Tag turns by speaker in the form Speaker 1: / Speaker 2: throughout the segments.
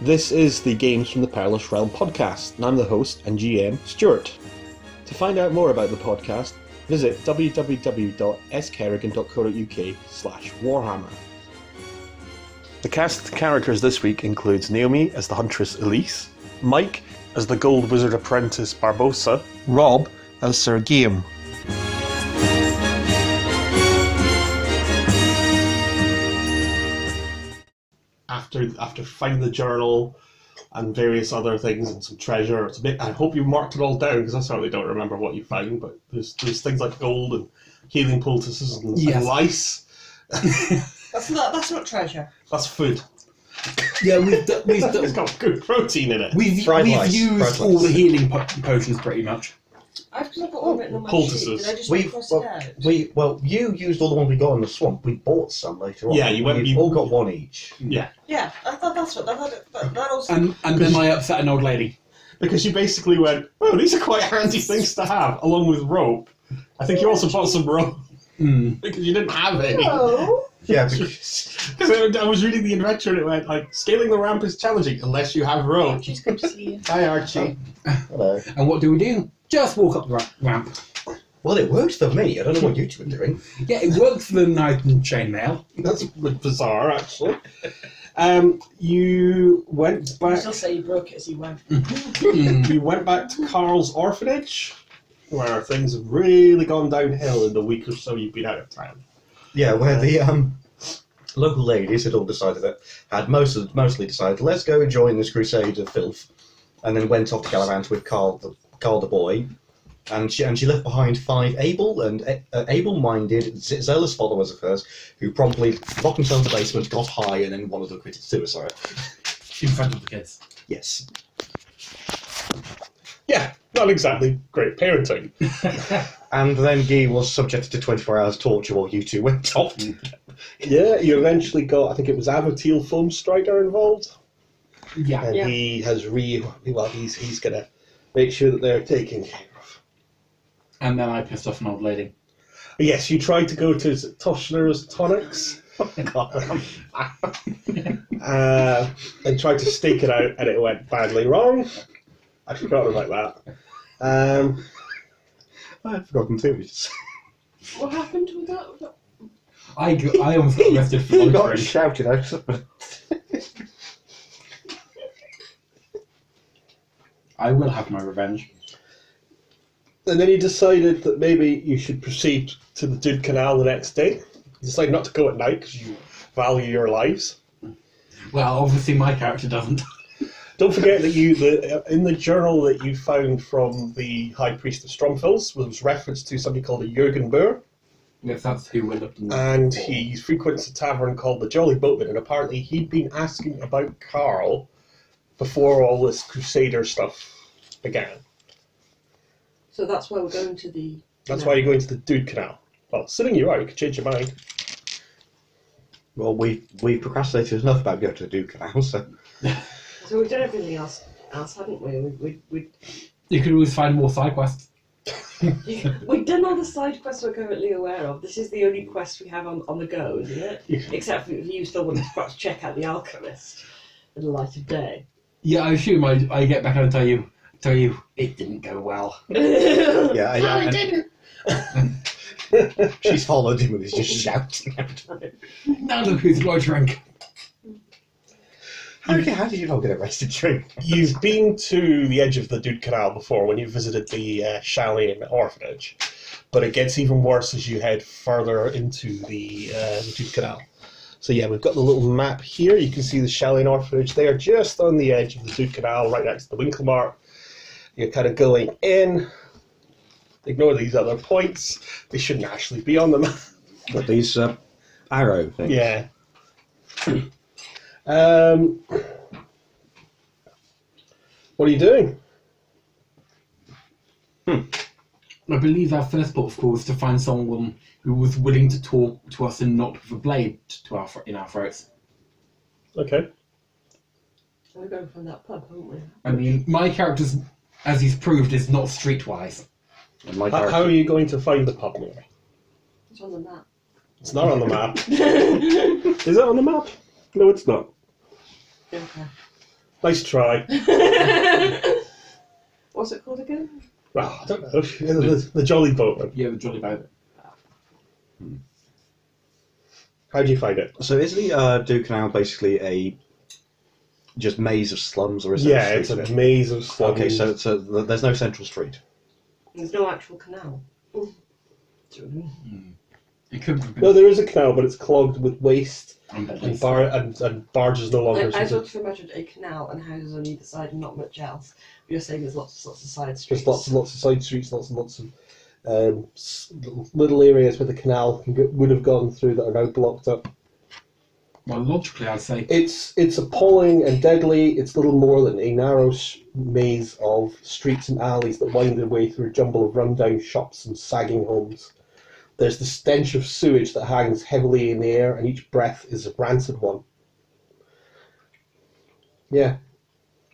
Speaker 1: This is the Games from the Perilous Realm podcast, and I'm the host and GM, Stuart. To find out more about the podcast, visit www.skerrigan.co.uk slash warhammer. The cast characters this week includes Naomi as the Huntress Elise, Mike as the Gold Wizard Apprentice Barbosa,
Speaker 2: Rob as Sir Guillaume.
Speaker 1: after after find the journal and various other things and some treasure. It's a bit, I hope you marked it all down because I certainly don't remember what you found. But there's there's things like gold and healing poultices and,
Speaker 2: Yes.
Speaker 1: and lice.
Speaker 3: That's not that's not treasure.
Speaker 1: That's food.
Speaker 4: Yeah, we've d- we've
Speaker 1: it's
Speaker 4: d-
Speaker 1: got good protein in it.
Speaker 4: we've,
Speaker 2: Fried
Speaker 4: we've
Speaker 2: rice,
Speaker 4: used
Speaker 2: fried
Speaker 4: all the
Speaker 2: rice.
Speaker 4: healing po- potions pretty much.
Speaker 3: I've because I've got all written on my sheet.
Speaker 1: Poultices.
Speaker 3: Did I just
Speaker 5: We
Speaker 3: cross it
Speaker 5: well,
Speaker 3: out?
Speaker 5: we well, you used all the ones we got in the swamp. We bought some later on.
Speaker 1: Yeah, you went-
Speaker 5: We've
Speaker 1: you-
Speaker 5: all got one each.
Speaker 3: yeah, I thought that's what I thought. It, that, that also.
Speaker 4: And and then I upset an old lady.
Speaker 1: because you basically went, oh, these are quite handy things to have, along with rope. I think you also bought some rope
Speaker 4: Mm.
Speaker 1: because you didn't have any.
Speaker 3: no.
Speaker 5: Yeah, because
Speaker 1: Because I was reading the adventure and it went like scaling the ramp is challenging unless you have rope.
Speaker 3: She's good to see you.
Speaker 1: Hi Archie.
Speaker 5: hello.
Speaker 4: And what do we do? Just walk up the ra- ramp.
Speaker 5: Well, it worked for me. I don't know what you two were doing.
Speaker 4: Yeah, it worked for the knight in chainmail.
Speaker 1: That's bizarre, actually. Um, you went
Speaker 3: I
Speaker 1: back.
Speaker 3: still say you broke it as you went.
Speaker 4: Mm.
Speaker 1: You went back to Carl's orphanage, where things have really gone downhill in the week or so you've been out of town.
Speaker 5: Yeah, where the um, local ladies had all decided that had most mostly decided let's go join this crusade of filth, and then went off to Galavant with Carl the Carl the boy, and she and she left behind five able and uh, able-minded ze- zealous followers of hers who promptly locked themselves in the basement, got high, and then one of them committed suicide.
Speaker 4: In front of the kids.
Speaker 5: Yes.
Speaker 1: Yeah, not exactly great parenting.
Speaker 5: And then Guy was subjected to 24 hours torture while you two went off.
Speaker 1: Yeah, you eventually got. I think it was Avotil Foam Strider involved.
Speaker 4: Yeah.
Speaker 1: and
Speaker 3: Yeah.
Speaker 1: he has re well he's he's gonna make sure that they're taken care of.
Speaker 4: And then I pissed off an old lady.
Speaker 1: Yes, you tried to go to is it Toshner's Tonics
Speaker 5: Oh,
Speaker 1: uh, and tried to stake it out, and it went badly wrong. I forgot about that. Um,
Speaker 5: I've forgotten too. It's-
Speaker 3: What happened with that? Was that-
Speaker 4: I, g- I almost got arrested for loitering.
Speaker 5: shouted out.
Speaker 4: I will have my revenge.
Speaker 1: and then he decided that maybe you should proceed to the Dude Canal the next day. You decided not to go at night because you value your lives.
Speaker 4: Well, obviously my character doesn't.
Speaker 1: Don't forget that you the in the journal that you found from the High Priest of Stromfels was reference to somebody called a Jürgen Boer,
Speaker 4: if that's who we're looking at.
Speaker 1: and he frequents a tavern called the Jolly Boatman, and apparently he'd been asking about Carl before all this Crusader stuff began.
Speaker 3: So that's why we're going to the.
Speaker 1: That's why you're going to the Dude Canal. Well, sitting you out, you could change your mind.
Speaker 5: Well, we've, we've procrastinated enough about going to the Duke now, so.
Speaker 3: So we've done everything else, else haven't we? We we
Speaker 4: You could always find more side quests.
Speaker 3: we we've done all the side quests we're currently aware of. This is the only quest we have on, on the go, isn't it? Except for you still want to perhaps check out the alchemist in the light of day.
Speaker 4: Yeah, I assume I, I get back and tell you tell you it didn't go well.
Speaker 5: Yeah, I,
Speaker 1: No,
Speaker 5: I-
Speaker 1: he didn't.
Speaker 5: she's followed him and he's just shouting out.
Speaker 4: Now look who's loitering.
Speaker 5: How, did- how did you not get arrested, Tree?
Speaker 1: You've been to the edge of the Dude Canal before when you visited the uh, chalet and orphanage, but it gets even worse as you head further into the, uh, the Dude Canal. So yeah, we've got the little map here. You can see the chalet and orphanage there, just on the edge of the Dude Canal, right next to the Winklemark. You're kind of going in. Ignore these other points. They shouldn't actually be on the map.
Speaker 5: But these uh, arrow things.
Speaker 1: Yeah. um, what are you doing?
Speaker 4: I believe our first port of call was to find someone who was willing to talk to us and not with a blade to our thro- in our throats.
Speaker 1: Okay.
Speaker 3: we're going from that pub, aren't we?
Speaker 4: I mean, my character's, as he's proved, is not streetwise.
Speaker 5: And my
Speaker 1: How,
Speaker 5: character-
Speaker 1: how are you going to find the pub, Mary?
Speaker 3: It's on the map.
Speaker 1: It's not on the map. Is it on the map? No, it's not.
Speaker 3: okay.
Speaker 1: Nice try.
Speaker 3: What's it called again?
Speaker 1: Well, I don't know. The, the Jolly Boatman.
Speaker 4: Yeah, the Jolly Boat.
Speaker 1: How do you find it?
Speaker 5: So is the uh, Duke Canal basically a just maze of slums, or is it?
Speaker 1: yeah, it's a
Speaker 5: street?
Speaker 1: maze of slums.
Speaker 5: Okay, so, so th- there's no central street.
Speaker 3: There's no actual canal.
Speaker 4: It could have been.
Speaker 1: no, there is a canal, but it's clogged with waste
Speaker 4: I'm bad.
Speaker 1: and bar and, and barges no
Speaker 3: I,
Speaker 1: longer.
Speaker 3: I
Speaker 1: exist.
Speaker 3: sort of imagined a canal and houses on either side and not much else. You're saying there's lots and lots of side streets.
Speaker 1: There's lots and lots of side streets, lots and lots of um, s- little areas where the canal can go- would have gone through that are now blocked up.
Speaker 4: Well, logically, I'd say
Speaker 1: It's it's appalling and deadly. It's little more than a narrow s- maze of streets and alleys that wind their way through a jumble of rundown shops and sagging homes. There's the stench of sewage that hangs heavily in the air, and each breath is a rancid one. Yeah.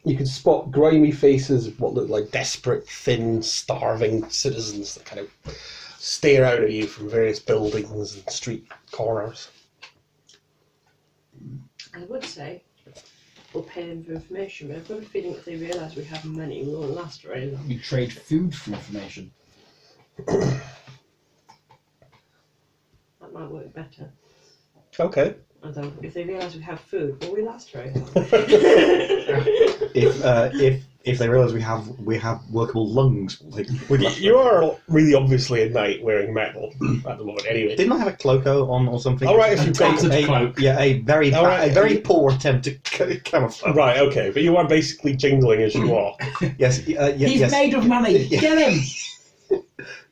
Speaker 1: You can spot grimy faces of what look like desperate, thin, starving citizens that kind of stare out at you from various buildings and street corners.
Speaker 3: I would say we'll pay them for information, but I've got a feeling if they realise we have money, we won't last very long.
Speaker 4: we trade food for information.
Speaker 3: That might work better.
Speaker 1: Okay.
Speaker 3: Although, if they realise we have food, will we last very long?
Speaker 5: If uh, if if they realise we have we have workable lungs, we
Speaker 1: Y- You are really obviously a knight wearing metal at the moment, anyway.
Speaker 5: Didn't I have a cloco on or something?
Speaker 1: All right, if
Speaker 5: A
Speaker 1: you've got
Speaker 5: tattered
Speaker 4: a-
Speaker 5: cloak. Yeah, a very
Speaker 1: All
Speaker 5: ba-
Speaker 1: right,
Speaker 5: a very
Speaker 1: you-
Speaker 5: poor attempt to ca- camouflage.
Speaker 1: Right, okay, but you are basically jingling as you walk.
Speaker 5: Yes, uh, ye-
Speaker 4: He's
Speaker 5: yes,
Speaker 4: made of money.
Speaker 5: Yeah.
Speaker 4: Get him.
Speaker 5: yes,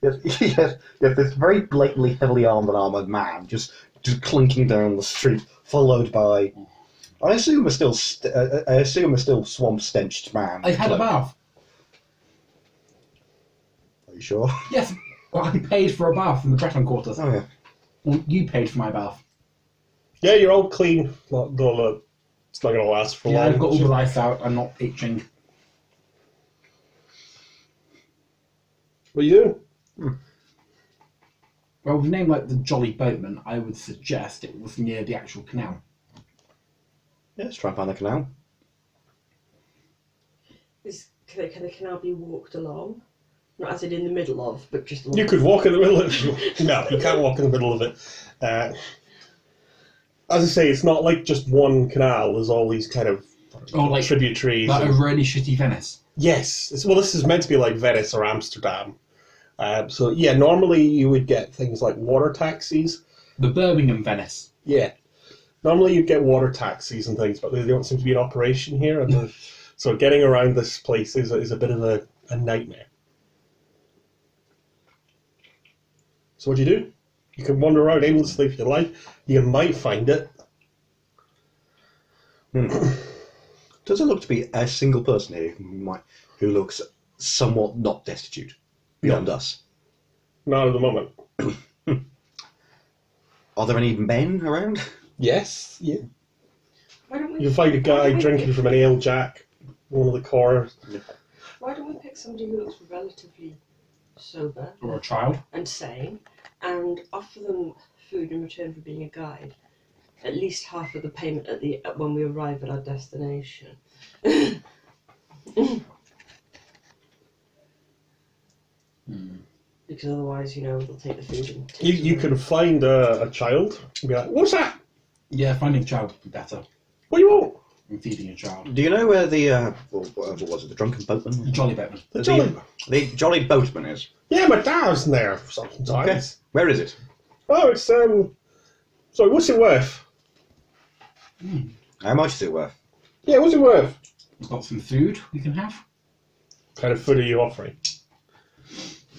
Speaker 5: yes, yes. This very blatantly heavily armed and armored man just just clinking down the street, followed by. I assume a still, st- uh, I assume a still swamp stenched man.
Speaker 4: I had a
Speaker 5: Cloak.
Speaker 4: bath.
Speaker 5: Are you sure?
Speaker 4: Yes. Well, I paid for a bath in the Breton quarters.
Speaker 5: Oh yeah.
Speaker 4: Well, you paid for my bath.
Speaker 1: Yeah, you're all clean. Not, no, no, it's not going to last for
Speaker 4: Yeah,
Speaker 1: long.
Speaker 4: I've got all the life out. I'm not itching.
Speaker 1: What are you doing?
Speaker 4: Well, with a name like the Jolly Boatman, I would suggest it was near the actual canal.
Speaker 5: Yeah, let's try and find the canal.
Speaker 3: Is, can, it, can the canal be walked along? Not as in in the middle of, but just along.
Speaker 1: You could walk in the middle of it. No, you can't walk in the middle of it. Uh, as I say, it's not like just one canal. There's all these kind of
Speaker 4: Or Oh, like
Speaker 1: tributaries.
Speaker 4: like a
Speaker 1: and-
Speaker 4: really shitty Venice.
Speaker 1: Yes. It's, well, this is meant to be like Venice or Amsterdam. Um, so, yeah, normally you would get things like water taxis.
Speaker 4: The Birmingham Venice.
Speaker 1: Yeah. Normally you'd get water taxis and things, but they don't seem to be in operation here. And the, so getting around this place is a, is a bit of a, a nightmare. So what do you do? You can wander around aimlessly if you like. You might find it.
Speaker 5: Does it look to be a single person here who, might, who looks somewhat not destitute beyond us?
Speaker 1: Not at the moment.
Speaker 5: Are there any men around?
Speaker 1: Yes. Yeah.
Speaker 3: Why don't we?
Speaker 1: You find a guy drinking from an ale jack, one of the corners.
Speaker 3: Why don't we pick somebody who looks relatively sober
Speaker 4: Or a child.
Speaker 3: and sane, and offer them food in return for being a guide? At least half of the payment at the at when we arrive at our destination. Because otherwise, you know, they'll take the food and take
Speaker 1: You,
Speaker 3: it
Speaker 1: you
Speaker 3: away.
Speaker 1: can find a, a child and be like, "What's that?
Speaker 4: Yeah, finding a child would be better
Speaker 1: What do you want?"
Speaker 4: than feeding a child.
Speaker 5: Do you know where the uh, well, what was it? The drunken boatman?
Speaker 4: The Jolly Boatman.
Speaker 1: The jolly.
Speaker 5: the jolly boatman is.
Speaker 1: Yeah, my dad's in there sometimes.
Speaker 5: Where is it?
Speaker 1: Oh, it's um. Sorry, what's it worth?
Speaker 5: How much is it worth?
Speaker 1: Yeah, what's it worth?
Speaker 4: We've got some food we can have.
Speaker 1: kind of food are you offering?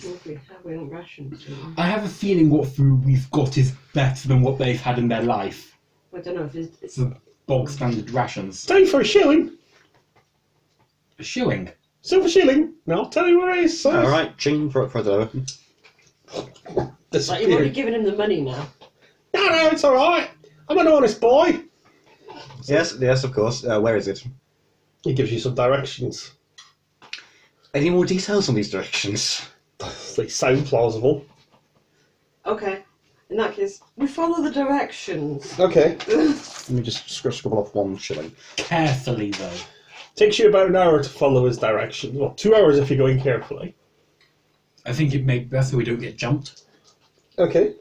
Speaker 3: Well, if we have we don't ration. do we?
Speaker 4: I have a feeling what food we've got is better than what they've had in their life.
Speaker 3: I don't know if it's, it's
Speaker 4: It's the bog standard rations.
Speaker 1: Tell you for a shilling,
Speaker 4: A shilling.
Speaker 1: silver shilling. And I'll tell you where it is. Sir.
Speaker 5: All right, ching for for the
Speaker 1: That's
Speaker 3: like you've already given him the money now.
Speaker 1: No, no, it's all right. I'm an honest boy.
Speaker 5: Yes, yes, of course. Uh, where is it?
Speaker 1: He gives you some directions.
Speaker 5: Any more details on these directions?
Speaker 1: They sound plausible.
Speaker 3: Okay. In that case, we follow the directions.
Speaker 1: Okay.
Speaker 5: Let me just scri- scribble off one shilling.
Speaker 4: Carefully, though.
Speaker 1: Takes you about an hour to follow his directions. Well, two hours if you're going carefully.
Speaker 4: I think it may be better we don't get jumped.
Speaker 1: Okay.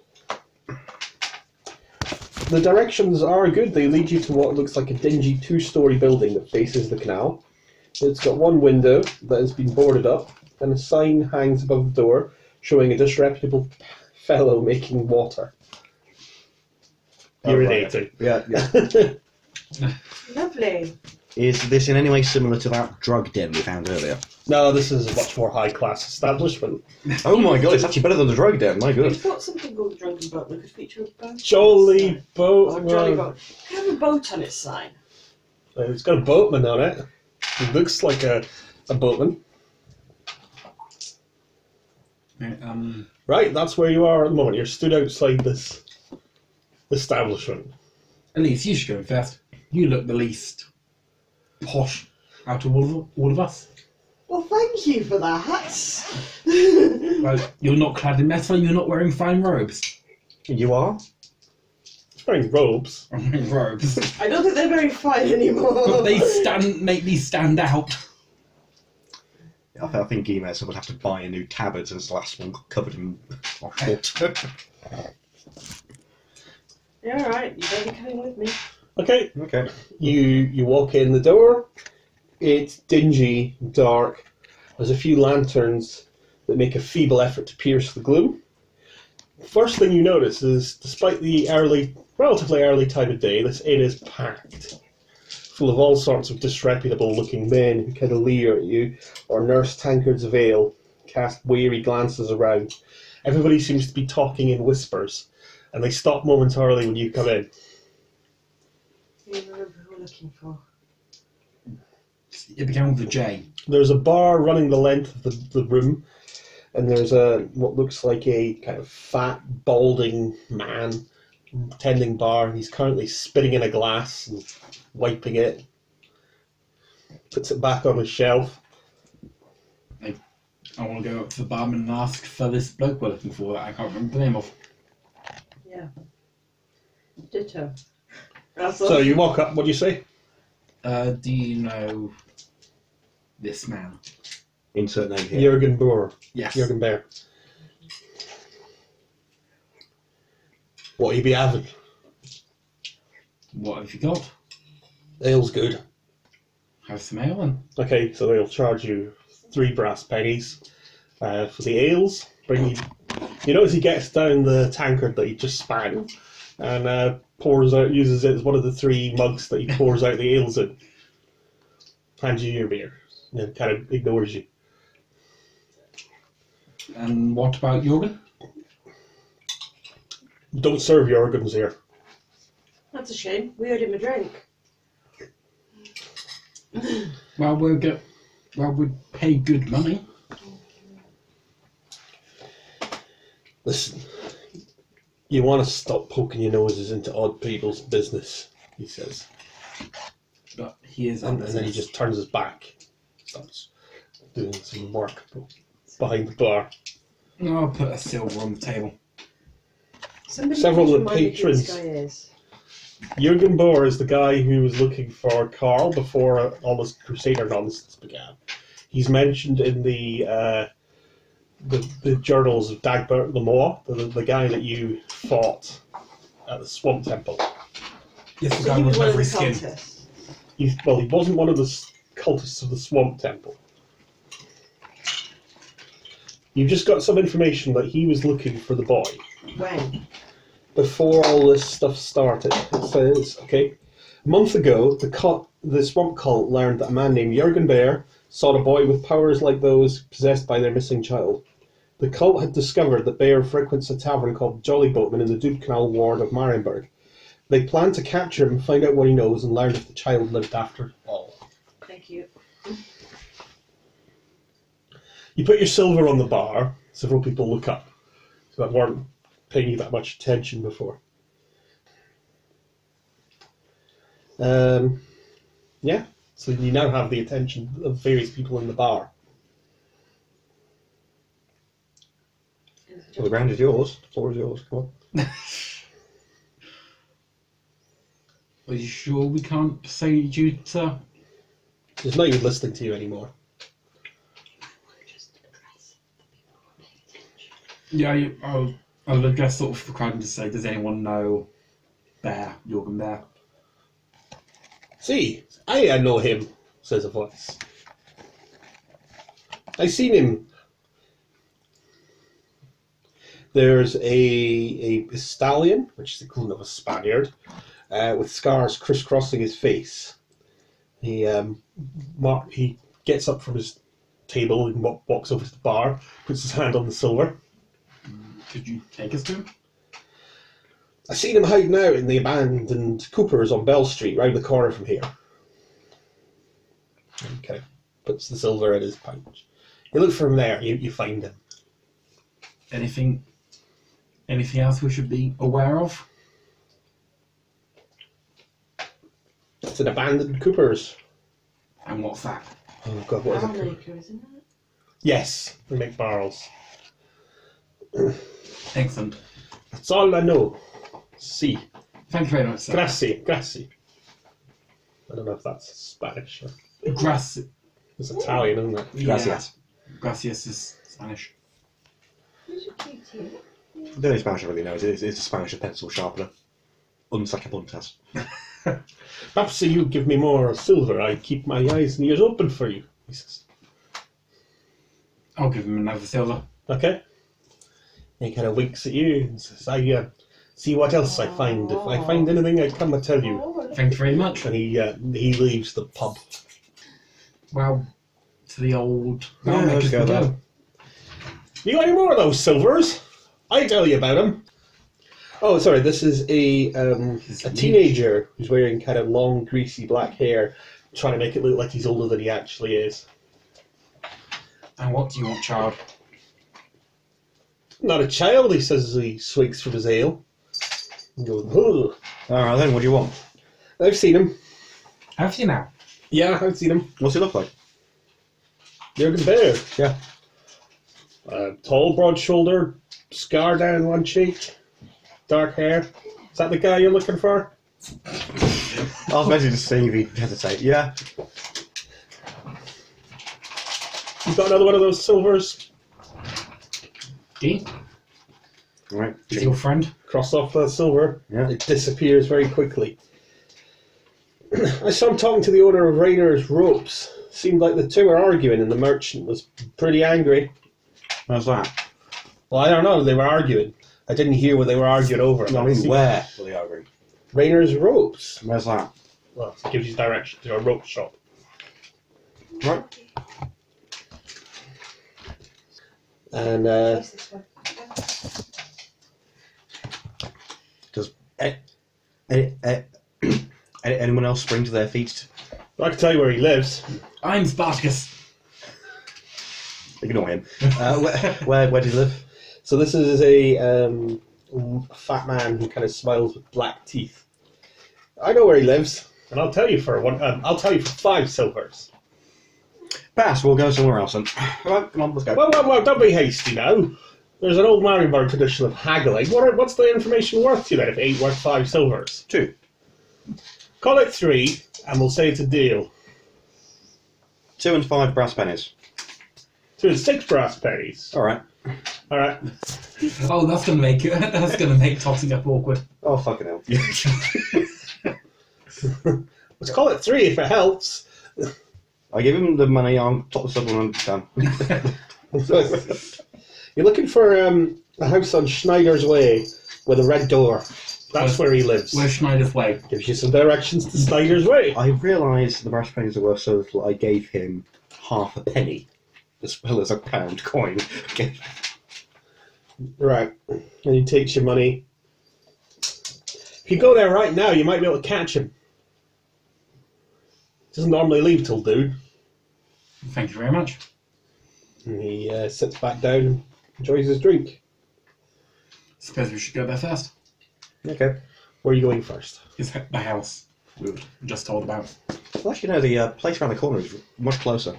Speaker 1: The directions are good. They lead you to what looks like a dingy two story building that faces the canal. It's got one window that has been boarded up, and a sign hangs above the door showing a disreputable fellow making water.
Speaker 5: Oh, right.
Speaker 1: Urinating.
Speaker 5: Yeah, yeah.
Speaker 3: Lovely.
Speaker 5: Is this in any way similar to that drug den we found earlier?
Speaker 1: no, this is a much more high class establishment.
Speaker 5: Oh my god, it's actually better than the drug den. My
Speaker 3: I
Speaker 5: god.
Speaker 3: thought something called the Drunken Boatman could feature a boat.
Speaker 1: Jolly boat.
Speaker 3: Or Jolly Boat. Could have a boat on its sign.
Speaker 1: Uh, It's got a boatman on it. It looks like a, a boatman.
Speaker 4: Um,
Speaker 1: Right, that's where you are at the moment. You're stood outside this establishment.
Speaker 4: Elise, you should go first. You look the least posh out of all of, all of us.
Speaker 6: Well, thank you for that.
Speaker 4: Well, you're not clad in metal, you're not wearing fine robes.
Speaker 5: You are?
Speaker 1: It's wearing robes.
Speaker 4: robes.
Speaker 6: I don't think they're very fine anymore.
Speaker 4: But they stand, make me stand out.
Speaker 5: I th- I think Gomez would have to buy a new tabard since the last one got covered in water.
Speaker 3: Yeah, alright, you better be coming with me.
Speaker 1: Okay,
Speaker 5: okay.
Speaker 1: You you walk in the door. It's dingy, dark. There's a few lanterns that make a feeble effort to pierce the gloom. First thing you notice is, despite the early, relatively early time of day, this inn is packed, full of all sorts of disreputable-looking men who kind of leer at you or nurse tankards of ale, cast weary glances around. Everybody seems to be talking in whispers, and they stop momentarily when you come in.
Speaker 3: You know who we're looking for.
Speaker 4: It began with a J.
Speaker 1: there's a bar running the length of the, the room, and there's a what looks like a kind of fat, balding man tending bar. He's currently spitting in a glass and wiping it. Puts it back on his shelf.
Speaker 4: I want to go up to the barman and ask for this bloke we're looking for that I can't remember the name of.
Speaker 3: Yeah. Ditto. That's
Speaker 1: So you walk up. What do you say?
Speaker 4: Uh, do you know this man?
Speaker 5: Insert name here.
Speaker 1: Jurgen Boer.
Speaker 4: Yes.
Speaker 1: Jurgen Bear. What you be having?
Speaker 4: What have you got?
Speaker 1: Ale's good.
Speaker 4: Have some ale then.
Speaker 1: Okay, so they'll charge you three brass pennies uh, for the ales. Bring you, you notice he gets down the tankard that he just span and uh, pours out, uses it as one of the three mugs that he pours out the ales in. Hands you your beer and kind of ignores you.
Speaker 4: And what about Jorgen?
Speaker 1: Don't serve your organs here.
Speaker 3: That's a shame. We owed him a drink.
Speaker 4: Well, we'll get. Well, we pay good money.
Speaker 1: Listen, you want to stop poking your noses into odd people's business, he says.
Speaker 4: But he is.
Speaker 1: And, and then he just turns his back, starts doing some work behind the bar.
Speaker 4: No, I'll put a silver on the table.
Speaker 3: Somebody
Speaker 1: Several
Speaker 3: please
Speaker 1: of the
Speaker 3: remind me who this
Speaker 1: patrons-
Speaker 3: guy is.
Speaker 1: Jurgen Bohr is the guy who was looking for Carl before all this Crusader nonsense began. He's mentioned in the uh, the, the journals of Dagbert the Moor, the, the guy that you fought at the Swamp Temple.
Speaker 4: Yes, the
Speaker 3: So
Speaker 4: guy
Speaker 3: he was
Speaker 4: with
Speaker 3: one of the
Speaker 4: every skin.
Speaker 3: cultists.
Speaker 1: He's, well, he wasn't one of the s- cultists of the Swamp Temple. You've just got some information that he was looking for the boy.
Speaker 3: When?
Speaker 1: before all this stuff started. It says, okay, a month ago, the cult, the swamp cult learned that a man named Jurgen Bear sought a boy with powers like those possessed by their missing child. The cult had discovered that Bear frequents a tavern called Jolly Boatman in the Dude Canal ward of Marienburg. They plan to capture him, find out what he knows, and learn if the child lived after all.
Speaker 3: Thank you.
Speaker 1: You put your silver on the bar. Several people look up. So that weren't paying you that much attention before. Um, yeah. So you now have the attention of various people in the bar.
Speaker 5: Well, the ground is yours. The floor is yours. Come on.
Speaker 4: Are you sure we can't persuade you to
Speaker 1: It's not even listening to you anymore.
Speaker 4: Yeah, you, I'll, I'll address sort of the crowd and just say, does anyone know Bear, Jorgen Bear?
Speaker 1: See, I, I know him, says a voice. I seen him. There's a, a stallion, which is the clone of a Spaniard, uh, with scars crisscrossing his face. He um, mar he gets up from his table and wa- walks over to the bar, puts his hand on the silver.
Speaker 4: Could you take us to him?
Speaker 1: I seen him hiding out in the abandoned Cooper's on Bell Street, round the corner from here. And kind of puts the silver in his pouch. You look for him there, you, you find him.
Speaker 4: Anything, anything else we should be aware of?
Speaker 1: It's an abandoned Cooper's.
Speaker 4: And what's that?
Speaker 1: Oh god, what is
Speaker 3: Barrel
Speaker 1: it?
Speaker 3: maker, isn't it?
Speaker 1: Yes, they make barrels.
Speaker 4: Excellent.
Speaker 1: That's all I know. See,
Speaker 4: Thank you very much, sir.
Speaker 1: grazie, grazie. I don't know if that's Spanish or
Speaker 4: Gracias.
Speaker 1: it's Italian, isn't it?
Speaker 4: Gracias. Gracias is Spanish.
Speaker 5: The only Spanish I really know is it's, it's the Spanish of pencil sharpener. Unsacapuntas.
Speaker 1: Perhaps you give me more silver. I keep my eyes and ears open for you. He says.
Speaker 4: I'll give him another silver.
Speaker 1: Okay. He kind of winks at you and says, I uh, see what else I find. If I find anything, I come and tell you.
Speaker 7: Oh,
Speaker 4: Thank you very much.
Speaker 1: And he uh, he leaves the pub.
Speaker 4: Well, to the old.
Speaker 5: Yeah,
Speaker 4: well,
Speaker 5: let's
Speaker 4: just
Speaker 5: go there.
Speaker 1: You got any more of those silvers? I tell you about them. Oh, sorry, this is a, um, a teenager who's wearing kind of long, greasy black hair, trying to make it look like he's older than he actually is.
Speaker 4: And what do you want, child?
Speaker 1: Not a child, he says as he swigs from his ale. And goes, "Ugh."
Speaker 5: Alright then, what do you want?
Speaker 1: I've seen him.
Speaker 4: Have you now?
Speaker 1: Yeah, I've seen him.
Speaker 5: What's he look like?
Speaker 1: Jurgen Bear.
Speaker 5: Yeah.
Speaker 1: Uh, tall, broad shouldered, scar down one cheek, dark hair. Is that the guy you're looking for?
Speaker 5: I was basically just seeing if he'd hesitate. Yeah.
Speaker 1: You got another one of those silvers?
Speaker 4: D?
Speaker 5: Right.
Speaker 4: Is your friend?
Speaker 1: Cross off the silver.
Speaker 5: Yeah.
Speaker 1: It disappears very quickly. I saw him talking to the owner of Rayner's ropes. Seemed like the two were arguing, and the merchant was pretty angry.
Speaker 5: How's that?
Speaker 1: Well, I don't know. They were arguing. I didn't hear what they were arguing over.
Speaker 5: No, I mean,
Speaker 1: See-
Speaker 5: where were they arguing?
Speaker 1: Rayner's ropes.
Speaker 5: Where's that?
Speaker 1: Well, it gives you direction to a rope shop.
Speaker 5: Right.
Speaker 1: And uh,
Speaker 5: Any, eh, any- anyone else spring to their feet?
Speaker 1: I can tell you where he lives.
Speaker 4: I'm Spartacus.
Speaker 5: Ignore him. Uh, where, where, where do you live?
Speaker 1: So this is a um, fat man who kind of smiles with black teeth. I know where he lives, and I'll tell you for one. Um, I'll tell you for five silvers.
Speaker 5: Pass, we'll go somewhere else then. Right, come on, let's go.
Speaker 1: Well, well, well. Don't be hasty now. There's an old Marienburg tradition of haggling. What, are- what's the information worth to you then? If eight worth five silvers,
Speaker 5: Two.
Speaker 1: call it three, and we'll say it's a deal.
Speaker 5: Two and five brass pennies.
Speaker 1: Two and six brass pennies.
Speaker 5: All right.
Speaker 1: All right.
Speaker 4: Oh, that's gonna make it. That's gonna make tossing up awkward.
Speaker 5: Oh, fucking hell.
Speaker 1: Let's call it three if it helps.
Speaker 5: I give him the money, I'll top the supplement down.
Speaker 1: You're looking for um, a house on Schneider's Way with a red door. That's where he lives.
Speaker 4: Where's Schneider's way?
Speaker 1: Gives you some directions to Snyder's Way.
Speaker 5: I realised the brass pennies are worth so little, I gave him half a penny as well as a pound coin. Okay.
Speaker 1: Right. And he takes your money. If you go there right now, you might be able to catch him. Doesn't normally leave till dude.
Speaker 4: Thank you very much.
Speaker 1: And he uh, sits back down and enjoys his drink.
Speaker 4: Suppose we should go there first.
Speaker 5: okay.
Speaker 1: Where are you going first?
Speaker 4: Is the house we were just told about?
Speaker 5: Well, actually, no, the uh, place around the corner is much closer.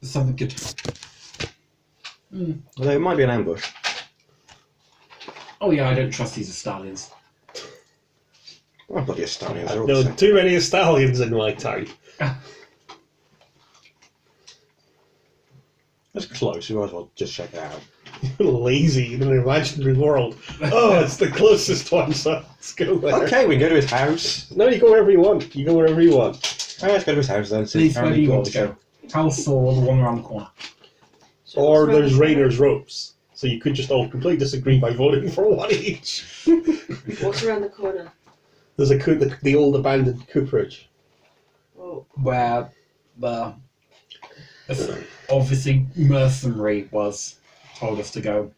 Speaker 4: There's something good.
Speaker 5: Although it might be an ambush.
Speaker 4: Oh yeah, I don't trust these stallions.
Speaker 5: Oh, bloody Estonians. They're all
Speaker 1: There
Speaker 5: the
Speaker 1: were
Speaker 5: same.
Speaker 1: too many stallions in my time.
Speaker 5: That's close. You might as well just check it out.
Speaker 1: Lazy in an imaginary world. Oh, it's the closest one, so let's go there.
Speaker 5: Okay, we can go to his house.
Speaker 1: No, you go wherever you want. You go wherever you want.
Speaker 5: Oh, let's go to his house then. see
Speaker 4: Leith,
Speaker 5: how
Speaker 4: where do
Speaker 5: many
Speaker 4: you want to
Speaker 5: goals.
Speaker 4: go? House or the one around the corner?
Speaker 1: Or there's Rainer's ropes. So you could just all completely disagree by voting for one each.
Speaker 3: What's around the corner?
Speaker 1: There's a coo- the, the old abandoned cooperage.
Speaker 3: Well,
Speaker 4: Where the obviously mercenary was told us to go.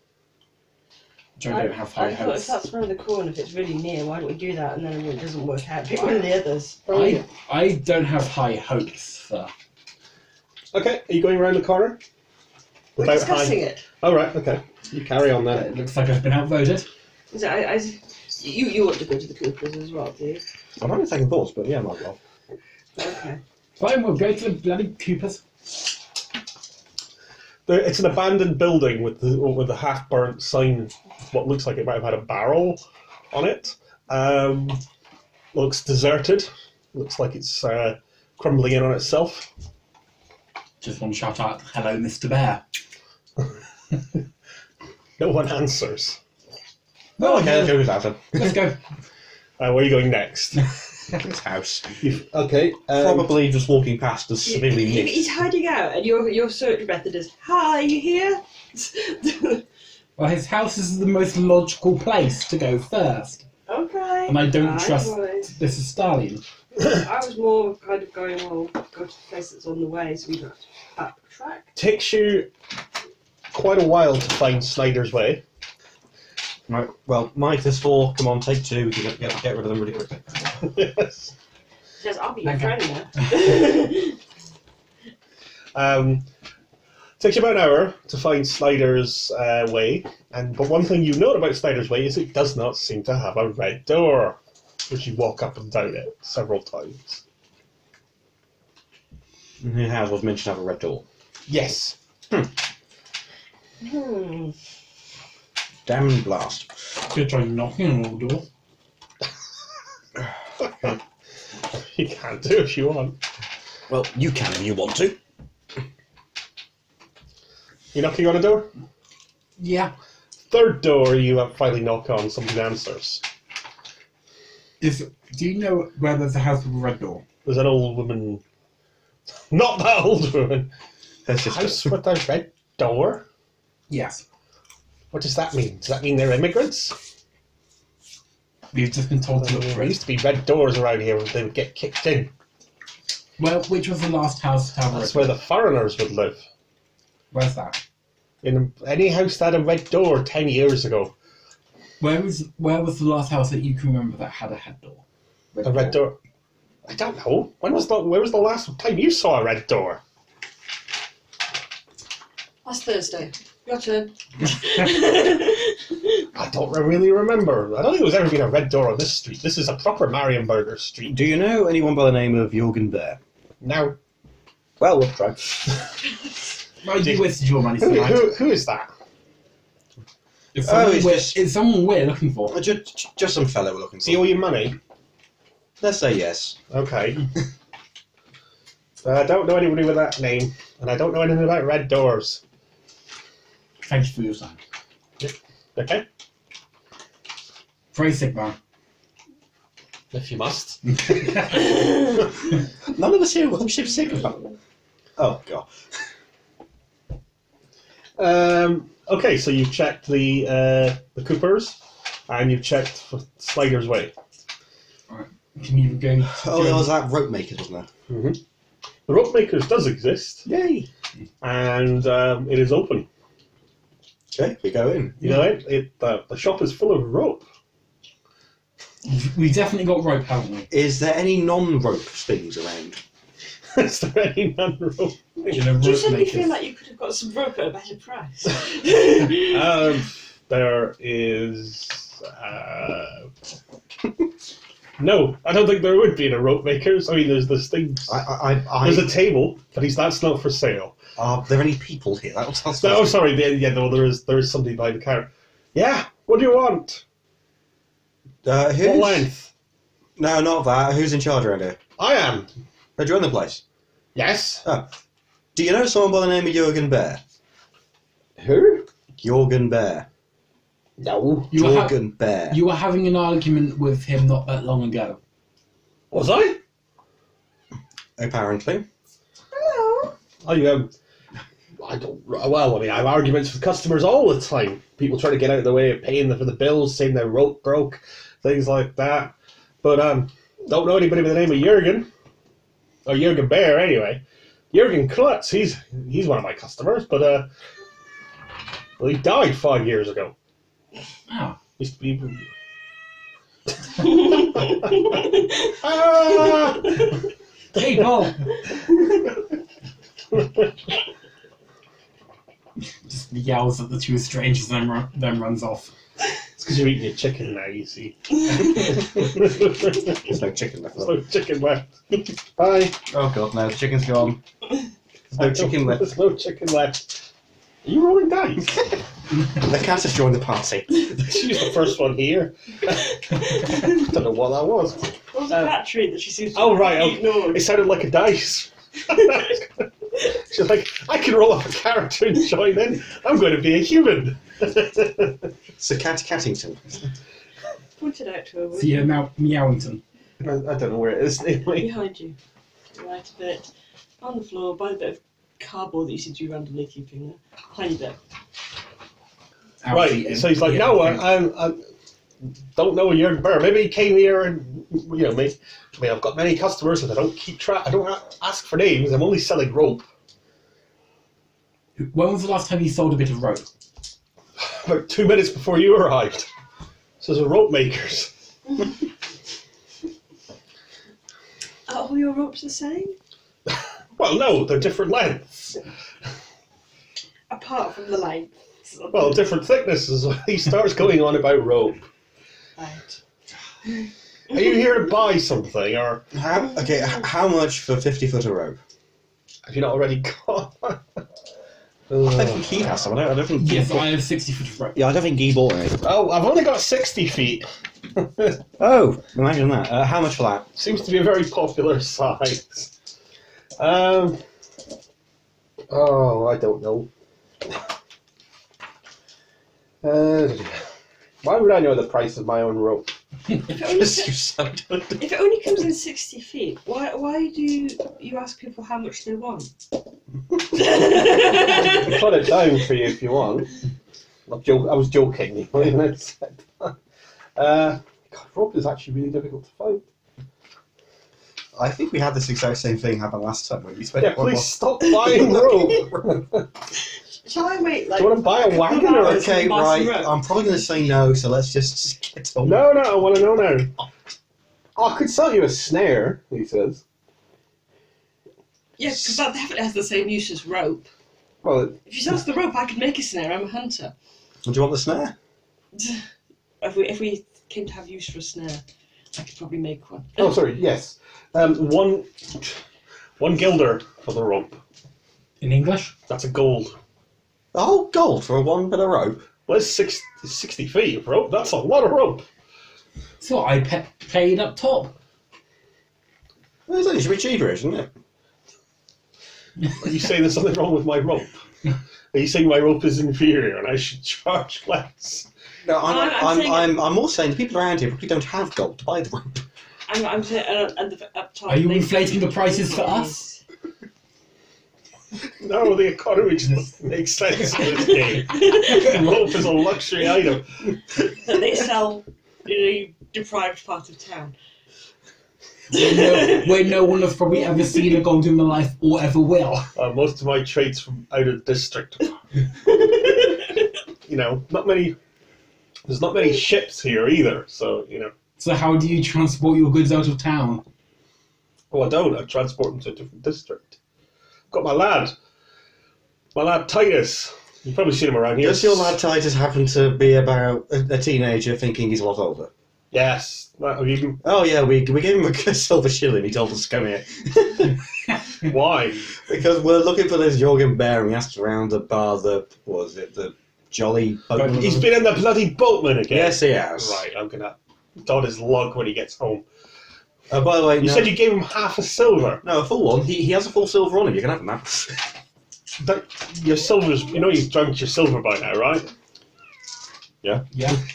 Speaker 4: Which I, don't have high
Speaker 3: I thought
Speaker 4: hopes.
Speaker 3: if that's around the corner, if it's really near, why don't we do that? And then when it doesn't work out, pick one of the others.
Speaker 4: I, I don't have high hopes for
Speaker 1: Okay, are you going around the corner?
Speaker 8: We're
Speaker 1: Without
Speaker 8: discussing
Speaker 1: hiding-
Speaker 8: it.
Speaker 1: All right, okay. You carry on
Speaker 4: It
Speaker 1: then.
Speaker 4: looks like I've been outvoted.
Speaker 3: Is it, I, I, you, you want to go to the Coopers as well, do you?
Speaker 5: I'm having second thoughts, but yeah, might well.
Speaker 3: Okay.
Speaker 4: Fine, we'll go to the bloody Coopers.
Speaker 1: There, it's an abandoned building with the with a half burnt sign. What looks like it might have had a barrel on it. Um, looks deserted. Looks like it's uh, crumbling in on itself.
Speaker 4: Just one shout out, hello, Mr. Bear.
Speaker 1: No one answers.
Speaker 4: Well,
Speaker 5: Okay, let's go to his house then.
Speaker 4: Let's go.
Speaker 1: Uh, where are you going next?
Speaker 5: his house.
Speaker 1: You've- okay. Um,
Speaker 5: Probably just walking past us
Speaker 3: He-
Speaker 5: severely
Speaker 3: he-
Speaker 5: nicked.
Speaker 3: he's hiding out, and your your search method is, "Hi, are you here?"
Speaker 4: Well, his house is the most logical place to go first.
Speaker 3: okay.
Speaker 4: And I don't
Speaker 3: I
Speaker 4: trust
Speaker 3: Was,
Speaker 4: this is Stalin.
Speaker 3: I was more kind of going, "Well, go to the place that's on the way, so we don't have to backtrack."
Speaker 1: takes you quite a while to find Snyder's Way.
Speaker 5: Right, well, Mike, there's four. Come on, take two. We can get, get, get rid of them really quickly.
Speaker 3: She says, "I'll be your
Speaker 4: Okay.
Speaker 3: friend now."
Speaker 1: Um, takes you about an hour to find Snyder's uh, Way, and but one thing you note about Snyder's Way is it does not seem to have a red door, which you walk up and down it several times.
Speaker 5: His house Mm-hmm. was mentioned to have a red door.
Speaker 1: Yes.
Speaker 3: hmm.
Speaker 5: Damn blast.
Speaker 4: Could try knocking on all door.
Speaker 1: You can do if you want.
Speaker 5: Well, you can if you want to.
Speaker 1: You're knocking on a door.
Speaker 4: Yeah.
Speaker 1: Third door, you have finally knock on. Somebody answers.
Speaker 4: Is do you know where there's a house with a red door?
Speaker 1: There's an old woman. Not that old woman.
Speaker 5: Her sister.
Speaker 1: House with a red door.
Speaker 4: Yes.
Speaker 1: What does that mean? Does that mean they're immigrants?
Speaker 4: We've just been told to look for
Speaker 1: There used
Speaker 4: it.
Speaker 1: to be red doors around here where they would get kicked in.
Speaker 4: Well, which was the last house to have a red
Speaker 1: That's where
Speaker 4: door?
Speaker 1: the foreigners would live.
Speaker 4: Where's that?
Speaker 1: In any house that had a red door 10 years ago.
Speaker 4: Where was where was the last house that you can remember that had a head door?
Speaker 1: A red door. I don't know. When was the, where was the last time you saw a red door?
Speaker 3: That's Thursday. Your turn.
Speaker 1: I don't re- really remember. I don't think there's ever been a red door on this street. This is a proper Marienburger street.
Speaker 5: Do you know anyone by the name of Jorgen Bear?
Speaker 1: Now,
Speaker 5: Well, we'll try.
Speaker 4: Well, you wasted your money
Speaker 1: who,
Speaker 4: tonight.
Speaker 1: who, who is that?
Speaker 4: It's
Speaker 5: Oh,
Speaker 4: someone,
Speaker 5: it's
Speaker 4: we're,
Speaker 5: just-
Speaker 4: it's someone we're looking for.
Speaker 5: Just, Uh, just some fellow we're looking
Speaker 1: Is he
Speaker 5: for.
Speaker 1: all your money?
Speaker 5: Let's say yes.
Speaker 1: Okay. I don't know anybody with that name, and I don't know anything about red doors.
Speaker 4: Thank you for your time.
Speaker 1: Okay?
Speaker 4: Free Sigma.
Speaker 1: If you must.
Speaker 5: None of us here worship Sigma. Oh, God.
Speaker 1: Um, okay, so you've checked the uh, the Coopers, and you've checked for Slider's Way.
Speaker 4: Can you go?
Speaker 5: Oh, there was that rope maker, wasn't
Speaker 1: The Rope Makers does exist,
Speaker 5: there? Yay.
Speaker 1: and um, it is open.
Speaker 5: Okay, we go in.
Speaker 1: You know, it, it uh, the shop is full of rope.
Speaker 4: We definitely got rope, haven't we?
Speaker 5: Is there any non-rope things around?
Speaker 1: is there any non-rope?
Speaker 4: You know,
Speaker 3: Do you
Speaker 4: rope
Speaker 3: suddenly
Speaker 4: makers.
Speaker 3: feel like you could have got some rope at a better price?
Speaker 1: Um, there is. Uh, no, I don't think there would be in a Rope Makers. I mean, there's this thing.
Speaker 5: I, I, I, I
Speaker 1: There's a table, but he's, that's not for sale.
Speaker 5: are there any people here? That was, that's
Speaker 1: So, oh, sorry. the- Yeah, no, there is there is somebody by the counter. Yeah. What do you want?
Speaker 5: Uh, who's...
Speaker 1: What length?
Speaker 5: No, not that. Who's in charge around here?
Speaker 1: I am.
Speaker 5: Did you run the place?
Speaker 1: Yes.
Speaker 5: Do you know someone by the name of Jurgen Bear?
Speaker 1: Who?
Speaker 5: Jorgen Bear.
Speaker 1: No.
Speaker 4: You were, ha-
Speaker 5: Jorgen Bear.
Speaker 4: you were having an argument with him not that long ago.
Speaker 1: Was I?
Speaker 5: Apparently.
Speaker 3: Hello.
Speaker 1: I um, I don't. Well, I mean, I have arguments with customers all the time. People trying to get out of the way of paying for the bills, saying their rope broke, things like that. But um, don't know anybody by the name of Jurgen or Jurgen Bear anyway. Jurgen Klutz, he's he's one of my customers, but uh, well, he died five years ago.
Speaker 4: Oh.
Speaker 1: Used to be. Ah!
Speaker 4: Hey, Paul! Just yells at the two strangers and then, run, then runs off.
Speaker 1: It's because you're eating your chicken now, you see.
Speaker 5: There's no chicken left.
Speaker 1: There's no chicken left. Bye.
Speaker 5: Oh god, no, the chicken's gone. There's no chicken left.
Speaker 1: There's no chicken left. Are you rolling dice?
Speaker 5: The cat has joined the party.
Speaker 1: She's the first one here. Don't know what that was.
Speaker 3: What was the cat treat that she seems to
Speaker 1: Uh, Oh, right, okay.
Speaker 3: ignore?
Speaker 1: It sounded like a dice. She's like, I can roll up a character and join in. I'm going to be a human.
Speaker 5: Sir Cat Cattington.
Speaker 3: Pointed out to her.
Speaker 4: So
Speaker 1: um,
Speaker 4: you're now meowington.
Speaker 1: I, I don't know where it is anyway.
Speaker 3: Behind you. Right a bit. On the floor by the bit of cardboard that you seem to be randomly keeping there. Behind you
Speaker 4: Out
Speaker 1: right,
Speaker 4: eating.
Speaker 1: so he's like,
Speaker 4: Yeah,
Speaker 1: no,
Speaker 4: thanks.
Speaker 1: I, I, I don't know Jürgen Bear. Maybe he came here and, you know, me. I mean, I've got many customers and I don't keep track. I don't a- ask for names. I'm only selling rope.
Speaker 4: When was the last time you sold a bit of rope?
Speaker 1: About two minutes before you arrived. So there's a rope makers.
Speaker 3: Are all your ropes the same?
Speaker 1: Well, no, they're different lengths.
Speaker 3: Apart from the length.
Speaker 1: Well, different thicknesses. He starts going on about rope.
Speaker 3: Right.
Speaker 1: Are you here to buy something, or
Speaker 5: How, okay, h- how much for 50 foot of rope?
Speaker 1: have you not already got? one?
Speaker 5: I don't think he has some. I don't, I don't think he
Speaker 4: Yes,
Speaker 5: bought-
Speaker 4: I have 60 foot of rope.
Speaker 5: yeah, I don't think he bought any.
Speaker 1: oh, I've only got sixty feet.
Speaker 5: Oh, imagine that. Uh, how much for that?
Speaker 1: Seems to be a very popular size. Um. Oh, I don't know. Uh, why would I know the price of my own rope?
Speaker 3: If it, only,
Speaker 5: you said.
Speaker 3: if it only comes in 60 feet, why, why do you ask people how much they want?
Speaker 1: I can put it down for you if you want. I'm joke- I was joking when I said that. Uh, God, rope is actually really difficult to find.
Speaker 5: I think we had this exact same thing happen last time. We spent
Speaker 1: Yeah,
Speaker 5: one
Speaker 1: please stop buying rope.
Speaker 3: Shall I wait
Speaker 1: Do
Speaker 3: like
Speaker 1: you want to buy a wagon
Speaker 5: more-
Speaker 1: or?
Speaker 5: Okay,
Speaker 3: Buy some
Speaker 5: right.
Speaker 3: rope.
Speaker 5: I'm probably going to say no, so let's just get on.
Speaker 1: No, no, I want to know now. Oh, I could sell you a snare, he says.
Speaker 3: Yeah, because that definitely has the same use as rope.
Speaker 1: Well,
Speaker 3: If you sell us the rope, I could make a snare. I'm a hunter.
Speaker 5: Do you want the snare?
Speaker 3: If we if we came to have use for a snare, I could probably make one.
Speaker 1: oh, sorry, yes. Um, one, one guilder for the rope.
Speaker 4: In English?
Speaker 1: That's a gold.
Speaker 5: The whole gold for a one bit of rope.
Speaker 1: Well, that's six, 60 feet of rope. That's a lot of rope.
Speaker 4: So I pe- paid up top.
Speaker 5: Well, It's only should be cheaper, isn't it?
Speaker 1: Are you saying there's something wrong with my rope? Are you saying my rope is inferior and I should charge less?
Speaker 5: No, I'm,
Speaker 3: No,
Speaker 5: I'm,
Speaker 3: I'm
Speaker 5: I'm,
Speaker 3: saying-
Speaker 5: I'm, more saying the people around here probably don't have gold to buy the rope.
Speaker 3: I'm, I'm t- uh, and the up top.
Speaker 4: Are you
Speaker 3: they-
Speaker 4: inflating the prices for us?
Speaker 1: No, the economy just doesn't make sense in this game. rope is a luxury item.
Speaker 3: that they sell in a deprived part of town.
Speaker 4: Where no, where no one has probably ever seen a gold in their life or ever will.
Speaker 1: Uh, most of my trades from out of district. you know, not many. There's not many ships here either, so you know.
Speaker 4: So how do you transport your goods out of town?
Speaker 1: Oh, I don't. I transport them to a different district. got my lad. My lad Titus. You've probably seen him around here.
Speaker 5: Does your lad Titus happen to be about a, a teenager thinking he's a lot older?
Speaker 1: Yes. That- have you-
Speaker 5: Oh, yeah, we, we gave him a silver shilling. He told us to come here.
Speaker 1: Why?
Speaker 5: Because we're looking for this Jorgen Bear and we asked around the bar, the, what was it, the Jolly Boatman?
Speaker 1: He's been in the bloody boatman again.
Speaker 5: Mm-hmm. Yes, he has.
Speaker 1: Right, I'm gonna dot his log when he gets home.
Speaker 5: Uh, by the way,
Speaker 1: You
Speaker 5: no,
Speaker 1: said you gave him half a silver.
Speaker 5: no, a full one. He, he has a full silver on him. You can have him, man.
Speaker 1: that, your silver's. You know you've drunk your silver by now, right?
Speaker 4: Yeah.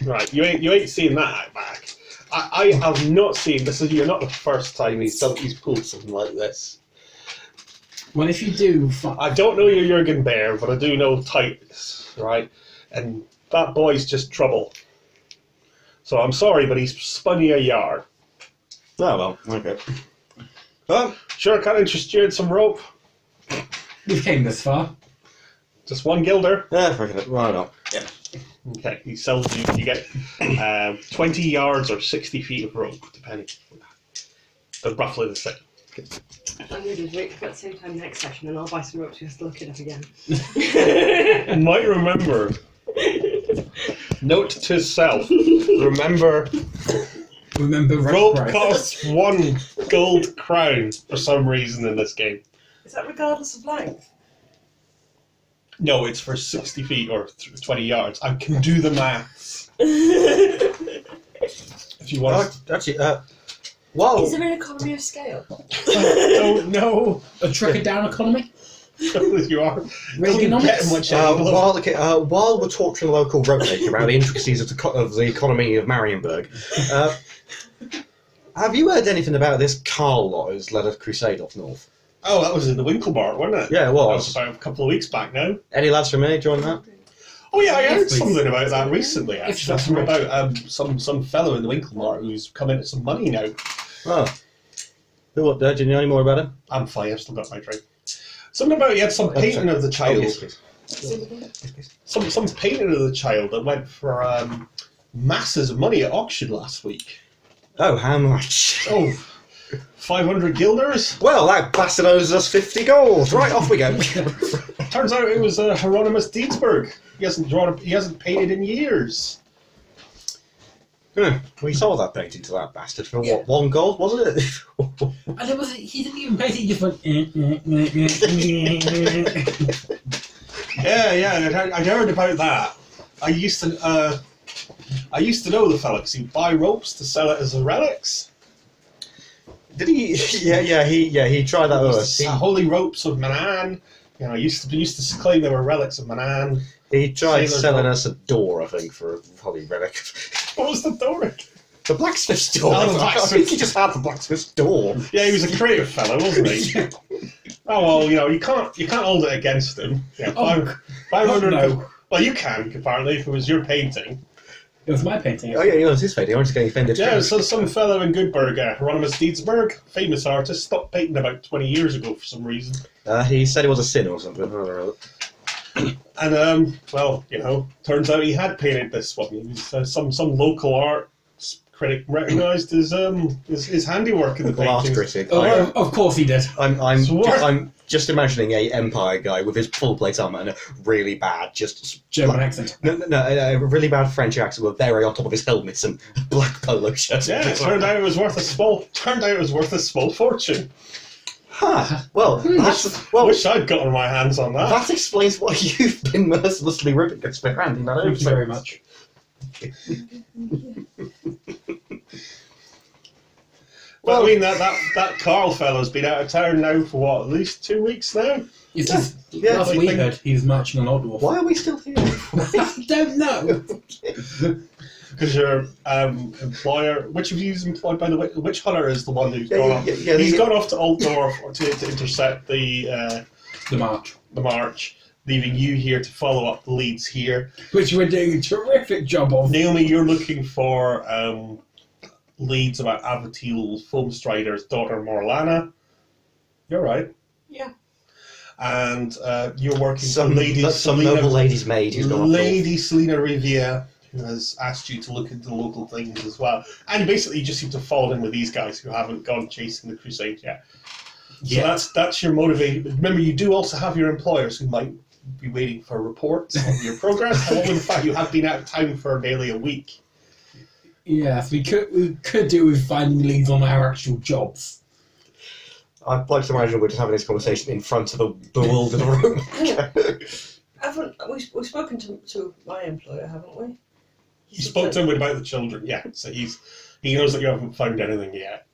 Speaker 1: Right. You ain't you ain't seen that back. I, I have not seen this. Is you're not the first time he's done. He's pulled something like this.
Speaker 4: Well, if you do, fuck.
Speaker 1: I don't know your Jurgen Bear, but I do know Titus, right? And that boy's just trouble. So I'm sorry, but he's spun you a yard.
Speaker 5: Oh well, okay. Oh, Well,
Speaker 1: Sure, can't interest you in some rope.
Speaker 4: We've came this far.
Speaker 1: Just one guilder.
Speaker 5: yeah, fuck it. Why not? Yeah.
Speaker 1: Okay, he sells you. You get um, 20 yards or 60 feet of rope, depending. They're roughly the same.
Speaker 9: I'm going to drink but same time next session and I'll buy some ropes because look it up again.
Speaker 1: And might remember. Note to self: Remember,
Speaker 4: Remember, rope
Speaker 1: rope
Speaker 4: break.
Speaker 1: costs one gold crown for some reason in this game.
Speaker 3: Is that regardless of length?
Speaker 1: No, it's for 60 feet or th- 20 yards. I can do the maths if you want.
Speaker 5: actually, uh, whoa.
Speaker 3: Is there an economy of scale?
Speaker 1: don't know
Speaker 4: A tracker down economy?
Speaker 1: if you are.
Speaker 4: Reaganomics?
Speaker 1: Get much
Speaker 5: Uh,
Speaker 1: out of it.
Speaker 5: while, okay, uh, while we're torturing the local roadmaker about the intricacies of the, co- of the economy of Marienburg, uh, have you heard anything about this Carl lot who's led a crusade off north?
Speaker 1: Oh, that was in the Winkle Bar, wasn't it?
Speaker 5: Yeah, it
Speaker 1: That was
Speaker 5: was.
Speaker 1: about a couple of weeks back now.
Speaker 5: Any lads from here join that?
Speaker 1: Oh yeah, I
Speaker 4: Yes,
Speaker 1: heard
Speaker 4: please.
Speaker 1: something about that recently.
Speaker 4: Yes,
Speaker 1: Actually,
Speaker 4: that's
Speaker 1: something
Speaker 4: right.
Speaker 1: about um, some some fellow in the Winkle Bar who's come in at some money now.
Speaker 5: Oh. Who up there? Do you know any more about him?
Speaker 1: I'm fine. I've still got my drink. Something about he had some painting of the child.
Speaker 5: Oh, yes, please.
Speaker 1: Some some painting of the child that went for um, masses of money at auction last week.
Speaker 5: Oh, how much?
Speaker 1: Oh, 500 guilders?
Speaker 5: Well, that bastard owes us 50 gold. Right, off we go.
Speaker 1: Turns out it was uh, Hieronymus Dietsburg. He hasn't drawn. A, he hasn't painted in years.
Speaker 5: Hmm, we sold that painting to that bastard for what, one gold, wasn't it?
Speaker 4: And it was, he didn't even make it, he just went. "Eh, eh, eh, eh, eh."
Speaker 1: Yeah, yeah. I'd, heard- I'd heard about that. I used to. Uh, I used to know the fella 'cause he'd buy ropes to sell it as relics.
Speaker 5: Did he? Yeah, yeah, he, yeah, he tried that with us.
Speaker 1: Used to
Speaker 5: He,
Speaker 1: sell holy ropes of Manan. You know, used to used to claim they were relics of Manan.
Speaker 5: he tried
Speaker 1: Sailor
Speaker 5: selling
Speaker 1: Rock.
Speaker 5: us a door, I think, for a holy relic.
Speaker 1: What was the door?
Speaker 5: The blacksmith's door.
Speaker 1: Oh, the
Speaker 5: I
Speaker 1: blacksmith's-
Speaker 5: think he just had the blacksmith's door.
Speaker 1: Yeah, he was a creative fellow, wasn't he? oh well, you know, you can't you can't hold it against him. Yeah,
Speaker 4: Oh,
Speaker 1: five, five hundred.
Speaker 4: no.
Speaker 1: Well, you can apparently if it was your painting.
Speaker 4: It was my painting.
Speaker 5: Oh yeah, he was his fate. He was just getting offended.
Speaker 1: Yeah, so some fellow in Goodburg, uh, Hieronymus Deedsburg, famous artist, stopped painting about twenty years ago for some reason.
Speaker 5: uh, he said it was a sin or something. I don't know.
Speaker 1: And um, well, you know, turns out he had painted this one. He was uh, some some local art critic recognised his um his, his handiwork in the
Speaker 5: The last
Speaker 1: painting.
Speaker 5: critic.
Speaker 4: Oh,
Speaker 5: I,
Speaker 4: of- of course he did.
Speaker 5: I'm, I'm,
Speaker 1: So what?
Speaker 5: I'm just imagining a empire guy with his full plate armor and a really bad, just
Speaker 4: German
Speaker 5: black-
Speaker 4: accent.
Speaker 5: No, no, no, a a really bad French accent with very on top of his helmets and black polo shirt.
Speaker 1: Yeah, it turned out it was worth a small. Turned out it was worth a small fortune.
Speaker 5: Huh. Well, that's, well,
Speaker 1: Wish I'd gotten my hands on that.
Speaker 5: That explains why you've been mercilessly ripping us for handing that over.
Speaker 4: Thank you very much.
Speaker 1: Well, I mean that, that that Carl fellow's been out of town now for what at least two weeks now.
Speaker 4: It's just,
Speaker 5: Yeah,
Speaker 4: last
Speaker 1: I
Speaker 4: we
Speaker 1: think-
Speaker 4: heard, he's marching on Old Dwarf.
Speaker 5: Why are we still here?
Speaker 4: I don't know.
Speaker 1: Because your um, employer, which of you is employed by the witch, the witch hunter, is the one who's
Speaker 5: Yeah,
Speaker 1: gone
Speaker 5: yeah,
Speaker 1: off.
Speaker 5: yeah, yeah,
Speaker 1: He's
Speaker 5: yeah.
Speaker 1: gone off to Old Dwarf to, to intercept the uh,
Speaker 4: The march.
Speaker 1: the march, leaving you here to follow up the leads here.
Speaker 4: Which we're doing a terrific job of.
Speaker 1: Naomi, you're looking for um, leads about Avatil Foamstrider's daughter Morlana. You're right.
Speaker 3: Yeah.
Speaker 1: And uh, you're working
Speaker 5: Some,
Speaker 1: for Lady
Speaker 5: that's some
Speaker 1: Selena
Speaker 5: noble lady's maid who's gone off.
Speaker 1: Lady Selena Riviera has asked you to look into the local things as well. And basically, you just seem to fall in with these guys who haven't gone chasing the crusade yet. So that's that's your motivation. Remember, you do also have your employers who might be waiting for reports on your progress, along with the fact you have been out of town for nearly a week.
Speaker 4: Yes, we could we could do with finding leads on our actual jobs.
Speaker 5: I'd like to imagine we're just having this conversation in front of a bewildered room.
Speaker 3: Haven't we? We've spoken to, to my employer, haven't we? He
Speaker 1: You spoke to him about the children, yeah. So he's he knows that you haven't found anything yet.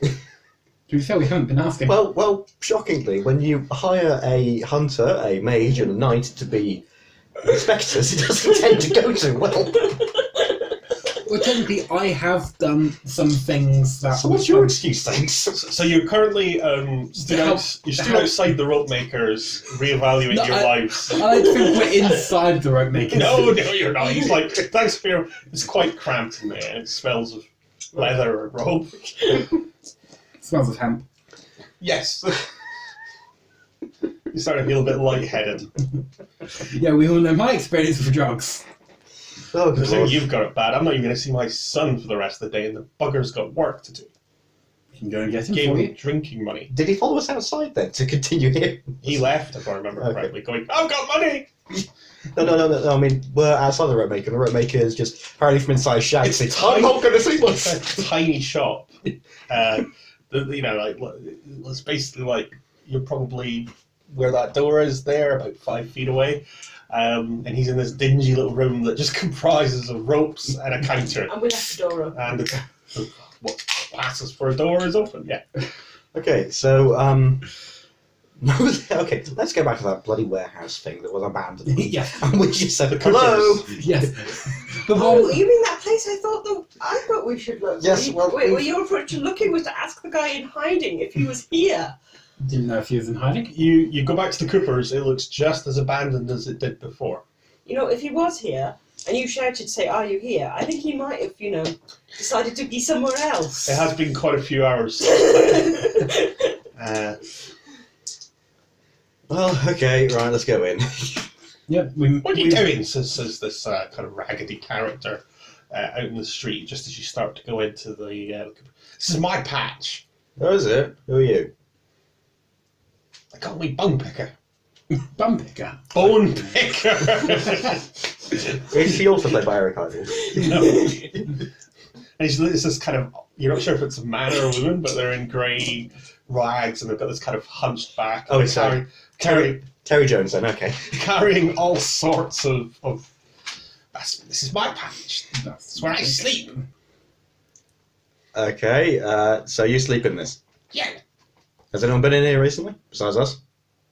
Speaker 4: To be fair, we haven't been asking.
Speaker 5: Well, well, shockingly, when you hire a hunter, a mage, and a knight to be inspectors, it doesn't tend to go too well.
Speaker 4: Well, technically, I have done some things that.
Speaker 5: So what's your excuse, thanks?
Speaker 1: So, so you're currently um, still
Speaker 4: Help.
Speaker 1: out, you're still
Speaker 4: Help.
Speaker 1: outside the rope makers, reevaluating
Speaker 4: No,
Speaker 1: your
Speaker 4: I-
Speaker 1: lives.
Speaker 4: I think we're inside the rope maker.
Speaker 1: no, no, you're not. He's like, thanks for your. It's quite cramped in there. It smells of leather and rope.
Speaker 4: Smells of hemp.
Speaker 1: Yes. You're starting to feel a bit lightheaded.
Speaker 4: Yeah, we all know my experience with drugs.
Speaker 5: Oh,
Speaker 1: I
Speaker 5: good
Speaker 1: think
Speaker 5: lord.
Speaker 1: you've got it bad. I'm not even going to see my son for the rest of the day, and the bugger's got work to do.
Speaker 4: You can go and get him
Speaker 1: Gave
Speaker 4: for
Speaker 1: him
Speaker 4: you.
Speaker 1: drinking money.
Speaker 5: Did he follow us outside then to continue here?
Speaker 1: He left, if I remember
Speaker 5: Okay.
Speaker 1: correctly, going, I've got money!
Speaker 5: No, no, no, no, no. I mean, we're outside the rope maker. and The rope maker is just apparently from inside shouts.
Speaker 1: It's
Speaker 5: I'm
Speaker 1: tight.
Speaker 5: not going to see
Speaker 1: It's
Speaker 5: what's.
Speaker 1: a tiny shop. Uh, the- you know, like, it's basically like you're probably where that door is there, about five feet away. Um, and he's in this dingy little room that just comprises of ropes and a counter.
Speaker 3: And we left the door open.
Speaker 1: And what passes for a door is open, yeah.
Speaker 5: Okay, so um, okay, let's go back to that bloody warehouse thing that was abandoned.
Speaker 4: yeah,
Speaker 5: And we just said,
Speaker 1: The
Speaker 5: hello.
Speaker 1: curtains.
Speaker 4: yes. The
Speaker 3: Oh,
Speaker 4: one.
Speaker 3: you mean that place? I thought that I thought we should look.
Speaker 5: Yes,
Speaker 3: You-
Speaker 5: well,
Speaker 3: wait, were
Speaker 5: we've-
Speaker 3: your approach to looking was to ask the guy in hiding if he was here.
Speaker 4: Didn't know if he was in hiding.
Speaker 1: You you go back to the Coopers. It looks just as abandoned as it did before.
Speaker 3: You know, if he was here, and you shouted, "Say, are you here?" I think he might have, you know, decided to be somewhere else.
Speaker 1: It has been quite a few hours. uh,
Speaker 5: Well, okay, right, let's go in.
Speaker 4: Yeah, we.
Speaker 1: what are
Speaker 4: we-
Speaker 1: you doing? Says, says this uh, kind of raggedy character uh, out in the street just as you start to go into the. Uh, Cooper. this is my patch.
Speaker 5: Who is it? Who are you?
Speaker 1: I call me bone picker.
Speaker 4: Bum picker.
Speaker 1: Bone picker.
Speaker 5: Is he also played by Eric Idle?
Speaker 1: No. and it's, it's this kind of you're not sure if it's a man or a woman, but they're in grey rags and they've got this kind of hunched back.
Speaker 5: Oh, it's
Speaker 1: carry, carry,
Speaker 5: Terry Jones then, okay.
Speaker 1: carrying all sorts of, of that's, this is my patch.
Speaker 4: That's
Speaker 1: It's where I sleep.
Speaker 5: Okay, uh, so you sleep in this.
Speaker 1: Yeah.
Speaker 5: Has anyone been in here recently? Besides us?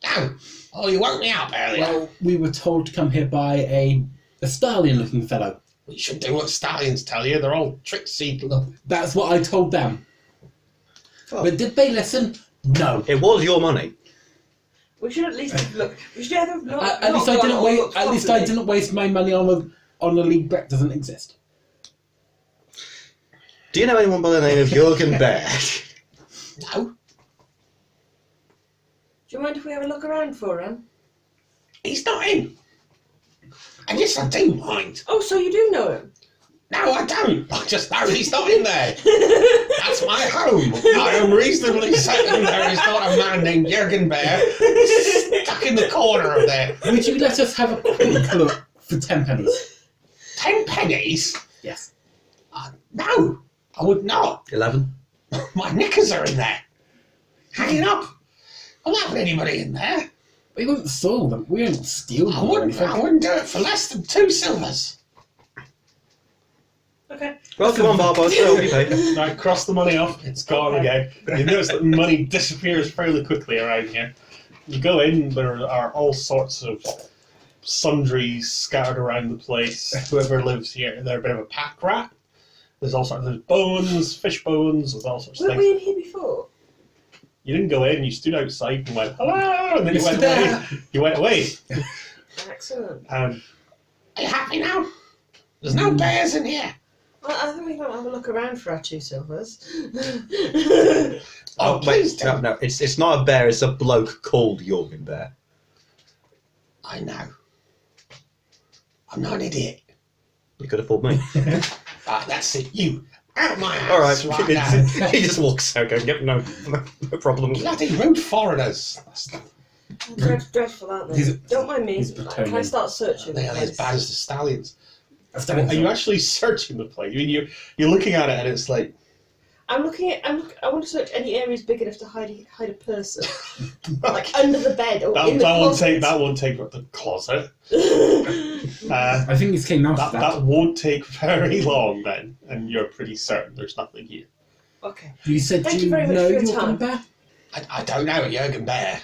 Speaker 1: No. Oh, you woke me up earlier.
Speaker 4: Well, we were told to come here by a, a stallion looking fellow.
Speaker 1: you should do what stallions tell you. They're all tricksy. Look.
Speaker 4: That's what I told them.
Speaker 5: Oh.
Speaker 4: But did they listen? No.
Speaker 5: It was your money.
Speaker 3: we should at least have looked. We should either have not.
Speaker 4: At, at
Speaker 3: not
Speaker 4: least I
Speaker 3: gone
Speaker 4: didn't
Speaker 3: or
Speaker 4: wait.
Speaker 3: looked
Speaker 4: At least I
Speaker 3: properly.
Speaker 4: didn't waste my money on a on a league that doesn't exist.
Speaker 5: Do you know anyone by the name of Jürgen Bear?
Speaker 1: No.
Speaker 3: Do you mind if we have a look around for him?
Speaker 1: He's not in. I guess I do mind.
Speaker 3: Oh, so you do know him?
Speaker 1: No, I don't. I just know he's not in there. That's my home. I am reasonably certain there is not a man named Jürgen Bear stuck in the corner of there.
Speaker 4: Would you let us have a quick look for ten pennies?
Speaker 1: Ten pennies?
Speaker 4: Yes.
Speaker 1: Uh, no, I would not.
Speaker 5: Eleven.
Speaker 1: My knickers are in there. Hanging up. I'm not having anybody in there.
Speaker 4: We wouldn't steal them. We wouldn't steal them.
Speaker 1: I
Speaker 4: or
Speaker 1: wouldn't,
Speaker 4: anything.
Speaker 1: I wouldn't do it for less than two silvers.
Speaker 3: Okay.
Speaker 5: Well, come on, Barbo, still, you pay.
Speaker 1: Right, cross the money off. It's gone again. You notice that money disappears fairly quickly around here. You go in, there are all sorts of sundries scattered around the place. Whoever lives here, they're a bit of a pack rat. There's all sorts of bones, fish bones, there's all sorts of
Speaker 3: Weren't
Speaker 1: things.
Speaker 3: we in here before?
Speaker 1: You didn't go in, you stood outside and went, hello, and then you
Speaker 4: Mr.
Speaker 1: went away.
Speaker 4: Bear.
Speaker 1: You went away.
Speaker 3: Excellent.
Speaker 1: Um, Are you happy now? There's no bears in here.
Speaker 3: Well, I think we can have a look around for our two silvers.
Speaker 1: Oh, please
Speaker 5: no,
Speaker 1: do.
Speaker 5: no, it's, it's not a bear, it's a bloke called Jorgen Bear.
Speaker 1: I know. I'm not an idiot.
Speaker 5: You could afford me.
Speaker 1: Ah, that's it. You out my
Speaker 5: All right,
Speaker 1: house right now.
Speaker 5: he just walks out going, yep, no, no, no problem.
Speaker 1: Bloody rude foreigners. That's not
Speaker 3: Dread, dreadful, aren't they?
Speaker 4: He's-
Speaker 3: Don't mind me.
Speaker 4: he's
Speaker 3: Can I
Speaker 4: Bretonian.
Speaker 3: start searching?
Speaker 1: nearly as
Speaker 3: the
Speaker 1: bad
Speaker 3: place?
Speaker 1: as the stallions.
Speaker 4: A stallion.
Speaker 1: Are you actually searching the place? I mean, you're you're looking at it and it's like
Speaker 3: I'm looking at. I'm look, I want to search any areas big enough to hide hide a person, like under the bed or
Speaker 1: that,
Speaker 3: in the
Speaker 1: that won't
Speaker 3: closet. Mm.
Speaker 1: take that won't take up the closet. Uh,
Speaker 4: I think this came after
Speaker 1: that
Speaker 4: that.
Speaker 1: that won't take very long then, and you're pretty certain there's nothing here.
Speaker 3: Okay.
Speaker 4: You said
Speaker 3: Thank
Speaker 4: you,
Speaker 3: you very much
Speaker 4: know
Speaker 3: for your
Speaker 4: your
Speaker 3: time.
Speaker 4: combat,
Speaker 1: I, I don't know, Jurgen Bear.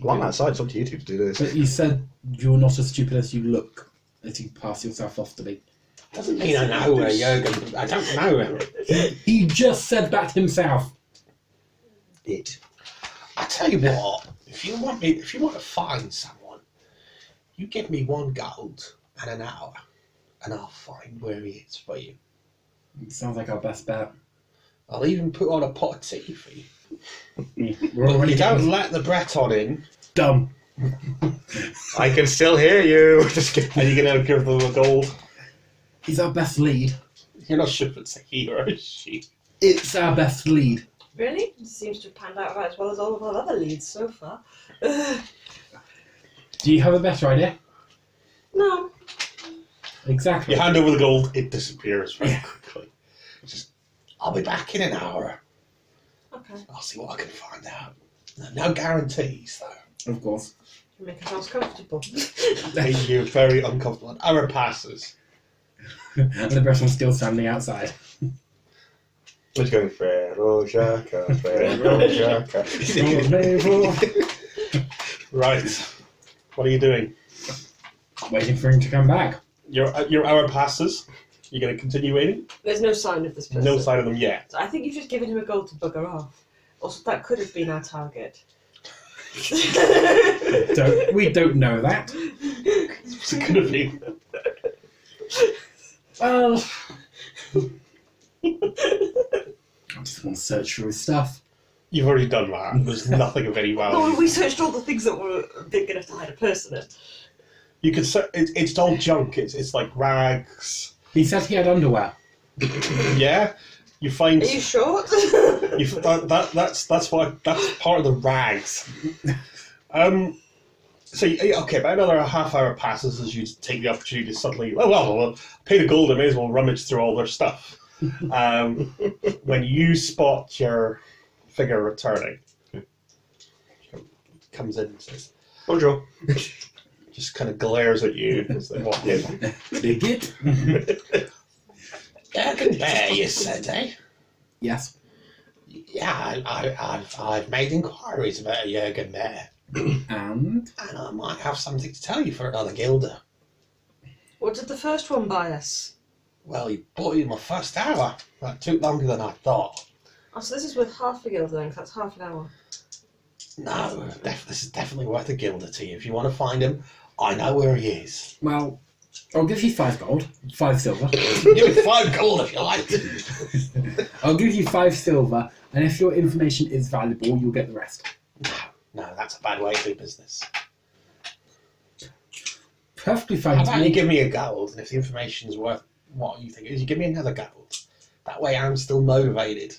Speaker 5: Well, I'm outside. It's up to you two to do this.
Speaker 4: but you said you're not as stupid as you look, as you pass yourself off to be.
Speaker 1: Doesn't mean I know where Jurgen. I don't know him.
Speaker 4: He just said that himself.
Speaker 5: It.
Speaker 1: I tell you what, if you want me, if you want to find someone, you give me one gold and an hour, and I'll find where he is for you.
Speaker 4: Sounds like our best bet.
Speaker 1: I'll even put on a pot of tea for you.
Speaker 3: Mm.
Speaker 4: We're
Speaker 1: But
Speaker 4: already
Speaker 1: you don't
Speaker 4: getting
Speaker 1: let the Breton in.
Speaker 4: dumb.
Speaker 5: I can still hear you. Just kidding.
Speaker 1: Are you going to give them a gold?
Speaker 4: He's our best lead.
Speaker 1: You're not sure if it's a he or a she.
Speaker 4: It's our best lead.
Speaker 3: Really? It seems to have panned out about as well as all of our other leads so far.
Speaker 4: Do you have a better idea?
Speaker 3: no.
Speaker 4: Exactly.
Speaker 1: You hand over the gold, it disappears very quickly. Just, I'll be back in an hour.
Speaker 3: Okay.
Speaker 1: I'll see what I can find out. No guarantees, though.
Speaker 4: Of course.
Speaker 3: You make ourselves comfortable.
Speaker 1: You're very uncomfortable. An hour passes.
Speaker 4: and the Breton's still standing outside.
Speaker 5: Let's go. Ferro Jacka, Ferro Jacka.
Speaker 1: Right. What are you doing?
Speaker 4: Waiting for him to come back.
Speaker 1: Your uh, your hour passes. You're going to continue waiting.
Speaker 3: There's no sign of this person.
Speaker 1: No sign of them yet.
Speaker 3: So I think you've just given him a goal to bugger off. Also, that could have been our target.
Speaker 4: Don't, we don't know that.
Speaker 1: It's going to be.
Speaker 4: Well. I just want to search through his stuff.
Speaker 1: You've already done that. There's nothing of any
Speaker 3: Oh,
Speaker 1: value.
Speaker 3: we searched all the things that were big enough to hide a person in.
Speaker 1: You could. se- It's it's all junk. It's it's like rags.
Speaker 4: He said he had underwear.
Speaker 1: Yeah. You find.
Speaker 3: Are you sure?
Speaker 1: You, f- that, that, that's that's what that's part of the rags. Um, so you- okay, about another half hour passes as you take the opportunity to suddenly well, well, well pay the gold. I may as well rummage through all their stuff. Um, when you spot your figure returning, comes in and says,
Speaker 5: Bonjour.
Speaker 1: just kind of glares at you as they walk in.
Speaker 4: Bigot?
Speaker 1: There you said, eh?
Speaker 4: Yes.
Speaker 1: Yeah, I, I, I've, I've made inquiries about a Jurgen Mayer.
Speaker 4: And
Speaker 1: And I might have something to tell you for another Gilda.
Speaker 3: what did the first one buy us?
Speaker 1: Well, you bought you my first hour. That took longer than I thought.
Speaker 3: Oh, so this is with half a guild then, 'cause that's half an hour.
Speaker 1: No, def- this is definitely worth a Gilda to you. If you want to find him, I know where he is.
Speaker 4: well, I'll give you five gold, five silver.
Speaker 1: Give me five gold if you like.
Speaker 4: I'll give you five silver, and if your information is valuable, you'll get the rest.
Speaker 1: No, no, that's a bad way to do business.
Speaker 4: Perfectly
Speaker 1: How
Speaker 4: fine to
Speaker 1: about you
Speaker 4: me.
Speaker 1: give me a gold, and if the information's worth what you think it is, you give me another gold. That way I'm still motivated.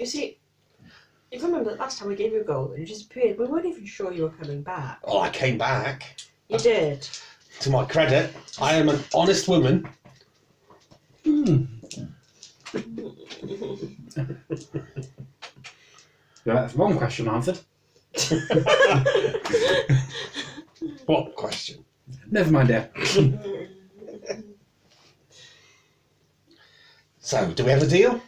Speaker 3: You see, if you remember that last time we gave you a goal and you disappeared, we weren't even sure you were coming back.
Speaker 1: Well, I came back.
Speaker 3: You did.
Speaker 1: To my credit, I am an honest woman.
Speaker 4: Hmm. Yeah, that's one question answered.
Speaker 1: What question?
Speaker 4: Never mind it.
Speaker 1: So, do we have a deal?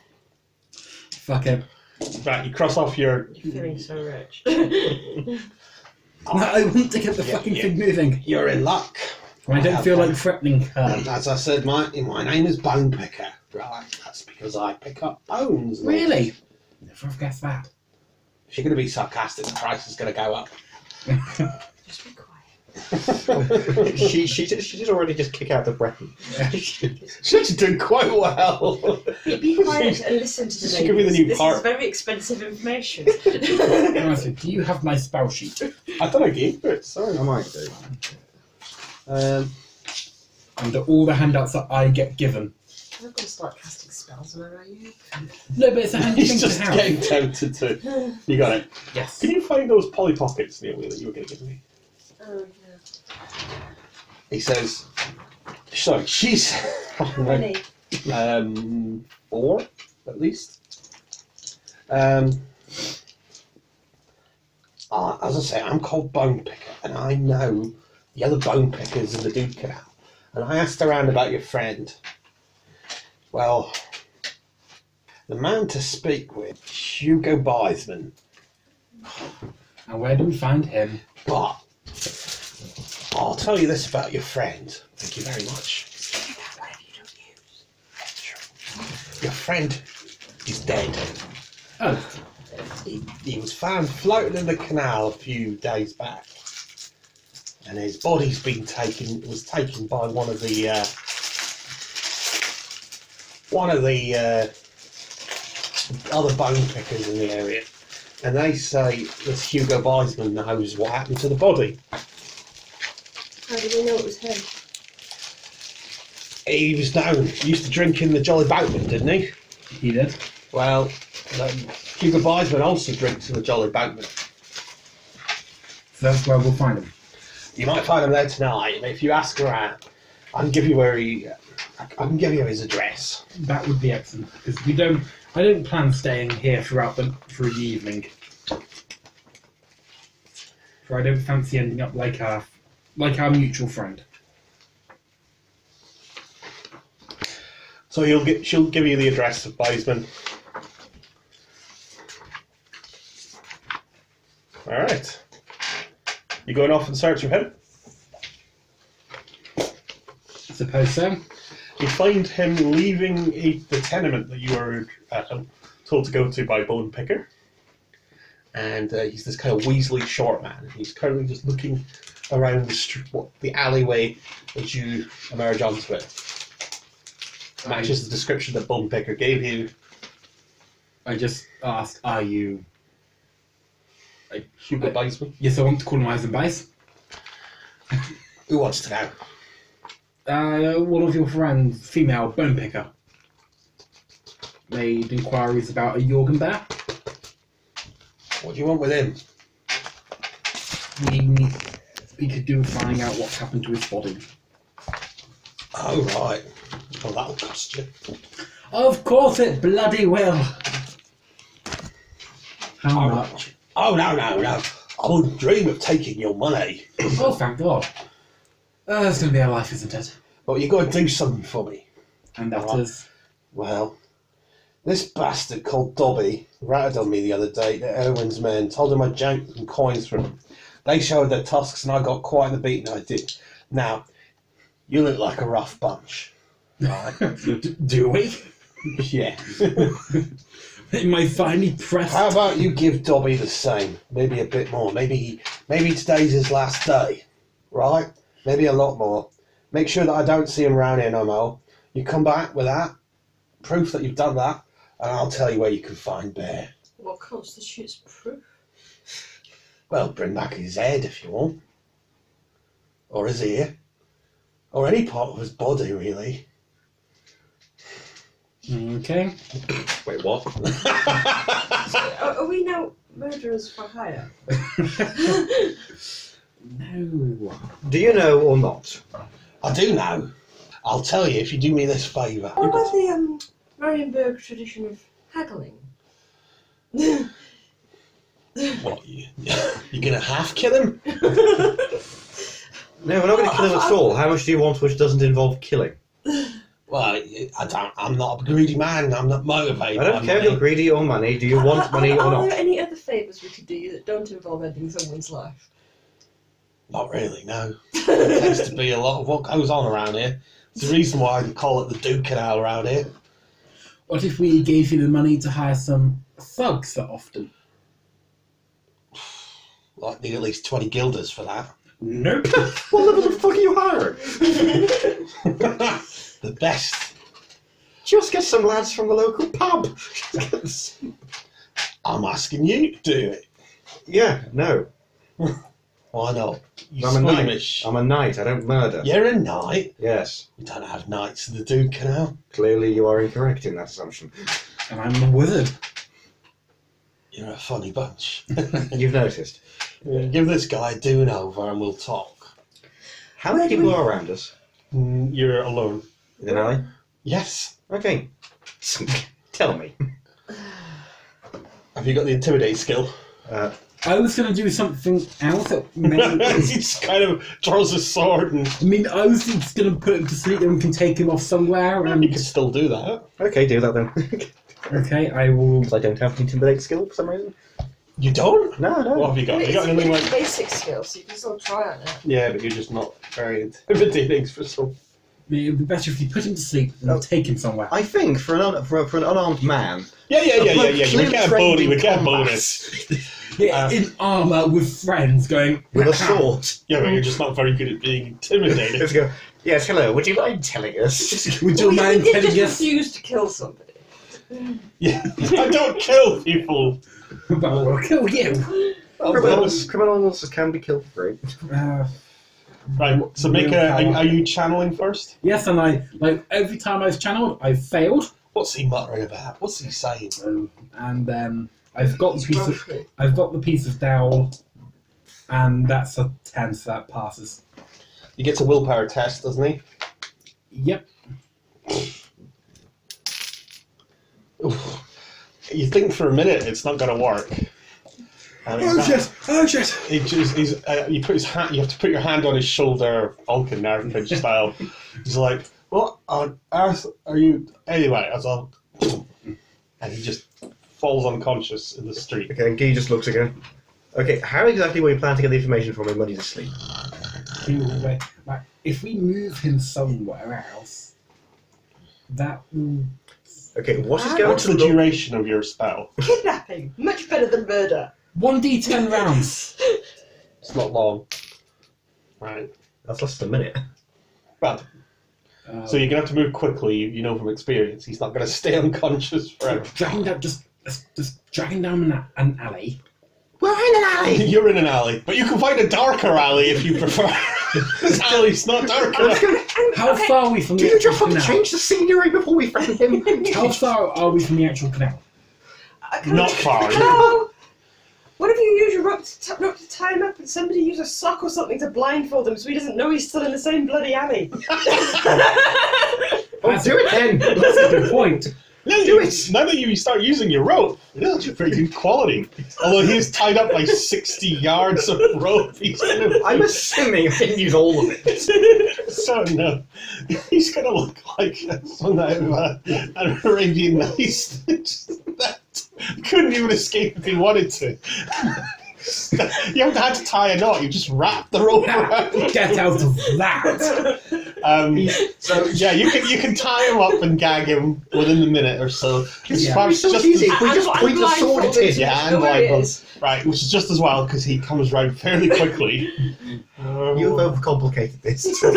Speaker 4: Fuck it.
Speaker 1: Right, you cross off your
Speaker 3: You're feeling so rich.
Speaker 4: No, I want to get the
Speaker 1: Yeah,
Speaker 4: fucking
Speaker 1: yeah.
Speaker 4: thing moving.
Speaker 1: Uh, You're in luck.
Speaker 4: I don't feel like threatening her.
Speaker 1: As I said, my my name is Bone Picker. Right, that's because I pick up bones.
Speaker 4: Really? Never have guessed that.
Speaker 1: If you're going to be sarcastic, the price is going to go up.
Speaker 3: Just be quiet.
Speaker 5: she, she, did, she did already just kick out the Breton.
Speaker 1: She's doing quite well.
Speaker 3: Be, be quiet and listen to the
Speaker 1: This could be the
Speaker 3: ladies.
Speaker 1: new
Speaker 3: This
Speaker 1: part.
Speaker 3: is very expensive information.
Speaker 4: Honestly, do you have my spell sheet?
Speaker 1: I thought I gave her it. Sorry.
Speaker 5: I might do. Um,
Speaker 4: Under all the handouts that I get given.
Speaker 3: I'm not going to start casting spells, am I right? You?
Speaker 4: No, but it's a handy thing
Speaker 1: He's
Speaker 4: to
Speaker 1: just
Speaker 4: have.
Speaker 1: getting tempted to. You got it.
Speaker 4: Yes.
Speaker 1: Can you find those Polly Pockets, Neil, that you were going to give me?
Speaker 3: Oh, yeah.
Speaker 1: He says. Sorry, she's.
Speaker 3: How many?
Speaker 1: Um, four, at least. Um, I as I say, I'm called Bone Picker, and I know the other bone pickers in the Duke Canal. And I asked around about your friend. Well, The man to speak with, Hugo Bythman.
Speaker 4: And where do we find him?
Speaker 1: But I'll tell you this about your friend. Thank you very much. Your friend is dead.
Speaker 4: Oh,
Speaker 1: He, he was found floating in the canal a few days back, and his body's been taken was taken by one of the uh, one of the uh, other bone pickers in the area, and they say this Hugo Weisman knows what happened to the body.
Speaker 3: How do we know it was him?
Speaker 1: He was known. He used to drink in the Jolly Boatman, didn't he?
Speaker 4: he did.
Speaker 1: Well, um, Hugo Weisman also drinks in the Jolly Boatman.
Speaker 4: So that's where we'll find him.
Speaker 1: You might find him there tonight, and if you ask around, I can give you where he. I can give you his address.
Speaker 4: That would be excellent because we don't. I don't plan staying here throughout the through the evening. So I don't fancy ending up like our like our mutual friend.
Speaker 10: So he'll get, she'll give you the address of Baseman. All right. You going off in search of him?
Speaker 4: I suppose so.
Speaker 10: You find him leaving a, the tenement that you were uh, told to go to by Bone Picker. And uh, he's this kind of weaselly short man. He's currently just looking around the, str- what, the alleyway as you emerge onto it. Matches the description that Bone Picker gave you.
Speaker 4: I just asked, "Are you?"
Speaker 10: Hugo
Speaker 4: I-
Speaker 10: Baseman.
Speaker 4: Yes, I want to call him Eisenbeiss.
Speaker 1: Who wants to know?
Speaker 4: Uh, one of your friends, female bone picker, made inquiries about a Jorgen bear.
Speaker 1: What do you want with him?
Speaker 4: We need, we could do with finding out what's happened to his body.
Speaker 1: Oh right.
Speaker 10: Oh,
Speaker 1: Well, that'll cost you.
Speaker 4: Of course, it bloody will. How
Speaker 1: Oh.
Speaker 4: much?
Speaker 1: Oh no no no! I wouldn't dream of taking your money.
Speaker 4: Oh, thank God. Uh, it's going to be our life, isn't it?
Speaker 1: But you got to do something for me.
Speaker 4: And that is
Speaker 1: Right. Well, this bastard called Dobby ratted on me the other day at Erwin's men, told him I janked some coins from him. They showed their tusks and I got quite the beating I did. Now, you look like a rough bunch.
Speaker 4: D- do we?
Speaker 1: yeah.
Speaker 4: It may finally press.
Speaker 1: How about you give Dobby the same? Maybe a bit more. Maybe maybe today's his last day. Right? Maybe a lot more. Make sure that I don't see him round here no more. You come back with that, proof that you've done that, and I'll tell you where you can find Bear.
Speaker 3: What constitutes proof?
Speaker 1: Well, bring back his head if you want. Or his ear. Or any part of his body, really.
Speaker 4: Okay.
Speaker 5: Wait, what?
Speaker 3: Uh, Are, are we now murderers for hire?
Speaker 4: no.
Speaker 5: Do you know or not?
Speaker 1: I do know. I'll tell you if you do me this favour.
Speaker 3: What about the um, Marienburg tradition of haggling?
Speaker 1: What, you, you're going to half kill him?
Speaker 5: No, we're not going to kill him at all. How much do you want which doesn't involve killing?
Speaker 1: Well, I don't, I'm not a greedy man. I'm not motivated.
Speaker 5: I
Speaker 1: by
Speaker 5: don't care if
Speaker 1: money.
Speaker 5: you're greedy or money. Do you
Speaker 3: Are-
Speaker 5: want
Speaker 3: are-
Speaker 5: money or
Speaker 3: are
Speaker 5: not?
Speaker 3: there any other favours we could do that don't involve ending someone's life?
Speaker 1: Not really, no. There tends to be a lot of what goes on around here. It's the reason why they call it the Duke Canal around here.
Speaker 4: What if we gave you the money to hire some thugs that often?
Speaker 1: Like, need at least 20 guilders for that.
Speaker 4: Nope.
Speaker 5: What level the fuck are you hiring?
Speaker 1: the best.
Speaker 5: Just get some lads from the local pub.
Speaker 1: I'm asking you to do it.
Speaker 5: yeah, no.
Speaker 1: Why not? You
Speaker 5: I'm a
Speaker 1: squeamish.
Speaker 5: knight. I'm a knight. I don't murder.
Speaker 1: You're a knight.
Speaker 5: Yes.
Speaker 1: We don't have knights in the Duke Canal.
Speaker 5: Clearly, you are incorrect in that assumption.
Speaker 4: and I'm a wizard.
Speaker 1: You're a funny bunch.
Speaker 5: You've noticed.
Speaker 1: Give this guy a doing over and we'll talk.
Speaker 5: How many
Speaker 3: Where do
Speaker 5: people
Speaker 3: we-
Speaker 5: are around us?
Speaker 10: Mm, You're alone.
Speaker 5: In an alley?
Speaker 1: Yes.
Speaker 5: Okay. Tell me.
Speaker 10: Have you got the intimidate skill?
Speaker 5: Uh,
Speaker 4: I was going to do something else that may.
Speaker 10: he just kind of draws his sword, and
Speaker 4: I mean, I was just going to put him to sleep and we can take him off somewhere.
Speaker 10: you
Speaker 4: And
Speaker 10: can still do that.
Speaker 5: okay, do that then.
Speaker 4: Okay, I will.
Speaker 5: Because I don't have the intimidate skill for some reason.
Speaker 10: You don't?
Speaker 5: No, no.
Speaker 10: What have you got?
Speaker 11: But
Speaker 10: You got
Speaker 11: it's
Speaker 10: anything
Speaker 11: really
Speaker 10: like?
Speaker 11: basic skills, so you can still try on it.
Speaker 10: Yeah, but you're just not very intimidating for some.
Speaker 4: It would be better if you put him to sleep than
Speaker 5: Oh.
Speaker 4: take him somewhere.
Speaker 5: I think for an un- for, a- for an unarmed man,
Speaker 10: Yeah, yeah, yeah, yeah,
Speaker 5: bloke
Speaker 10: yeah. We
Speaker 5: clearly
Speaker 10: get a
Speaker 5: trained
Speaker 10: bonus.
Speaker 5: in
Speaker 10: We get a
Speaker 5: combat.
Speaker 10: bonus.
Speaker 4: Yeah,
Speaker 10: Uh,
Speaker 4: in armor with friends, going
Speaker 5: with a sword.
Speaker 10: Yeah, but you're just not very good at being intimidated.
Speaker 5: Let's go. Yes, hello. Would you mind telling us?
Speaker 4: Would
Speaker 3: Oh,
Speaker 4: your
Speaker 11: Well,
Speaker 4: man
Speaker 11: you did
Speaker 4: telling
Speaker 11: just
Speaker 4: us
Speaker 11: refuse to kill somebody.
Speaker 10: yeah, I don't kill people.
Speaker 4: about will kill you?
Speaker 5: criminals, criminals can be killed for it.
Speaker 4: Uh,
Speaker 10: Right. So make a. Are, are you channeling first?
Speaker 4: yes, and I like every time I've channeled, I've failed,
Speaker 10: What's he muttering about? What's he saying?
Speaker 4: and um, I've got the piece of
Speaker 11: Roughly.
Speaker 4: I've got the piece of dowel, and that's a ten, so that passes.
Speaker 10: He gets a willpower test, doesn't he?
Speaker 4: Yep.
Speaker 10: You think for a minute it's not going to work. And it's not.
Speaker 4: Oh shit!
Speaker 10: He just, he's, uh, you put his hand, you have to put your hand on his shoulder, Vulcan Narvage style. He's like, "What on earth are you?" Anyway, I was all, and he just falls unconscious in the street.
Speaker 5: Okay, and Guy just looks again. Okay, how exactly were you planning to get the information from him when he's asleep?
Speaker 4: Like, if we move him somewhere else, that will
Speaker 5: Okay, what is
Speaker 11: Ah,
Speaker 5: going
Speaker 10: What's
Speaker 5: to
Speaker 10: the
Speaker 5: look-
Speaker 10: duration of your spell?
Speaker 11: Kidnapping, much better than murder.
Speaker 4: one d ten rounds.
Speaker 10: It's not long, right?
Speaker 5: That's less than a minute.
Speaker 10: Well,
Speaker 4: Uh,
Speaker 10: so you're gonna have to move quickly. You, you know from experience, he's not gonna stay unconscious forever.
Speaker 4: dragging down just just- just dragging down an, an alley.
Speaker 10: You're in an alley, but you can find a darker alley if you prefer. this alley's not dark enough.
Speaker 4: How far are we from
Speaker 5: Do
Speaker 4: the
Speaker 5: you
Speaker 4: actual
Speaker 5: just want to
Speaker 4: canal?
Speaker 5: change the scenery before we find him?
Speaker 4: How far are we from the actual canal?
Speaker 11: I can't-
Speaker 10: Not far.
Speaker 11: Hello? What if you use your rope to, t- rope to tie him up and somebody use a sock or something to blindfold him so he doesn't know he's still in the same bloody alley?
Speaker 5: oh, do it then!
Speaker 4: That's a good point.
Speaker 10: Now that,
Speaker 5: Do
Speaker 10: you,
Speaker 5: it.
Speaker 10: now that you start using your rope, it's pretty good quality. Although he is tied up by 60 yards of rope. He's going to.
Speaker 5: I'm assuming I didn't use all of it.
Speaker 10: So, no. He's going to look like someone out of uh, an Arabian Nights. that couldn't even escape if he wanted to. you haven't had to tie a knot, you just wrap the rope around.
Speaker 4: Get out of that.
Speaker 10: Um, so, yeah, you can, you can tie him up and gag him within the minute or so. It's
Speaker 4: Yeah.
Speaker 10: probably
Speaker 5: So
Speaker 10: just
Speaker 5: easy.
Speaker 10: as-
Speaker 5: If we
Speaker 11: I'm-
Speaker 5: just
Speaker 11: I'm
Speaker 5: point a sword at
Speaker 11: blindfolded.
Speaker 5: him.
Speaker 10: Yeah, and
Speaker 11: Don't worry, it
Speaker 10: blindfold.
Speaker 11: is.
Speaker 10: Right, which is just as well because he comes round fairly quickly. Um,
Speaker 5: You've overcomplicated this to a
Speaker 10: I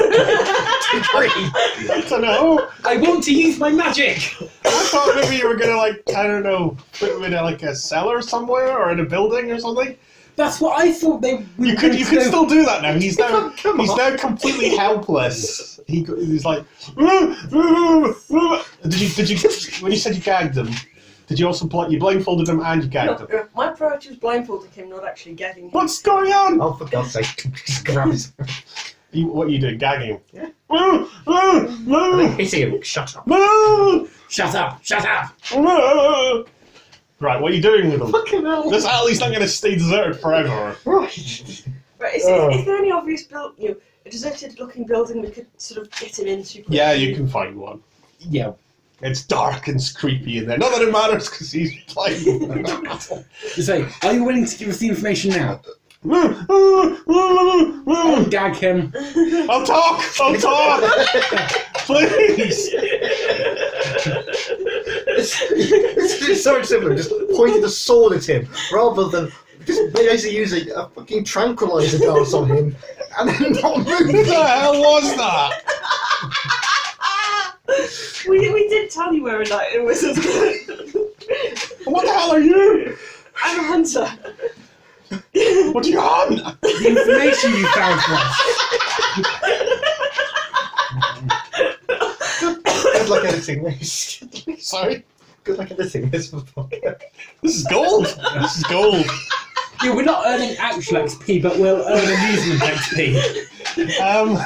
Speaker 10: don't know.
Speaker 4: I want to use my magic.
Speaker 10: I thought maybe you were gonna like I don't know, put him in a, like a cellar somewhere or in a building or something.
Speaker 4: That's what I thought they. Were
Speaker 10: You could
Speaker 4: going
Speaker 10: you
Speaker 4: to
Speaker 10: could
Speaker 4: do.
Speaker 10: still do that now. He's now
Speaker 5: Come
Speaker 10: he's
Speaker 5: on.
Speaker 10: now completely helpless. He go- he's like. "Woo, woo, woo." Did you did you when you said you gagged him? Did you also bl- you blindfolded him and you
Speaker 11: No,
Speaker 10: gagged him?
Speaker 11: no, my priority was blindfolding him, not actually gagging him.
Speaker 10: What's going on?
Speaker 5: Oh, for God's sake, just grab his.
Speaker 10: You, what are you doing? Gagging him?
Speaker 5: Yeah.
Speaker 10: Woo, woo, woo,
Speaker 5: Hitting him, shut up.
Speaker 10: woo.
Speaker 4: Shut up! Shut up!
Speaker 10: Right, what are you doing with them?
Speaker 5: Fucking hell.
Speaker 10: This alley's not going to stay deserted forever.
Speaker 5: Right.
Speaker 11: Right, is,
Speaker 10: Oh.
Speaker 11: is, is there any obvious build, you know, a deserted looking building we could sort of get him into?
Speaker 10: Yeah, you can find one.
Speaker 4: Yeah.
Speaker 10: It's dark and it's creepy in there. Not that it matters because he's playing.
Speaker 4: Just say, are you willing to give us the information now? I'll gag him.
Speaker 10: I'll talk. I'll talk. Please.
Speaker 5: It's, it's, it's so similar. Just pointing the sword at him rather than just basically using a fucking tranquilizer dart on him and then not
Speaker 10: What
Speaker 5: moving.
Speaker 10: the hell was that?
Speaker 11: Ah! We, we did tell you where a night it was.
Speaker 10: What the hell are you?
Speaker 11: I'm a hunter.
Speaker 10: What are you on?
Speaker 4: The information you found for us.
Speaker 5: Good luck editing this.
Speaker 10: Sorry.
Speaker 5: Good luck editing this for podcast.
Speaker 10: This is gold. This is gold.
Speaker 4: Yeah, we're not earning actual XP, but we'll earn amusement XP.
Speaker 10: Um,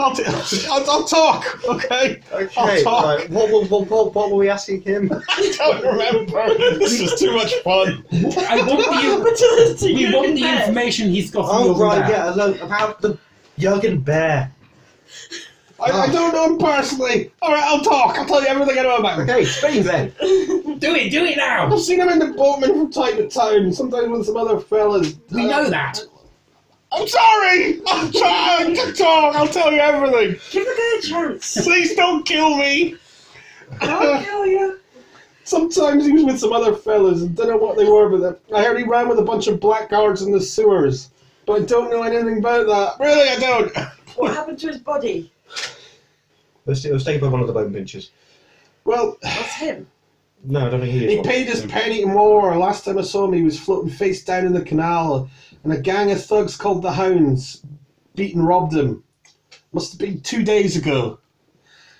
Speaker 10: I'll, t- I'll, I'll talk. Okay. I'll
Speaker 5: Okay,
Speaker 10: talk.
Speaker 5: right. What, what, what, what, what were we asking him?
Speaker 10: I don't remember. This was too much fun.
Speaker 4: I want the,
Speaker 11: Fertility,
Speaker 4: we
Speaker 11: you're
Speaker 4: want the
Speaker 11: there.
Speaker 4: information he's got from
Speaker 5: Oh,
Speaker 4: your
Speaker 5: right,
Speaker 4: dad.
Speaker 5: yeah, hello, about the Jurgen Bear.
Speaker 1: I, I don't know him personally. All right, I'll talk. I'll tell you everything I know about him.
Speaker 5: Okay, speak then.
Speaker 4: Do it, do it now!
Speaker 1: I've seen him in the boatman from time to time, sometimes with some other fellas.
Speaker 4: We know that.
Speaker 1: I'm sorry! I'm trying to talk! I'll tell you everything!
Speaker 12: Give the guy a chance.
Speaker 1: Please don't kill me!
Speaker 12: I'll kill you.
Speaker 1: Sometimes he was with some other fellas, and don't know what they were, but I heard he ran with a bunch of blackguards in the sewers. But I don't know anything about that. Really, I don't!
Speaker 12: What happened to his body?
Speaker 5: Let's, let's take by one of the bone pinchers.
Speaker 1: Well,
Speaker 12: That's him.
Speaker 5: No, I don't think he is.
Speaker 1: He
Speaker 5: one.
Speaker 1: paid his penny in war. Last time I saw him, he was floating face down in the canal, and a gang of thugs called the Hounds beat and robbed him. Must have been two days ago.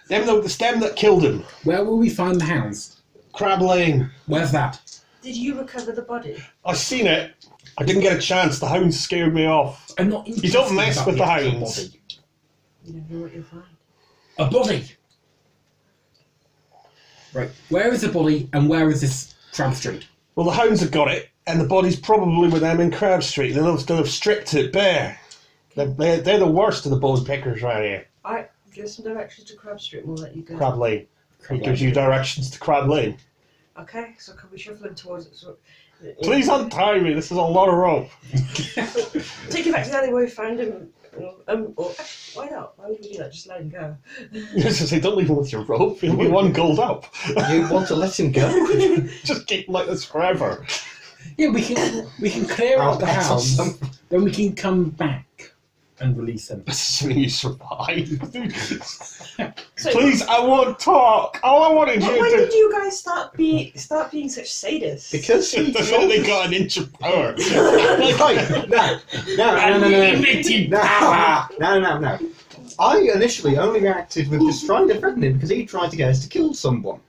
Speaker 1: Them, that- it's them that killed him.
Speaker 4: Where will we find the hounds?
Speaker 1: Crab Lane.
Speaker 4: Where's that?
Speaker 12: Did you recover the body?
Speaker 1: I seen it. I didn't get a chance. The Hounds scared me off.
Speaker 4: I'm not
Speaker 1: You don't mess
Speaker 4: interested
Speaker 1: with the
Speaker 4: about
Speaker 1: hounds.
Speaker 4: actual body.
Speaker 12: You never know what you'll find.
Speaker 4: A body! Right, where is the body and where is this tram street?
Speaker 1: Well, the Hounds have got it, and the body's probably with them in Crab Street. They'll have, they'll have stripped it bare. They're, they're, they're the worst of the bone pickers around here.
Speaker 12: I give some directions to Crab Street and we'll let you go.
Speaker 1: Crab Lane. He
Speaker 4: Crab
Speaker 1: gives you directions to Crab Lane.
Speaker 12: Okay, so can we shuffle him towards it? So,
Speaker 1: Please untie me. This is a lot of rope.
Speaker 12: Take him back to the alleyway, find him. you know, Um, or, why not? Why would we do that? Just let him go.
Speaker 1: Yes, I say, don't leave him with your rope. He'll be one gold up.
Speaker 5: You want to let him go?
Speaker 1: Just keep him like this forever.
Speaker 4: Yeah, we can we can clear
Speaker 5: I'll
Speaker 4: out the
Speaker 5: bet on
Speaker 4: house, um,
Speaker 5: some-
Speaker 4: then we can come back and release them.
Speaker 1: Assuming you survive.
Speaker 12: So,
Speaker 1: Please, I won't talk. All I wanted you
Speaker 12: But when
Speaker 1: to
Speaker 12: did you guys start be start being such sadists?
Speaker 5: because he
Speaker 1: the minute they got an inch of power.
Speaker 5: right, no, no, no, no, no, no.
Speaker 4: Unlimited
Speaker 5: No,
Speaker 4: Ah,
Speaker 5: no, no, no. I initially only reacted with just trying to threaten him because he tried to get us to kill someone.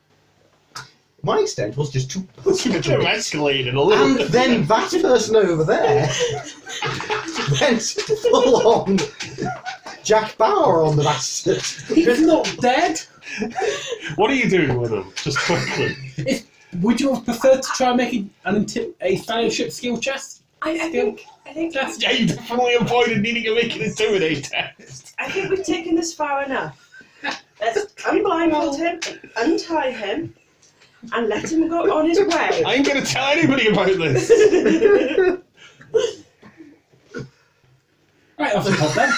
Speaker 5: My extent was just to push him a
Speaker 10: Could you have
Speaker 5: bit.
Speaker 10: escalated a little
Speaker 5: And
Speaker 10: bit?
Speaker 5: then that person over there went full on Jack Bauer on the bastard.
Speaker 4: He's not dead.
Speaker 10: What are you doing with him? Just quickly.
Speaker 4: Would you have preferred to try and make a- an inti- a fellowship skill chest?
Speaker 12: I, I think I think
Speaker 4: That's-
Speaker 10: yeah, you definitely avoided needing to make an intimidate test.
Speaker 12: I think we've taken this far enough. Let's unblindfold him, untie him, and let him go on his way.
Speaker 10: I ain't gonna tell anybody about this.
Speaker 4: Right off the top then.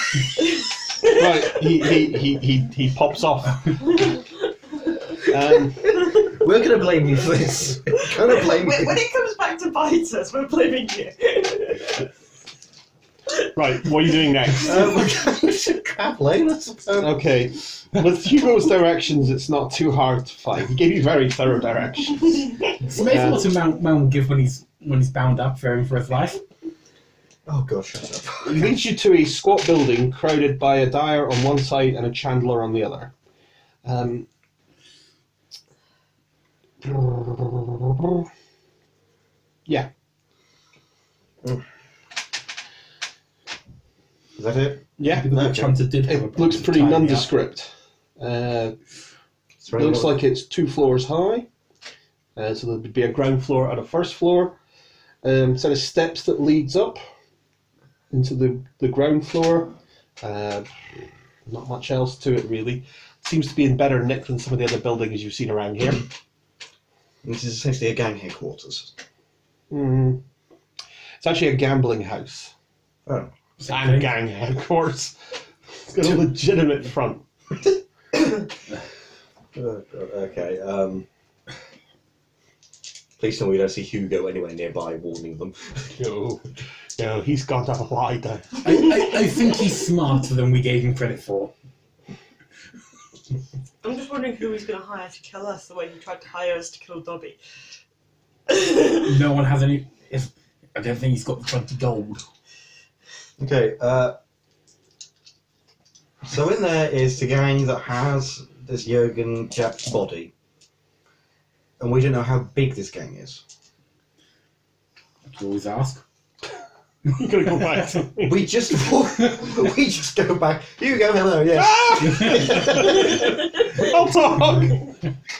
Speaker 10: Right, he, he, he, he, he pops off.
Speaker 5: Um, we're going to blame you for this. Going to blame
Speaker 12: when,
Speaker 5: you.
Speaker 12: when it comes back to bite us, we're blaming you.
Speaker 10: Right, what are you doing next?
Speaker 5: Uh, we're going to crap lane, I suppose.
Speaker 10: Okay,
Speaker 1: With Hugo's directions, it's not too hard to fight. He gave you very thorough directions.
Speaker 4: It's amazing what a man, man will give when he's when he's bound up, fearing for his life.
Speaker 5: Oh god, shut up.
Speaker 1: It leads you to a squat building crowded by a dyer on one side and a chandler on the other. Um, yeah.
Speaker 5: Is that it?
Speaker 1: Yeah.
Speaker 4: Even though
Speaker 5: Okay.
Speaker 4: Chanter did have a
Speaker 1: It looks
Speaker 4: bit
Speaker 1: pretty
Speaker 4: of tidy up.
Speaker 1: nondescript. Uh,
Speaker 5: It's
Speaker 1: It
Speaker 5: very
Speaker 1: looks
Speaker 5: well-
Speaker 1: like it's two floors high. Uh, so there would be a ground floor and a first floor. Um, set of steps that leads up into the, the ground floor. Uh, not much else to it really. Seems to be in better nick than some of the other buildings you've seen around here.
Speaker 5: This is essentially a gang headquarters.
Speaker 1: Mm. It's actually a gambling house
Speaker 5: Oh.
Speaker 10: and gang headquarters. It's got a legitimate front.
Speaker 5: Oh, God, Okay. Um, please tell me we don't see Hugo anywhere nearby warning them.
Speaker 10: No, no, he's gone down a lie down.
Speaker 4: I, I, I think he's smarter than we gave him credit for.
Speaker 3: I'm just wondering who he's going to hire to kill us the way he tried to hire us to kill Dobby.
Speaker 4: No one has any. If, I don't think he's got the twenty gold.
Speaker 5: Okay. Uh, so in there is the gang that has this Jurgen Jack's body, and we don't know how big this gang is.
Speaker 4: You can always ask.
Speaker 10: I'm gonna go back to
Speaker 5: We just we just go back. Hugo, hello. Yes.
Speaker 10: I'll talk!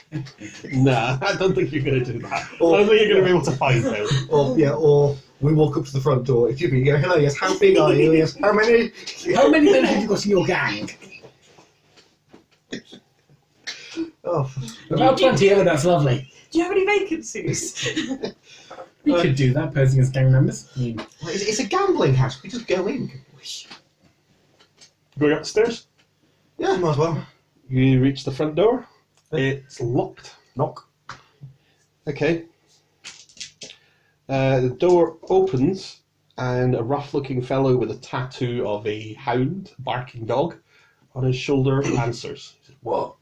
Speaker 10: nah, I don't think you're gonna do that. I don't think you're gonna be able to find out.
Speaker 5: or yeah, or we walk up to the front door. If you can go, hello. Yes. How big are you? Yes. How many?
Speaker 4: How many men have you got in your gang?
Speaker 5: Oh,
Speaker 4: About 20, oh, that's lovely.
Speaker 11: Do you have any vacancies?
Speaker 4: We could do that, posing as gang members.
Speaker 5: it's, it's a gambling house. We just go in. couldn't we?
Speaker 10: Going up the stairs,
Speaker 5: Yeah, might as well.
Speaker 10: you reach the front door. It's locked.
Speaker 5: Knock.
Speaker 10: Okay. Uh, the door opens, and a rough-looking fellow with a tattoo of a hound, a barking dog, on his shoulder answers.
Speaker 4: What?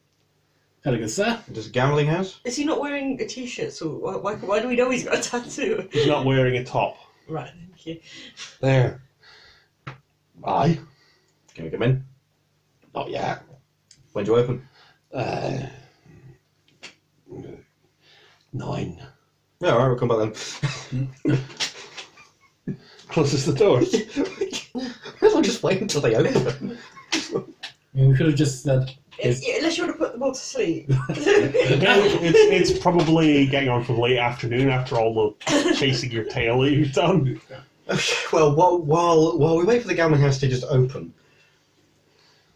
Speaker 4: Hello, good sir.
Speaker 5: Just a gambling house.
Speaker 3: Is he not wearing a t-shirt? So why, why, why do we know he's got a tattoo?
Speaker 10: He's not wearing a top.
Speaker 3: Right, thank you.
Speaker 10: There. Aye.
Speaker 5: Can we come in?
Speaker 10: Not yet.
Speaker 5: When do you open?
Speaker 10: Uh, nine.
Speaker 5: Yeah, all right, we'll come back then.
Speaker 10: Closes the door.
Speaker 5: Might as well just wait until they open.
Speaker 4: I mean, we could have just said,
Speaker 3: It's, yeah, unless you want to put them all to sleep.
Speaker 10: it's, it's probably getting on for the late afternoon after all the chasing your tail that you've done.
Speaker 5: Okay, well, while, while while we wait for the gambling house to just open,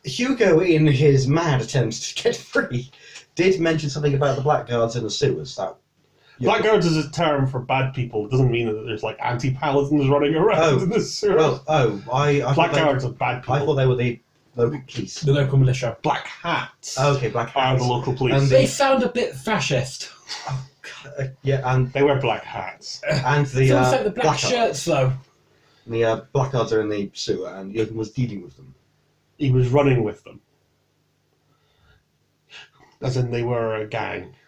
Speaker 5: Hugo, in his mad attempts to get free, did mention something about the blackguards in the sewers. That
Speaker 10: Blackguards is a term for bad people. It doesn't mean that there's like anti paladins running around
Speaker 5: Oh,
Speaker 10: in the sewer.
Speaker 5: Well, oh, I I thought,
Speaker 10: Blackguards
Speaker 5: they,
Speaker 10: are bad people.
Speaker 5: I thought they were the local police.
Speaker 4: the local militia.
Speaker 10: Black hats
Speaker 5: Oh, okay, black
Speaker 10: are
Speaker 5: hats.
Speaker 10: the local police.
Speaker 5: And
Speaker 4: They
Speaker 5: the,
Speaker 4: sound a bit fascist.
Speaker 5: uh, yeah, and
Speaker 10: They wear black hats.
Speaker 5: and
Speaker 4: It's
Speaker 5: the
Speaker 4: almost
Speaker 5: uh,
Speaker 4: like the black shirts, though.
Speaker 5: The uh, blackguards are in the sewer, and Jürgen was dealing with them.
Speaker 10: He was running with them. As in, they were a gang.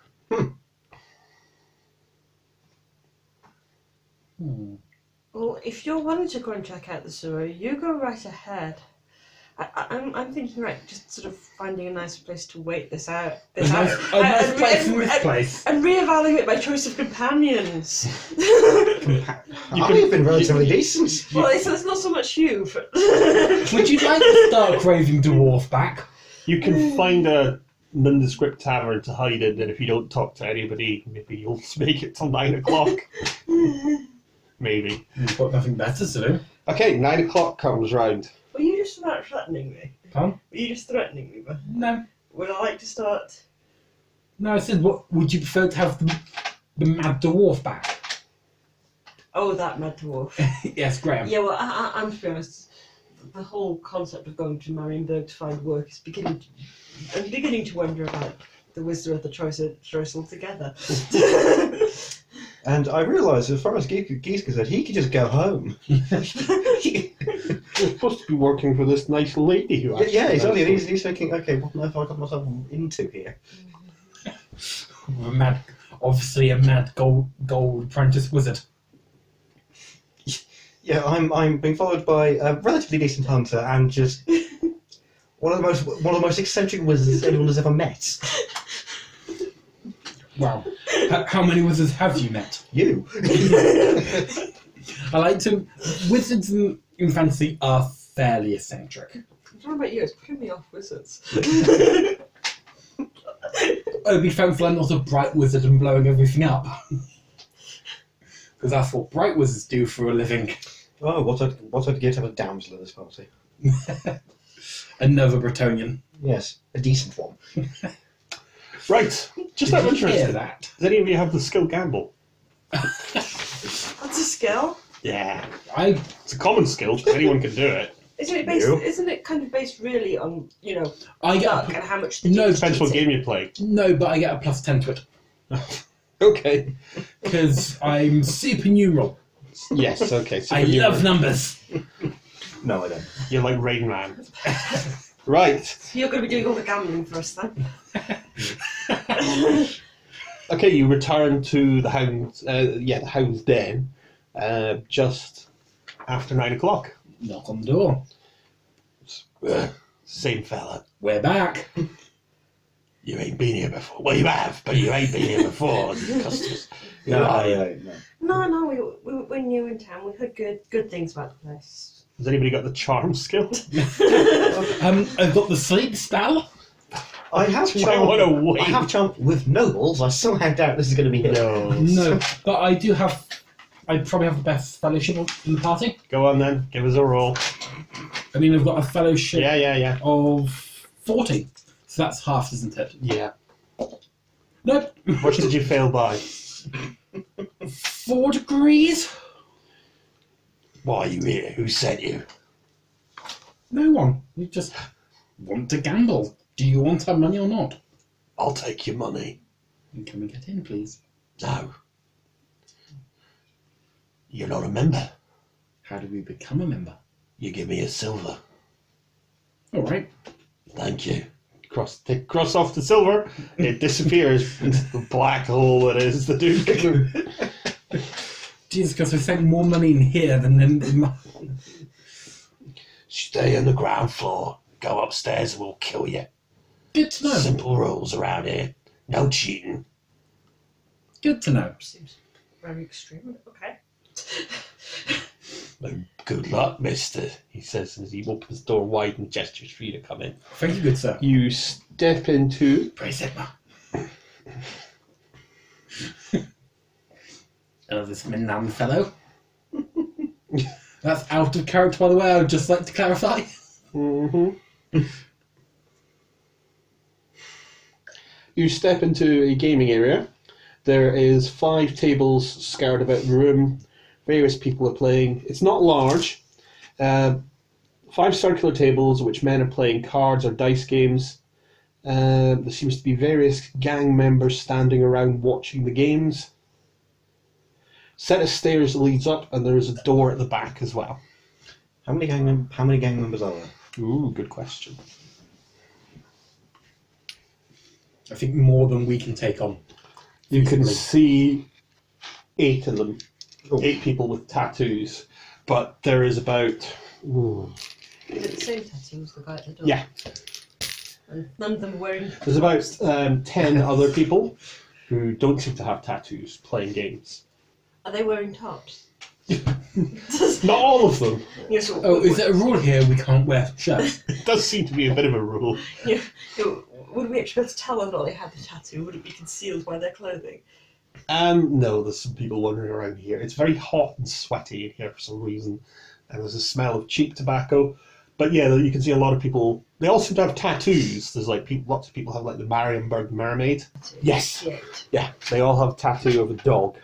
Speaker 3: well, if you're wanting to go and check out the sewer, you go right ahead. I, I- I'm, I'm thinking, right, just sort of finding a nice place to wait this out.
Speaker 4: A
Speaker 3: This out.
Speaker 4: nice, a nice
Speaker 3: and-
Speaker 4: place in
Speaker 3: and-
Speaker 4: this
Speaker 3: and-
Speaker 4: place.
Speaker 3: and reevaluate my choice of companions.
Speaker 10: You
Speaker 5: I
Speaker 10: can-
Speaker 5: Uh, have been relatively decent.
Speaker 3: well, it's, it's not so much you, but
Speaker 4: Would you like this dark raving dwarf back?
Speaker 10: You can find a nondescript tavern to hide in, and if you don't talk to anybody, maybe you'll make it till nine o'clock. maybe.
Speaker 4: You've got nothing better to do.
Speaker 10: Okay, nine o'clock comes round.
Speaker 3: were you just about threatening me?
Speaker 4: Pardon?
Speaker 3: Were you just threatening me? But
Speaker 4: No.
Speaker 3: would I like to start?
Speaker 4: No, I said, what would you prefer to have the, the mad dwarf back?
Speaker 3: Oh, that mad dwarf.
Speaker 4: yes, Graham.
Speaker 3: yeah, well, I, I, I'm to be honest. The whole concept of going to Marienburg to find work is beginning. To, I'm beginning to wonder about the wisdom of the choice, choice altogether.
Speaker 5: And I realised, as far as Geek Geeska said, he could just go home. yeah,
Speaker 10: You're supposed to be working for this nice lady who actually
Speaker 5: yeah,
Speaker 10: knows
Speaker 5: exactly. And
Speaker 10: them.
Speaker 5: he's, he's thinking, okay, what on earth have I got myself into here?
Speaker 4: A mad, obviously a mad gold, gold apprentice wizard.
Speaker 5: Yeah, I'm I'm being followed by a relatively decent hunter and just one of the most one of the most eccentric wizards anyone has ever met.
Speaker 4: Wow. H- how many wizards have you met?
Speaker 5: You.
Speaker 4: I like to. Wizards in, in fantasy are fairly eccentric.
Speaker 3: I don't know about you, it's putting me off wizards.
Speaker 4: Oh, be thankful I'm not a bright wizard and blowing everything up. Because that's what bright wizards do for a living.
Speaker 5: oh, what I'd what I'd get to have a damsel in this party.
Speaker 4: Another Bretonian.
Speaker 5: Yes, a decent one.
Speaker 10: Right, just out of
Speaker 4: Did you hear
Speaker 10: interest,
Speaker 4: that.
Speaker 10: does any of you have the skill gamble?
Speaker 3: That's a skill.
Speaker 10: Yeah.
Speaker 4: I
Speaker 10: It's a common skill, anyone can do it.
Speaker 3: Isn't it based?
Speaker 5: No.
Speaker 3: Isn't it kind of based really on you know
Speaker 4: I get
Speaker 3: luck
Speaker 4: a,
Speaker 3: and how much the
Speaker 4: no
Speaker 10: Depends what game you play.
Speaker 4: no, but I get a plus ten to it
Speaker 10: Okay.
Speaker 4: because I'm supernumeral.
Speaker 10: Yes, okay. So
Speaker 4: I
Speaker 10: you're,
Speaker 4: love numbers.
Speaker 5: No, I don't.
Speaker 10: you're like Rain Man. right.
Speaker 3: You're going to be doing all the gambling for us then.
Speaker 10: Okay, you return to the hound. Uh, yeah, the hound's den, uh, just after nine o'clock.
Speaker 4: Knock on the door.
Speaker 10: Same fella.
Speaker 4: We're back.
Speaker 10: You ain't been here before. Well, you have, but you ain't been here before. you customers.
Speaker 5: No,
Speaker 10: Right.
Speaker 5: I,
Speaker 3: No,
Speaker 5: no.
Speaker 3: no, we, we we're new in town. We heard good good things about the place.
Speaker 10: Has anybody got the charm skill?
Speaker 4: Um, I've got the sleep spell.
Speaker 5: I have
Speaker 10: You might want
Speaker 5: charm.
Speaker 10: to wait.
Speaker 5: I have charm with nobles. I somehow doubt this is going to be him.
Speaker 10: No.
Speaker 4: No, but I do have. I probably have the best fellowship in the party.
Speaker 10: Go on then. Give us a roll.
Speaker 4: I mean, I've got a fellowship
Speaker 10: Yeah, yeah, yeah.
Speaker 4: of forty, so that's half, isn't it?
Speaker 10: Yeah.
Speaker 4: Nope.
Speaker 10: Much did you fail by?
Speaker 4: Four degrees?
Speaker 1: Why are you here? Who sent you?
Speaker 4: No one. You just want to gamble. Do you want our money or not?
Speaker 1: I'll take your money.
Speaker 4: And can we get in, please?
Speaker 1: No. You're not a member.
Speaker 4: How do we become a member?
Speaker 1: You give me a silver.
Speaker 4: All right.
Speaker 1: Thank you.
Speaker 10: Cross, take, cross off the silver. It disappears into the black hole that is the Duke Canal.
Speaker 4: Jesus, because we're spending more money in here than in. in
Speaker 1: Stay on the ground floor. Go upstairs and we'll kill you.
Speaker 4: good to know.
Speaker 1: Simple rules around here. No cheating.
Speaker 4: Good to know.
Speaker 3: Seems very extreme. Okay.
Speaker 10: Good luck, mister, he says as he opens the door wide and gestures for you to come in.
Speaker 4: Thank you, good sir.
Speaker 10: You step into
Speaker 4: Praise Sigma. oh, this Minnan fellow. That's out of character, by the way. I'd just like to clarify.
Speaker 10: You step into a gaming area. There is five tables scattered about the room. Various people are playing. It's not large. Uh, five circular tables, which men are playing cards or dice games. Uh, there seems to be various gang members standing around watching the games. Set of stairs leads up, and there is a door at the back as well.
Speaker 5: How many gang mem- How many gang members are there?
Speaker 10: Ooh, good question.
Speaker 4: I think more than we can take on.
Speaker 10: You can see eight of them,
Speaker 5: Oh.
Speaker 10: eight people with tattoos, Hmm. but there is about ooh,
Speaker 3: Is it the same tattoo as the guy at the door?
Speaker 10: Yeah.
Speaker 3: And none of them were wearing.
Speaker 10: there's about um, ten other people who don't seem to have tattoos playing games.
Speaker 3: Are they wearing tops?
Speaker 10: Not all of them.
Speaker 3: Yes.
Speaker 4: Oh, is there a rule here we can't wear shirts?
Speaker 10: It does seem to be a bit of a rule.
Speaker 3: Would we actually be able to tell whether or not they had the tattoo? Would it be concealed by their clothing?
Speaker 10: Um, no, there's some people wandering around here. It's very hot and sweaty in here for some reason, and there's a smell of cheap tobacco. But yeah, you can see a lot of people. They all seem to have tattoos. There's like people, lots of people have like the Marienburg mermaid. Yes.
Speaker 3: Yet.
Speaker 10: Yeah, they all have tattoo of a dog.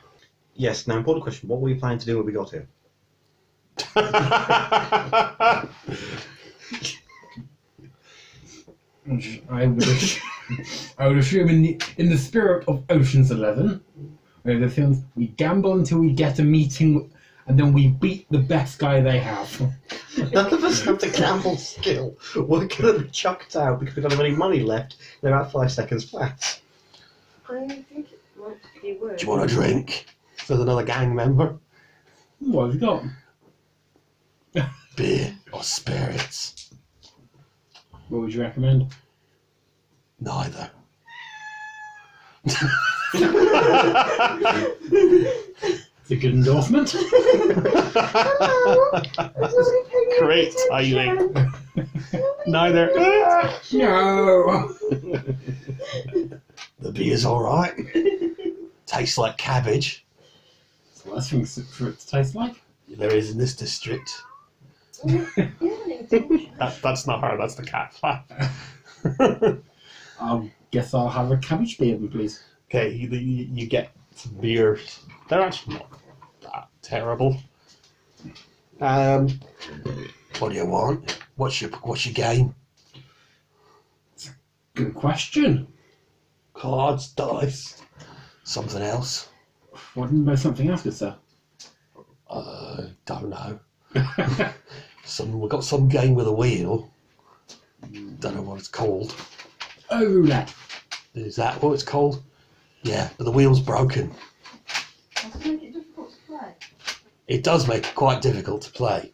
Speaker 5: Yes. Now, important question: What were we planning to do when we got here?
Speaker 4: I would. I would assume in the, in the spirit of Ocean's Eleven, where the films we gamble until we get a meeting, and then we beat the best guy they have.
Speaker 5: None of us have the gamble skill. We're going to be chucked out because we don't have any money left. They're about five seconds flat.
Speaker 12: I think it might be worth.
Speaker 1: Do you want a drink?
Speaker 10: there's another gang member.
Speaker 4: What have you got?
Speaker 1: Beer or spirits?
Speaker 4: What would you recommend?
Speaker 1: Neither.
Speaker 4: It's a good endorsement.
Speaker 10: Great timing. Neither.
Speaker 4: no.
Speaker 1: The beer's all right. Tastes like cabbage.
Speaker 4: It's the last thing for it to taste like.
Speaker 1: There is in this district.
Speaker 10: That, that's not her. That's the cat flap.
Speaker 4: I guess I'll have a cabbage beer, then, please.
Speaker 10: Okay, you, you, you get some beers. They're actually not that terrible. Um,
Speaker 1: What do you want? What's your What's your game?
Speaker 4: Good question.
Speaker 10: cards, dice.
Speaker 1: Something else?
Speaker 4: What about something else, good sir?
Speaker 1: Uh, don't know. Some we got some game with a wheel. Don't know what it's called.
Speaker 4: Oh, roulette.
Speaker 1: Is that what it's called? Yeah, but the wheel's broken.
Speaker 3: make it difficult to play.
Speaker 1: It does make it quite difficult to play.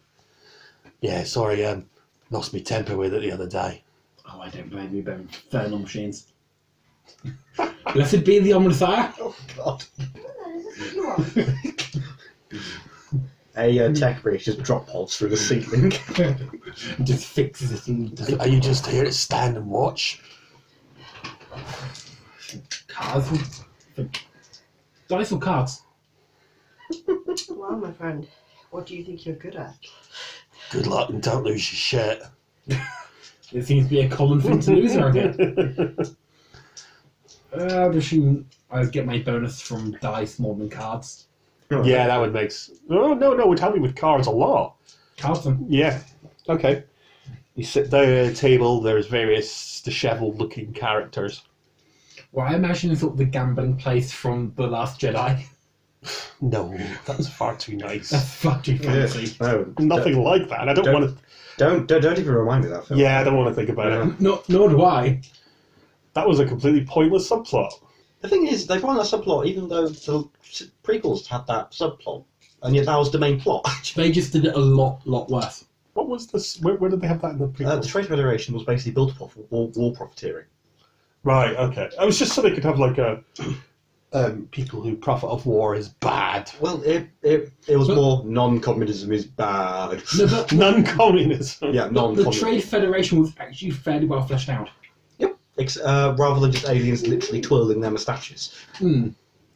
Speaker 1: Yeah, sorry, um, lost me temper with it the other day.
Speaker 4: Oh, I don't blame you, Ben. Infernal machines. Blessed be the ominous hour.
Speaker 5: A
Speaker 10: Hmm.
Speaker 5: uh, tech breach just drop pods through the ceiling.
Speaker 4: Just fixes it and does
Speaker 1: Are
Speaker 4: it.
Speaker 1: you just here to stand and watch?
Speaker 4: Cards. or- Dice or cards?
Speaker 3: Well, my friend, what do you think you're good at?
Speaker 1: Good luck and don't lose your shirt.
Speaker 4: It seems to be a common thing to lose around here. Uh, I would assume I would get my bonus from dice more than cards.
Speaker 10: Yeah, that would make. s- Oh no, no, it would help me with cards a lot.
Speaker 4: Cards them.
Speaker 10: Yeah. Okay. You sit down at a table. There's various dishevelled-looking characters.
Speaker 4: Well, I imagine sort of the gambling place from The Last Jedi.
Speaker 10: No, that's far too nice.
Speaker 4: That's fucking fancy.
Speaker 5: No,
Speaker 10: Nothing like that. I don't,
Speaker 5: Don't-
Speaker 10: want to.
Speaker 5: Don't, don't don't even remind me of that film.
Speaker 10: Yeah, I don't want to think about it.
Speaker 4: No, nor do I.
Speaker 10: That was a completely pointless subplot.
Speaker 5: The thing is, they found that subplot, even though the s- prequels had that subplot, and yet that was the main plot.
Speaker 4: They just did it a lot, lot worse.
Speaker 10: What was this? Where, where did they have that in the prequel?
Speaker 5: Uh, the Trade Federation was basically built upon war, war profiteering.
Speaker 10: Right. Okay. I was just so they could have like a um, people who profit off war is bad.
Speaker 5: Well, it it, it was
Speaker 4: But-
Speaker 5: more non-communism is bad.
Speaker 4: No, but
Speaker 10: Non-communism.
Speaker 5: yeah,
Speaker 4: the
Speaker 5: non-communism.
Speaker 4: Trade Federation was actually fairly well fleshed out.
Speaker 5: Ex- uh, rather than just aliens literally twirling their moustaches.
Speaker 4: Hmm.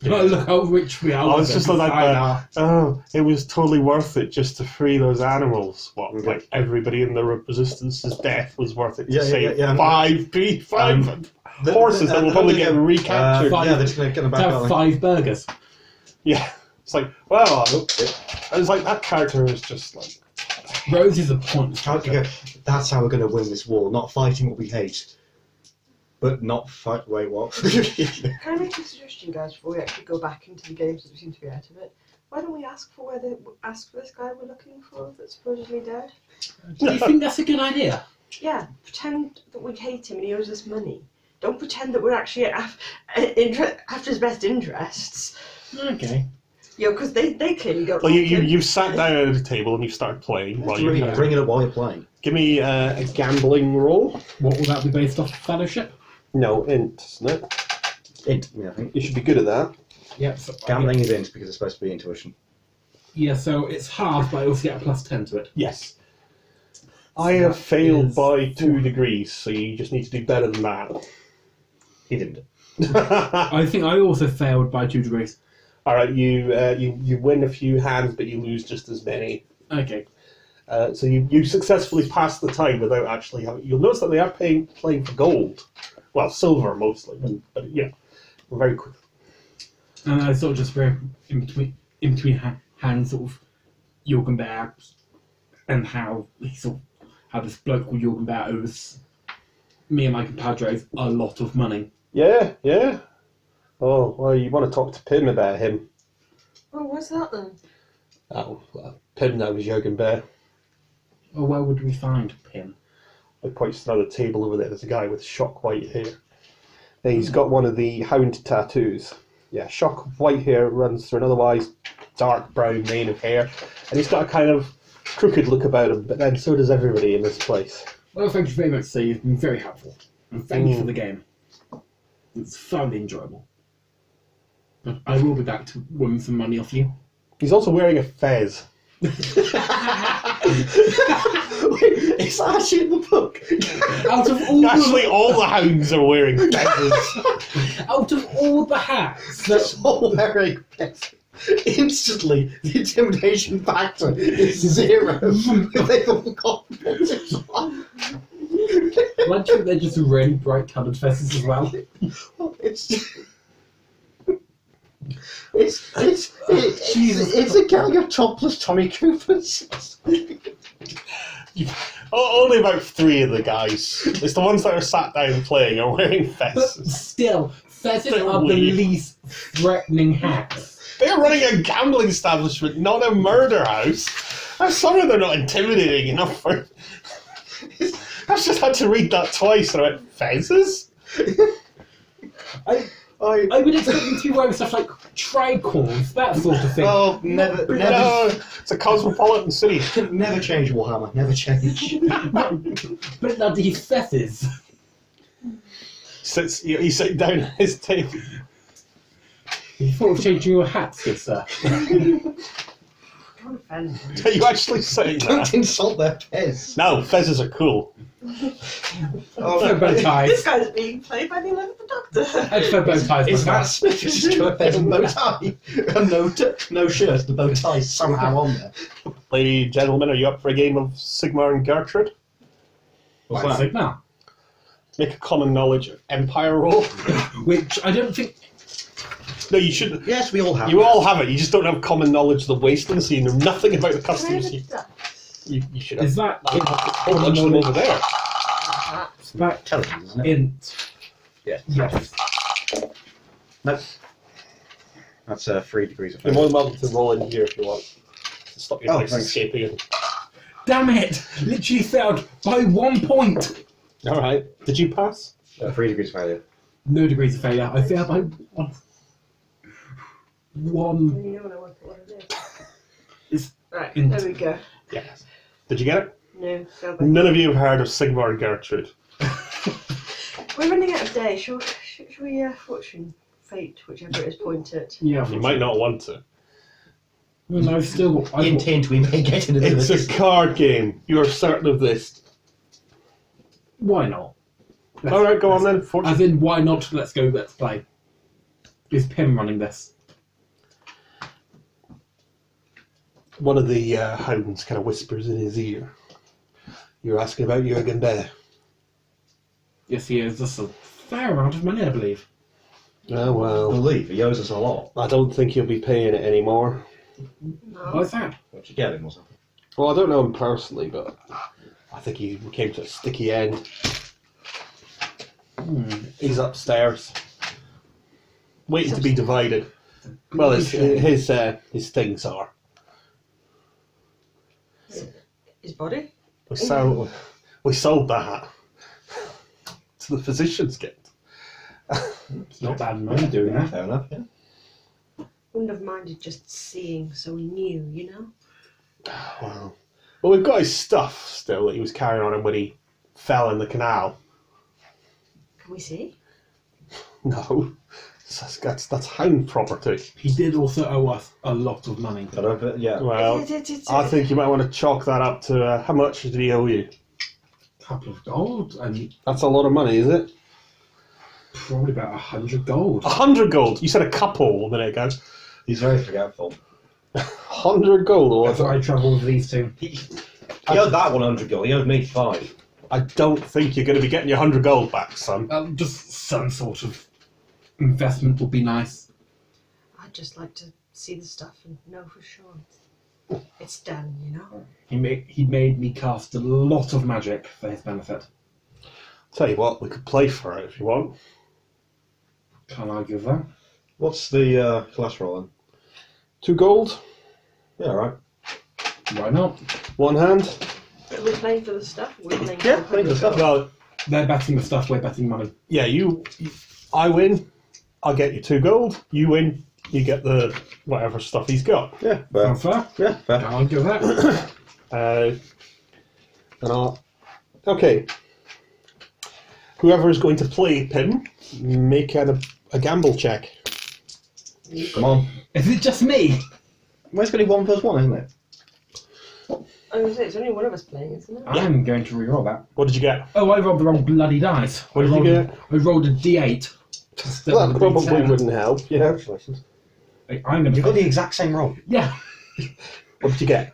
Speaker 4: Oh, look how rich we are.
Speaker 10: Oh,
Speaker 4: with
Speaker 10: it's
Speaker 4: it.
Speaker 10: just like
Speaker 4: I
Speaker 10: that.
Speaker 4: know.
Speaker 10: Oh, it was totally worth it just to free those animals. What?
Speaker 5: Okay.
Speaker 10: Like everybody in the resistance's death was worth it to
Speaker 5: Yeah, yeah,
Speaker 10: save
Speaker 5: yeah, yeah, I'm-
Speaker 10: five pe- five
Speaker 5: Um,
Speaker 10: horses that will probably get recaptured.
Speaker 5: Uh, yeah, they're just going to get them
Speaker 4: To
Speaker 5: back
Speaker 4: have
Speaker 5: on.
Speaker 4: five burgers.
Speaker 10: yeah. It's like well,
Speaker 5: Oh, yeah.
Speaker 10: I was like that character is just like
Speaker 4: Rose is a point.
Speaker 5: How do you go, That's how we're going to win this war. Not fighting what we hate, but not fight. Wait, what?
Speaker 11: Can I make a suggestion, guys, before we actually go back into the games that we seem to be out of it? Why don't we ask for where they ask for this guy we're looking for that's supposedly dead?
Speaker 4: Do you think that's a good idea?
Speaker 11: Yeah, pretend that we hate him and he owes us money. Don't pretend that we're actually af- inter- after his best interests.
Speaker 4: Okay.
Speaker 11: You because they, they clearly got.
Speaker 10: well, you, you
Speaker 11: lucky.
Speaker 10: you've sat down at a table and you've started playing while
Speaker 5: bring,
Speaker 10: you
Speaker 5: it, bring it up while you're playing.
Speaker 10: give me uh, a gambling roll.
Speaker 4: What will that be based off? Fellowship?
Speaker 2: No, int, isn't it?
Speaker 5: Int, yeah, I think.
Speaker 2: You should be good at that.
Speaker 4: Yep. so-
Speaker 5: Gambling is int because it's supposed to be intuition.
Speaker 4: Yeah, so it's half, but I also get a plus 10 to it.
Speaker 10: Yes. I have failed
Speaker 4: is-
Speaker 10: by two degrees, so you just need to do better than
Speaker 5: He didn't.
Speaker 10: that.
Speaker 4: I think I also failed by two degrees.
Speaker 10: All right, you uh, you you win a few hands, but you lose just as many.
Speaker 4: Okay.
Speaker 10: Uh, so you, you successfully pass the time without actually having. You'll notice that they are paying, playing for gold, well, silver mostly, but, but yeah, very quick.
Speaker 4: And I sort of just very in between, in between ha- hands, sort of Jorgen Bear and how he sort of, how this bloke called Jorgen Bear owes me and my compadres a lot of money.
Speaker 10: Yeah, yeah. Oh well, you want to talk to Pim about him?
Speaker 3: Oh, what's that then?
Speaker 10: Oh, well, Pim, that was Jürgen Bear.
Speaker 4: Oh, where would we find Pim?
Speaker 10: I points to another table over there. There's a guy with shock white hair. He's got one of the hound tattoos. Yeah, shock white hair runs through an otherwise dark brown mane of hair, and he's got a kind of crooked look about him. But then so does everybody in this place.
Speaker 4: Well, thank you very much, sir. You've been very helpful. And thank you
Speaker 10: Mm.
Speaker 4: for the game. It's thoroughly enjoyable. But I will be back to win some money off you.
Speaker 10: He's also wearing a fez.
Speaker 5: it's actually in the book.
Speaker 4: Out of all,
Speaker 10: Actually,
Speaker 4: the,
Speaker 10: all the hounds are wearing fezes.
Speaker 4: out of all the hats,
Speaker 5: That's all very Instantly, the intimidation factor is zero. They've all got fezes on.
Speaker 4: I think they're just really bright coloured vests as well.
Speaker 5: It's. It's it's it's,
Speaker 4: Jesus.
Speaker 5: it's a gang of topless Tommy Coopers.
Speaker 10: O- Only about three of the guys. It's the ones that are sat down playing are wearing
Speaker 4: But
Speaker 10: fezes.
Speaker 4: still, fezzes
Speaker 10: Don't
Speaker 4: are the
Speaker 10: leave.
Speaker 4: least threatening hats.
Speaker 10: They're running a gambling establishment, not a murder house. I'm sorry they're not intimidating enough for. I've just had to read that twice and I went, Fezes?
Speaker 4: I,
Speaker 5: I
Speaker 4: I would expect them to be wearing stuff like tricorns, that sort of thing.
Speaker 5: oh never never
Speaker 10: No, it's a cosmopolitan city.
Speaker 5: never change Warhammer. Never change.
Speaker 4: But they're these fezzes.
Speaker 10: Sits, he- he's sitting down at his table.
Speaker 4: You thought of changing your hats, good sir.
Speaker 11: Don't offend me.
Speaker 10: Are you actually saying
Speaker 5: Don't
Speaker 10: that?
Speaker 5: insult their pez.
Speaker 10: No, Fezes are cool. Oh,
Speaker 4: For bow
Speaker 11: This
Speaker 4: ties.
Speaker 11: guy's being played by the eleventh Doctor.
Speaker 4: I'd for bow ties.
Speaker 5: Is that
Speaker 4: myself.
Speaker 5: Smith who's just got a pez and bow tie? And no, t- no shirt, the bow tie is somehow on there.
Speaker 10: Ladies and gentlemen, are you up for a game of Sigmar and Gertrude?
Speaker 4: Why, Sigma?
Speaker 10: Make a common knowledge of empire roll.
Speaker 4: Which I don't think.
Speaker 10: no, you shouldn't.
Speaker 5: Yes, we all have.
Speaker 10: You all have it. You just don't have common knowledge of the wasteland, so you know nothing about the
Speaker 11: Can I have
Speaker 10: customs.
Speaker 11: a
Speaker 10: You,
Speaker 11: duck?
Speaker 10: you, you should have.
Speaker 4: Is that
Speaker 10: Oh, I'll punch them over there.
Speaker 4: it's back
Speaker 5: intelligence, isn't it?
Speaker 4: int?
Speaker 5: Yeah.
Speaker 4: Yes.
Speaker 5: Nope. That's uh, three degrees of
Speaker 10: You're more than welcome to roll in here if you want. To stop your
Speaker 5: Oh,
Speaker 10: dice
Speaker 5: thanks.
Speaker 10: escaping.
Speaker 4: Damn it! Literally failed by one point.
Speaker 10: All right. Did you pass?
Speaker 5: Uh, three degrees of failure.
Speaker 4: No degrees of failure. I failed by one. One.
Speaker 11: You know what I want to order.
Speaker 3: Right.
Speaker 4: int.
Speaker 11: There we go.
Speaker 10: Yes. Did you get it?
Speaker 3: No, go back.
Speaker 10: None of you have heard of Sigmar and Gertrude.
Speaker 11: We're running out of day. Shall, shall, shall we uh, fortune fate, whichever it is, point it?
Speaker 4: Yeah.
Speaker 10: You might not want to.
Speaker 4: And I've still. got- I've got-
Speaker 5: we may get into
Speaker 10: It's a card game. You are certain of this.
Speaker 4: why not?
Speaker 10: All right, go on then.
Speaker 4: As
Speaker 10: Fortune.
Speaker 4: in, why not? Let's go. Let's play. Is Pim running this?
Speaker 10: One of the uh, hounds kind of whispers in his ear.
Speaker 1: You're asking about Jurgen Bear.
Speaker 4: Yes, he is. That's a fair amount of money, I believe.
Speaker 1: Oh, well.
Speaker 5: believe he owes us a lot.
Speaker 1: I don't think he'll be paying it anymore.
Speaker 4: Why is that?
Speaker 5: What you get him or something?
Speaker 1: Well, I don't know him personally, but I think he came to a sticky end. He's upstairs.
Speaker 10: Waiting to be divided. Well, his his, uh, his things are.
Speaker 3: His body?
Speaker 10: We sold, we sold that to the physician's gift.
Speaker 4: It's not bad money doing that.
Speaker 5: Fair enough. Yeah.
Speaker 3: Wouldn't have minded just seeing, so we knew, you know?
Speaker 10: Wow. Well, we've got his stuff still that he was carrying on him when he fell in the canal.
Speaker 3: Can we see?
Speaker 10: No, that's that's, that's hound property.
Speaker 4: He did also owe us a lot of money.
Speaker 5: I don't, but yeah.
Speaker 10: Well,
Speaker 3: It's- it's- it's-
Speaker 10: I think you might want to chalk that up to uh, how much did he owe you?
Speaker 4: couple of gold and
Speaker 1: That's a lot of money, is it?
Speaker 4: probably about a hundred gold.
Speaker 10: A hundred gold. You said a couple a minute ago.
Speaker 5: He's very forgetful.
Speaker 10: Hundred gold. Or
Speaker 4: That's why I travel with these two.
Speaker 5: He owed that 100 gold. He owed me five.
Speaker 10: I don't think you're going to be getting your hundred gold back, son.
Speaker 4: Um, just some sort of investment would be nice.
Speaker 3: I'd just like to see the stuff and know for sure it's, it's done, you know?
Speaker 4: He made he made me cast a lot of magic for his benefit.
Speaker 10: Tell you what, we could play for it if you want.
Speaker 4: Can't argue with that.
Speaker 5: What's the uh, collateral
Speaker 1: Two gold,
Speaker 5: then? Yeah, all right.
Speaker 4: Why not?
Speaker 1: one hand.
Speaker 3: Are we playing for the stuff? We're playing
Speaker 10: Yeah,
Speaker 3: for the stuff.
Speaker 10: Well,
Speaker 4: They're betting the stuff. We're betting money.
Speaker 10: yeah, you, I win, I get you two gold. You win, you get the whatever stuff he's got.
Speaker 5: Yeah,
Speaker 4: Sound
Speaker 5: fair.
Speaker 4: fair?
Speaker 5: Yeah, fair.
Speaker 4: Can't argue with that.
Speaker 10: Uh,
Speaker 1: And I'll,
Speaker 10: okay. Whoever is going to play Pim, make a, a gamble check.
Speaker 5: Come on.
Speaker 4: is it just me?
Speaker 5: Well, it's going to be one plus one, isn't it?
Speaker 3: I was going to say, Oh, it's only one of us playing, isn't it?
Speaker 4: I'm going to re-roll that.
Speaker 10: What did you get?
Speaker 4: Oh, I rolled the wrong bloody dice.
Speaker 10: What
Speaker 4: I
Speaker 10: did you
Speaker 4: rolled,
Speaker 10: get?
Speaker 4: I rolled a d8. instead
Speaker 1: well,
Speaker 4: of
Speaker 1: that
Speaker 4: a
Speaker 1: probably
Speaker 4: D10.
Speaker 1: wouldn't help. Yeah.
Speaker 4: I- I'm going to.
Speaker 5: You've got the exact same roll.
Speaker 4: yeah,
Speaker 10: What did you get?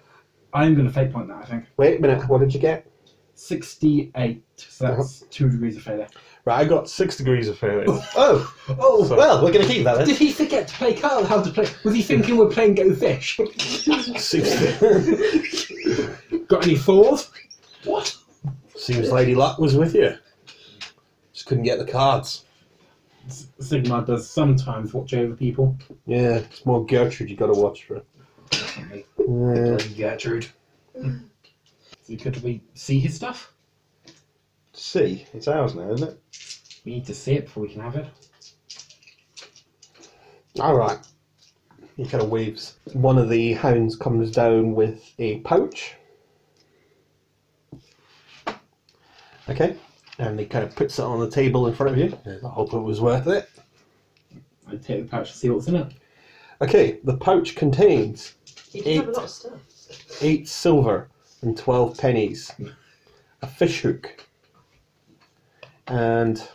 Speaker 4: I'm going to fake point that. I think
Speaker 1: Wait a minute. What did you get?
Speaker 4: sixty-eight. So that's two degrees of failure.
Speaker 10: Right, I got six degrees of failure.
Speaker 5: Oh,
Speaker 4: Oh,
Speaker 10: So-
Speaker 5: well, we're going to keep that then.
Speaker 4: Did he forget to play card? How to play? Was he thinking we're playing Go Fish?
Speaker 10: Sixty.
Speaker 4: Got any fours? What?
Speaker 1: Seems Lady Luck was with you. Just couldn't get the cards.
Speaker 4: Sigma does sometimes watch over people.
Speaker 1: Yeah, it's more Gertrude you got to watch for.
Speaker 10: Uh,
Speaker 1: Yeah.
Speaker 4: Gertrude. So could we see his stuff?
Speaker 5: See, it's ours now, isn't it?
Speaker 4: We need to see it before we can have it.
Speaker 1: All right.
Speaker 10: He kind of waves. One of the hounds comes down with a pouch. Okay. And he kind of puts it on the table in front of you. I hope it was worth it.
Speaker 4: I take the pouch to see what's in it.
Speaker 10: Okay, the pouch contains
Speaker 3: You did have a lot of stuff.
Speaker 10: eight silver and twelve pennies, a fish hook, and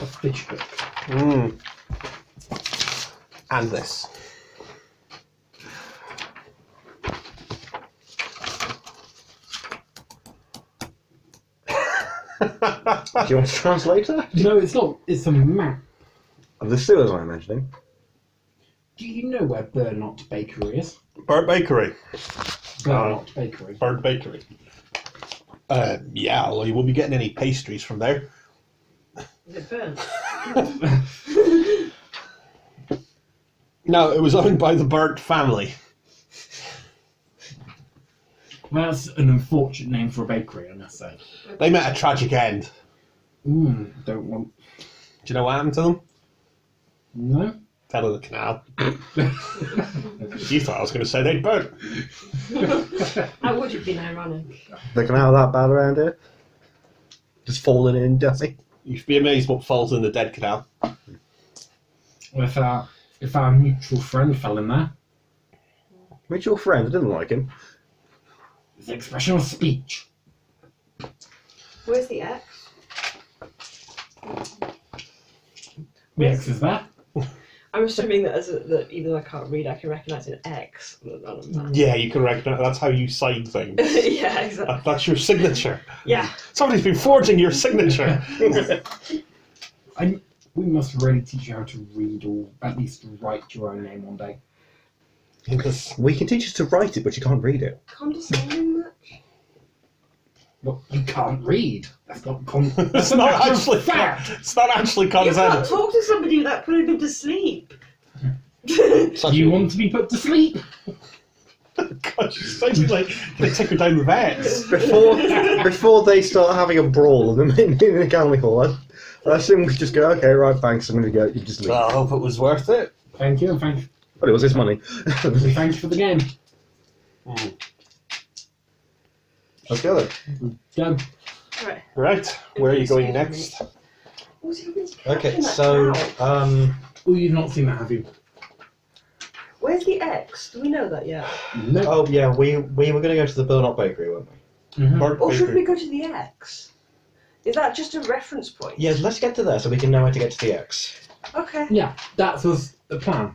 Speaker 4: A fish hook.
Speaker 10: mm, and this.
Speaker 5: Do you want a translator?
Speaker 4: No, it's not. It's a map.
Speaker 5: Of the sewers, I'm imagining.
Speaker 4: Do you know where Burnot Bakery is?
Speaker 10: Bird Bakery.
Speaker 4: Burnot Bakery.
Speaker 10: Bird Bakery. Uh, yeah, well, you won't be getting any pastries from there.
Speaker 12: Is it burnt?
Speaker 10: No, it was owned by the Bird family.
Speaker 4: Well, that's an unfortunate name for a bakery, I must say.
Speaker 10: They met a tragic end.
Speaker 4: Mm, don't want.
Speaker 10: Do you know what happened to them?
Speaker 4: No?
Speaker 10: Fell in the canal. you thought I was going to say they'd burnt.
Speaker 12: That would have been ironic.
Speaker 5: The canal that bad around here? Just falling in, Duffy.
Speaker 10: You'd be amazed what falls in the dead canal.
Speaker 4: if, our, if our mutual friend fell in there,
Speaker 5: Which your friend I didn't like him.
Speaker 4: it's an expression of speech.
Speaker 11: Where's the X?
Speaker 4: The X is there.
Speaker 12: I'm assuming that, as a, that even though I can't read, I can recognise an X on the- on a map.
Speaker 10: Yeah, you can recognize. That's how you sign things.
Speaker 12: yeah, exactly.
Speaker 10: That- That's your signature.
Speaker 12: Yeah.
Speaker 10: Somebody's been forging your signature.
Speaker 4: I, we must really teach you how to read or at least write your own name one day.
Speaker 5: We can teach you to write it, but you can't read it.
Speaker 11: Condescending much?
Speaker 4: Well, you can't read. That's not con-
Speaker 10: It's not
Speaker 4: actual
Speaker 10: actually.
Speaker 4: fact.
Speaker 10: It's not actually
Speaker 12: You can't
Speaker 10: condescending.
Speaker 12: talk to somebody without putting them to sleep.
Speaker 10: Such
Speaker 4: You
Speaker 10: a-
Speaker 4: want to be put to sleep?
Speaker 10: God, she's sounding like they took her down the vets.
Speaker 5: Before before they start having a brawl in the, in the academy hall, I, I assume we just go, okay, right, thanks, I'm going to go, you just leave.
Speaker 2: Well,
Speaker 1: Ah.
Speaker 2: I hope it was worth it.
Speaker 4: Thank you, and thank,
Speaker 5: But it was his money.
Speaker 4: thank you for the game.
Speaker 5: Let's go then.
Speaker 4: Done.
Speaker 10: Right, where are you going next?
Speaker 11: What's he doing?
Speaker 5: Okay, so um,
Speaker 4: Oh, you've not seen that, have you?
Speaker 11: Where's the X? Do we know that yet?
Speaker 4: No.
Speaker 5: oh yeah, we we were going to go to the Burnot Bakery, weren't we?
Speaker 4: Mhm.
Speaker 10: Bird
Speaker 3: Oh,
Speaker 11: Or should
Speaker 10: Bakery.
Speaker 11: we go to the X? Is that just a reference point?
Speaker 5: Yeah, let's get to there so we can know where to get to the X
Speaker 11: Okay.
Speaker 4: Yeah, that was the plan.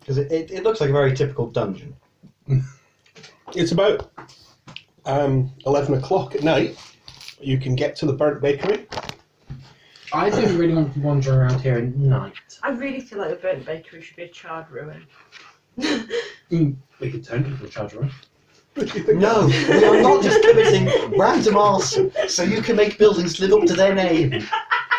Speaker 5: because it, it, it looks like a very typical dungeon.
Speaker 10: It's about um, 11 o'clock at night. You can get to the Bird Bakery.
Speaker 4: I didn't really want to wander around here at night.
Speaker 12: I really feel like the burnt bakery should be a charred ruin.
Speaker 4: We could turn it into a charge room.
Speaker 5: No, we are not just committing random arse so you can make buildings live up to their name.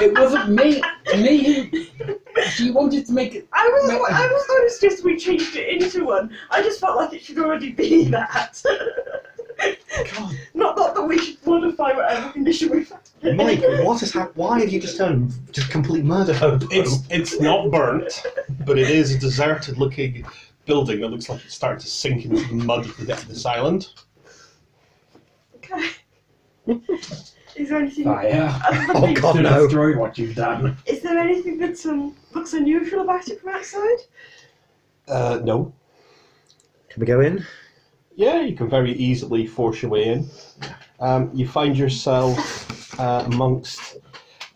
Speaker 4: It wasn't me. me. who- She wanted to make it.
Speaker 12: I was
Speaker 4: No.
Speaker 12: I was not as just we changed it into one. I just felt like it should already be that. Not not that we should modify whatever condition we found.
Speaker 5: Mike, what has happened? Why have you just turned just complete murder hobo?
Speaker 10: It's it's not burnt, but it is a deserted looking building that looks like it's starting to sink into the mud of the- this island.
Speaker 12: Okay. Is there anything?
Speaker 4: Fire.
Speaker 12: other than-
Speaker 5: Oh, God.
Speaker 4: To
Speaker 5: no.
Speaker 4: destroy what you've done.
Speaker 12: Is there anything that um, looks unusual about it from outside?
Speaker 2: Uh, no.
Speaker 5: Can we go in?
Speaker 10: Yeah, you can very easily force your way in. Um, you find yourself uh, amongst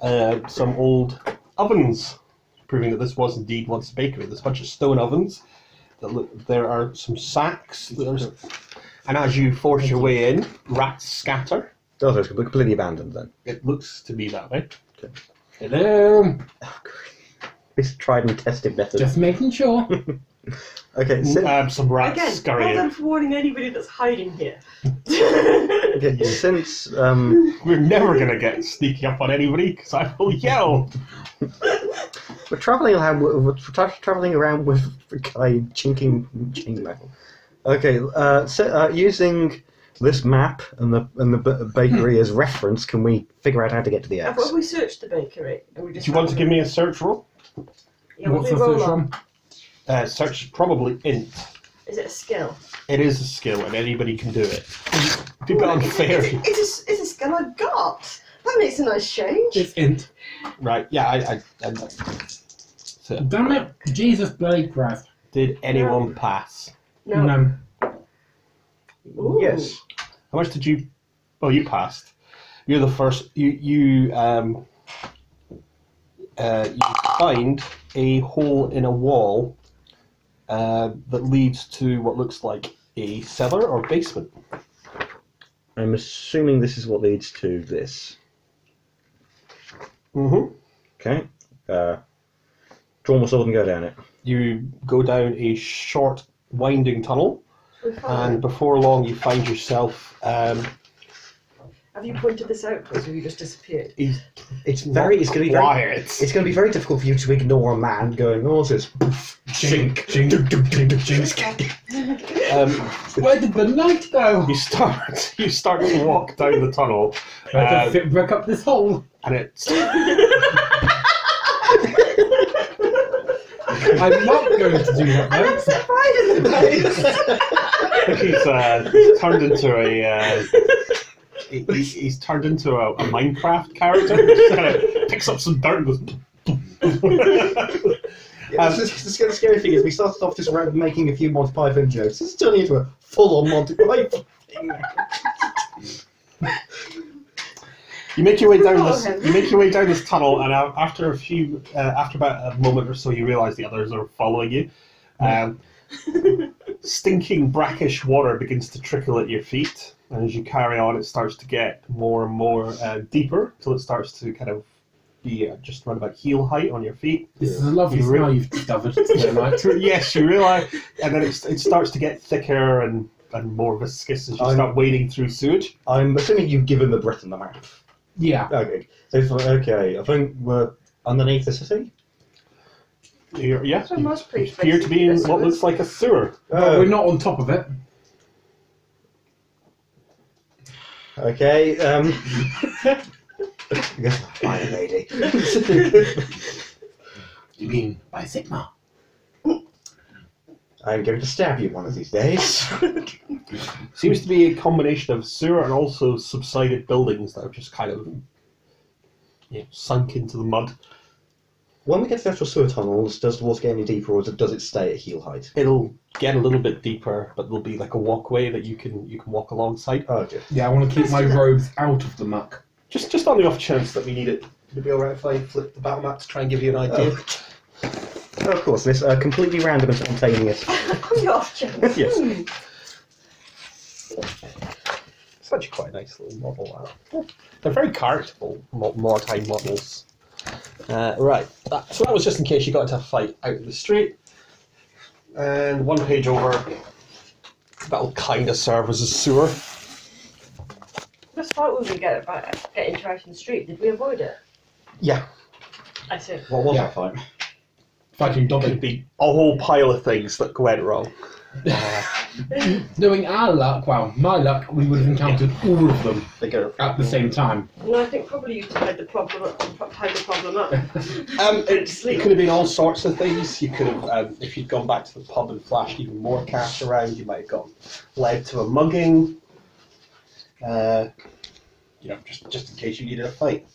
Speaker 10: uh, some old ovens, proving that this was indeed once a bakery. There's a bunch of stone ovens. That look, there are some sacks. There's, and as you force your way in, rats scatter.
Speaker 5: Oh, so it's completely abandoned then.
Speaker 10: It looks to be that way.
Speaker 4: Hello.
Speaker 5: This tried and tested method.
Speaker 4: Just making sure.
Speaker 5: Okay, sit,
Speaker 10: Um, some rats
Speaker 12: Again,
Speaker 10: scurry
Speaker 12: well
Speaker 10: in.
Speaker 12: done for warning anybody that's hiding here.
Speaker 5: okay, since um,
Speaker 10: We're never going to get sneaking up on anybody because I will yell.
Speaker 5: we're traveling around, with- we're tra- traveling around with a guy chinking chainmail. Okay, uh, so, uh, using this map and the and the b- bakery as reference, can we figure out how to get to the
Speaker 11: Have,
Speaker 5: X?
Speaker 11: we searched the bakery? And we
Speaker 10: Do
Speaker 11: just
Speaker 10: you want to give me a search roll?
Speaker 11: Yeah,
Speaker 4: What's the
Speaker 11: we'll do
Speaker 4: first
Speaker 11: roll on.
Speaker 4: one?
Speaker 10: Uh, search is probably int.
Speaker 11: Is it a skill?
Speaker 10: It is a skill, and anybody can do it. People on
Speaker 11: It's,
Speaker 10: fairy.
Speaker 11: it's, a, it's a skill I've got. That makes a nice change.
Speaker 4: It's int.
Speaker 10: Right, yeah, I. I, I so,
Speaker 4: Damn it. Jesus bloody Christ.
Speaker 10: did anyone pass?
Speaker 11: No.
Speaker 4: no.
Speaker 11: Ooh.
Speaker 5: Yes.
Speaker 10: How much did you. Oh, you passed. You're the first. You. you um, uh, you find a hole in a wall uh, that leads to what looks like a cellar or basement.
Speaker 5: I'm assuming this is what leads to this.
Speaker 10: Mm-hmm.
Speaker 5: Okay. Uh, draw my sword and go down it.
Speaker 2: You go down a short, winding tunnel,
Speaker 11: We're fine.
Speaker 2: and before long, you find yourself. Um,
Speaker 11: Have you pointed this out, Chris, or have you just disappeared?
Speaker 5: It's very. It's going to be very.
Speaker 10: Quiet.
Speaker 5: It's going to be very difficult for you to ignore a man going oh, horses.
Speaker 4: Jink, jink, jink, jink.
Speaker 2: um,
Speaker 4: Where did the knight go?
Speaker 10: You start. You start to walk down the tunnel,
Speaker 4: Where
Speaker 10: uh,
Speaker 4: did it broke up this hole?
Speaker 10: and it's
Speaker 4: I'm not going to do that, folks.
Speaker 10: he's, uh, he's turned into a uh, he- he's, he's turned into a, a Minecraft character. He just kind of picks up some dirt and goes.
Speaker 5: Yeah, this, is- this is the scary thing is we started off just ra- making a few Monty Python jokes. This is turning into a full-on Monty Python.
Speaker 10: You make your way down
Speaker 11: Follow
Speaker 10: this.
Speaker 11: him.
Speaker 10: You make your way down this tunnel, and a- after a few, uh, after about a moment or so, you realise the others are following you. Um, stinking brackish water begins to trickle at your feet, and as you carry on, it starts to get more and more uh, deeper till it starts to kind of be uh, just around about heel height on your feet.
Speaker 4: This is a lovely
Speaker 10: You really-
Speaker 4: smell you've discovered today, Mike.
Speaker 10: So, yes, you realise, and then it, it starts to get thicker and, and more viscous as you
Speaker 5: I'm-
Speaker 10: start wading through sewage.
Speaker 5: I'm assuming you've given the Britain the map.
Speaker 4: Yeah.
Speaker 5: Okay. So it's like, okay, I think we're underneath the city.
Speaker 10: You're, yeah,
Speaker 11: So
Speaker 10: you
Speaker 11: most pretty
Speaker 10: appear to be in what looks like a sewer.
Speaker 5: Uh. Oh,
Speaker 4: But we're not on top of it.
Speaker 5: Okay. Um. Bye, lady.
Speaker 4: You mean by Sigma?
Speaker 5: I'm going to stab you one of these days.
Speaker 10: Seems to be a combination of sewer and also subsided buildings that have just kind of you know, sunk into the mud.
Speaker 5: when we get to the actual sewer tunnels, does the water get any deeper, or does it stay at heel height?
Speaker 10: It'll get a little bit deeper, but there'll be like a walkway that you can you can walk alongside.
Speaker 5: Oh, good.
Speaker 4: Yeah, I want to keep my robes out of the muck.
Speaker 10: Just just on the off chance that we need it.
Speaker 1: Would it be alright if I flip the battle map to try and give you an idea?
Speaker 5: Oh. of course, this uh, completely random and spontaneous.
Speaker 11: On the off Hmm. chance.
Speaker 5: yes.
Speaker 10: It's actually quite a nice little model. That. They're very charitable mo- Mortai models. Uh, right. That, so that was just in case you got into a fight out in the street.
Speaker 5: Uh,
Speaker 10: And one page over, that'll kind of serve as a sewer.
Speaker 11: That's what we get about get into out in the street. Did we avoid it?
Speaker 5: Yeah.
Speaker 11: I see.
Speaker 5: What was
Speaker 4: Yeah.
Speaker 5: that fight?
Speaker 4: Fighting
Speaker 10: It'd
Speaker 4: Dobby.
Speaker 10: be a whole pile of things that went wrong.
Speaker 4: Knowing our luck, well, my luck, we would have encountered all of them
Speaker 5: They go.
Speaker 4: at the same time.
Speaker 11: No, I think probably you tied the problem up. Tied the problem up.
Speaker 10: Um,
Speaker 11: Don't
Speaker 10: it,
Speaker 11: sleep.
Speaker 10: it could have been all sorts of things. You could have, um, if you'd gone back to the pub and flashed even more cash around, you might have gotten led to a mugging. Uh, you know, just just in case you needed a fight.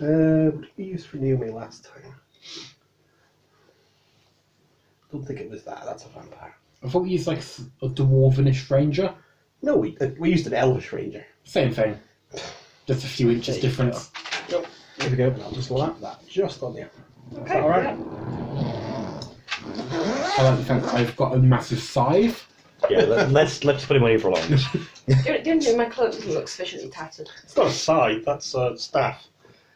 Speaker 10: Uh, what did we use for Naomi last time? Don't think it was that. That's a vampire.
Speaker 4: I thought we used like s- a dwarvenish ranger.
Speaker 10: No, we uh, we used an elvish ranger.
Speaker 4: Same thing. Just a few inches
Speaker 10: There you
Speaker 4: difference.
Speaker 10: There we go. And I'll just lap that just on the.
Speaker 11: Okay.
Speaker 10: all right?
Speaker 4: I like the fact that I've got a massive scythe.
Speaker 5: Yeah. Let, let's let's put him away for a long.
Speaker 11: The only- the only thing, my clothes doesn't look sufficiently tattered.
Speaker 10: It's not a side. That's a staff.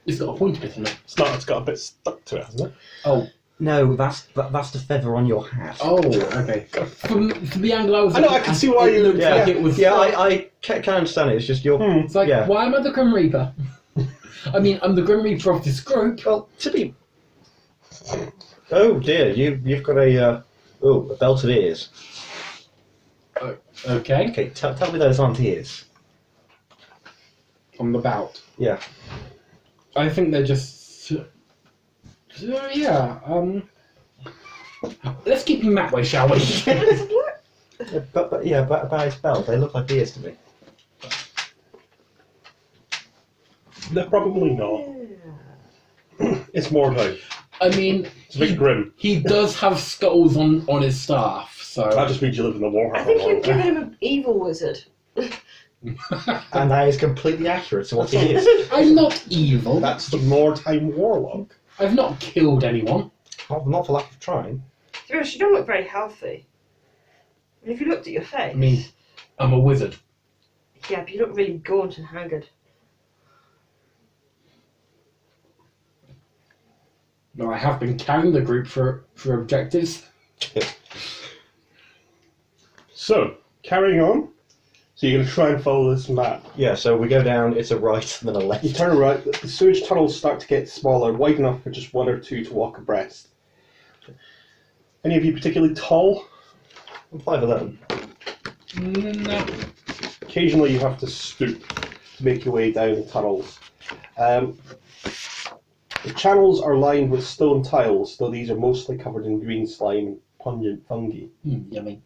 Speaker 4: It's got a pointy bit in it.
Speaker 10: It's not. It's got a bit stuck to it, hasn't it?
Speaker 4: Oh,
Speaker 5: No, that's that, that's the feather on your hat.
Speaker 4: oh, okay. From, from the angle I was
Speaker 10: I know,
Speaker 4: looking
Speaker 10: I can
Speaker 4: at,
Speaker 10: see why
Speaker 4: it
Speaker 10: you-
Speaker 4: looked
Speaker 5: yeah,
Speaker 4: like it was.
Speaker 5: yeah, I, I ca- can understand it. It's just your.
Speaker 10: Hmm.
Speaker 4: It's like,
Speaker 5: Yeah.
Speaker 4: why am I the Grim Reaper? I mean, I'm the Grim Reaper of this group.
Speaker 5: Well, to be. Oh dear, you you've got a uh, oh a belt of ears.
Speaker 4: Okay.
Speaker 5: Okay, t- tell me those aren't ears.
Speaker 4: On the bout.
Speaker 5: Yeah.
Speaker 4: I think they're just. Uh, yeah, um. Let's keep him that way, shall we?
Speaker 5: Yeah, Uh, but, but yeah, but about his belt, they look like ears to me.
Speaker 10: No, probably not. It's more like
Speaker 4: I mean,
Speaker 10: it's a bit grim.
Speaker 4: he does have skulls on, on his staff,
Speaker 10: That
Speaker 4: so.
Speaker 10: just means you live in the war.
Speaker 11: I think you've given him an evil wizard.
Speaker 5: And that is completely accurate to what he is.
Speaker 4: I'm not evil.
Speaker 10: That's the more time warlock.
Speaker 4: I've not killed anyone.
Speaker 5: not, not for lack of trying.
Speaker 11: To be honest, you don't look very healthy. And if you looked at your face,
Speaker 4: I mean, I'm a wizard.
Speaker 11: yeah, but you look really gaunt and haggard.
Speaker 4: No, I have been carrying the group for for objectives.
Speaker 10: So, carrying on. So you're going to try and follow this map.
Speaker 5: Yeah, so we go down, it's a right and then a
Speaker 10: You
Speaker 5: left.
Speaker 10: turn right, the sewage tunnels start to get smaller, wide enough for just one or two to walk abreast. Any of you particularly tall?
Speaker 5: 5'11.
Speaker 4: No.
Speaker 10: Occasionally you have to stoop to make your way down the tunnels. Um, the channels are lined with stone tiles, though these are mostly covered in green slime and pungent fungi.
Speaker 4: Mm, yummy.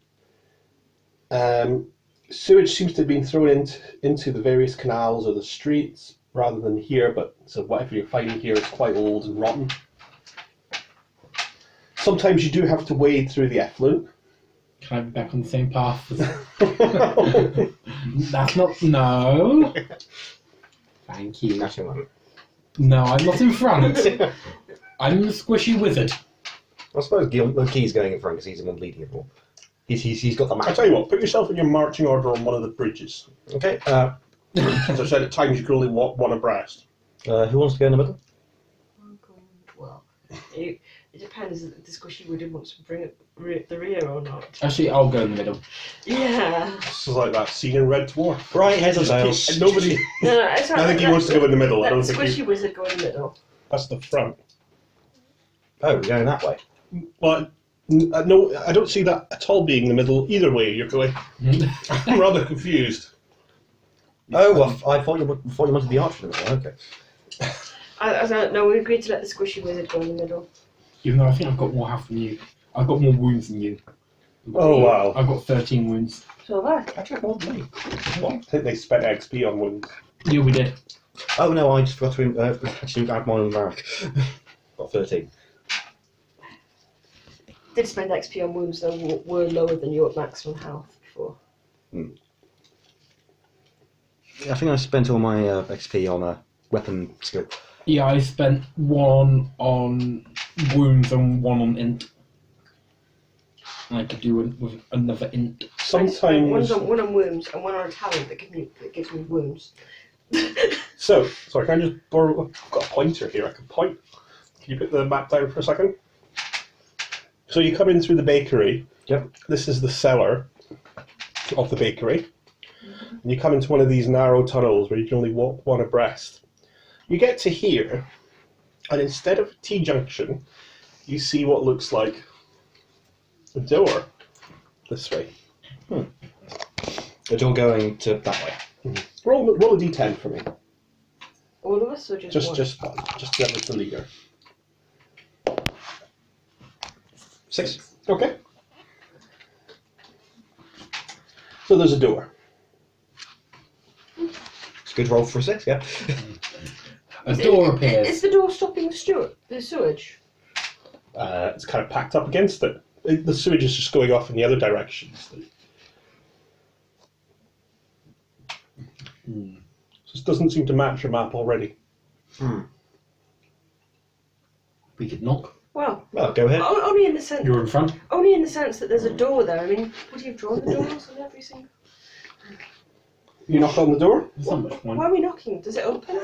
Speaker 10: Um, sewage seems to have been thrown into, into the various canals or the streets rather than here, but so whatever you're finding here is quite old and rotten. Sometimes you do have to wade through the effluent.
Speaker 4: Can I be back on the same path? That's not. No. Thank you.
Speaker 5: Natural one.
Speaker 4: No, I'm not in front. I'm the squishy wizard.
Speaker 5: I suppose Gil- well, Key's going in front because he's the one leading it all. He's, he's, he's got the
Speaker 10: I
Speaker 5: map.
Speaker 10: tell you what, put yourself in your marching order on one of the bridges.
Speaker 5: Okay, uh,
Speaker 10: As I said, at times you can only walk one abreast.
Speaker 5: uh, who wants to go in the middle?
Speaker 3: Well, it, it depends if the squishy wooden wants to bring up re- the rear or not.
Speaker 4: Actually, I'll go in the middle.
Speaker 3: Yeah.
Speaker 10: This is like that scene in Red Dwarf.
Speaker 5: Right, heads and
Speaker 10: And
Speaker 5: tails.
Speaker 10: Nobody.
Speaker 3: No, no, it's
Speaker 10: I think he wants to go in the middle. I
Speaker 3: Let
Speaker 10: don't
Speaker 3: the
Speaker 10: think
Speaker 3: squishy
Speaker 10: he,
Speaker 3: wizard go in the middle.
Speaker 10: that's the front.
Speaker 5: Oh, we're going that way.
Speaker 10: Well, n- uh, no, I don't see that at all being the middle. Either way, you're going. I'm rather confused.
Speaker 5: Oh, well, I thought you, wa- thought you wanted the archer in the middle. Okay.
Speaker 3: I, I don't know. We agreed to let the squishy wizard go in the middle.
Speaker 4: Even though I think I've got more health than you. I've got more wounds than you.
Speaker 10: Oh, wow.
Speaker 4: I've got 13 wounds.
Speaker 3: So that.
Speaker 5: Actually, more than me.
Speaker 10: I think they spent XP on wounds.
Speaker 4: Yeah, we did.
Speaker 5: Oh, no, I just forgot to uh, actually add mine on the back. got 13.
Speaker 3: Did spend XP on wounds though w- were lower than you at maximum health before.
Speaker 5: I think I spent all my uh, XP on a weapon skill.
Speaker 4: Yeah, I spent one on wounds and one on int. And I could do it with another int.
Speaker 10: Sometimes.
Speaker 3: One's on, one on wounds and one on a talent that gives me that gives me wounds.
Speaker 10: So, sorry, can I just borrow? I've got a pointer here. I can point. Can you put the map down for a second? So you come in through the bakery.
Speaker 5: Yep.
Speaker 10: This is the cellar of the bakery. And you come into one of these narrow tunnels where you can only walk one abreast. You get to here, and instead of a T junction, you see what looks like a door this way.
Speaker 5: But you're going to that way.
Speaker 10: Roll, roll a d10 for me.
Speaker 3: All of us or just,
Speaker 10: Just,
Speaker 3: one?
Speaker 10: just, just whoever's the leader.
Speaker 5: Six.
Speaker 10: Okay. So there's a door.
Speaker 5: It's a good roll for a six, yeah.
Speaker 4: A door
Speaker 3: Is
Speaker 4: appears.
Speaker 3: the door stopping the, stew- the sewage?
Speaker 10: Uh, it's kind of packed up against it. It- The sewage is just going off in the other direction. So
Speaker 4: Hmm.
Speaker 10: this doesn't seem to match your map already.
Speaker 4: We could knock.
Speaker 3: Well,
Speaker 5: Well, go ahead.
Speaker 3: o- only in the sense
Speaker 4: You're in front.
Speaker 3: only in the sense that there's a door there. I mean, would you have drawn the doors on every single?
Speaker 10: You knock on the door.
Speaker 4: There's not much
Speaker 3: Why
Speaker 4: point.
Speaker 3: are we knocking? Does it open?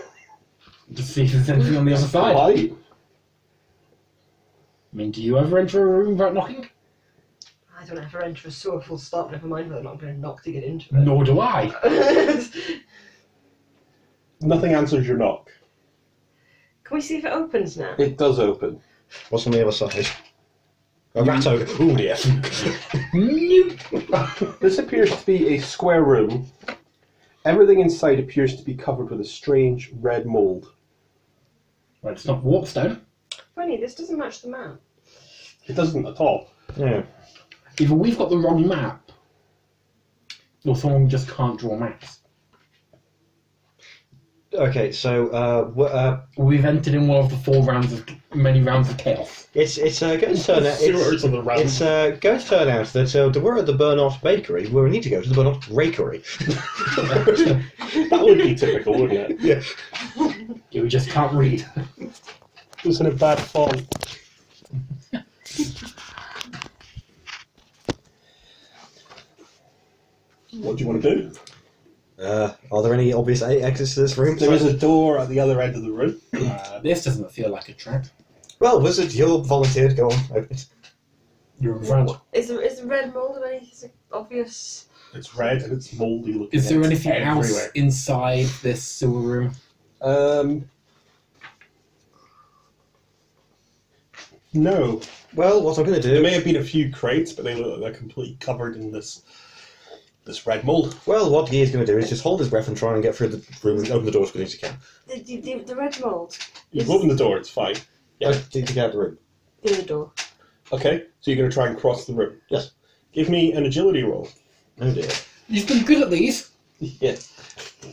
Speaker 4: Just see if there's anything on the other side. I
Speaker 10: Why?
Speaker 4: mean, do you ever enter a room without knocking?
Speaker 3: I don't ever enter a sewer full stop. Never mind whether or not I'm going to knock to get into it.
Speaker 4: Nor do I.
Speaker 3: Can
Speaker 10: Nothing answers your knock.
Speaker 3: we see if it opens now?
Speaker 10: It does open.
Speaker 5: What's on the other side? A rat ogre. Oh dear.
Speaker 4: Nope.
Speaker 10: This appears to be a square room. Everything inside appears to be covered with a strange red mold.
Speaker 4: Right, it's not warpstone.
Speaker 3: Funny, this doesn't match the map.
Speaker 10: It doesn't at all.
Speaker 5: Yeah.
Speaker 4: Either we've got the wrong map, or someone just can't draw maps.
Speaker 5: Okay, so uh, wh- uh,
Speaker 4: We've entered in one of the four rounds of many rounds of chaos.
Speaker 5: it's it's uh, going to turn out. It's,
Speaker 10: on the round.
Speaker 5: it's uh, going to turn out that uh, we're at the Burnout Bakery. We need to go to the Burnout Rakery.
Speaker 10: that would be typical, wouldn't it?
Speaker 5: yeah.
Speaker 4: Yeah, we just can't read.
Speaker 10: It's in a bad font. What do you want to do?
Speaker 5: Uh, are there any obvious a- exits to this room?
Speaker 10: There is a door at the other end of the room.
Speaker 4: Uh, this doesn't feel like a trap.
Speaker 5: Well, wizard, you're volunteered. Go on. open it.
Speaker 4: You're in red.
Speaker 3: Is the, is the red mold of any is it obvious?
Speaker 10: It's red and it's mouldy looking.
Speaker 4: Is there
Speaker 10: It's
Speaker 4: anything else
Speaker 10: everywhere.
Speaker 4: inside this sewer room?
Speaker 1: Um,
Speaker 10: No.
Speaker 5: Well, what I'm going to
Speaker 10: There
Speaker 5: do.
Speaker 10: may have been a few crates, but they look like they're completely covered in this this red mould.
Speaker 5: Well, what he is going to do is just hold his breath and try and get through the room and open the door as quickly as he can.
Speaker 3: The, the, the, the red mold
Speaker 10: You've
Speaker 3: Yes.
Speaker 10: opened the door, it's fine. Yeah.
Speaker 5: Oh, to get out of the room.
Speaker 3: in the door.
Speaker 10: Okay, so you're going to try and cross the room.
Speaker 5: Yes.
Speaker 10: Give me an agility roll.
Speaker 5: Oh dear.
Speaker 4: You've been good at these.
Speaker 10: Yeah.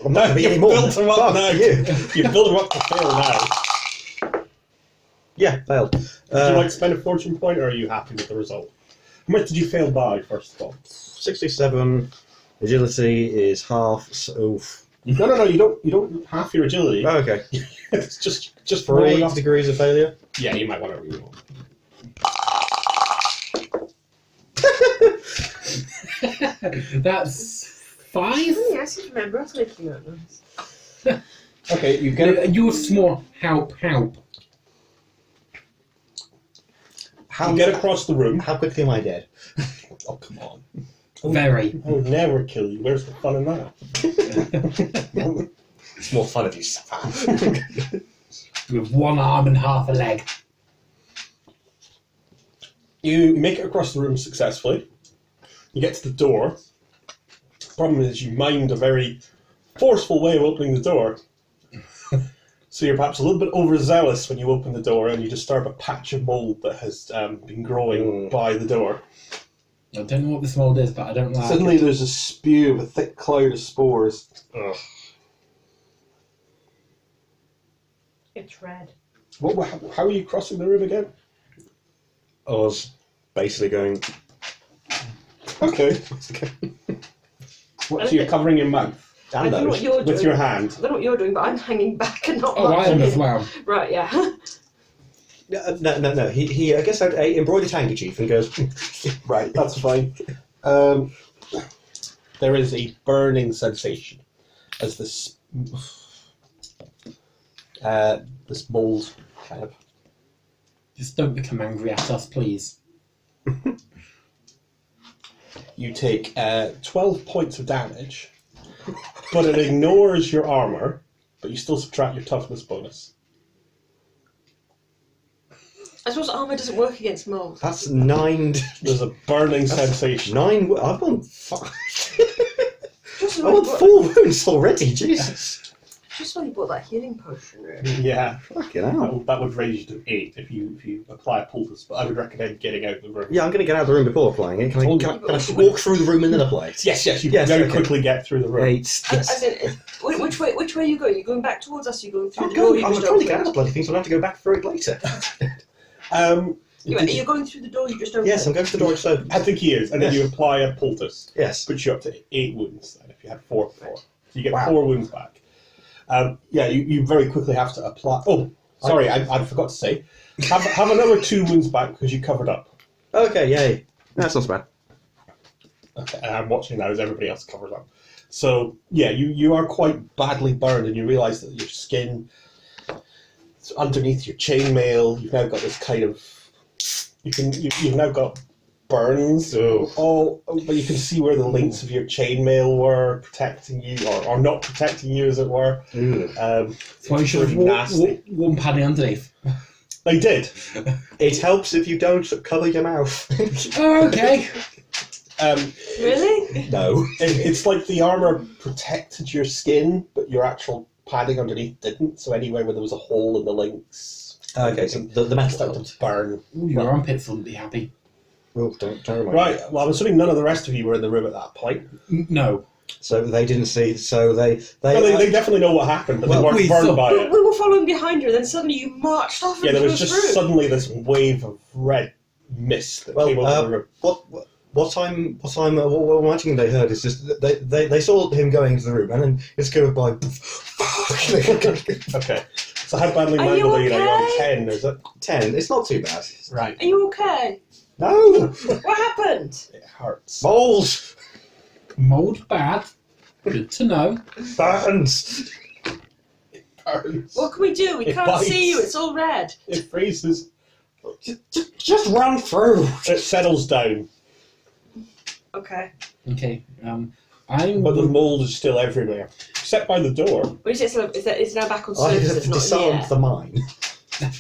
Speaker 5: I'm not going to be
Speaker 10: you've
Speaker 5: any more.
Speaker 10: built him up
Speaker 5: Fuck
Speaker 10: now.
Speaker 5: you.
Speaker 10: You've built her up to fail now.
Speaker 5: Yeah, failed.
Speaker 10: Would you
Speaker 5: Uh,
Speaker 10: like to spend a fortune point, or are you happy with the result? How much did you fail by, first of all?
Speaker 5: 67. Agility is half. So, oof.
Speaker 10: No, no, no. You don't. You don't half your agility.
Speaker 5: Oh, okay.
Speaker 10: it's just just for
Speaker 5: Three
Speaker 10: rolling off.
Speaker 5: degrees of failure.
Speaker 10: Yeah, you might want to reroll.
Speaker 4: That's five.
Speaker 3: Hmm, I seem to remember us making that noise.
Speaker 10: Okay, you get
Speaker 4: You- You're small. Help! Help!
Speaker 5: How,
Speaker 10: you get across the room.
Speaker 5: how quickly am I dead?
Speaker 10: Oh come on!
Speaker 4: Very.
Speaker 10: I would Oh, never kill you. Where's the fun in that?
Speaker 5: It's more fun if you suffer.
Speaker 4: With one arm and half a leg.
Speaker 10: You make it across the room successfully. You get to the door. Problem is, you mimed a very forceful way of opening the door. so you're perhaps a little bit overzealous when you open the door and you disturb a patch of mold that has um, been growing
Speaker 5: Mm.
Speaker 10: by the door.
Speaker 4: I don't know what this mold is, but I don't like.
Speaker 1: suddenly there's a spew of a thick cloud of spores.
Speaker 10: Ugh.
Speaker 3: It's red.
Speaker 10: What, wha- how are you crossing the room again?
Speaker 5: Oz basically going.
Speaker 10: Okay. What, so you're covering your mouth
Speaker 5: Damn
Speaker 3: I don't know
Speaker 5: those.
Speaker 3: what you're
Speaker 10: with
Speaker 3: doing.
Speaker 10: your hand.
Speaker 3: I don't know what you're doing, but I'm hanging back and not.
Speaker 4: oh, I am
Speaker 3: watching
Speaker 4: as
Speaker 3: it.
Speaker 4: well.
Speaker 3: Right, yeah.
Speaker 5: No, no, no. no. He, he, I guess, had a embroidered handkerchief and goes.
Speaker 10: Right, that's fine.
Speaker 1: Um,
Speaker 10: There is a burning sensation as this uh, this mold kind of.
Speaker 4: Just don't become angry at us, please.
Speaker 10: You take uh, twelve points of damage, but it ignores your armor, but you still subtract your toughness bonus.
Speaker 3: I suppose armour doesn't work against mold.
Speaker 5: That's nine.
Speaker 10: There's a burning
Speaker 5: That's
Speaker 10: sensation.
Speaker 5: Nine. wo- I've won five.
Speaker 3: Just
Speaker 5: I've
Speaker 3: when you
Speaker 5: won
Speaker 3: bought-
Speaker 5: Oh, four wounds already. Jesus.
Speaker 3: just when you bought that healing potion, really.
Speaker 10: Yeah,
Speaker 5: Fucking
Speaker 10: that
Speaker 5: hell.
Speaker 10: would, that would raise you to eight if you if you apply a poultice. But I would recommend getting out of the room.
Speaker 5: Yeah, I'm going to get out of the room before playing it. Can I,
Speaker 10: Hold
Speaker 5: can I, can I walk through the room and then I play it?
Speaker 10: Yes, yes, you
Speaker 5: Yes,
Speaker 10: very
Speaker 5: okay.
Speaker 10: quickly get through the room.
Speaker 5: Eight.
Speaker 3: As, as in, it- whi- which way? Which way are you going? You're going back towards us. You're going through
Speaker 5: I'm,
Speaker 3: the door.
Speaker 5: going,
Speaker 3: You
Speaker 5: I'm
Speaker 3: just
Speaker 5: trying to
Speaker 3: opened.
Speaker 5: get out of bloody things, so I don't have to go back for it later.
Speaker 10: Um,
Speaker 3: You, are you going through the door? You just opened.
Speaker 5: yes, I'm going to the door. So
Speaker 10: I think he is, and then
Speaker 5: Yes.
Speaker 10: you apply a poultice.
Speaker 5: yes,
Speaker 10: puts you up to eight wounds then if you had four before. So you get
Speaker 5: Wow.
Speaker 10: four wounds back. Um, yeah, you, you very quickly have to apply. Oh, sorry, I, I forgot to say. Have, have another two wounds back because you covered up.
Speaker 5: okay, yay. That's not so bad.
Speaker 10: Okay, and I'm watching now as everybody else covers up. So, yeah, you, you are quite badly burned and you realise that your skin, it's underneath your chainmail, you've now got this kind of. You can, you, you've now got burns all, but you can see where the links of your chainmail were protecting you, or, or not protecting you, as it were. Um,
Speaker 4: That's why you should have
Speaker 10: pretty
Speaker 4: wa-
Speaker 10: nasty.
Speaker 4: wa- warm padding underneath.
Speaker 10: they did.
Speaker 5: It helps if you don't cover your mouth.
Speaker 4: Oh, okay.
Speaker 10: Um,
Speaker 3: Really?
Speaker 5: no.
Speaker 10: it, it's like the armor protected your skin, but your actual padding underneath didn't. So anywhere where there was a hole in the links,
Speaker 5: Okay, so the, the metal
Speaker 10: started
Speaker 5: element.
Speaker 10: to burn.
Speaker 4: Ooh, your armpits wouldn't be happy.
Speaker 5: Oh, don't, don't remind me.
Speaker 10: Right. Well, I'm assuming none of the rest of you were in the room at that point.
Speaker 4: N- No.
Speaker 5: So they didn't see. So they they. uh,
Speaker 10: No, they, they definitely know what happened, but
Speaker 5: Well,
Speaker 10: they weren't
Speaker 4: we
Speaker 10: burned
Speaker 4: saw-
Speaker 10: by
Speaker 3: We,
Speaker 10: it.
Speaker 3: we were following behind you, and then suddenly you marched off.
Speaker 10: Yeah, there
Speaker 3: into
Speaker 10: was
Speaker 3: a
Speaker 10: just
Speaker 3: room.
Speaker 10: suddenly this wave of red mist that
Speaker 5: Well,
Speaker 10: came over
Speaker 5: uh,
Speaker 10: the room.
Speaker 5: what what- what I'm what I'm uh, what, what I'm imagining they heard is just that they, they they saw him going into the room and then it's covered by.
Speaker 10: Okay. So how badly
Speaker 3: Are
Speaker 10: mangled
Speaker 3: you
Speaker 10: are you now? You're on
Speaker 3: okay?
Speaker 10: ten, is it?
Speaker 5: Ten. It's not too bad.
Speaker 10: Right.
Speaker 3: Are you okay?
Speaker 5: No
Speaker 3: What happened?
Speaker 10: It hurts.
Speaker 5: balls,
Speaker 4: Mold bad. Good to know.
Speaker 5: burns.
Speaker 10: It burns.
Speaker 3: What can we do? We
Speaker 10: It
Speaker 3: can't
Speaker 10: bites.
Speaker 3: see you. It's all red.
Speaker 10: It freezes.
Speaker 1: Just, just, just run through.
Speaker 10: It settles down,
Speaker 3: Okay.
Speaker 4: Okay. Um, I'm.
Speaker 10: but the mold is still everywhere, except by the door.
Speaker 3: What is it? So is that is now back on
Speaker 5: I
Speaker 3: surface?
Speaker 5: have
Speaker 3: It's not in
Speaker 5: Oh, disarmed
Speaker 3: the air.
Speaker 5: the mine.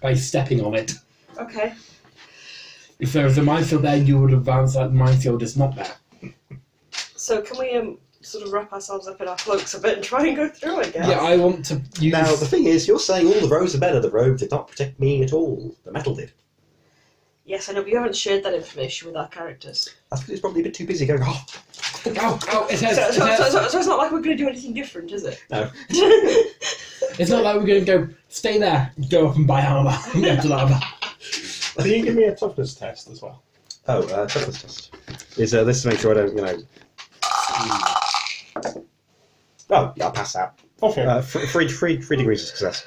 Speaker 4: by stepping on it.
Speaker 3: Okay.
Speaker 4: If there was a minefield there, you would advance that minefield is not there.
Speaker 3: So can we um sort of wrap ourselves up in our cloaks a bit and try and go through? I guess.
Speaker 4: Yeah, I want to use.
Speaker 5: Now, the thing is, you're saying all the roads are better. The road did not protect me at all. The metal did.
Speaker 3: Yes, I know. We haven't shared that information with our characters.
Speaker 5: That's because it's probably a bit too busy going, oh,
Speaker 4: Ow, ow, it
Speaker 3: So,
Speaker 4: hurts,
Speaker 3: so,
Speaker 4: it
Speaker 3: so,
Speaker 4: hurts.
Speaker 3: so, so it's not like we're going to do anything different, is it?
Speaker 5: No.
Speaker 4: It's not like we're going to go, stay there, go up and buy armour, and go to the armour.
Speaker 10: Can you give me a toughness test as well?
Speaker 5: oh, uh, toughness test. Is uh, this to make sure I don't, you know. Hmm. Oh, yeah, I'll pass that.
Speaker 10: Okay.
Speaker 5: Uh, f- three, three, three degrees of success.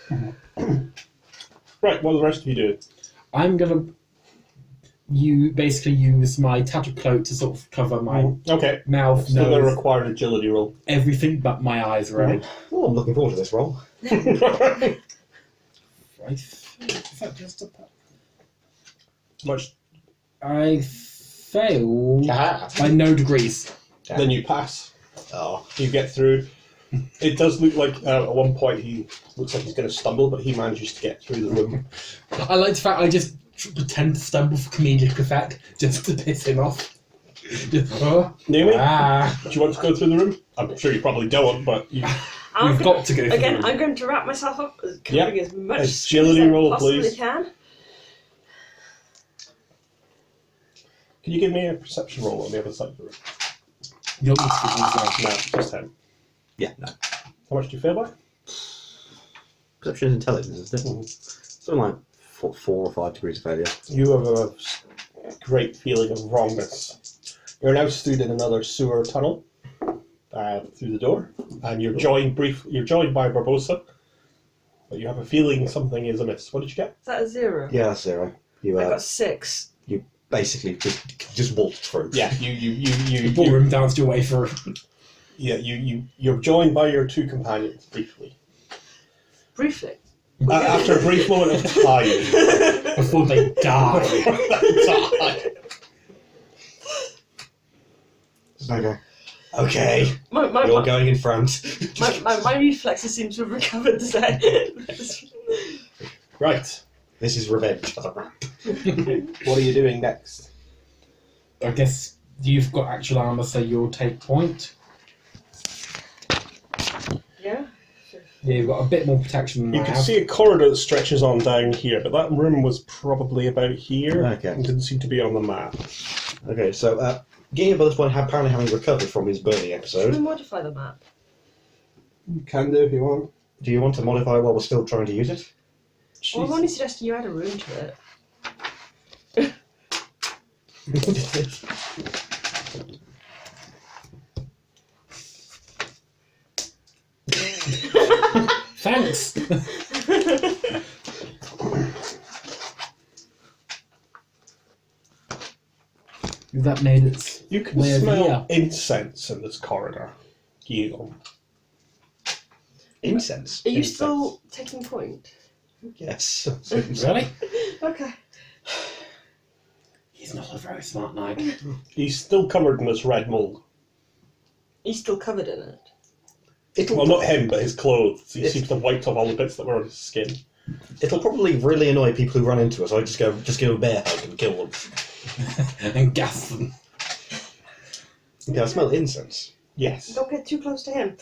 Speaker 10: right. What are the rest of you doing?
Speaker 4: I'm going to you basically use my tattered cloak to sort of cover my
Speaker 10: Okay.
Speaker 4: mouth,
Speaker 10: Mm. So Mm-hmm. they
Speaker 4: nose,
Speaker 10: require an agility roll.
Speaker 4: everything but my eyes around.
Speaker 5: Oh, I'm looking forward to this roll.
Speaker 4: I think, is that just a pa-
Speaker 10: Much.
Speaker 4: I failed
Speaker 5: Ah.
Speaker 4: by no degrees.
Speaker 10: Then you pass.
Speaker 5: Oh,
Speaker 10: You get through. It does look like uh, at one point he looks like he's going to stumble, but he manages to get through the room.
Speaker 4: I like the fact I just tr- pretend to stumble for comedic effect just to piss him off. Just, "Huh?
Speaker 10: Naomi,
Speaker 4: ah,
Speaker 10: do you want to go through the room? I'm sure you probably don't, but you,
Speaker 3: I'm
Speaker 4: we've
Speaker 3: gonna-
Speaker 4: got to go. through
Speaker 3: Ah. Again,
Speaker 4: them.
Speaker 3: I'm going to wrap myself up as
Speaker 10: Yep.
Speaker 3: covering as much
Speaker 10: Agility
Speaker 3: as I
Speaker 10: roll,
Speaker 3: possibly
Speaker 10: please.
Speaker 3: can.
Speaker 10: can you give me a perception roll on the other side of the room?
Speaker 4: You'll need to give me as well.
Speaker 10: No, just him.
Speaker 5: yeah, no.
Speaker 10: How much do you fail by?
Speaker 5: Perception and intelligence, isn't it? Something like four, four or five degrees of failure.
Speaker 10: You have a great feeling of wrongness. You're now stood in another sewer tunnel uh, through the door, and you're joined brief. You're joined by Barbosa, but you have a feeling something is amiss. What did you get?
Speaker 3: Is that a zero?
Speaker 5: Yeah, that's zero. You
Speaker 3: I
Speaker 5: uh,
Speaker 3: got six.
Speaker 5: basically just just waltzed through.
Speaker 10: you, you, you,
Speaker 4: The
Speaker 10: you, you
Speaker 4: ballroom danced your way for
Speaker 10: yeah, you, you, you're joined by your two companions briefly.
Speaker 3: Briefly.
Speaker 10: Uh, after a brief moment of time.
Speaker 4: before they die.
Speaker 5: Okay. Okay.
Speaker 3: My, my,
Speaker 5: You're
Speaker 3: my,
Speaker 5: going in front.
Speaker 3: my, my, my reflexes seem to have recovered today.
Speaker 10: right.
Speaker 5: this is revenge for the rap.
Speaker 10: What are you doing next?
Speaker 4: I guess you've got actual armor, so you'll take point.
Speaker 3: yeah.
Speaker 4: Yeah, you've got a bit more protection than
Speaker 10: You
Speaker 4: I
Speaker 10: can
Speaker 4: have.
Speaker 10: see a corridor that stretches on down here, but that room was probably about here.
Speaker 5: Okay.
Speaker 10: It didn't seem to be on the map.
Speaker 5: Okay, so uh, Gabe at this point, apparently having recovered from his burning
Speaker 3: Can we
Speaker 5: episode,
Speaker 3: modify the map?
Speaker 10: You can do if you want.
Speaker 5: do you want to modify while we're still trying to use it?
Speaker 3: Well, I'm only suggesting you add a room to it.
Speaker 4: Thanks. that made it.
Speaker 10: You can
Speaker 4: We're
Speaker 10: smell incense in this corridor, Guillaume.
Speaker 5: Incense.
Speaker 3: Are you still taking point?
Speaker 5: Yes.
Speaker 4: Really?
Speaker 3: Okay.
Speaker 4: He's not a very smart knight.
Speaker 10: He's still covered in this red mold.
Speaker 3: He's still covered in it.
Speaker 5: It'll,
Speaker 10: Well, not him, but his clothes. He
Speaker 5: Yes.
Speaker 10: seems to have wiped off all the bits that were on his skin.
Speaker 5: it'll probably really annoy people who run into us. I just go, just give a bear hug and kill them.
Speaker 4: and gas them.
Speaker 5: Yeah, I smell incense.
Speaker 10: Yes.
Speaker 3: Don't get too close to him.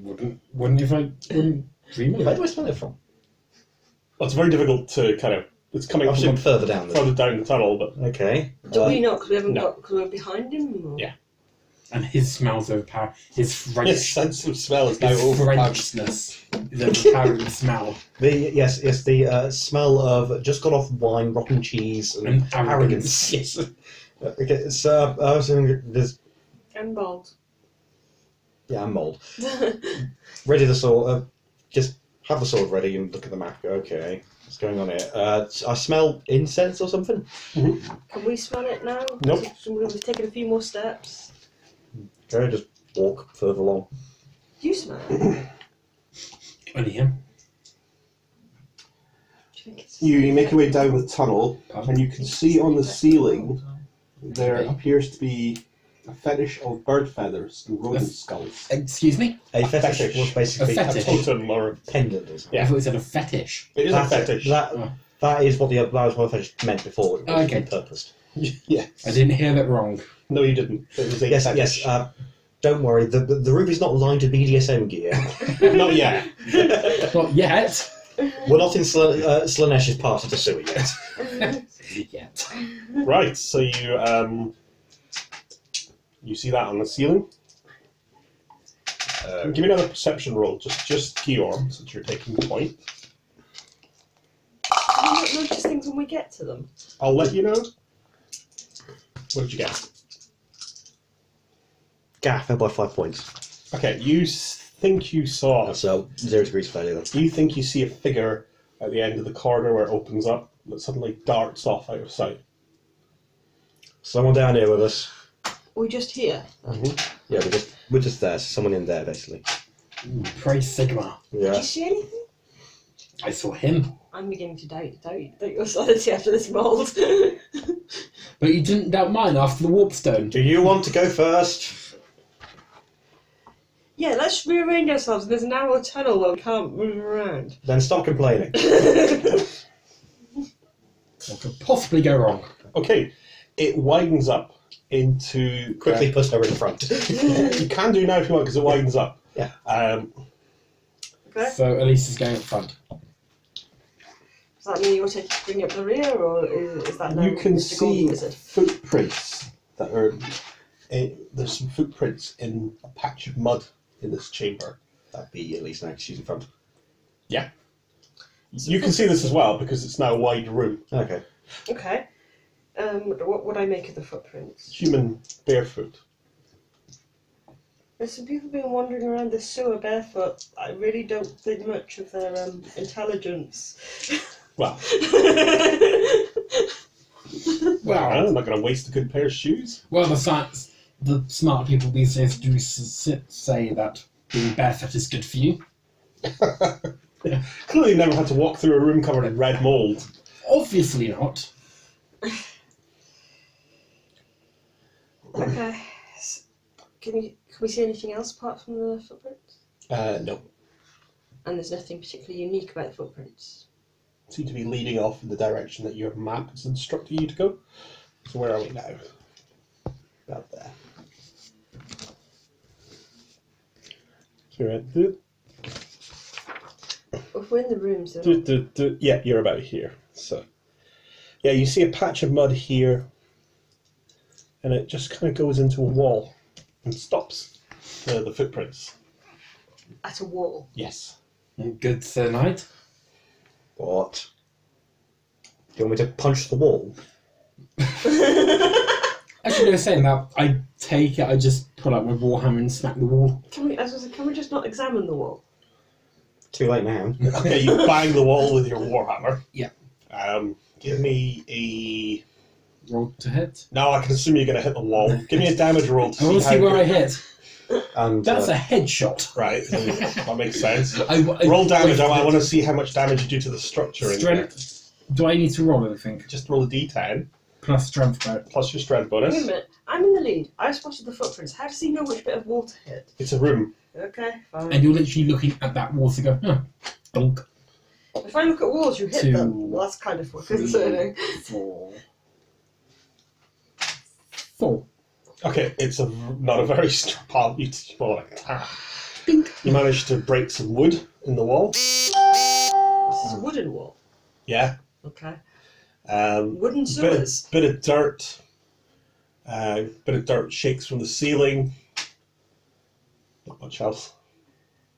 Speaker 4: Wouldn't, wouldn't if I wouldn't dream of
Speaker 5: Where
Speaker 4: it.
Speaker 5: do I smell it from?
Speaker 10: Well, it's very difficult to kind of. It's coming
Speaker 5: I've
Speaker 10: from
Speaker 5: seen further down.
Speaker 10: the-
Speaker 5: This.
Speaker 10: further down the tunnel, but
Speaker 5: Okay.
Speaker 3: Do
Speaker 5: Uh,
Speaker 3: we not? Because we haven't
Speaker 10: no.
Speaker 3: got. Because we're behind him. Or?
Speaker 10: Yeah.
Speaker 4: And his smells overpower. His French.
Speaker 10: his sense of smell is now
Speaker 4: his
Speaker 10: overpowered.
Speaker 4: Frenchness. The overpowering smell.
Speaker 5: The yes, yes, the uh, smell of just got off wine, rotten cheese, and,
Speaker 4: And
Speaker 5: arrogance.
Speaker 4: arrogance.
Speaker 5: Yes. okay, so I was saying there's
Speaker 3: And bald.
Speaker 5: yeah, mold.
Speaker 3: What's
Speaker 5: Ready the sword. Uh, just have the sword ready and look at the map. Go, okay, what's going on here? Uh, I smell incense or something.
Speaker 3: Can we smell it now?
Speaker 10: Nope.
Speaker 3: Someone has taken a few more steps.
Speaker 5: Okay, just walk further along.
Speaker 3: Do you smell it?
Speaker 4: Only him.
Speaker 12: think it's
Speaker 1: You, you make your way down the tunnel, and you can see on the ceiling there appears to be a fetish of bird feathers and rodent
Speaker 4: Yes.
Speaker 1: skulls.
Speaker 4: Excuse me?
Speaker 5: A
Speaker 10: fetish.
Speaker 5: fetish, was basically
Speaker 4: A
Speaker 10: A
Speaker 4: fetish.
Speaker 10: totem or a-
Speaker 5: pendant or something.
Speaker 4: I thought it said a fetish.
Speaker 10: it is
Speaker 5: That's
Speaker 10: a
Speaker 5: it.
Speaker 10: fetish.
Speaker 5: That, that is what the that was what the fetish meant before. It was
Speaker 4: Okay.
Speaker 5: repurposed.
Speaker 10: yes.
Speaker 4: I didn't hear that wrong.
Speaker 10: No, you didn't. It was a
Speaker 5: Yes,
Speaker 10: fetish.
Speaker 5: yes. Uh, don't worry, the, the the room is not lined to BDSM gear.
Speaker 10: Not yet.
Speaker 4: Not yet.
Speaker 5: We're not in Sl- uh, Slanesh's part of the sewer yet.
Speaker 4: Yet.
Speaker 10: Right, so you um, you see that on the ceiling.
Speaker 5: Uh,
Speaker 10: Give me another perception roll, just just Kior, since you're taking the point.
Speaker 3: We don't notice things when we get to them.
Speaker 10: I'll let you know. What did you get?
Speaker 5: Gaff fell by five points.
Speaker 10: Okay, you s- think you saw
Speaker 5: So zero degrees failure. Then.
Speaker 10: You think you see a figure at the end of the corridor where it opens up that suddenly darts off out of sight.
Speaker 5: Someone down here with us.
Speaker 11: We just here.
Speaker 5: Yeah, we're just we're just there. So someone in there basically.
Speaker 4: Pray Sigma.
Speaker 5: Yeah.
Speaker 3: Do you see anything?
Speaker 4: I saw him.
Speaker 3: I'm beginning to doubt, doubt, doubt your sanity after this mold.
Speaker 4: But you didn't doubt mine after the warp stone.
Speaker 5: Do you want to go first?
Speaker 3: yeah, let's rearrange ourselves. There's a narrow tunnel where we can't move around.
Speaker 5: Then stop complaining.
Speaker 4: What could possibly go wrong?
Speaker 10: Okay, it widens up into
Speaker 5: Quickly push over in front.
Speaker 10: you can do now if you want because it widens up.
Speaker 5: Yeah.
Speaker 10: Um,
Speaker 3: Okay?
Speaker 4: So Elise is going up front.
Speaker 3: Does that mean you're taking bring up the rear, or is, is that no
Speaker 1: You can
Speaker 3: Mr. Gordon
Speaker 1: see
Speaker 3: Wizard?
Speaker 1: footprints that are. eh, there's some footprints in a patch of mud in this chamber.
Speaker 5: That'd be at least now. 'cause She's in front.
Speaker 10: you can see this as well because it's now a wide room.
Speaker 5: Okay.
Speaker 3: Okay. Um, what would I make of the footprints?
Speaker 10: Human barefoot.
Speaker 3: There's some people been wandering around the sewer barefoot. I really don't think much of their um, intelligence.
Speaker 10: Well,
Speaker 4: Well,
Speaker 10: I'm not going to waste a good pair of shoes.
Speaker 4: well, the science, the smart people these days do s- s- say that being barefoot is good for you.
Speaker 10: Clearly, never had to walk through a room covered in red mold.
Speaker 4: Obviously not.
Speaker 3: okay. S- Can you can we see anything else apart from the footprints?
Speaker 10: Uh, no,
Speaker 3: And there's nothing particularly unique about the footprints.
Speaker 10: seem to be leading off in the direction that your map is instructing you to go. So where are we now? About there. So you're at do,
Speaker 3: If we're in the rooms, then
Speaker 10: do, do, do. yeah, you're about here. So yeah, you see a patch of mud here, and it just kind of goes into a wall and stops the, the footprints.
Speaker 3: at a wall.
Speaker 10: Yes.
Speaker 4: Good sir knight.
Speaker 5: What? Do you want me to punch the wall?
Speaker 4: Actually, no, saying that, I take it. I just pull out my warhammer and smack the wall.
Speaker 3: Can we? As I said, can we just not examine the wall?
Speaker 5: Too late now.
Speaker 10: Okay, you bang the wall with your warhammer.
Speaker 4: Yeah.
Speaker 10: Um, give me a
Speaker 4: Roll to hit.
Speaker 10: No, I can assume you're going to hit the wall. Give me a damage roll to
Speaker 4: I want to
Speaker 10: see how
Speaker 4: see where I
Speaker 10: good-
Speaker 4: hit.
Speaker 5: And
Speaker 4: That's
Speaker 5: uh,
Speaker 4: a headshot.
Speaker 10: Right, that makes sense.
Speaker 4: I, I-
Speaker 10: Roll damage.
Speaker 4: wait,
Speaker 10: I, want to see how much damage you do to the structure. In there.
Speaker 4: Strength. Do I need to roll anything?
Speaker 10: Just roll a d10
Speaker 4: Plus strength, right?
Speaker 10: plus your strength
Speaker 3: Wait a
Speaker 10: bonus.
Speaker 3: minute. I'm in the lead. I spotted the footprints. How does he know which bit of wall to hit?
Speaker 10: It's a room.
Speaker 3: Okay, fine.
Speaker 4: And you're literally looking at that wall to go, huh, bonk.
Speaker 3: If I look at walls, you hit
Speaker 4: Two,
Speaker 3: them. Well, that's kind of concerning.
Speaker 4: Four. Four.
Speaker 10: Okay, it's a not a very strong. Well, like, ah. you managed to break some wood in the wall.
Speaker 3: This is a wooden wall.
Speaker 10: Yeah.
Speaker 3: Okay.
Speaker 10: Um,
Speaker 3: Wooden
Speaker 10: bit, of,
Speaker 3: sewers.
Speaker 10: bit of dirt. Uh, bit of dirt shakes from the ceiling. Not much else.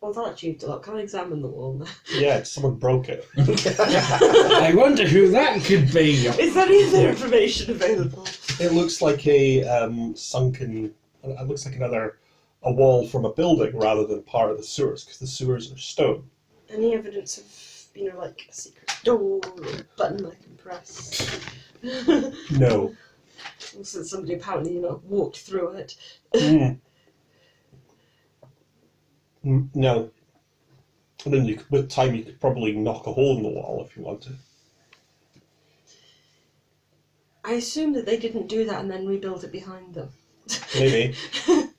Speaker 3: Well, that achieved a lot. Can I examine the wall now?
Speaker 10: Yeah, someone broke it.
Speaker 4: I wonder who that could be.
Speaker 3: Is there any other information available?
Speaker 10: It looks like a um, sunken. uh, It looks like another a wall from a building rather than part of the sewers because the sewers are stone.
Speaker 3: Any evidence of, you know, like a secret door or a button I can press? well,
Speaker 10: No.
Speaker 3: since somebody apparently, you know, walked through it.
Speaker 10: Mm. Mm, No. I mean, you could, with time, you could probably knock a hole in the wall if you wanted.
Speaker 3: I assume that they didn't do that and then rebuild it behind them.
Speaker 10: Maybe.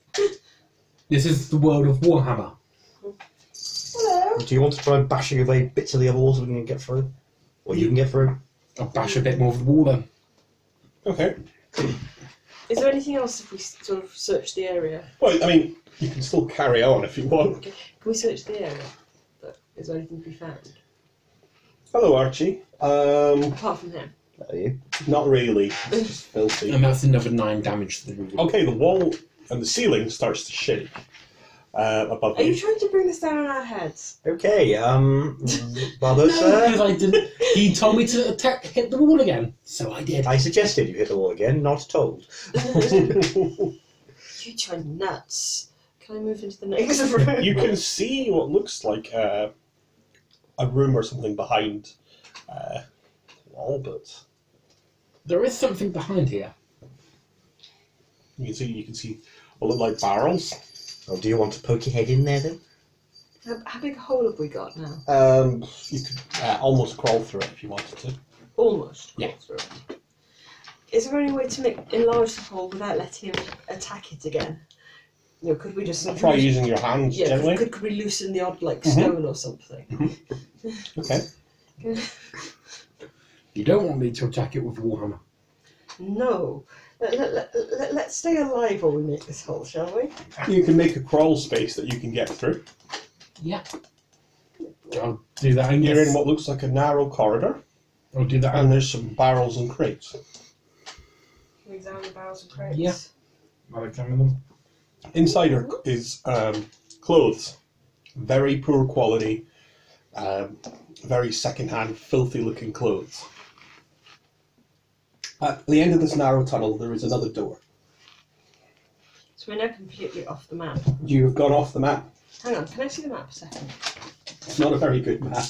Speaker 4: This is the world of Warhammer.
Speaker 11: Hello.
Speaker 5: Do you want to try and bash away bits of the other walls we can get through? Or you can get through?
Speaker 4: I'll bash a bit more of the wall then.
Speaker 10: Okay.
Speaker 3: Is there anything else if we s- sort of search the area?
Speaker 10: Well, I mean, you can still carry on if you want.
Speaker 3: Can we search the area? But Is there anything to be found?
Speaker 10: Hello, Archie. Um,
Speaker 3: Apart from him.
Speaker 5: Are you?
Speaker 10: not really. It's just filthy.
Speaker 4: And that's another nine damage to the wall.
Speaker 10: Okay, the wall and the ceiling starts to shake uh, above
Speaker 3: Are you
Speaker 10: you.
Speaker 3: trying to bring this down on our heads?
Speaker 5: Okay, um. Barbosa,
Speaker 4: Because I didn't. He told me to attack, hit the wall again, so I did.
Speaker 5: I suggested you hit the wall again, not told.
Speaker 3: You two are nuts. Can I move into the next room?
Speaker 10: You can see what looks like uh, a room or something behind uh, the wall, but
Speaker 4: There is something behind here.
Speaker 10: you can see you can see what look like barrels.
Speaker 5: Oh, do you want to poke your head in there then?
Speaker 3: how, how big a hole have we got now?
Speaker 10: Um, you could uh, almost crawl through it if you wanted to.
Speaker 3: Almost.
Speaker 4: Yeah.
Speaker 3: Is there any way to make, enlarge the hole without letting him attack it again? No, could we just
Speaker 10: Try using your hands
Speaker 3: yeah,
Speaker 10: gently.
Speaker 3: could, could we loosen the odd like
Speaker 10: Mhm.
Speaker 3: stone or something?
Speaker 10: Mm-hmm. Okay.
Speaker 4: You don't want me to attack it with Warhammer.
Speaker 3: No. Let, let, let, let, let's stay alive while we make this hole, shall we?
Speaker 10: You can make a crawl space that you can get through.
Speaker 4: I'll do that.
Speaker 10: And
Speaker 4: And
Speaker 10: you're in what looks like a narrow corridor,
Speaker 4: I'll do that.
Speaker 10: and there's some barrels and crates.
Speaker 11: Can we examine the barrels and crates?
Speaker 4: Yeah. I'll examine them.
Speaker 10: Inside are, is um, clothes, very poor quality, um, very second-hand, filthy-looking clothes. At the end of this narrow tunnel, there is another door.
Speaker 3: So we're now completely off the map.
Speaker 10: You have gone off the map.
Speaker 3: Hang on, can I see the map a second?
Speaker 10: It's not a very good map.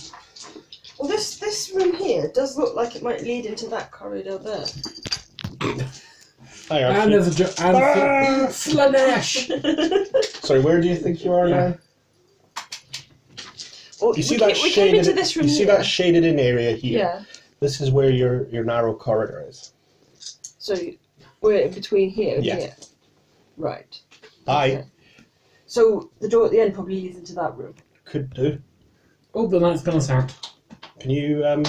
Speaker 3: Well, this this room here does look like it might lead into that corridor there.
Speaker 10: Hi,
Speaker 4: And
Speaker 10: Archie.
Speaker 4: there's a. Ju- and Slanesh!
Speaker 10: Sorry, where do you think you are uh, now?
Speaker 3: Or
Speaker 10: You see
Speaker 3: we,
Speaker 10: that
Speaker 3: ca- we came
Speaker 10: shaded.
Speaker 3: into this room
Speaker 10: you see
Speaker 3: here.
Speaker 10: that shaded-in area here.
Speaker 3: yeah.
Speaker 10: This is where your your narrow corridor is.
Speaker 3: So we're in between here and
Speaker 10: Yeah.
Speaker 3: here. Right.
Speaker 10: I
Speaker 3: Okay. So the door at the end probably leads into that room.
Speaker 10: could do.
Speaker 4: Oh, the light's gone out.
Speaker 10: Can you um,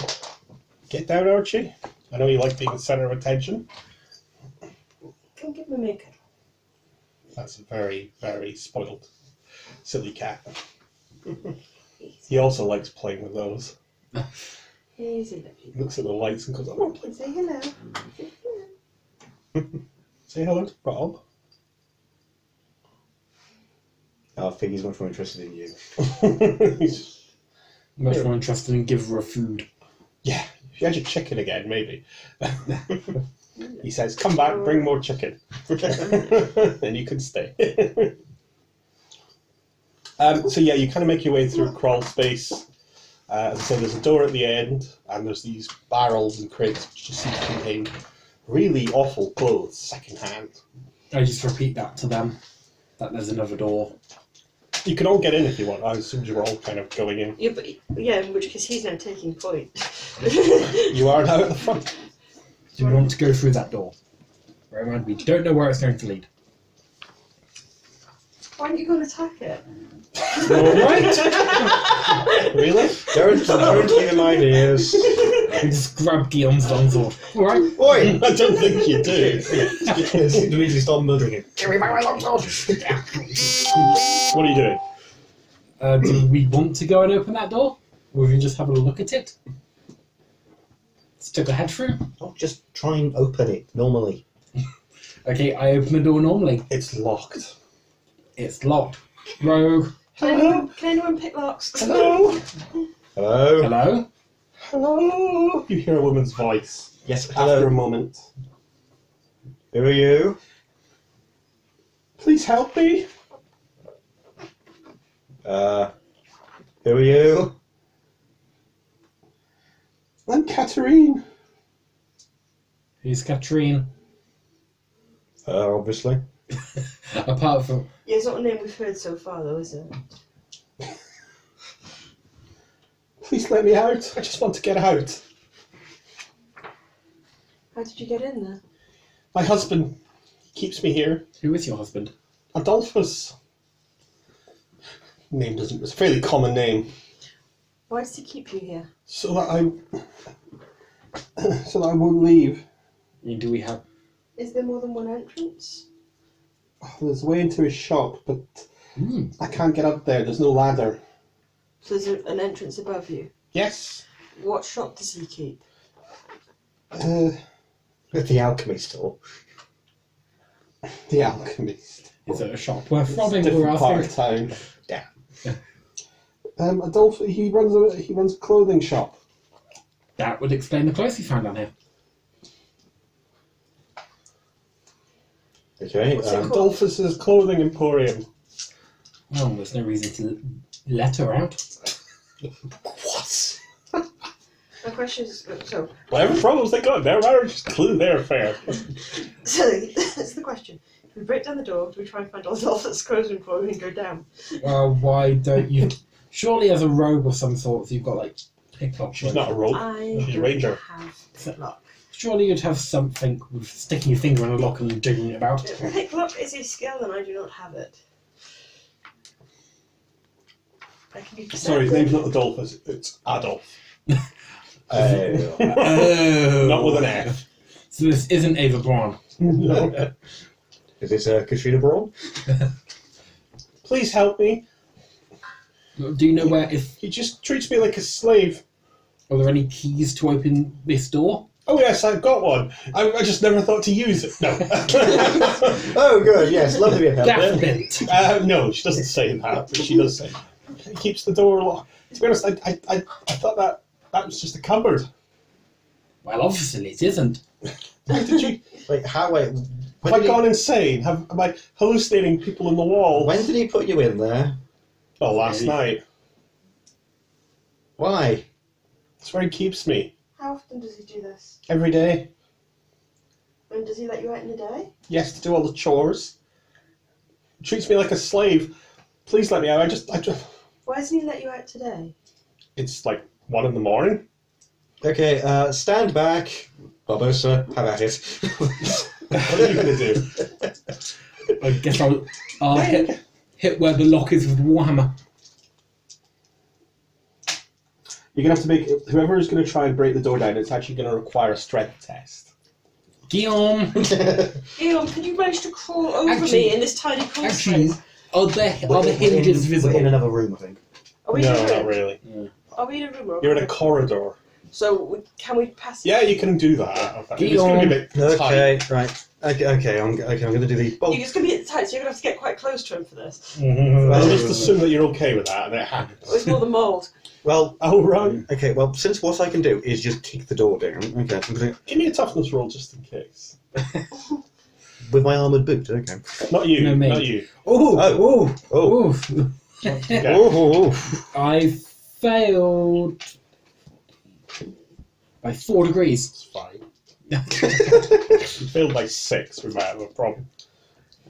Speaker 10: get down, Archie? I know you like being the center of attention.
Speaker 3: Come give me a maker.
Speaker 10: That's a very, very spoiled, silly cat. he also likes playing with those.
Speaker 3: Here's a lovely.
Speaker 10: He looks at the lights and goes, I want to play.
Speaker 11: Say hello.
Speaker 10: Say hello to Bob.
Speaker 5: I think he's much more interested in you.
Speaker 10: He's-
Speaker 4: Much more interested in give her a food.
Speaker 10: yeah, if you had your chicken again, maybe. he says, Come back, bring more chicken. then you can stay. um, so, yeah, you kind of make your way through crawl space. Uh, as I said, there's a door at the end, and there's these barrels and crates which just seem to contain really awful clothes, secondhand.
Speaker 4: I just repeat that to them. That there's another door.
Speaker 10: You can all get in if you want. I assumed you were all kind of going in.
Speaker 3: Yeah, but yeah, in which case he's now taking point.
Speaker 10: You are now at the front.
Speaker 4: Do we want to go through that door? Bear in mind, we don't know where it's going to lead.
Speaker 3: Why don't you go and attack it?
Speaker 10: Really?
Speaker 5: Don't, don't give him ideas.
Speaker 4: We just grab Guillaume's longsword. Alright.
Speaker 5: Oi!
Speaker 10: I don't think you do.
Speaker 5: Immediately start murdering him.
Speaker 4: Give me my longsword!
Speaker 10: What are you doing?
Speaker 4: Uh, do we want to go and open that door? Or we can just have a look at it? Stick a head through?
Speaker 5: Oh, just try and open it normally.
Speaker 4: Okay, I open the door normally.
Speaker 10: It's locked.
Speaker 4: It's locked. Rogue.
Speaker 3: Can anyone, can anyone pick locks?
Speaker 10: Hello?
Speaker 5: Hello?
Speaker 4: Hello?
Speaker 10: Hello? You hear a woman's voice
Speaker 5: Yes,
Speaker 10: after a
Speaker 5: hello.
Speaker 10: moment.
Speaker 5: Who are you?
Speaker 10: Please help me.
Speaker 5: Uh, who are you?
Speaker 10: I'm Katerine.
Speaker 4: Who's Katrine?
Speaker 5: Uh, obviously.
Speaker 4: Apart from
Speaker 3: Yeah, it's not a name we've heard so far, though, is it?
Speaker 10: Please let me out. I just want to get out.
Speaker 3: How did you get in there?
Speaker 10: My husband keeps me here.
Speaker 4: Who is your husband?
Speaker 10: Adolphus. Name doesn't. It's a fairly common name.
Speaker 3: Why does he keep you here?
Speaker 10: So that I. so that I won't leave.
Speaker 4: Do we have?
Speaker 11: Is there more than one entrance?
Speaker 10: There's a way into his shop, but
Speaker 4: Hmm.
Speaker 10: I can't get up there. There's no ladder.
Speaker 3: So there's a, an entrance above you.
Speaker 10: Yes.
Speaker 3: What shop does he keep?
Speaker 10: Uh,
Speaker 5: The Oh, alchemy store.
Speaker 10: the alchemist.
Speaker 4: Is it a shop worth robbing or
Speaker 10: Different part of
Speaker 4: asking?
Speaker 10: town.
Speaker 5: Yeah.
Speaker 10: Um, Adolphus. He runs a he runs a clothing shop.
Speaker 4: That would explain the clothes he found on here.
Speaker 5: Okay.
Speaker 3: What's it
Speaker 5: Um,
Speaker 10: Adolphus's clothing emporium.
Speaker 4: Well, there's no reason to l- let her out.
Speaker 10: What?
Speaker 11: My question is, uh, so,
Speaker 10: Whatever problems they got, their marriage is clear. their affair.
Speaker 11: so that's the question. If we break down the door, do we try and find Ozdolphus Crozen before we go down?
Speaker 4: Well, why don't you? Surely, as a robe of some sort, you've got like picklock.
Speaker 10: She's
Speaker 4: robe.
Speaker 10: not a rogue.
Speaker 3: I
Speaker 10: She's a
Speaker 3: don't
Speaker 10: ranger.
Speaker 3: have
Speaker 4: So-
Speaker 3: lock.
Speaker 4: Surely you'd have something with sticking your finger in a lock and jiggling it about.
Speaker 3: Pick lock is a skill and I do not have it. I can be
Speaker 10: Sorry, his
Speaker 3: perceptive.
Speaker 10: name's not Adolphus. It's Adolf.
Speaker 5: uh,
Speaker 4: Oh,
Speaker 10: Not with an F.
Speaker 4: So this isn't Ava Braun.
Speaker 10: No.
Speaker 5: is this uh, Katrina Braun?
Speaker 10: Please help me.
Speaker 4: Do you know where? If
Speaker 10: He just treats me like a slave.
Speaker 4: are there any keys to open this door?
Speaker 10: Oh yes, I've got one. I, I just never thought to use it. No.
Speaker 5: Oh, good. Yes, love to be a help.
Speaker 4: Daft bent.
Speaker 10: uh, no, she doesn't say that, but she does say he keeps the door locked. To be honest, I, I, I, I thought that that was just a cupboard.
Speaker 4: Well, obviously it isn't.
Speaker 10: How did you?
Speaker 5: Wait, how? Wait,
Speaker 10: Have
Speaker 5: when
Speaker 10: I
Speaker 5: did,
Speaker 10: gone insane? Have am I hallucinating people in the
Speaker 5: he,
Speaker 10: wall?
Speaker 5: when did he put you in there?
Speaker 10: Oh, last night.
Speaker 5: Why?
Speaker 10: That's where he keeps me
Speaker 11: How often does he do this?
Speaker 10: every day.
Speaker 11: And does he let you out in the day?
Speaker 10: He has to do all the chores. Treats me like a slave. Please let me out. I just, I just.
Speaker 11: Why doesn't he let you out today?
Speaker 10: It's like one in the morning.
Speaker 5: Okay, uh, stand back, Barbosa. Have at it.
Speaker 10: What are you gonna do?
Speaker 4: I guess I'll, I'll hit, hit where the lock is with Warhammer.
Speaker 10: You're gonna have to make whoever is gonna try and break the door down. It's actually gonna require a strength test.
Speaker 4: Guillaume,
Speaker 3: Eon, could you manage to crawl over
Speaker 4: Actually-
Speaker 3: me in this tiny crawl
Speaker 4: actually,
Speaker 3: space?
Speaker 4: are there
Speaker 5: We're
Speaker 4: are the
Speaker 5: in- we're
Speaker 4: hinges
Speaker 5: in,
Speaker 4: visible?
Speaker 5: We're in another room, I think.
Speaker 3: Are we in a room?
Speaker 10: really.
Speaker 3: Are we in a room? or-
Speaker 10: You're in a corridor.
Speaker 3: So we, can we pass?
Speaker 10: Yeah, you can do that. It's gonna be a bit tight.
Speaker 5: Okay, right. Okay, okay, I'm, okay, I'm going to do the bolt.
Speaker 3: You're just gonna be at the tight, so you're gonna have to get quite close to him for this.
Speaker 10: I'll just
Speaker 5: Well,
Speaker 10: assume that you're okay with that, and it
Speaker 3: It was
Speaker 10: happens.
Speaker 3: more the mold.
Speaker 5: well,
Speaker 10: oh right.
Speaker 5: okay, well, since what I can do is just kick the door down, okay, I'm gonna,
Speaker 10: Give me a toughness roll just in case.
Speaker 5: with my armoured boot, okay.
Speaker 10: Not you.
Speaker 4: No, me.
Speaker 10: not you.
Speaker 4: Oh, oh,
Speaker 5: Oh,
Speaker 4: oh!
Speaker 10: Yeah.
Speaker 5: oh, oh, oh.
Speaker 4: I failed by four degrees.
Speaker 10: It's fine. You failed by six, we might have a problem.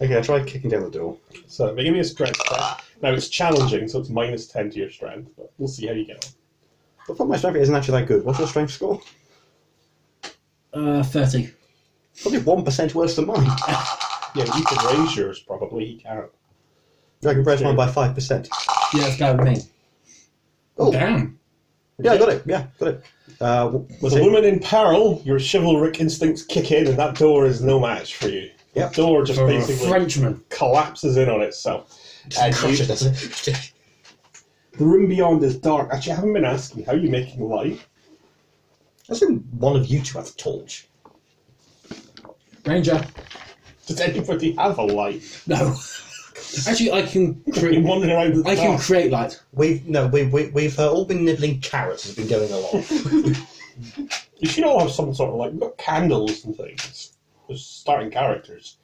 Speaker 5: Okay, I tried kicking down the door.
Speaker 10: So they give me a strength test. Now it's challenging, so it's minus ten to your strength, but we'll see how you get on.
Speaker 5: I thought my strength isn't actually that good. What's your strength score?
Speaker 4: Uh, thirty.
Speaker 5: Probably 1% worse than mine.
Speaker 10: Yeah, you can raise yours probably. He can't.
Speaker 5: I can raise mine by 5%.
Speaker 4: Yeah, that's better than me.
Speaker 5: Oh.
Speaker 4: damn!
Speaker 5: Yeah, I got it. Yeah, got it. Uh, w-
Speaker 10: With
Speaker 5: was
Speaker 10: a
Speaker 5: it-
Speaker 10: woman in peril, your chivalric instincts kick in, and that door is no match for you.
Speaker 5: Yep.
Speaker 10: That door just
Speaker 4: For a
Speaker 10: basically
Speaker 4: Frenchman.
Speaker 10: collapses in on itself. And you-
Speaker 5: Gosh, it doesn't.
Speaker 10: the room beyond is dark. Actually, I haven't been asking how you're making light.
Speaker 5: I assume one of you two has a torch.
Speaker 4: Ranger.
Speaker 10: Does anybody have a light?
Speaker 4: No. Actually, I can
Speaker 10: You're
Speaker 4: create.
Speaker 10: wandering around with
Speaker 4: I can create light.
Speaker 5: We've no, we, we, we've uh, all been nibbling carrots has been going along.
Speaker 10: You should all have some sort of like. We've got candles and things. There's starting characters.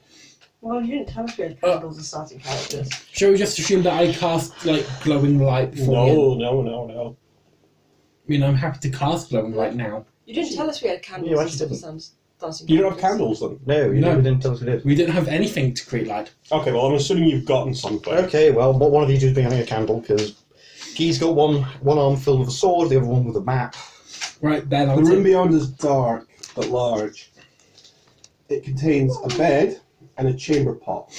Speaker 3: Well, you didn't tell us we had candles as starting characters.
Speaker 4: Shall we just assume that I cast like glowing light before? the end?
Speaker 10: No, no, no, no.
Speaker 4: I mean, I'm happy to cast glowing light now.
Speaker 3: You didn't tell us we had candles.
Speaker 5: Yeah, I
Speaker 3: as
Speaker 5: just didn't.
Speaker 3: some starting
Speaker 10: You don't have
Speaker 3: characters.
Speaker 10: candles then?
Speaker 5: no, you
Speaker 4: No.
Speaker 5: never didn't tell us we did.
Speaker 4: We don't have anything to create light.
Speaker 10: Okay, well, I'm assuming you've gotten something.
Speaker 5: Okay, well, what one of you two's been having a candle because Guy's got one one arm filled with a sword, the other one with a map.
Speaker 4: Right then, I'll
Speaker 2: The room
Speaker 4: take,
Speaker 2: beyond is dark but large.
Speaker 1: It contains a bed and a chamber pot.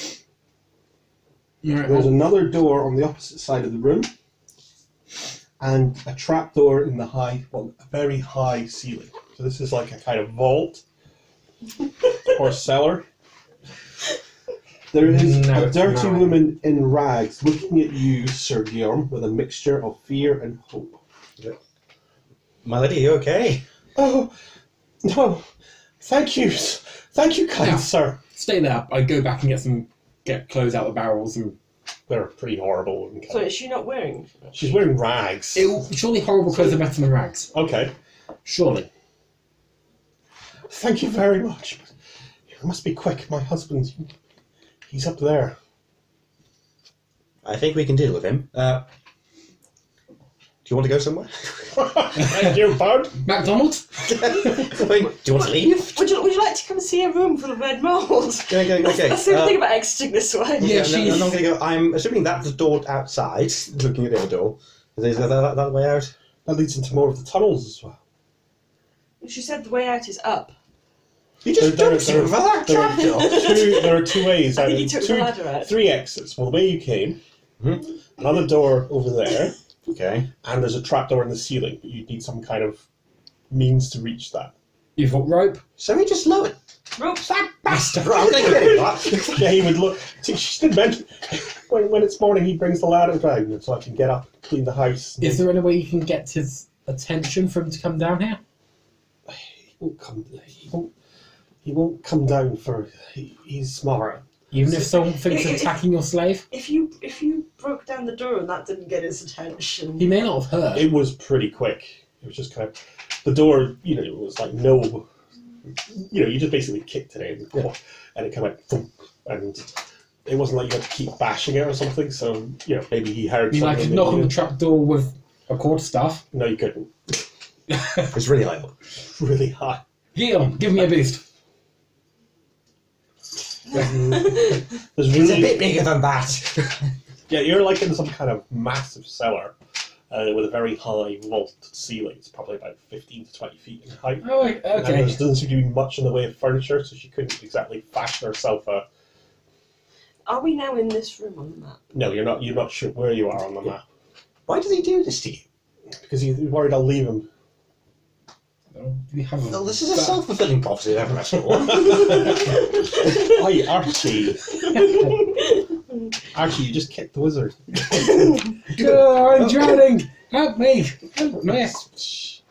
Speaker 4: You're
Speaker 1: There's another door on the opposite side of the room, and a trapdoor in the high, well, a very high ceiling. So this is like a kind of vault or cellar. There is
Speaker 4: No,
Speaker 1: a
Speaker 4: it's
Speaker 1: dirty
Speaker 4: not.
Speaker 1: woman in rags looking at you, Sir Guillaume, with a mixture of fear and hope.
Speaker 5: My lady, you okay?
Speaker 1: Oh no! Thank you, thank you, kind
Speaker 4: Yeah.
Speaker 1: sir.
Speaker 4: Stay there. I go back and get some get clothes out of the barrels and
Speaker 10: They're pretty horrible. looking
Speaker 3: So
Speaker 10: colours.
Speaker 3: is she not wearing?
Speaker 10: She's wearing rags.
Speaker 4: it will, surely horrible clothes are better than rags.
Speaker 10: Okay.
Speaker 4: Surely.
Speaker 1: Thank you very much. But you must be quick. My husband, he's up there.
Speaker 5: I think we can deal with him. Uh, do you want to go somewhere?
Speaker 10: Thank you, bud.
Speaker 4: McDonald's?
Speaker 5: do you want to leave?
Speaker 3: Would you, would you like to come and see a room full of red mold?
Speaker 5: Okay, okay, okay.
Speaker 3: That's the only
Speaker 5: uh,
Speaker 3: thing about exiting this way.
Speaker 4: Yeah,
Speaker 5: no, no,
Speaker 4: she's-
Speaker 5: I'm not gonna go. I'm assuming that's the door outside, looking at the other door. Is that, that, that way out?
Speaker 1: That leads into more of the tunnels as well.
Speaker 3: She said the way out is up.
Speaker 5: You just
Speaker 10: There-
Speaker 5: don't
Speaker 10: there-
Speaker 5: seem that
Speaker 10: There are, two, there are two ways.
Speaker 3: I
Speaker 10: out
Speaker 3: think he
Speaker 10: of-
Speaker 3: took
Speaker 10: two-
Speaker 3: the ladder out. Mm-hmm.
Speaker 10: Three exits. Well, the way you came, another door over there,
Speaker 5: Okay.
Speaker 10: and there's a trapdoor in the ceiling. But you'd need some kind of means to reach that.
Speaker 4: You've got rope.
Speaker 5: So we just lowered.
Speaker 3: Ropes.
Speaker 5: Bastard! I'm not getting that.
Speaker 10: Yeah, he would look. She she did mention when, when it's morning, he brings the ladder down so I can get up, clean the house.
Speaker 4: Is there any way you can get his attention for him to come down here?
Speaker 1: He won't come. He won't. He won't come down for. He, he's smart.
Speaker 4: Even if someone thinks of attacking your slave,
Speaker 3: If you if you broke down the door and that didn't get his attention,
Speaker 4: he may not have heard.
Speaker 10: It was pretty quick. It was just kind of the door. You know, it was like no. You know, you just basically kicked it in, and it kind of thump, and it wasn't like you had to keep bashing it or something. So you know, maybe he heard.
Speaker 4: I mean, I
Speaker 10: something
Speaker 4: could
Speaker 10: that
Speaker 4: knock
Speaker 10: you-
Speaker 4: on the trapdoor with a quarterstaff.
Speaker 10: No, you couldn't.
Speaker 5: It's really high up.
Speaker 10: Really high.
Speaker 4: Guillaume, give me a beast.
Speaker 10: There's
Speaker 5: It's
Speaker 10: really
Speaker 5: a bit bigger than that.
Speaker 10: yeah. You're like in some kind of massive cellar. Uh, with a very high vaulted ceiling, it's probably about fifteen to twenty feet in height.
Speaker 4: Oh,
Speaker 10: And there
Speaker 4: okay.
Speaker 10: doesn't seem to be much in the way of furniture, so she couldn't exactly fashion herself a.
Speaker 3: are we now in this room on the map?
Speaker 10: No, you're not. You're not sure where you are on the map
Speaker 5: Why does he do this to you?
Speaker 10: because he's worried I'll leave him.
Speaker 4: We have a-
Speaker 5: Oh, this is a self-fulfilling prophecy. I've never asked for.
Speaker 10: Hi, Archie. Archie, you just kicked the wizard.
Speaker 4: Oh, I'm drowning! Help me! Help me!
Speaker 10: Yes.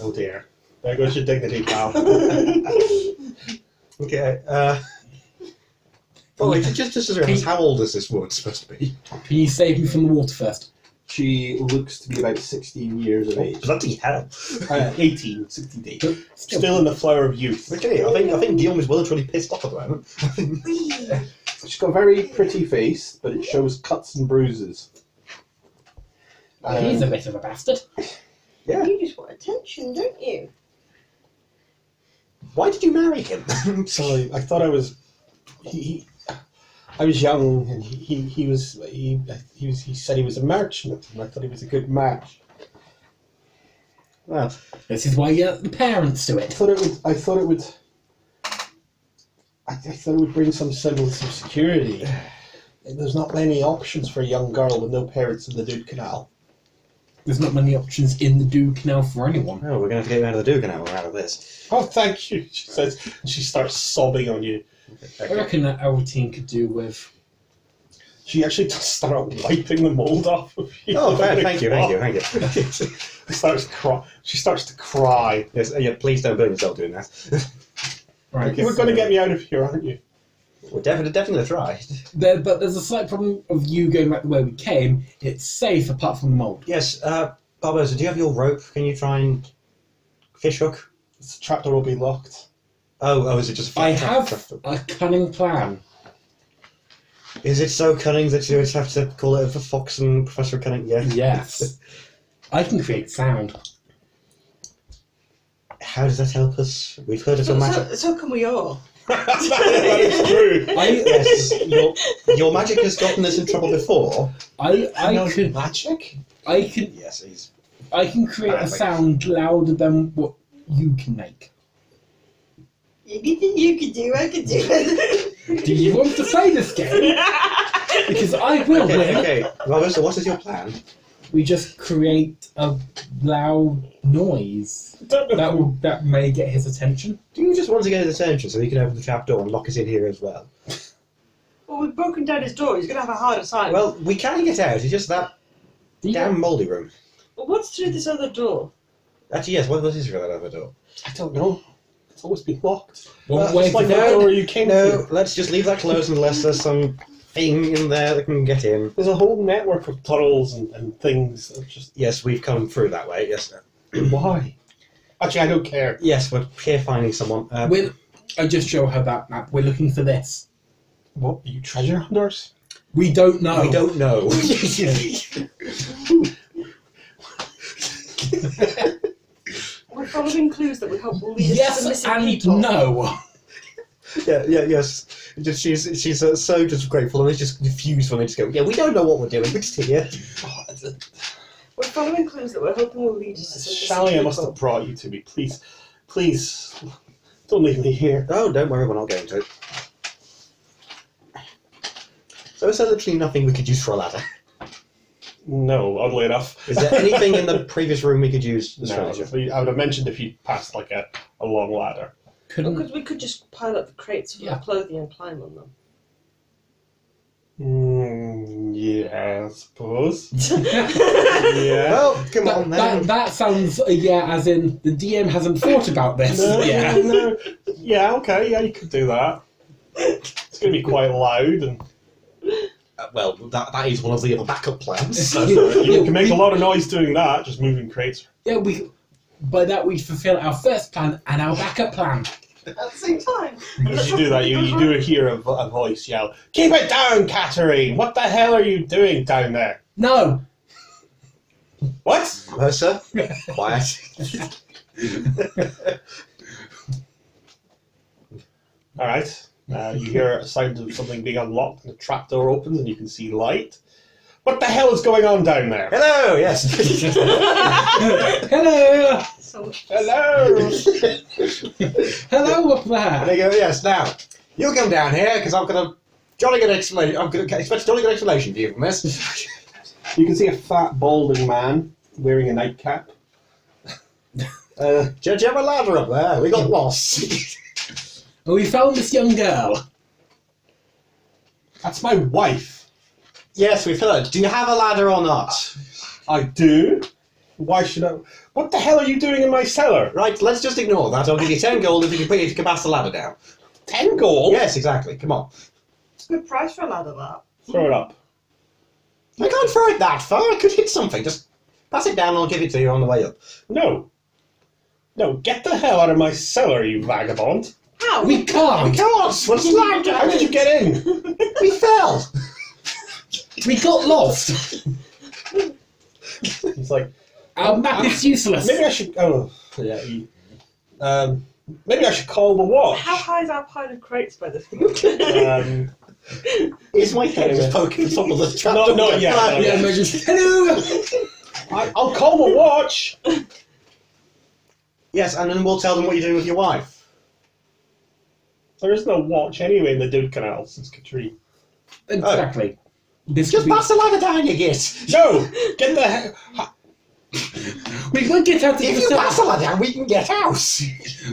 Speaker 10: Oh dear. There goes your dignity, pal.
Speaker 5: Okay. Uh, well, wait, just just as a reference, how old is this woman supposed to be?
Speaker 4: Can you save me from the water first?
Speaker 1: She looks to be about sixteen years of age.
Speaker 5: Bloody hell!
Speaker 1: Uh,
Speaker 10: 18, 60 days. Still in the flower of youth.
Speaker 5: Okay, I think I think Guillaume is well and truly pissed off at the moment.
Speaker 1: she's got a very pretty face, but it shows cuts and bruises.
Speaker 4: He's a
Speaker 1: Um,
Speaker 4: bit of a bastard.
Speaker 5: Yeah.
Speaker 11: You just want attention, don't you?
Speaker 5: Why did you marry him?
Speaker 1: sorry, I thought I was. He, he, I was young, and he, he, he was he, he was he said he was a merchant, and I thought he was a good match.
Speaker 5: well,
Speaker 4: This is why you let the parents do
Speaker 1: I
Speaker 4: it.
Speaker 1: thought it would. I thought it would. I, I thought it would bring some semblance of security. There's not many options for a young girl with no parents in the Dude Canal.
Speaker 4: There's not many options in the Dew Canal for anyone.
Speaker 5: no, Oh, we're going to have to get you out of the Duke now. We're out of this.
Speaker 10: Oh, thank you. She says. She starts sobbing on you.
Speaker 4: I reckon that our team could do with.
Speaker 10: She actually does start wiping the mold off of you.
Speaker 5: Oh, fair, thank you, thank you, thank you.
Speaker 10: Starts cry. She starts to cry.
Speaker 5: yes, yeah, please don't burn yourself doing that.
Speaker 4: Right.
Speaker 10: You're going to get me out of here, aren't you?
Speaker 5: We'll definitely, definitely try.
Speaker 4: There, but there's a slight problem of you going back the way we came. It's safe apart from the mold.
Speaker 5: Yes, uh, Barbosa, do you have your rope? Can you try and fish hook?
Speaker 10: The trapdoor will be locked.
Speaker 5: Oh, oh, is it just? a
Speaker 4: I
Speaker 5: trap-
Speaker 4: have
Speaker 5: trap-
Speaker 4: a cunning plan.
Speaker 5: Is it so cunning that you would have to call it for Fox and Professor Cunning? Yeah.
Speaker 4: Yes. I can create sound.
Speaker 5: How does that help us? We've heard it on magic.
Speaker 3: so, so can we all?
Speaker 10: that is true.
Speaker 4: I,
Speaker 5: yes, your, your magic has gotten us in trouble before.
Speaker 4: I, I could,
Speaker 5: magic?
Speaker 4: I could,
Speaker 5: Yes, he's.
Speaker 4: I can create a sound louder than what you can make.
Speaker 3: Anything you could do, I could do.
Speaker 4: Do you want to play this game? Because I will
Speaker 5: Okay,
Speaker 4: win.
Speaker 5: okay. Robert, so what is your plan?
Speaker 4: We just create a loud noise. That will that may get his attention.
Speaker 5: Do you just want to get his attention so you can open the trap door and lock us in here as well?
Speaker 3: well, we've broken down his door. He's gonna have a harder time.
Speaker 5: Well, we can get out. It's just that
Speaker 4: Do you-
Speaker 5: damn mouldy room.
Speaker 3: Well, what's through this other door?
Speaker 5: Actually, yes. What, what is through that other door?
Speaker 10: I don't know. It's always been locked.
Speaker 4: One
Speaker 5: Uh,
Speaker 4: way
Speaker 5: just like
Speaker 4: to-
Speaker 5: that.
Speaker 10: Where you came
Speaker 5: No, let's just leave that closed unless there's some thing in there that can get in.
Speaker 10: There's a whole network of tunnels and, and things. that just
Speaker 5: Yes, we've come through that way. Yes,
Speaker 10: why? Actually, I don't care.
Speaker 5: yes, we're here finding someone. Uh,
Speaker 4: We're, I just show her that map. We're looking for this.
Speaker 10: What are you treasure hunters?
Speaker 4: We don't know.
Speaker 5: We don't know.
Speaker 12: We're following clues that we hope will lead us to the
Speaker 4: Yes
Speaker 12: missing
Speaker 4: and
Speaker 12: people.
Speaker 4: no.
Speaker 5: yeah, yeah, yes. Just, she's she's uh, so just grateful and it's just confused when they just go. Yeah, we don't know what we're doing. We're just here.
Speaker 12: We're following clues that we're hoping will lead us to some missing
Speaker 10: Sally, I must have
Speaker 12: people.
Speaker 10: brought you to me. Please, please, don't leave me here.
Speaker 5: Oh, don't worry, we're not going to. So is there literally nothing we could use for a ladder?
Speaker 10: No, oddly enough.
Speaker 5: Is there anything in the previous room we could use as
Speaker 10: No,
Speaker 5: furniture?
Speaker 10: I would have mentioned if you passed like a, a long ladder.
Speaker 3: Well,
Speaker 4: Couldn't.
Speaker 3: Oh, 'cause we could just pile up the crates full
Speaker 4: Yeah.
Speaker 3: of clothing and climb on them.
Speaker 10: Mm, yeah, I suppose. Yeah.
Speaker 5: Well, come
Speaker 4: That,
Speaker 5: on
Speaker 4: that,
Speaker 5: then.
Speaker 4: that sounds uh, yeah, as in the DM hasn't thought about this.
Speaker 10: No, yeah,
Speaker 4: yeah.
Speaker 10: no. yeah, okay, yeah, you could do that. It's going to be quite loud, and
Speaker 5: Uh, well, that, that is one of the other backup plans.
Speaker 10: you can make a
Speaker 4: we-
Speaker 10: lot of noise doing that, just moving crates.
Speaker 4: Yeah, we. By that we fulfil our first plan and our backup plan.
Speaker 11: At the same time.
Speaker 10: As you do that, you, you do hear a, vo- a voice yell, Keep it down, Katerine! What the hell are you doing down there?
Speaker 4: No.
Speaker 10: What?
Speaker 5: Mercer, quiet.
Speaker 10: Alright. Uh, you hear a sound of something being unlocked, and the trapdoor opens, and you can see light. What the hell is going on down there?
Speaker 5: Hello, yes.
Speaker 4: Hello.
Speaker 12: So much
Speaker 10: Hello!
Speaker 4: Hello up
Speaker 5: And
Speaker 4: there.
Speaker 5: they go, yes, now, you come down here because I'm going to. Jolly good explanation. I'm going to expect a jolly good explanation for you from this.
Speaker 10: You can see a fat, balding man wearing a nightcap.
Speaker 5: Uh, do you have a ladder up there? We got lost.
Speaker 4: And we found this young girl.
Speaker 10: That's my wife.
Speaker 5: yes, we've heard. Do you have a ladder or not?
Speaker 10: I do. Why should I? What the hell are you doing in my cellar?
Speaker 5: Right, let's just ignore that. I'll give you ten gold if you can put you can pass the ladder down.
Speaker 10: Ten gold?
Speaker 5: Yes, exactly. Come on.
Speaker 11: It's a good price for a lad of that.
Speaker 10: Throw it up.
Speaker 5: I can't throw it that far. I could hit something. Just pass it down. I'll give it to you on the way up.
Speaker 10: No. No, get the hell out of my cellar, you vagabond.
Speaker 11: How?
Speaker 4: We
Speaker 5: We
Speaker 4: can't.
Speaker 5: can't. We're slapped.
Speaker 10: How did you get in?
Speaker 5: We fell.
Speaker 4: We got lost.
Speaker 10: He's like,
Speaker 4: Our map is useless.
Speaker 10: maybe I should. Oh, yeah. he- um, maybe I should call the watch.
Speaker 11: How high is our pile of crates by this point?
Speaker 10: Um,
Speaker 5: Is my head
Speaker 10: Anyway.
Speaker 5: just poking the top of the trap?
Speaker 10: No,
Speaker 5: door?
Speaker 10: not yet, no.
Speaker 4: Yeah, we're just, hello.
Speaker 10: I, I'll call the watch.
Speaker 5: Yes, and then we'll tell them what you're doing with your wife.
Speaker 10: There is no watch anyway in the Dude Canal since Katrine.
Speaker 4: Exactly. Oh. This
Speaker 5: Just
Speaker 4: could be-
Speaker 5: pass the ladder down, you git.
Speaker 10: No, get the hell.
Speaker 4: we will get out of
Speaker 5: If
Speaker 4: your
Speaker 5: you
Speaker 4: cell.
Speaker 5: pass the ladder down, we can get out.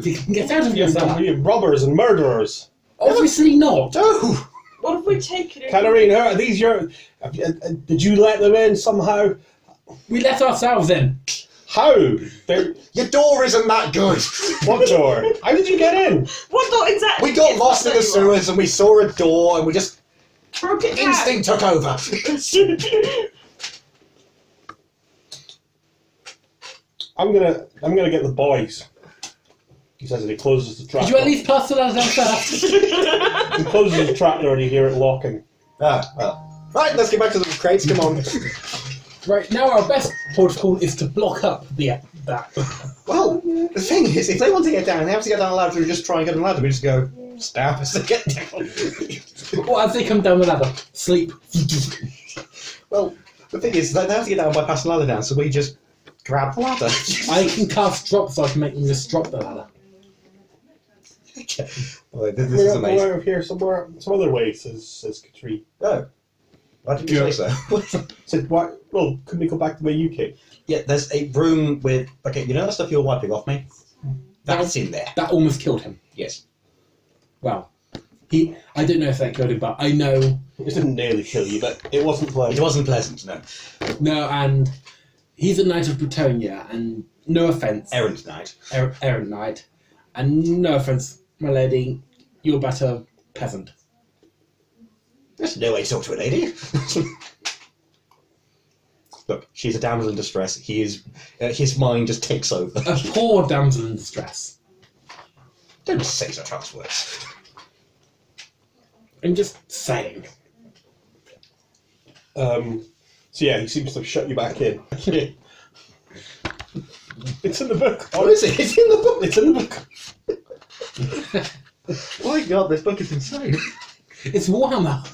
Speaker 4: We can get out of your cell.
Speaker 10: You're oh, robbers and murderers.
Speaker 4: Obviously not.
Speaker 5: No.
Speaker 12: What have we taken? it?
Speaker 10: Katarina, are these your? have you- uh, uh, Did you let them in somehow?
Speaker 4: We let ourselves in.
Speaker 10: How? They're,
Speaker 5: Your door isn't that good.
Speaker 10: what door? How did you get in?
Speaker 11: What not exactly?
Speaker 5: We got
Speaker 11: It's
Speaker 5: lost in
Speaker 11: not
Speaker 5: the
Speaker 11: that you
Speaker 5: sewers and we saw a door and we just
Speaker 11: broke it down.
Speaker 5: instinct took over.
Speaker 10: I'm gonna, I'm gonna get the boys. He says, and he closes the trap.
Speaker 4: Did you at
Speaker 10: door.
Speaker 4: least pass the ladder down first?
Speaker 10: He closes the trap door, and you hear it locking.
Speaker 5: Ah, well. Right, let's get back to the crates. Come on.
Speaker 4: right now, our best protocol is to block up the that.
Speaker 5: well, the thing is, if they want to get down, they have to get down the ladder. We just try and get on the ladder. We just go stab as they get down.
Speaker 4: Or as they come down the ladder, sleep.
Speaker 5: well, the thing is, they have to get down by passing the ladder down. So we just grab the ladder.
Speaker 4: I can cast drop so I can make them just drop the ladder.
Speaker 5: Well, this, this
Speaker 10: We're
Speaker 5: is
Speaker 10: up the
Speaker 5: amazing.
Speaker 10: way over here somewhere, some other way, says, says Katrine.
Speaker 5: Oh, why did you
Speaker 4: Yeah.
Speaker 5: say so?
Speaker 10: Said, why? Well, couldn't we go back the way you came?
Speaker 5: yeah, there's a room with. Okay, you know that stuff you're wiping off me? That's in there.
Speaker 4: That almost killed him.
Speaker 5: Yes.
Speaker 4: Well, he. I don't know if that killed him, but I know.
Speaker 10: It didn't nearly kill you, but it wasn't
Speaker 5: It
Speaker 10: pleasant.
Speaker 5: wasn't pleasant, no.
Speaker 4: No, and he's a knight of Bretonia, and no offense,
Speaker 5: Errant night.
Speaker 4: er- errant knight, and no offense, my lady, you're but a peasant.
Speaker 5: There's no way to talk to a lady. Look, she's a damsel in distress. He is. Uh, his mind just takes over.
Speaker 4: A poor damsel in distress.
Speaker 5: Don't say such harsh words.
Speaker 4: I'm just saying.
Speaker 10: Um, so yeah, he seems to have shut you back in. it's in the book.
Speaker 5: Oh, is it? It's in the book.
Speaker 10: It's in the book.
Speaker 5: My God, this book is insane.
Speaker 4: It's Warhammer.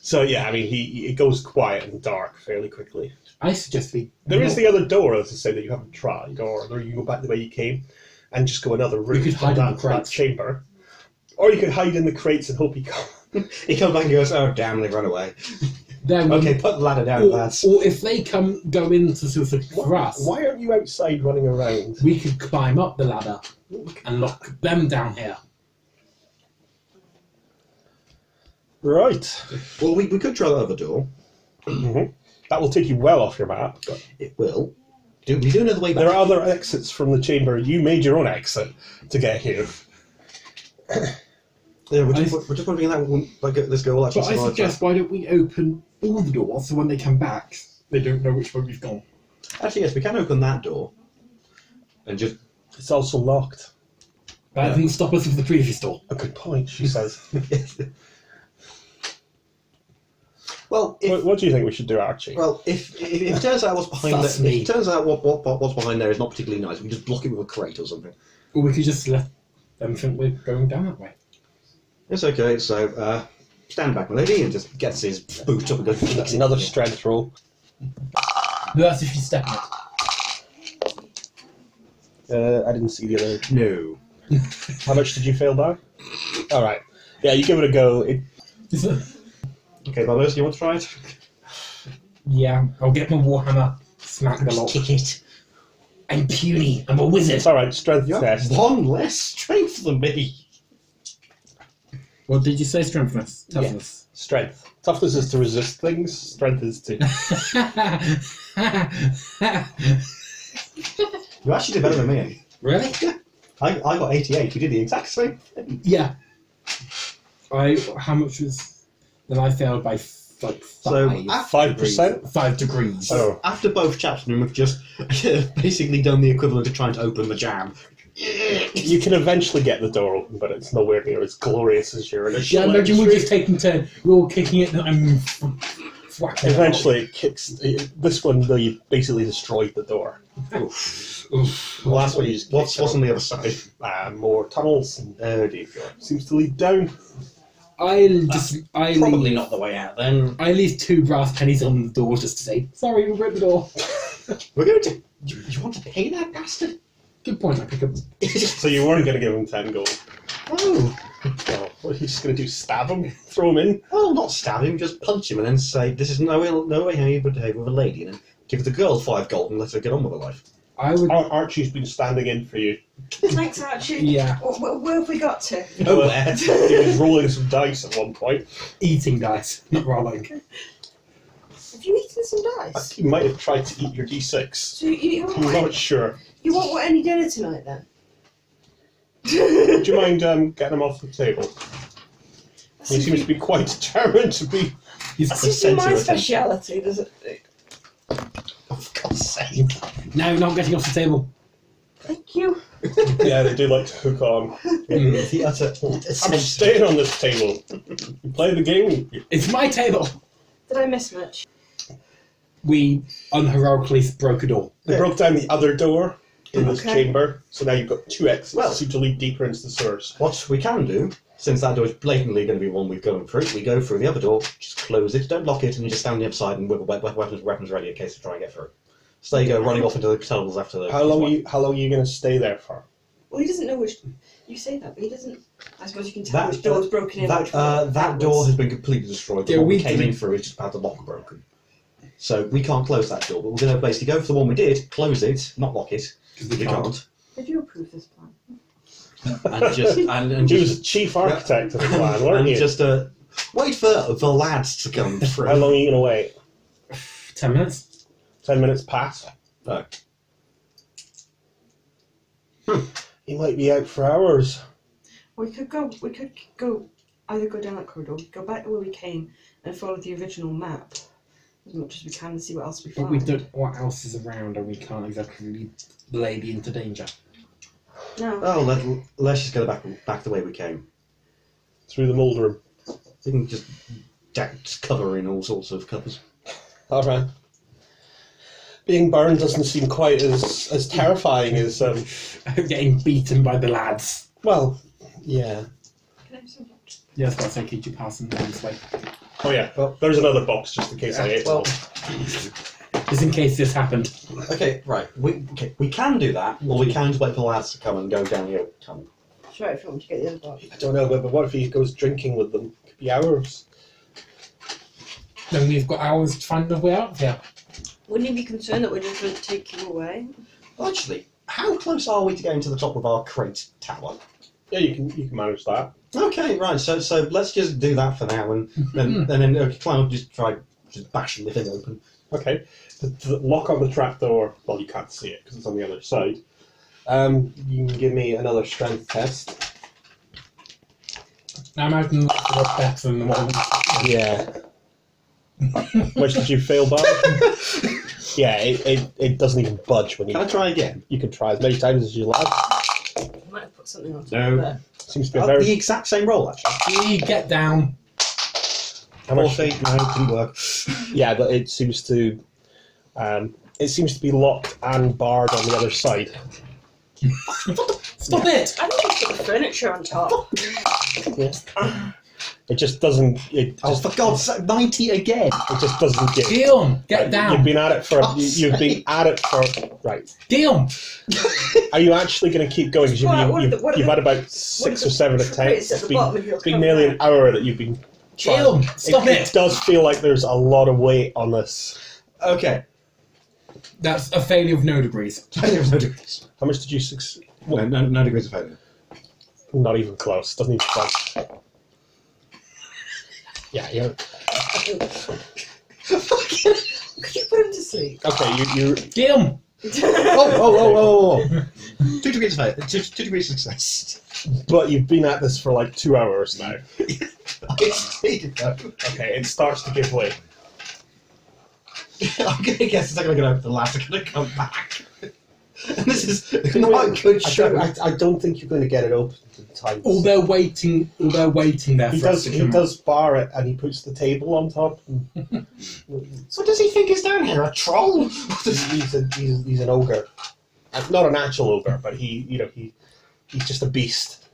Speaker 10: So yeah, I mean, he it goes quiet and dark fairly quickly.
Speaker 4: I suggest we.
Speaker 10: There is the other door, as I say, that you haven't tried, or there you go back the way you came, and just go another room.
Speaker 4: could
Speaker 10: to
Speaker 4: hide in
Speaker 10: that,
Speaker 4: the crates.
Speaker 10: that chamber, or you could hide in the crates and hope he comes.
Speaker 5: He comes back and goes, "Oh damn, they run away."
Speaker 4: Then
Speaker 5: Okay, put the ladder down,
Speaker 4: Or,
Speaker 5: lads.
Speaker 4: or if they come go into Suicide for us,
Speaker 10: Why aren't you outside running around?
Speaker 4: we could climb up the ladder and lock them down here.
Speaker 10: Right.
Speaker 5: Well, we, we could try the other door.
Speaker 10: Mm-hmm. That will take you well off your map. But
Speaker 5: It will. Do we do know the way back?
Speaker 10: there are other exits from the chamber. You made your own exit to get here.
Speaker 5: Yeah, we're,
Speaker 4: I-
Speaker 5: just, we're just wondering that one. Like, uh, let's go all actually.
Speaker 4: But I
Speaker 5: side
Speaker 4: suggest why don't we open all the doors so when they come back, they don't know which way we've gone.
Speaker 5: track. Actually, yes, we can open that door. And just
Speaker 10: It's also locked.
Speaker 4: That
Speaker 5: Yeah.
Speaker 4: doesn't stop us with the previous door.
Speaker 10: A good point, she says.
Speaker 5: well, if
Speaker 10: what, what do you think we should do, Archie?
Speaker 5: well, if if, if it turns out what's behind
Speaker 4: That's
Speaker 5: there, if
Speaker 4: me.
Speaker 5: it turns out what, what what what's behind there is not particularly nice, we can just block it with a crate or something.
Speaker 4: Or we could just let them think we're going down that way.
Speaker 5: It's okay. So uh, stand back, my lady, and just gets his boot up and goes. kicks it.
Speaker 10: strength roll.
Speaker 4: No, that's if you step on it.
Speaker 10: Uh, I didn't see the other.
Speaker 5: No.
Speaker 10: How much did you fail by? All right. Yeah, you give it a go. It,
Speaker 4: Is it-
Speaker 5: Okay, Bubbles, you want to try it?
Speaker 4: yeah, I'll get my warhammer, smack the
Speaker 5: Just
Speaker 4: lock.
Speaker 5: kick it.
Speaker 4: I'm puny. I'm a wizard.
Speaker 10: it's all right. Strength
Speaker 5: You have
Speaker 10: test.
Speaker 5: one less strength than me.
Speaker 4: What did you say? Strengthness, toughness.
Speaker 10: Strength. Toughness is to resist things. Strength is to.
Speaker 5: You're actually did better than me.
Speaker 4: really?
Speaker 5: I, I got 88. You did the exact same thing.
Speaker 4: Yeah. I how much was then I failed by f- like
Speaker 5: So,
Speaker 4: five.
Speaker 5: af-
Speaker 10: Five percent.
Speaker 4: five degrees.
Speaker 10: Oh,
Speaker 5: After both chapters, we've just basically done the equivalent of trying to open the jam.
Speaker 10: you can eventually get the door open, but it's nowhere near as glorious as your initial.
Speaker 4: yeah, imagine we're
Speaker 10: entry.
Speaker 4: just taking turn. We're all kicking it. And I'm f- whacking. it.
Speaker 10: Eventually, it kicks. It, this one, though, you basically destroyed the door.
Speaker 4: Oof.
Speaker 10: The last one, you just
Speaker 5: What's,
Speaker 10: kicked
Speaker 5: what's on the other side?
Speaker 10: out. Uh, more tunnels and
Speaker 5: Oh dear God.
Speaker 10: seems to lead down.
Speaker 4: I'll just I
Speaker 5: Probably
Speaker 4: leave,
Speaker 5: not the way out then.
Speaker 4: I leave two brass pennies on the door just to say sorry. We broke the door.
Speaker 5: We're going to. You, you want to pay that bastard?
Speaker 4: Good point. I pick up.
Speaker 10: So you weren't going to give him ten gold.
Speaker 5: no.
Speaker 10: Well, what are you just going to do? Stab him? Throw him in?
Speaker 5: Well, not stab him, just punch him and then say, this is no way, no way how you would behave with a lady. And then give the girl five gold and let her get on with her life.
Speaker 4: I would.
Speaker 10: Ar- Archie's been standing in for you.
Speaker 11: Thanks, Archie.
Speaker 4: Yeah,
Speaker 11: Wh- wh- where have we got to?
Speaker 5: Oh,
Speaker 10: Uh,
Speaker 5: where?
Speaker 10: he was rolling some dice at one point.
Speaker 4: eating dice, not rolling.
Speaker 11: Have you eaten some
Speaker 10: I
Speaker 11: dice?
Speaker 10: think he might have tried to eat your d6.
Speaker 11: So you, you,
Speaker 10: I'm
Speaker 11: won't,
Speaker 10: not sure.
Speaker 11: you won't want any dinner tonight then?
Speaker 10: Would you mind um, getting him off the table? He seems to be quite determined to be.
Speaker 11: That's
Speaker 4: He's,
Speaker 11: usually my
Speaker 10: sensitive.
Speaker 11: speciality, does it?
Speaker 5: For God's sake.
Speaker 4: no, not getting off the table.
Speaker 11: Thank you.
Speaker 10: Yeah, they do like to hook on.
Speaker 5: Mm, the utter.
Speaker 10: I'm staying on this table. You play the game.
Speaker 4: It's my table.
Speaker 11: Did I miss much?
Speaker 4: We unheroically broke a door.
Speaker 10: They broke down the other door in this
Speaker 11: Okay.
Speaker 10: chamber, so now you've got two exits.
Speaker 5: Well-
Speaker 10: seem to lead deeper into the sewers.
Speaker 5: What we can do, since that door is blatantly going to be one we've gone through, we go through the other door, just close it, don't lock it, and you just stand on the upside and with we- we- weapons, weapons ready in case they try and get through. So there you go, running off into the tunnels after the.
Speaker 10: How long are you? How long are you going to stay there for?
Speaker 12: Well, he doesn't know which. You say that, but he doesn't. I suppose you can tell
Speaker 5: That-
Speaker 12: which door was broken in.
Speaker 5: That
Speaker 12: which
Speaker 5: uh,
Speaker 12: one
Speaker 5: that door has been completely destroyed. The
Speaker 4: Yeah,
Speaker 5: one we
Speaker 4: we
Speaker 5: came in
Speaker 4: didn't-
Speaker 5: through is just had the lock broken. So we can't close that door, but we're going to basically go for the one we did, close it, not lock it, because we can't,
Speaker 11: Did you approve this plan?
Speaker 5: and just and, and
Speaker 10: He was
Speaker 5: just
Speaker 10: the chief architect of the plan, weren't
Speaker 5: and
Speaker 10: you?
Speaker 5: just uh, wait for the lads to come through.
Speaker 10: How long are you going to wait?
Speaker 4: Ten minutes.
Speaker 10: Ten minutes past?
Speaker 5: No.
Speaker 1: He might be out for hours.
Speaker 3: We could go. We could go either go down that corridor, go back where we came, and follow the original map as much as we can and see what else we find.
Speaker 4: But we don't know what else is around, and we can't exactly lady into danger.
Speaker 3: No.
Speaker 11: Uh,
Speaker 5: Oh, let, let's just go back back the way we came.
Speaker 10: Through the mould room.
Speaker 5: We can just doubt cover in all sorts of covers.
Speaker 10: All right.
Speaker 1: Being burned doesn't seem quite as as terrifying as um.
Speaker 4: I'm getting beaten by the lads.
Speaker 1: Well, yeah.
Speaker 11: Can I have some?
Speaker 4: Yes, that's okay. Keep you passing down this way,
Speaker 10: Oh, yeah.
Speaker 1: Well-
Speaker 10: There's another box just in case I ate
Speaker 5: Well,
Speaker 10: one.
Speaker 4: just in case this happened.
Speaker 5: okay, right. We okay, we can do that, or we can just wait for the lads to come and go down here. Come.
Speaker 11: Sure, if you want to get the other box.
Speaker 1: I don't know, but but what if he goes drinking with them? Could be hours.
Speaker 4: Then we've got hours to find the way out here.
Speaker 3: Wouldn't you be concerned that we're just going to take you away?
Speaker 5: Actually, how close are we to getting to the top of our crate tower?
Speaker 10: Yeah, you can you can manage that.
Speaker 5: Okay, right. So so let's just do that for now, and then and then uh, climb up. Just try just bashing the thing open.
Speaker 10: Okay. The, the lock on the trapdoor. Well, you can't see it because it's on the other side.
Speaker 1: Um, you can give me another strength test.
Speaker 4: Now I'm out in the lot better than the one.
Speaker 1: Yeah.
Speaker 10: Which did you fail by? yeah, it, it, it doesn't even budge when you.
Speaker 5: Can I try again?
Speaker 10: You can try as many times as you like.
Speaker 3: I might have put something on top
Speaker 5: No.
Speaker 3: of there.
Speaker 10: Seems to be a
Speaker 5: Uh,
Speaker 10: very.
Speaker 5: the exact same roll actually.
Speaker 4: You get down.
Speaker 10: how much-
Speaker 5: Four feet, no, it didn't work.
Speaker 10: Yeah, but it seems to. Um, it seems to be locked and barred on the other side.
Speaker 4: Stop it!
Speaker 3: I think we put the furniture on top.
Speaker 10: It just doesn't. It
Speaker 5: Oh,
Speaker 10: just,
Speaker 5: for God's sake, ninety again!
Speaker 10: it just doesn't get.
Speaker 4: Guillaume, get
Speaker 10: Right, You've
Speaker 4: down.
Speaker 10: been at it for.
Speaker 5: God's
Speaker 10: You, you've been at it for. Right.
Speaker 4: Guillaume,
Speaker 10: Are you actually going to keep going? 'Cause
Speaker 3: Well,
Speaker 10: you've,
Speaker 3: what
Speaker 10: you've,
Speaker 3: the- what
Speaker 10: you've
Speaker 3: the-
Speaker 10: had about six
Speaker 3: the
Speaker 10: or seven
Speaker 3: trapeze
Speaker 10: attempts.
Speaker 3: at
Speaker 10: It's
Speaker 3: the
Speaker 10: been,
Speaker 3: bottom of your
Speaker 10: it's been
Speaker 3: cover?
Speaker 10: nearly an hour that you've been.
Speaker 4: Guillaume, stop it.
Speaker 10: does feel like there's a lot of weight on this.
Speaker 5: Okay.
Speaker 4: That's a failure of no degrees.
Speaker 5: There was no degrees.
Speaker 10: How much did you succeed?
Speaker 5: No, no, no degrees of failure.
Speaker 10: Not even close. Doesn't even close. Yeah, yeah.
Speaker 3: Could you put him to sleep?
Speaker 10: Okay, you, you
Speaker 4: Guillaume,
Speaker 5: oh, oh, oh, oh, oh. two degrees of failure. Two, two degrees of success.
Speaker 10: But you've been at this for like two hours now.
Speaker 5: It's needed though.
Speaker 10: Okay, it starts to give way.
Speaker 5: I'm gonna guess it's not gonna go over the last. It's gonna come back. And this is not a good
Speaker 1: I don't,
Speaker 5: show.
Speaker 1: I, I don't think you're going to get it open in time.
Speaker 4: although waiting, although waiting there
Speaker 10: Oh, He
Speaker 4: for
Speaker 10: does
Speaker 4: us to
Speaker 10: he
Speaker 4: come
Speaker 10: does bar it and he puts the table on top.
Speaker 5: What does he think is down here? A troll?
Speaker 1: he's, he's, a, he's, he's an ogre.
Speaker 10: Uh, Not an actual ogre, but he you know, he he's just a beast.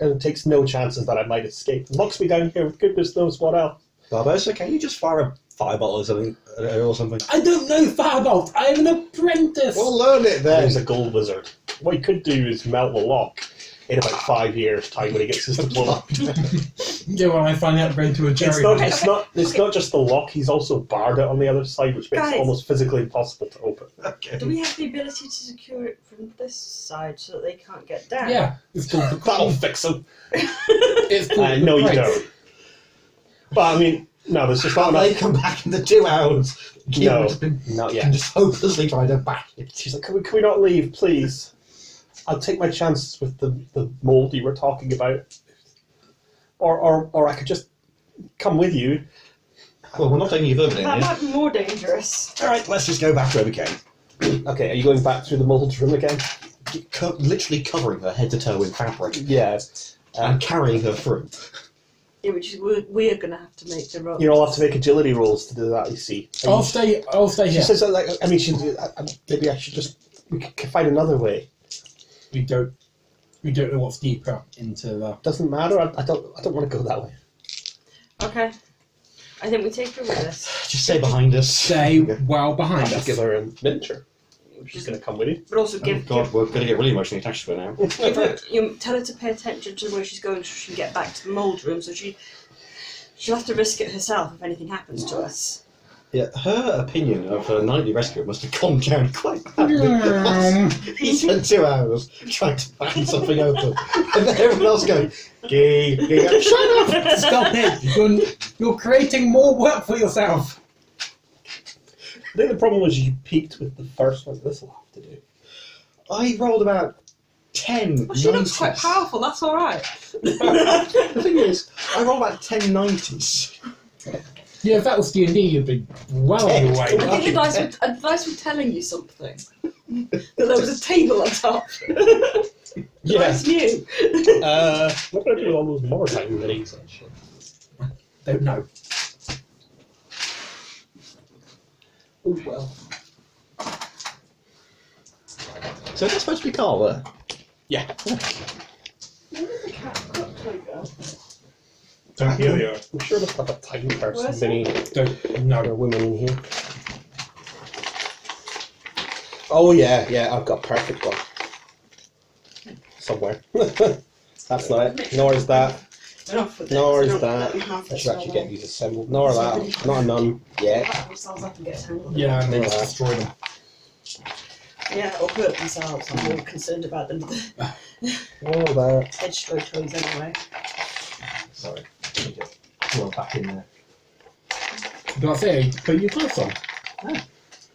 Speaker 10: And takes no chances that I might escape. Locks me down here with goodness knows what else.
Speaker 5: Barbosa, can you just fire a fireball or something uh, or something?
Speaker 4: I don't know Firebolt. I am an apprentice.
Speaker 5: We'll learn it then.
Speaker 10: There's a gold wizard. What he could do is melt the lock in about five years' time when he gets his diploma.
Speaker 4: yeah, when I finally upgrade to a
Speaker 10: It's
Speaker 4: Jerry.
Speaker 10: not, it's, not, it's not just the lock, he's also barred it on the other side, which makes
Speaker 3: Guys.
Speaker 10: it almost physically impossible to open.
Speaker 5: Okay.
Speaker 3: Do we have the ability to secure it from this side so that they can't get down?
Speaker 4: yeah, it's called the
Speaker 10: That'll fix him.
Speaker 4: It's called
Speaker 10: Uh,
Speaker 4: the
Speaker 10: no, you
Speaker 4: crate.
Speaker 10: don't. But I mean, no, there's just not
Speaker 5: Well, they
Speaker 10: enough.
Speaker 5: come back in the two hours.
Speaker 10: No.
Speaker 5: Just been
Speaker 10: Not
Speaker 5: yeah. just hopelessly trying to bash it.
Speaker 10: She's like, can we, can we not leave, please? I'll take my chances with the, the mold you were talking about. Or, or, or I could just come with you.
Speaker 5: Well, we're not taking you further
Speaker 3: That
Speaker 5: in here.
Speaker 3: might be more dangerous.
Speaker 5: All right, let's just go back where we came.
Speaker 10: Okay, are you going back through the mold room again?
Speaker 5: Co- literally covering her head to toe in fabric
Speaker 10: Yeah.
Speaker 5: and carrying her through.
Speaker 3: Yeah, which is we're, we're going to have to make the rock.
Speaker 10: You'll all have to make agility rolls to do that, you see. And
Speaker 4: I'll stay. I'll stay
Speaker 10: she
Speaker 4: here.
Speaker 10: says, that, like, I mean, she, I, I, maybe I should just we could find another way.
Speaker 4: we don't. We don't know what's deeper into the.
Speaker 10: Doesn't matter. I, I don't. I don't want to go that way.
Speaker 3: Okay. I think we take her with us.
Speaker 5: Just stay behind us.
Speaker 4: Stay well behind
Speaker 10: Just
Speaker 4: us.
Speaker 10: give her a miniature. She's going to come with you.
Speaker 3: But also
Speaker 5: Oh
Speaker 3: give,
Speaker 5: God, we're going to get really emotionally attached to her now.
Speaker 3: give, give her, you tell her to pay attention to where she's going so she can get back to the mould room so she, she'll have to risk it herself if anything happens to us.
Speaker 5: Yeah, her opinion of her nightly rescue must have gone down quite badly. he spent two hours trying to bang something open, and then everyone else going, "Gee, gee, up, shut up,
Speaker 4: Stop it! You're, you're creating more work for yourself.
Speaker 10: I think the problem was you peaked with the first one. This will have to do.
Speaker 5: I rolled about ten.
Speaker 3: Well, she looks quite
Speaker 5: 90s.
Speaker 3: powerful, that's alright.
Speaker 5: The thing is, I rolled about ten nineties.
Speaker 4: Yeah, if that was D and D, you'd be well on your way.
Speaker 3: I think the dice, were, the dice were telling you something. that there was a table on top.
Speaker 10: Yeah.
Speaker 3: It's new.
Speaker 10: Uh, what can I do with all those more time minis and shit?
Speaker 4: Don't know.
Speaker 10: Oh well.
Speaker 5: So that's supposed to be Carla.
Speaker 10: Yeah.
Speaker 11: Where's the cat got to go?
Speaker 10: Here they are. I'm sure they have a time person
Speaker 11: Where's
Speaker 10: mini.
Speaker 4: Don't
Speaker 10: Now there are women in here.
Speaker 1: Oh yeah, yeah, I've got a perfect one.
Speaker 10: Somewhere.
Speaker 1: That's not it. Nor is that.
Speaker 3: Enough with
Speaker 1: Nor
Speaker 3: this,
Speaker 1: is
Speaker 3: I don't- I
Speaker 1: that.
Speaker 3: don't have
Speaker 1: I
Speaker 3: this
Speaker 1: should actually
Speaker 3: no more.
Speaker 1: get these assembled. Nor that. Not a nun. Yeah.
Speaker 11: That sounds like it gets tangled.
Speaker 4: Yeah, and then
Speaker 1: Yeah.
Speaker 4: just destroy them.
Speaker 3: Yeah, or hurt themselves. I'm more concerned about them.
Speaker 1: Nor that.
Speaker 3: Headstrong toys anyway.
Speaker 5: Sorry. Well, back in there.
Speaker 4: But I say, put your clothes on.
Speaker 5: I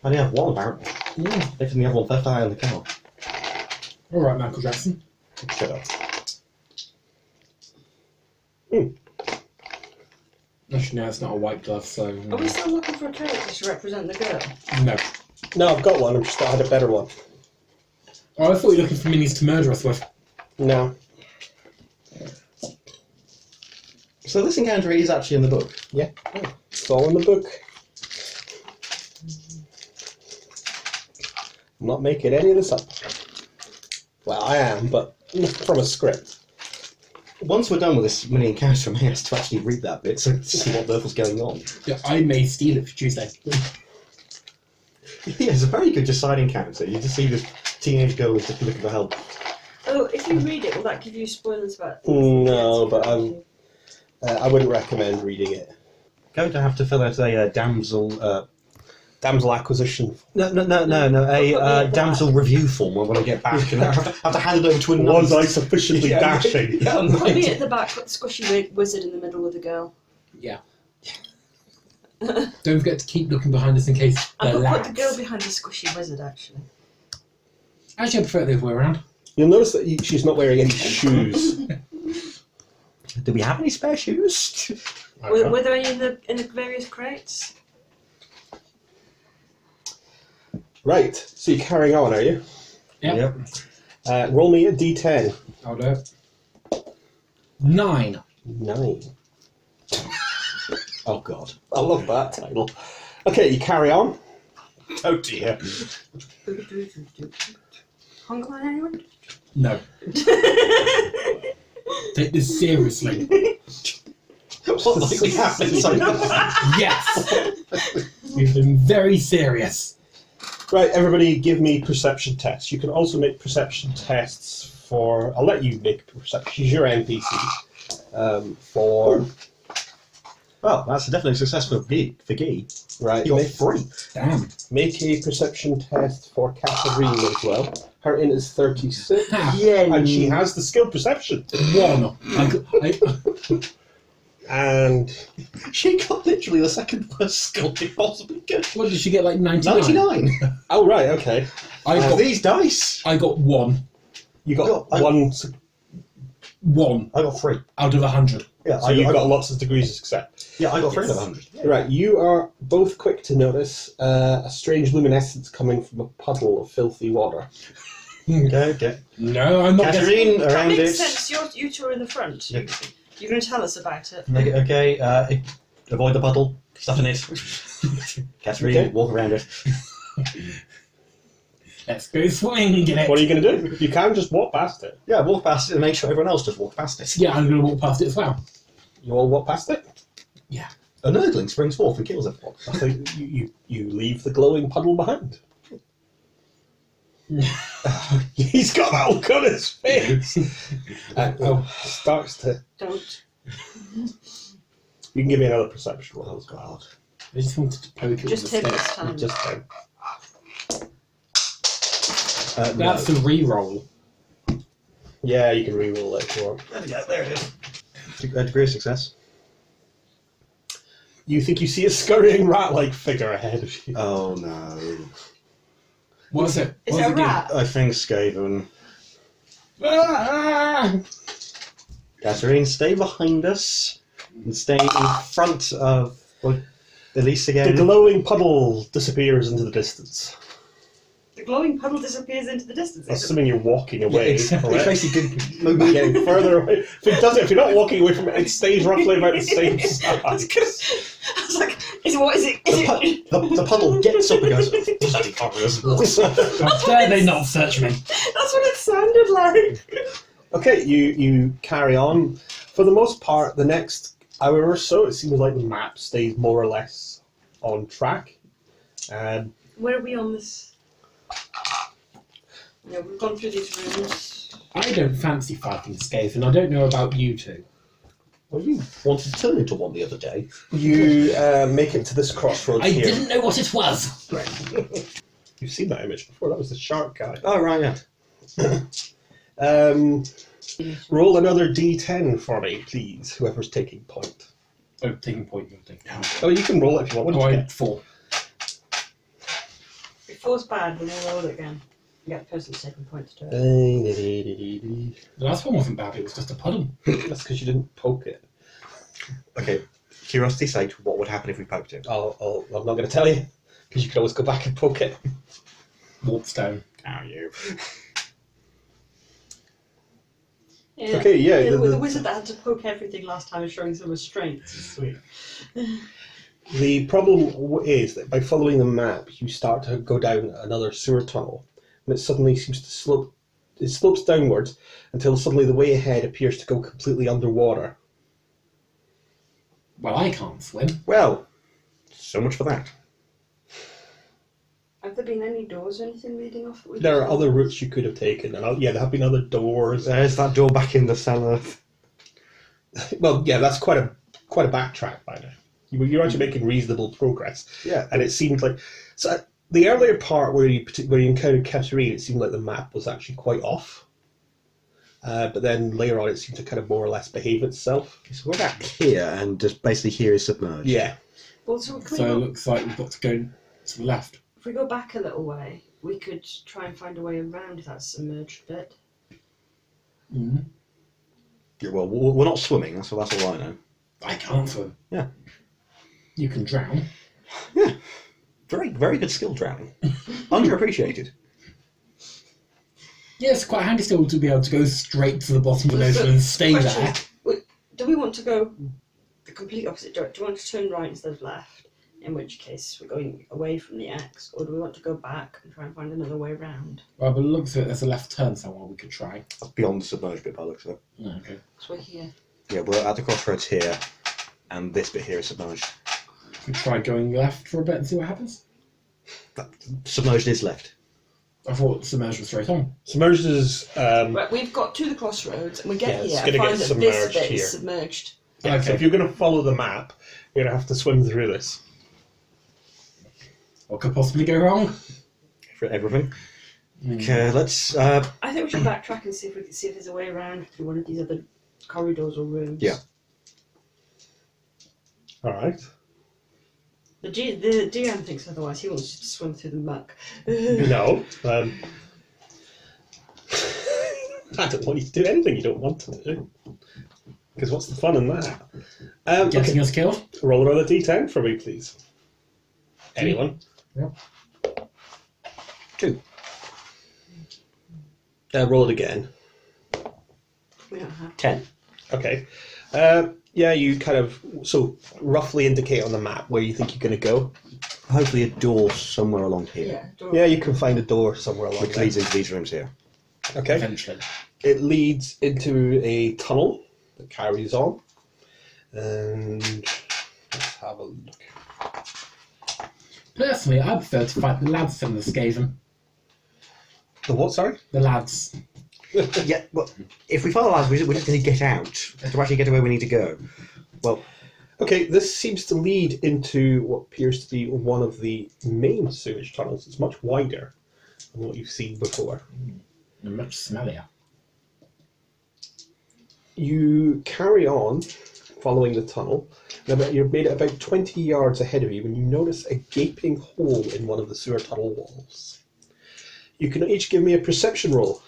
Speaker 5: only have one apparently.
Speaker 4: Yeah.
Speaker 5: They only have one left eye on the car.
Speaker 4: All right, Michael Jackson.
Speaker 5: Shut up.
Speaker 4: Actually, no, it's not a white glove, so
Speaker 3: Are we still looking for a character to represent the girl?
Speaker 4: no.
Speaker 1: No, I've got one. I'm just I had a better one.
Speaker 4: Oh, I thought you were looking for minis to murder us with.
Speaker 1: No.
Speaker 5: So this encounter is actually in the book.
Speaker 1: It's all in the book. I'm not making any of this up. Well, I am, but from a script.
Speaker 5: Once we're done with this mini encounter, I may ask to actually read that bit so to see what the hell's going on.
Speaker 4: Yeah, I may steal it for Tuesday.
Speaker 5: Yeah, it's a very good just side encounter. You just see this teenage girl who's just looking for help.
Speaker 3: Oh, if you read it, will that give you spoilers about
Speaker 1: No, but I'm. Uh, I wouldn't recommend reading it.
Speaker 5: Going to have to fill out a uh, damsel. Uh,
Speaker 10: Damsel acquisition.
Speaker 5: no, no, no, no, no. A uh, damsel review form when I get back, and I have to, have to hand it over to a nun.
Speaker 10: Was I sufficiently
Speaker 5: Yeah.
Speaker 10: dashing?
Speaker 5: Yeah, I'm
Speaker 3: Probably
Speaker 5: right.
Speaker 3: at the back, got the squishy wi- wizard in the middle with the girl.
Speaker 4: Don't forget to keep looking behind us in case
Speaker 3: I
Speaker 4: they're
Speaker 3: could put
Speaker 4: lax.
Speaker 3: the girl behind the squishy wizard, actually.
Speaker 4: Actually, I prefer it the other way around.
Speaker 1: You'll notice that you- she's not wearing any shoes.
Speaker 5: Do we have any spare shoes?
Speaker 3: Were, were there any in the in the various crates?
Speaker 1: Right, so you're carrying on, are you?
Speaker 4: Yep.
Speaker 1: Uh, roll me a d10.
Speaker 4: I'll do it. Nine.
Speaker 1: Nine.
Speaker 5: Oh God.
Speaker 1: I love that title. Okay, you carry on.
Speaker 5: Oh dear.
Speaker 3: Hunger on anyone?
Speaker 4: No. Take this seriously.
Speaker 5: What likely happened so far?
Speaker 4: yes. We've been very serious.
Speaker 10: Right, everybody, give me perception tests. You can also make perception tests for. I'll let you make perception. She's your NPC.
Speaker 1: Um, four.
Speaker 5: Well, that's definitely a success for Gee. For Gee,
Speaker 1: Right,
Speaker 5: you got
Speaker 1: make,
Speaker 5: three.
Speaker 4: Damn.
Speaker 1: make a perception test for Catherine as well. Her int is 36.
Speaker 4: Ha,
Speaker 10: And she has the skill perception.
Speaker 4: One. I, got- I,
Speaker 10: And
Speaker 5: She got literally the second worst skill she possibly could.
Speaker 4: what did she get? Like ninety-nine.
Speaker 5: Ninety-nine.
Speaker 1: Oh, right, okay.
Speaker 4: I
Speaker 5: With
Speaker 4: got.
Speaker 5: Uh, these dice.
Speaker 4: I got one.
Speaker 10: you got
Speaker 5: I-
Speaker 10: one. s-
Speaker 4: One
Speaker 5: I got three.
Speaker 4: out of a hundred.
Speaker 5: Yeah,
Speaker 10: So
Speaker 5: I,
Speaker 10: you've
Speaker 5: I
Speaker 10: got, lots of degrees of success.
Speaker 5: yeah, I got three out of a hundred.
Speaker 1: Right, you are both quick to notice uh, a strange luminescence coming from a puddle of filthy water.
Speaker 5: Okay, okay.
Speaker 4: No, I'm not. Getting,
Speaker 5: Catherine
Speaker 3: That
Speaker 5: around
Speaker 3: makes
Speaker 5: it.
Speaker 3: sense. You're, you two are in the front.
Speaker 5: Yeah.
Speaker 3: You're going to tell us about it.
Speaker 5: Okay, okay, uh, avoid the puddle. Stuff in it. Catherine,
Speaker 1: Okay.
Speaker 5: walk around it.
Speaker 4: let's go swimming in it.
Speaker 10: What are you going to do? You can just walk past it.
Speaker 5: Yeah, walk past it and make sure everyone else just walk past it.
Speaker 4: Yeah, I'm gonna walk past it as well.
Speaker 1: You all walk past it?
Speaker 5: A nerdling springs forth and kills everyone.
Speaker 10: So you, you, you leave the glowing puddle behind. He's got that look on his face.
Speaker 1: Uh, oh, starts to.
Speaker 12: Don't.
Speaker 10: You can give me another perception roll
Speaker 1: Oh
Speaker 10: as well.
Speaker 1: God!
Speaker 4: I just wanted to poke it with
Speaker 3: Just
Speaker 4: the
Speaker 3: him
Speaker 4: stick.
Speaker 3: this time.
Speaker 10: Just then.
Speaker 5: Uh, no.
Speaker 4: That's a re-roll.
Speaker 10: Yeah, you can reroll it if you want.
Speaker 5: There we go, there it is. De- uh, degree of success.
Speaker 10: You think you see a scurrying rat-like figure ahead of you.
Speaker 5: Oh no.
Speaker 4: What is it?
Speaker 3: Is
Speaker 4: What
Speaker 3: it a
Speaker 4: again?
Speaker 3: rat?
Speaker 5: I think Skaven.
Speaker 4: Ah!
Speaker 5: Catherine, stay behind us and stay in front of well, Elise
Speaker 10: the
Speaker 5: again.
Speaker 10: glowing puddle disappears into the distance.
Speaker 3: The glowing puddle disappears into the distance. Is it-
Speaker 10: Assuming you're walking away.
Speaker 5: it's, it's
Speaker 10: correct?
Speaker 5: basically good. Move back
Speaker 10: Getting further away. If it does it, if you're not walking away from it, it stays roughly about the same size.
Speaker 3: I was like, is what is it? Is
Speaker 5: The,
Speaker 3: it
Speaker 5: pu- the, the puddle gets up and goes, bloody horrors.
Speaker 4: How dare they not search me?
Speaker 3: that's what it sounded like.
Speaker 10: Okay, you you carry on. For the most part, the next hour or so, it seems like the map stays more or less on track. Um,
Speaker 3: Where are we on this? Yeah, we've gone through these rooms.
Speaker 4: I don't fancy fighting Skaven. I don't know about you two.
Speaker 5: well, you wanted to turn into one the other day.
Speaker 10: you uh, make it to this crossroads
Speaker 4: I
Speaker 10: here.
Speaker 4: didn't know what it was.
Speaker 10: You've seen that image before. That was the shark guy.
Speaker 5: Oh, right, yeah.
Speaker 10: Um, roll another d10 for me, please. Whoever's taking point.
Speaker 4: Oh, taking point. You're taking. Oh,
Speaker 10: Oh, you can roll it if you want. What did
Speaker 4: I
Speaker 10: you get?
Speaker 4: four.
Speaker 12: Before's bad, and we'll roll it again. You get the person's taking points to it.
Speaker 10: Uh,
Speaker 4: The last one wasn't bad. It was just a puddle.
Speaker 10: That's because you didn't poke it.
Speaker 5: Okay, curiosity's sake, what would happen if we poked it?
Speaker 10: I'll, I'll, I'm not going to tell you because you can always go back and poke it.
Speaker 4: Warp down.
Speaker 5: How you?
Speaker 3: Yeah.
Speaker 10: Okay, yeah,
Speaker 3: The,
Speaker 10: the- the-
Speaker 3: the wizard that had to poke everything last time is showing some restraint. Sweet.
Speaker 10: The problem w- is that by following the map, you start to go down another sewer tunnel, and it suddenly seems to slope. It slopes downwards until suddenly the way ahead appears to go completely underwater.
Speaker 4: Well, I can't swim.
Speaker 5: Well, so much for that.
Speaker 11: Have there been any doors or anything leading off? That we
Speaker 10: There are other routes you could have taken, and uh, yeah, there have been other doors.
Speaker 5: There's that door back in the cellar.
Speaker 10: Well, yeah, that's quite a quite a backtrack by now. You- You're actually making reasonable progress.
Speaker 5: Yeah.
Speaker 10: and it seemed like so the earlier part where you parti- where you encountered Katerine, it seemed like the map was actually quite off. Uh, but then later on, it seemed to kind of more or less behave itself.
Speaker 5: So we're back here, and just basically here is submerged.
Speaker 10: Yeah,
Speaker 11: Well, so can we
Speaker 4: So it
Speaker 11: go-
Speaker 4: looks like we've got to go to the left.
Speaker 11: if we go back a little way, we could try and find a way around that submerged bit.
Speaker 4: Mm.
Speaker 5: Yeah, Well, we- we're not swimming, that's all, that's all I know.
Speaker 4: I can't swim.
Speaker 5: Yeah.
Speaker 4: You can drown.
Speaker 5: Very, very good skill drowning. Underappreciated.
Speaker 4: Yeah, it's quite handy still to be able to go straight to the bottom of the
Speaker 11: Well,
Speaker 4: ocean
Speaker 11: so-
Speaker 4: and stay
Speaker 11: question.
Speaker 4: there.
Speaker 11: Do we want to go the complete opposite direction? Do we want to turn right instead of left? In which case, we're going away from the X, or do we want to go back and try and find another way round?
Speaker 4: Well, but looks at it, there's a left turn somewhere we could try.
Speaker 5: That's beyond the submerged bit by the looks of it.
Speaker 4: Okay.
Speaker 11: Because we're here.
Speaker 5: Yeah, we're at the crossroads here, and this bit here is submerged.
Speaker 4: We could try going left for a bit and see what happens.
Speaker 5: Submerged is left.
Speaker 4: I thought submerged was straight on.
Speaker 10: submerged is um,
Speaker 11: Right, we've got to the crossroads, and we
Speaker 10: Yeah,
Speaker 11: get
Speaker 10: it's
Speaker 11: here.
Speaker 10: gonna
Speaker 11: and
Speaker 10: get
Speaker 11: find that
Speaker 10: submerged
Speaker 11: this bit
Speaker 10: here.
Speaker 11: is submerged.
Speaker 10: yeah, so
Speaker 4: Okay.
Speaker 10: if you're going to follow the map, you're going to have to swim through this.
Speaker 4: What could possibly go wrong?
Speaker 5: For everything.
Speaker 4: Mm.
Speaker 5: Okay, let's. Uh,
Speaker 11: I think we should backtrack and see if we can see if there's a way around through one of these other corridors or rooms.
Speaker 5: Yeah.
Speaker 10: All right.
Speaker 11: The, G- the DM thinks otherwise. He wants you to swim through the muck.
Speaker 10: No. Um, I don't want you to do anything you don't want to do. Because what's the fun in that? Um,
Speaker 4: Getting
Speaker 10: okay.
Speaker 4: us killed.
Speaker 10: Roll another d10 for me, please. Anyone? Uh, roll it again.
Speaker 11: We don't have.
Speaker 5: Ten.
Speaker 10: Okay. Uh, yeah, you kind of so roughly indicate on the map where you think you're going to go.
Speaker 5: Hopefully, a door somewhere along here,
Speaker 11: don't-
Speaker 10: Yeah, you can find a door somewhere along
Speaker 5: which
Speaker 10: there.
Speaker 5: leads into these rooms here.
Speaker 10: Okay.
Speaker 4: Eventually.
Speaker 10: It leads into a tunnel that carries on, and let's have a look.
Speaker 4: Personally, I prefer to fight the lads than the Skaven.
Speaker 10: The what, sorry?
Speaker 4: The lads.
Speaker 5: Yeah, well, if we follow ours, we're just, we're just going to get out to actually get to where we need to go.
Speaker 10: Okay, this seems to lead into what appears to be one of the main sewage tunnels. It's much wider than what you've seen before.
Speaker 4: They're much smellier.
Speaker 10: You carry on following the tunnel, and about, you're made it about 20 yards ahead of you when you notice a gaping hole in one of the sewer tunnel walls. You can each give me a perception roll.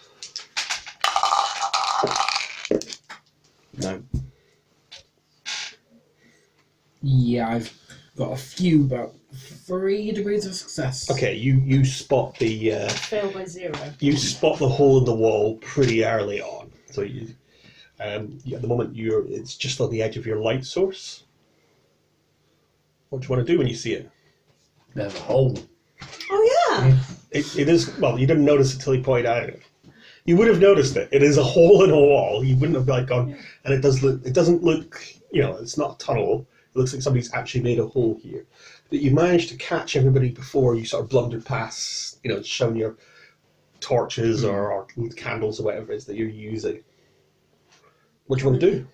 Speaker 5: No.
Speaker 4: Yeah, I've got a few, but three degrees of success.
Speaker 10: Okay, you, you spot the uh,
Speaker 3: Fail by zero.
Speaker 10: you spot the hole in the wall pretty early on. So you, um, you- at the moment, you're it's just on the edge of your light source. What do you want to do when you see it?
Speaker 4: There's a hole.
Speaker 3: Oh
Speaker 10: Mm.
Speaker 3: yeah.
Speaker 10: It, it is well, you didn't notice it till he pointed out. it. You would have noticed it. It is a hole in a wall. You wouldn't have like gone, and it does look. It doesn't look. You know, it's not a tunnel. It looks like somebody's actually made a hole here. But you managed to catch everybody before you sort of blundered past. You know, shone your torches or, or candles or whatever it is that you're using. What do you want to do?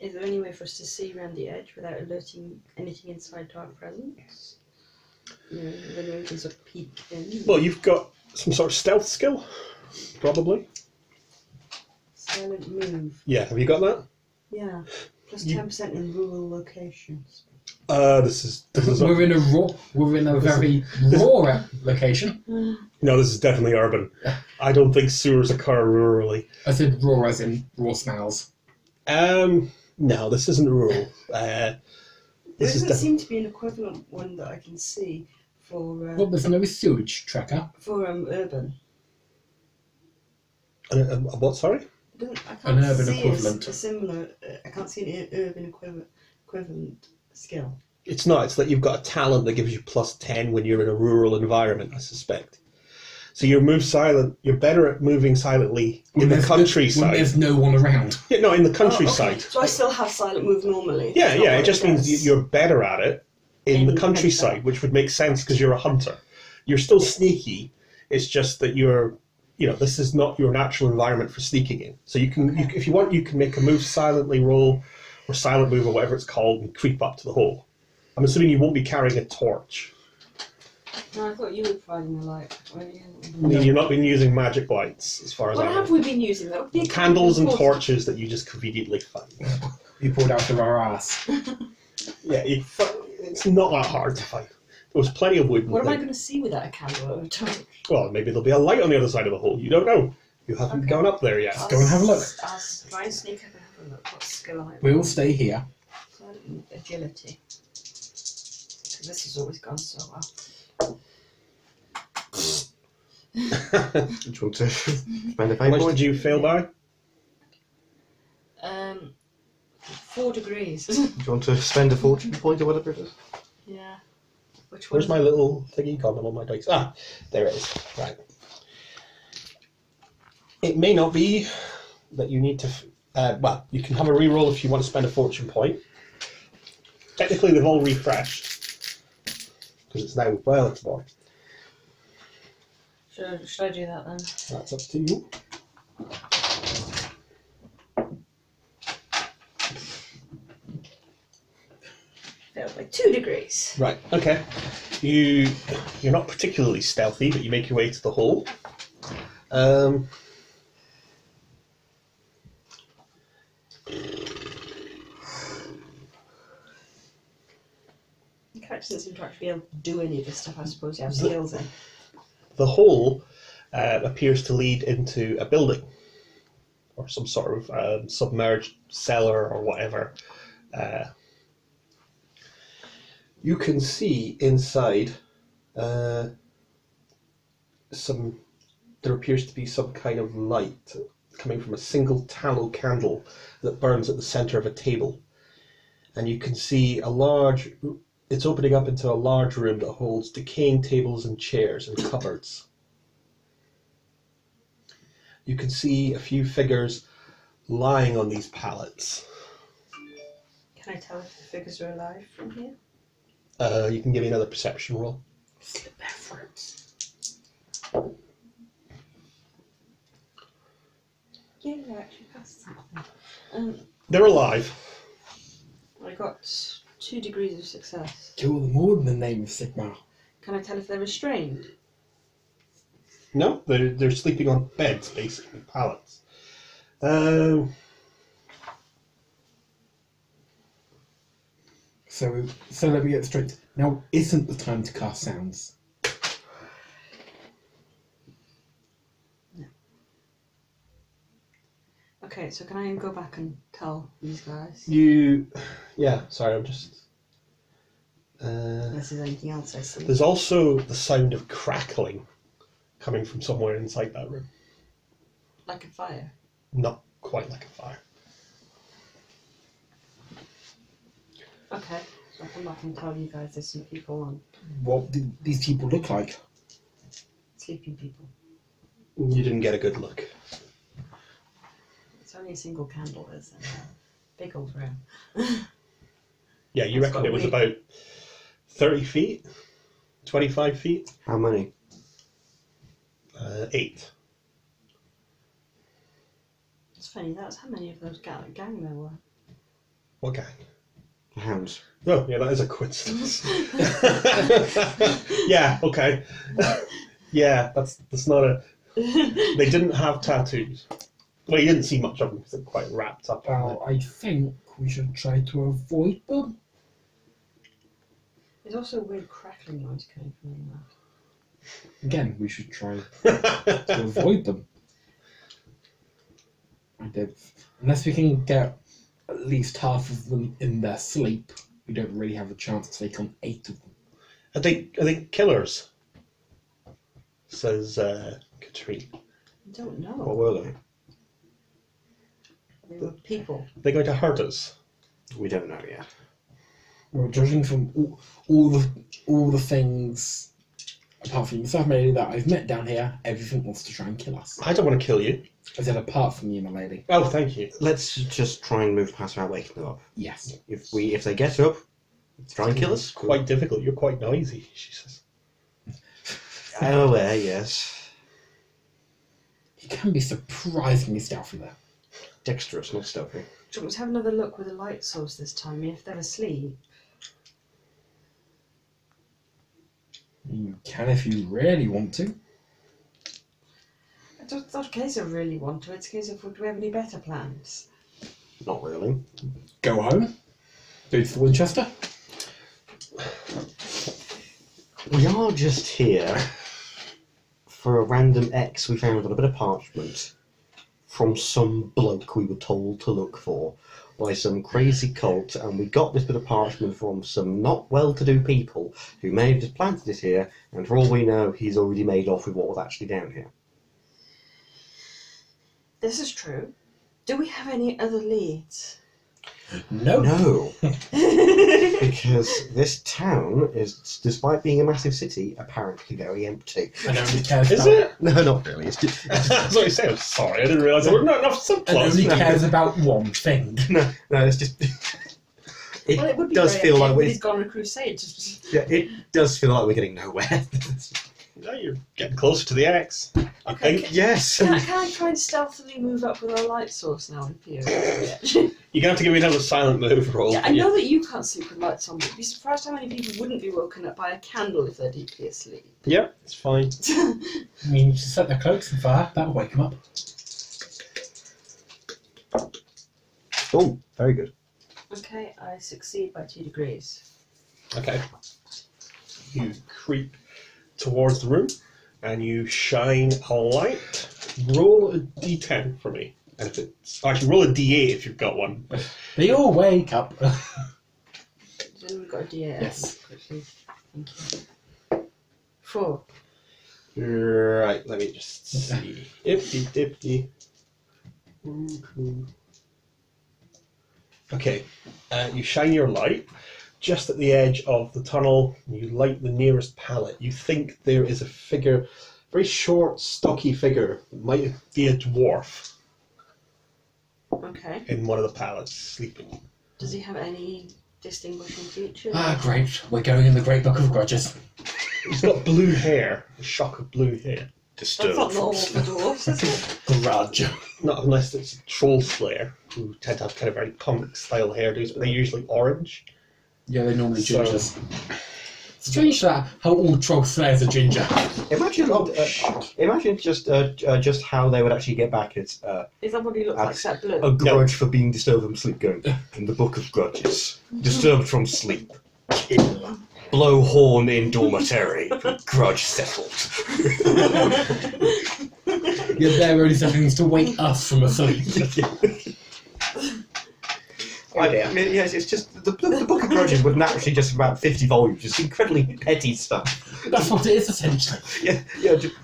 Speaker 3: Is there any way for us to see around the edge without alerting anything inside to our presence? You know, then we can sort of peek in.
Speaker 10: Well, you've got some sort of stealth skill, probably.
Speaker 3: Silent move.
Speaker 10: Yeah, have you got that?
Speaker 3: Yeah. Plus
Speaker 10: You-
Speaker 3: ten percent in rural locations.
Speaker 10: Uh, this is this is
Speaker 4: We're in a raw. We're in a very raw location.
Speaker 10: no, this is definitely urban. I don't think sewers occur rurally.
Speaker 4: I said raw as in raw smells.
Speaker 10: Um, no, this isn't rural. Uh,
Speaker 3: There
Speaker 10: this is
Speaker 3: doesn't
Speaker 10: def-
Speaker 3: seem to be an equivalent one that I can see for uh,
Speaker 4: Well, there's no sewage tracker.
Speaker 3: for um, urban.
Speaker 10: uh, uh, what? Sorry,
Speaker 3: I don't- I can't
Speaker 4: urban
Speaker 3: see a s-
Speaker 4: equivalent.
Speaker 3: A, similar. Uh, I can't see an ur- urban equivalent equivalent skill.
Speaker 10: it's not. It's that you've got a talent that gives you plus ten when you're in a rural environment. I suspect. So you move silent. You're better at moving silently in the
Speaker 4: there's no- when
Speaker 10: countryside.
Speaker 4: there's no one around.
Speaker 10: yeah, no, in the
Speaker 3: Oh, okay.
Speaker 10: countryside.
Speaker 3: So I still have silent move normally.
Speaker 10: Yeah,
Speaker 3: It's not
Speaker 10: yeah. It
Speaker 3: like
Speaker 10: just means
Speaker 3: that's-
Speaker 10: you- you're better at it in
Speaker 3: In
Speaker 10: the
Speaker 3: the
Speaker 10: countryside,
Speaker 3: countryside.
Speaker 10: which would make sense because you're a hunter. You're still sneaky. It's just that you're, you know, this is not your natural environment for sneaking in. So you can, you, if you want, you can make a move silently roll or silent move or whatever it's called and creep up to the hole. I'm assuming you won't be carrying a torch.
Speaker 3: No, I thought you were providing the light. weren't you?
Speaker 10: I mean, You've not been using magic lights, as far as
Speaker 3: What
Speaker 10: I
Speaker 3: have
Speaker 10: know.
Speaker 3: we been using? That would be
Speaker 10: Candles and torches that you just conveniently find.
Speaker 4: You pulled out of our ass.
Speaker 10: Yeah, you, fi- it's not that hard to find. There was plenty of wood. in
Speaker 3: What am
Speaker 10: there.
Speaker 3: I going to see without a candle or a torch?
Speaker 10: Well, maybe there'll be a light on the other side of the hole. You don't know. You haven't
Speaker 3: Okay.
Speaker 10: gone up there yet.
Speaker 3: I'll
Speaker 4: go and have a look.
Speaker 3: s- I'll s- try and sneak up and have a look. What skill I have.
Speaker 4: We'll stay here.
Speaker 3: Silent move, agility. 'Cause this has always gone so well.
Speaker 5: Do you want to spend a
Speaker 10: How
Speaker 5: fate
Speaker 10: much
Speaker 5: point?
Speaker 10: did you fail by?
Speaker 3: Um, four degrees.
Speaker 5: Do you want to spend a fortune point or whatever it is?
Speaker 3: yeah. Which
Speaker 10: Where's
Speaker 3: one?
Speaker 10: my little thingy gone on my dice? Ah, there it is. Right. It may not be that you need to. f- Uh, well, you can have a reroll if you want to spend a fortune point. Technically, they've all refreshed because it's now well it's more.
Speaker 3: Should, should I do that then?
Speaker 10: That's up to you.
Speaker 3: Failed by two degrees.
Speaker 10: Right. Okay. You you're not particularly stealthy, but you make your way to the hall. Um,
Speaker 3: The character doesn't seem to actually be able to do any of this stuff. I suppose you have skills in.
Speaker 10: the hall uh, appears to lead into a building or some sort of um, submerged cellar or whatever. Uh, you can see inside uh, some. There appears to be some kind of light coming from a single tallow candle that burns at the center of a table. And you can see a large. It's opening up into a large room that holds decaying tables and chairs and cupboards. You can see a few figures lying on these pallets.
Speaker 3: Can I tell if the figures are alive from here?
Speaker 10: Uh, you can give me another perception roll.
Speaker 4: Slip backwards.
Speaker 3: Yeah, you actually passed something. Um,
Speaker 10: They're alive.
Speaker 3: I got two degrees of success.
Speaker 4: Kill them all in the name of Sigma.
Speaker 3: Can I tell if they're restrained?
Speaker 10: No, they're, they're sleeping on beds, basically, pallets. Uh,
Speaker 4: So, so let me get straight. Now isn't the time to cast sounds.
Speaker 3: Okay, so can I go back and tell these guys?
Speaker 10: you. Yeah, sorry, I'm just. Uh,
Speaker 3: Unless there's anything else I see.
Speaker 10: there's also the sound of crackling coming from somewhere inside that room.
Speaker 3: Like a fire.
Speaker 10: Not quite like a fire.
Speaker 3: Okay, so I'll come back and tell you guys there's some people on.
Speaker 4: What do these people look like?
Speaker 3: Sleeping people.
Speaker 10: You didn't get a good look.
Speaker 3: It's only a single candle, is it? Big old room.
Speaker 10: Yeah, you
Speaker 3: That's
Speaker 10: reckon it was
Speaker 3: quite
Speaker 10: about 30 feet? 25 feet?
Speaker 5: How many?
Speaker 10: Uh, eight.
Speaker 3: It's funny, that's how many of those ga- gang there were.
Speaker 10: What gang?
Speaker 5: Hounds.
Speaker 10: Oh, yeah, that is a coincidence. yeah, okay. yeah, that's that's not a. They didn't have tattoos. Well, you didn't see much of them because they're quite wrapped up. aren't
Speaker 4: Well, I think we should try to avoid them.
Speaker 3: There's also a weird crackling noise coming from the mouth.
Speaker 4: Again, we should try
Speaker 10: they?
Speaker 4: to avoid them. I don't- Unless we can get at least half of them in their sleep, we don't really have a chance to take on eight of them.
Speaker 10: I think I think killers. Says uh, Katrine.
Speaker 3: I don't
Speaker 5: What
Speaker 3: know.
Speaker 5: were they?
Speaker 3: They were people.
Speaker 10: They're going to hurt us.
Speaker 5: We don't know yet.
Speaker 4: Well, judging from all, all the all the things, apart from yourself, milady, that I've met down here, everything wants to try and kill us.
Speaker 10: I don't want to kill you.
Speaker 4: I said, apart from you, my lady.
Speaker 10: Oh, thank you.
Speaker 5: Let's just try and move past without waking them up.
Speaker 4: Yes.
Speaker 5: If we if they get up, try and kill us.
Speaker 10: Quite difficult. You're quite noisy. She says.
Speaker 5: I'm aware, Oh, yes.
Speaker 4: He can be surprisingly stealthy there.
Speaker 5: Dexterous, not stealthy.
Speaker 3: So let's have another look with a light source this time. I mean, if they're asleep,
Speaker 4: You can if you really want to.
Speaker 3: it's not, it's not a case of really want to. It's a case of would we have any better plans?
Speaker 5: Not really.
Speaker 4: Go home. Go to the Winchester.
Speaker 5: We are just here for a random X we found on a bit of parchment from some bloke we were told to look for by some crazy cult, and we got this bit of parchment from some not well to do people who may have just planted it here, and for all we know, he's already made off with what was actually down here.
Speaker 3: This is true. Do we have any other leads?
Speaker 4: No.
Speaker 5: No,
Speaker 3: That's
Speaker 5: because this town is, despite being a massive city, apparently very empty.
Speaker 4: I only cares
Speaker 10: Is
Speaker 4: about,
Speaker 10: it?
Speaker 5: No, not really. It's just,
Speaker 10: That's what you say. I'm sorry. I didn't realise there were not enough
Speaker 4: And
Speaker 10: subplots.
Speaker 4: only cares about one thing.
Speaker 5: no, no, it's just. it,
Speaker 3: well, it would be
Speaker 5: does
Speaker 3: great
Speaker 5: feel
Speaker 3: if
Speaker 5: like we're
Speaker 3: he's gone on a crusade. Just
Speaker 5: Yeah, it does feel like we're getting nowhere.
Speaker 10: No, you're getting closer to the axe. I
Speaker 3: Okay,
Speaker 10: think
Speaker 5: yes.
Speaker 3: Can I, can I try and stealthily move up with our light source now and peer? yeah,
Speaker 10: you're gonna have to give me another silent move
Speaker 5: Oh,
Speaker 10: roll.
Speaker 3: I know that you can't sleep with lights on, but you'd be surprised how many people wouldn't be woken up by a candle if they're deeply asleep.
Speaker 10: Yeah, it's fine.
Speaker 4: I mean, you should set their cloaks on fire. That'll wake them up.
Speaker 5: Oh, very good.
Speaker 3: okay, I succeed by two degrees.
Speaker 10: Okay. You creep towards the room and you shine a light. Roll a d10 for me. And if it's, actually, roll a d8 if you've got one.
Speaker 4: They all wake up.
Speaker 3: Then we've got a D8.
Speaker 4: Yes.
Speaker 3: Quickly. Thank you. Four.
Speaker 10: Right, let me just see. Ipty dipty. Okay, uh, you shine your light just at the edge of the tunnel. You light the nearest pallet. You think there is a figure, very short, stocky figure, might be a dwarf
Speaker 3: Okay.
Speaker 10: in one of the pallets sleeping.
Speaker 3: Does he have any distinguishing features?
Speaker 4: ah, great. We're going in the Great Book of Grudges.
Speaker 10: He's got blue hair, a shock of blue hair.
Speaker 3: That's not
Speaker 13: disturbed
Speaker 3: normal
Speaker 13: from
Speaker 3: for dwarves, is it?
Speaker 10: grudge. Not unless it's a troll slayer, who tend to have kind of very punk style hairdos, but they're usually orange.
Speaker 4: Yeah, they're normally
Speaker 10: So-
Speaker 4: gingers. Strange that how all troll slayers are ginger.
Speaker 5: Imagine, uh, imagine just uh, uh, just how they would actually get back at uh,
Speaker 3: Is that what he looks like? Is that blue?
Speaker 5: a grudge for being disturbed from sleep. Going in the book of grudges, disturbed from sleep, kill, blow horn in dormitory, grudge settled.
Speaker 4: Yet they're only settings to wake us from asleep.
Speaker 5: I mean, yes, it's just the, the, the Book of Grudges would naturally just about fifty volumes, just incredibly petty stuff.
Speaker 4: That's what it is essentially.
Speaker 5: Yeah, yeah, just,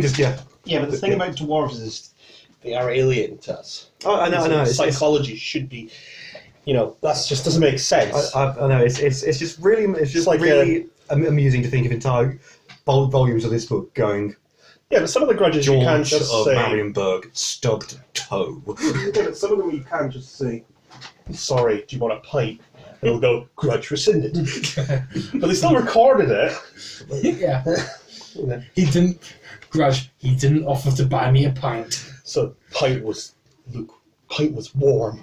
Speaker 5: just yeah.
Speaker 10: Yeah, but the thing about dwarves is they are alien to us.
Speaker 5: Oh, I know, I know. It's, it's,
Speaker 10: Psychology should be, you know, that just doesn't make sense.
Speaker 5: I, I, I know. It's, it's it's just really it's uh, just
Speaker 10: like,
Speaker 5: really am- amusing to think of entire vol- volumes of this book going.
Speaker 10: yeah, but some of the grudges you can't
Speaker 5: George
Speaker 10: just
Speaker 5: of
Speaker 10: say.
Speaker 5: Marienburg stubbed toe.
Speaker 10: Yeah, but some of them you can just say, sorry, do you want a pint? And they'll go, grudge rescinded. but they still recorded it.
Speaker 4: yeah. He didn't grudge. He didn't offer to buy me a pint.
Speaker 10: So pint was, look, pint was warm.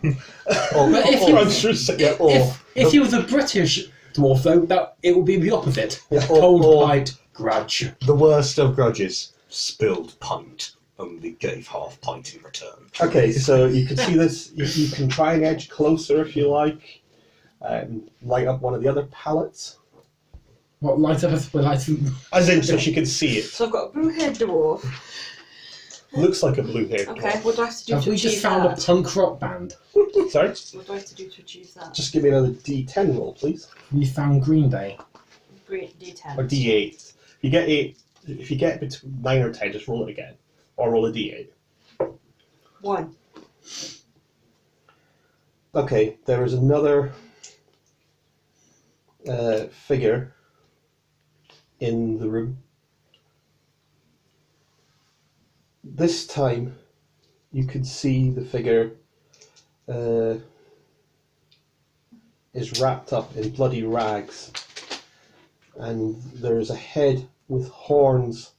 Speaker 5: Oh,
Speaker 4: But if he was,
Speaker 10: grudge rescinded.
Speaker 5: Yeah, or,
Speaker 4: if, if he was a British dwarf, though, that it would be the opposite.
Speaker 5: yeah, or,
Speaker 4: Cold
Speaker 5: or
Speaker 4: pint grudge.
Speaker 5: the worst of grudges, spilled pint. Only gave half pint in return.
Speaker 10: Okay, so you can see this. You, you can try and edge closer if you like. Um, light up one of the other pallets.
Speaker 4: What light up? Well, light
Speaker 10: As in, so she can see it.
Speaker 3: So I've got a blue haired dwarf.
Speaker 10: Looks like a blue haired
Speaker 3: Okay, what do I have to do
Speaker 4: Have
Speaker 3: to
Speaker 4: we
Speaker 3: achieve
Speaker 4: just found a
Speaker 3: that?
Speaker 4: punk rock band?
Speaker 10: Sorry?
Speaker 3: What do I have to do to achieve that?
Speaker 10: Just give me another D10 roll, please.
Speaker 4: We found Green Day.
Speaker 3: Great D10.
Speaker 10: Or D8. If you get eight, if you get between nine or ten, just roll it again, or roll a D8.
Speaker 3: One.
Speaker 10: Okay, there is another uh, figure in the room. This time, you can see the figure uh, is wrapped up in bloody rags, and there is a head with horns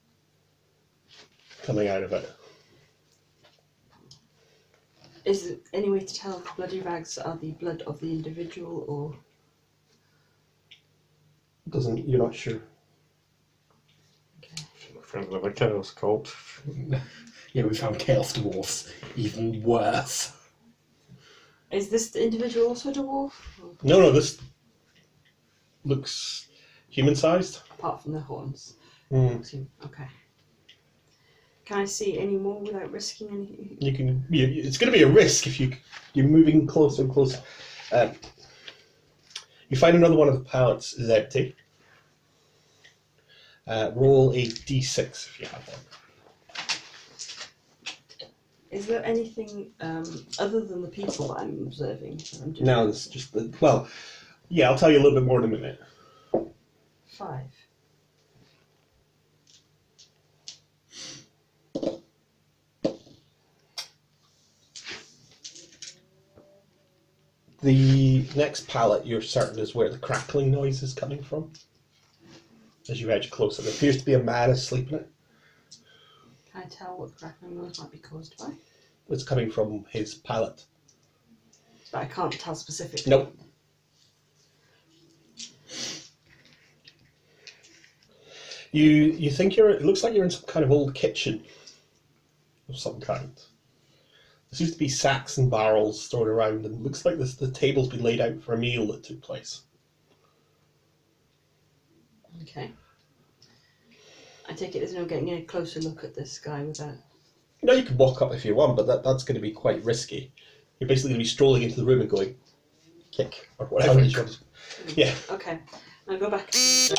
Speaker 10: coming out of it.
Speaker 3: Is there any way to tell if the bloody rags are the blood of the individual or.
Speaker 10: Doesn't you're not sure?
Speaker 5: Friend of a chaos cult.
Speaker 4: Yeah, we found Chaos Dwarfs. Even worse.
Speaker 3: Is this the individual also a dwarf? Or-
Speaker 10: No, no, this looks human-sized.
Speaker 3: Apart from the horns.
Speaker 10: Hmm.
Speaker 3: Okay. Can I see any more without risking anything?
Speaker 10: you can you, you- it's going to be a risk if you you're moving closer and closer um, you find another one of the pallets is empty uh, roll a d6 if you have one
Speaker 3: Is there anything um, other than the people that I'm observing? that I'm doing?
Speaker 10: no it's just the well yeah i'll tell you a little bit more in a minute
Speaker 3: Five.
Speaker 10: the next pallet you're certain is where the crackling noise is coming from as you edge closer there appears to be a man asleep in it
Speaker 3: Can I tell what the crackling noise might be caused by?
Speaker 10: it's coming from his pallet
Speaker 3: But I can't tell specifically.
Speaker 10: Nope. You you think you're? It looks like you're in some kind of old kitchen of some kind. There seems to be sacks and barrels thrown around, and it looks like this the table's been laid out for a meal that took place.
Speaker 3: Okay. I take it there's no getting a closer look at this guy without.
Speaker 10: You know, you can walk up if you want, but that, that's going to be quite risky. You're basically going to be strolling into the room and going, kick or whatever. it is you want to- Yeah.
Speaker 3: Okay. I'll go back to the,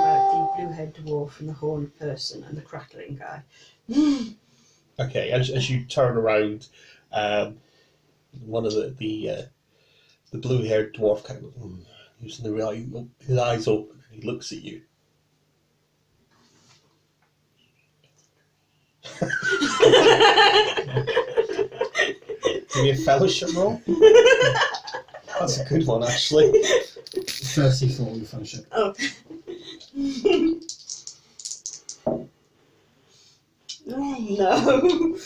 Speaker 3: about the blue head dwarf and the horned person and the crackling guy.
Speaker 10: Okay, as, as you turn around, um, one of the the, uh, the blue haired dwarf kind of mm, using the real his eyes open. He looks at you. Give me a fellowship roll. That's a good one, actually.
Speaker 4: 34, we found shit.
Speaker 3: Oh.
Speaker 11: No.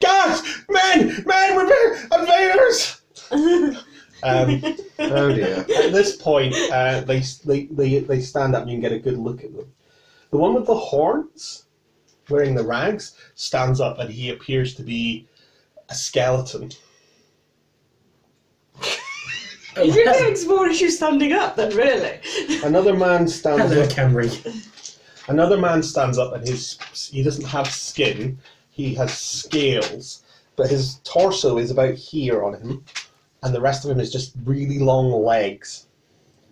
Speaker 10: Guys, men, men, repair invaders. Um,
Speaker 5: Oh dear.
Speaker 10: at this point, uh, they, they they they stand up and you can get a good look at them. The one with the horns, wearing the rags, stands up and he appears to be a skeleton.
Speaker 12: You're having more issues standing up than really.
Speaker 11: Oh,
Speaker 10: Another man stands
Speaker 4: Hello,
Speaker 10: up.
Speaker 4: Camry.
Speaker 10: Another man stands up and his he doesn't have skin, he has scales, but his torso is about here on him, and the rest of him is just really long legs.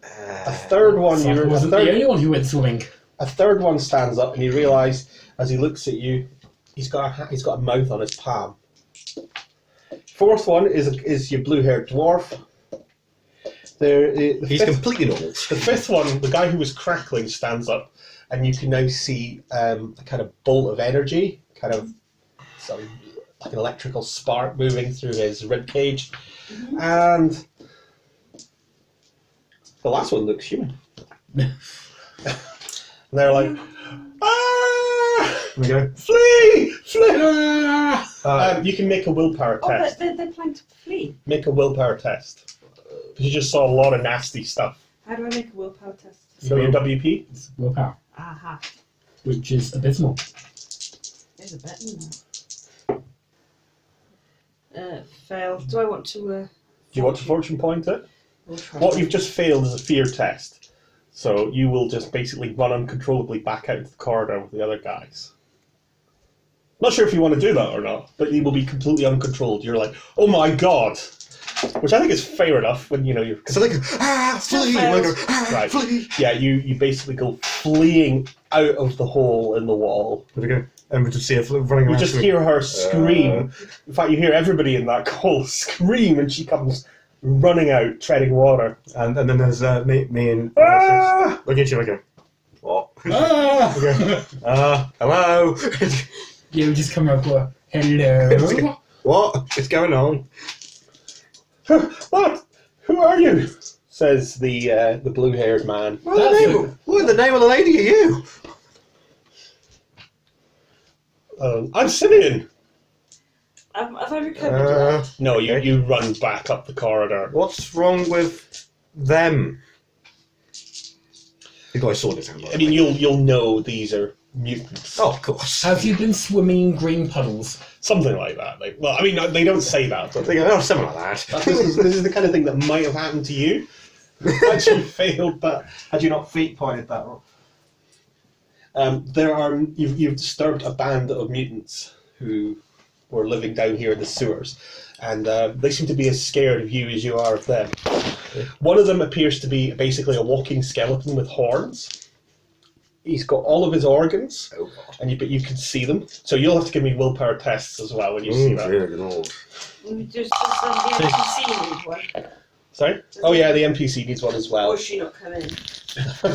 Speaker 10: A third one,
Speaker 4: Fuck, I
Speaker 10: you're, a,
Speaker 4: wasn't the
Speaker 10: third,
Speaker 4: only one who went swimming.
Speaker 10: a third one stands up and you realise as he looks at you, he's got a ha- he's got a mouth on his palm. Fourth one is is your blue haired dwarf. There, the
Speaker 5: He's
Speaker 10: fifth-
Speaker 5: completely normal.
Speaker 10: the fifth one, the guy who was crackling, stands up, and you can now see um, a kind of bolt of energy, kind of some like an electrical spark moving through his rib cage, and the last one looks human. and they're like, ah,
Speaker 5: There we go.
Speaker 10: flee, flee.
Speaker 4: Ah!
Speaker 5: Uh,
Speaker 10: Um, you can make a willpower
Speaker 11: Oh, but
Speaker 10: test.
Speaker 11: they're, they're planning to flee.
Speaker 10: Make a willpower test. 'Cause You just saw a lot of nasty stuff.
Speaker 11: How do I make a willpower test?
Speaker 10: So your WP.
Speaker 4: It's willpower,
Speaker 11: Aha.
Speaker 4: which is abysmal.
Speaker 11: There's a bet in there. Uh, fail. Do I want to? Uh,
Speaker 10: Do you want to fortune point it?
Speaker 11: we'll try.
Speaker 10: What you've just failed is a fear test. So you will just basically run uncontrollably back out into the corridor with the other guys. Not sure if you want to do that or not, but you will be completely uncontrolled. You're like, oh my god! Which I think is fair enough when you know you're.
Speaker 5: so they go, ah, flee! And they go, ah,
Speaker 10: Right.
Speaker 5: flee!
Speaker 10: Yeah, you, you basically go fleeing out of the hole in the wall.
Speaker 5: There we go. And we just see her fl- running
Speaker 10: You
Speaker 5: around.
Speaker 10: just
Speaker 5: swimming.
Speaker 10: hear her scream. In fact, you hear everybody in that hole scream, and she comes running out, treading water.
Speaker 5: And, and then there's uh, me, me and
Speaker 10: Ah!
Speaker 5: look at you and I go, what?
Speaker 4: Ah!
Speaker 5: Uh, hello?
Speaker 4: yeah, we just come up with hello.
Speaker 5: what? What's going on?
Speaker 10: What? Who are you? Says the uh, the blue haired man.
Speaker 5: What the,
Speaker 4: That's
Speaker 5: name, what the name of the lady are you?
Speaker 10: Um, I'm Simeon.
Speaker 11: Have, have I recovered
Speaker 5: Uh,
Speaker 11: yet?
Speaker 10: No, you,
Speaker 5: Okay.
Speaker 10: you run back up the corridor.
Speaker 5: what's wrong with them? The guy saw this hand. by the
Speaker 10: I mean,
Speaker 5: way.
Speaker 10: you'll you'll know these are mutants,
Speaker 5: Oh, of course.
Speaker 4: Have you been swimming in green puddles?
Speaker 10: something like that. Like, well, I mean, they don't say that, but
Speaker 5: They go, oh, something like that.
Speaker 10: this is this is the kind of thing that might have happened to you had you failed that, had you not fate pointed that wrong. Um, there are you've, you've disturbed a band of mutants who were living down here in the sewers, and uh, they seem to be as scared of you as you are of them. One of them appears to be basically a walking skeleton with horns. He's got all of his organs,
Speaker 5: Oh, God.
Speaker 10: and you, but you can see them. So you'll have to give me willpower tests as well when you see
Speaker 5: Mm,
Speaker 10: that.
Speaker 5: dear Lord.
Speaker 11: Mm, Just, just um, the NPC need one.
Speaker 10: Sorry. Oh yeah, the NPC needs one as well.
Speaker 11: Or is she not come in?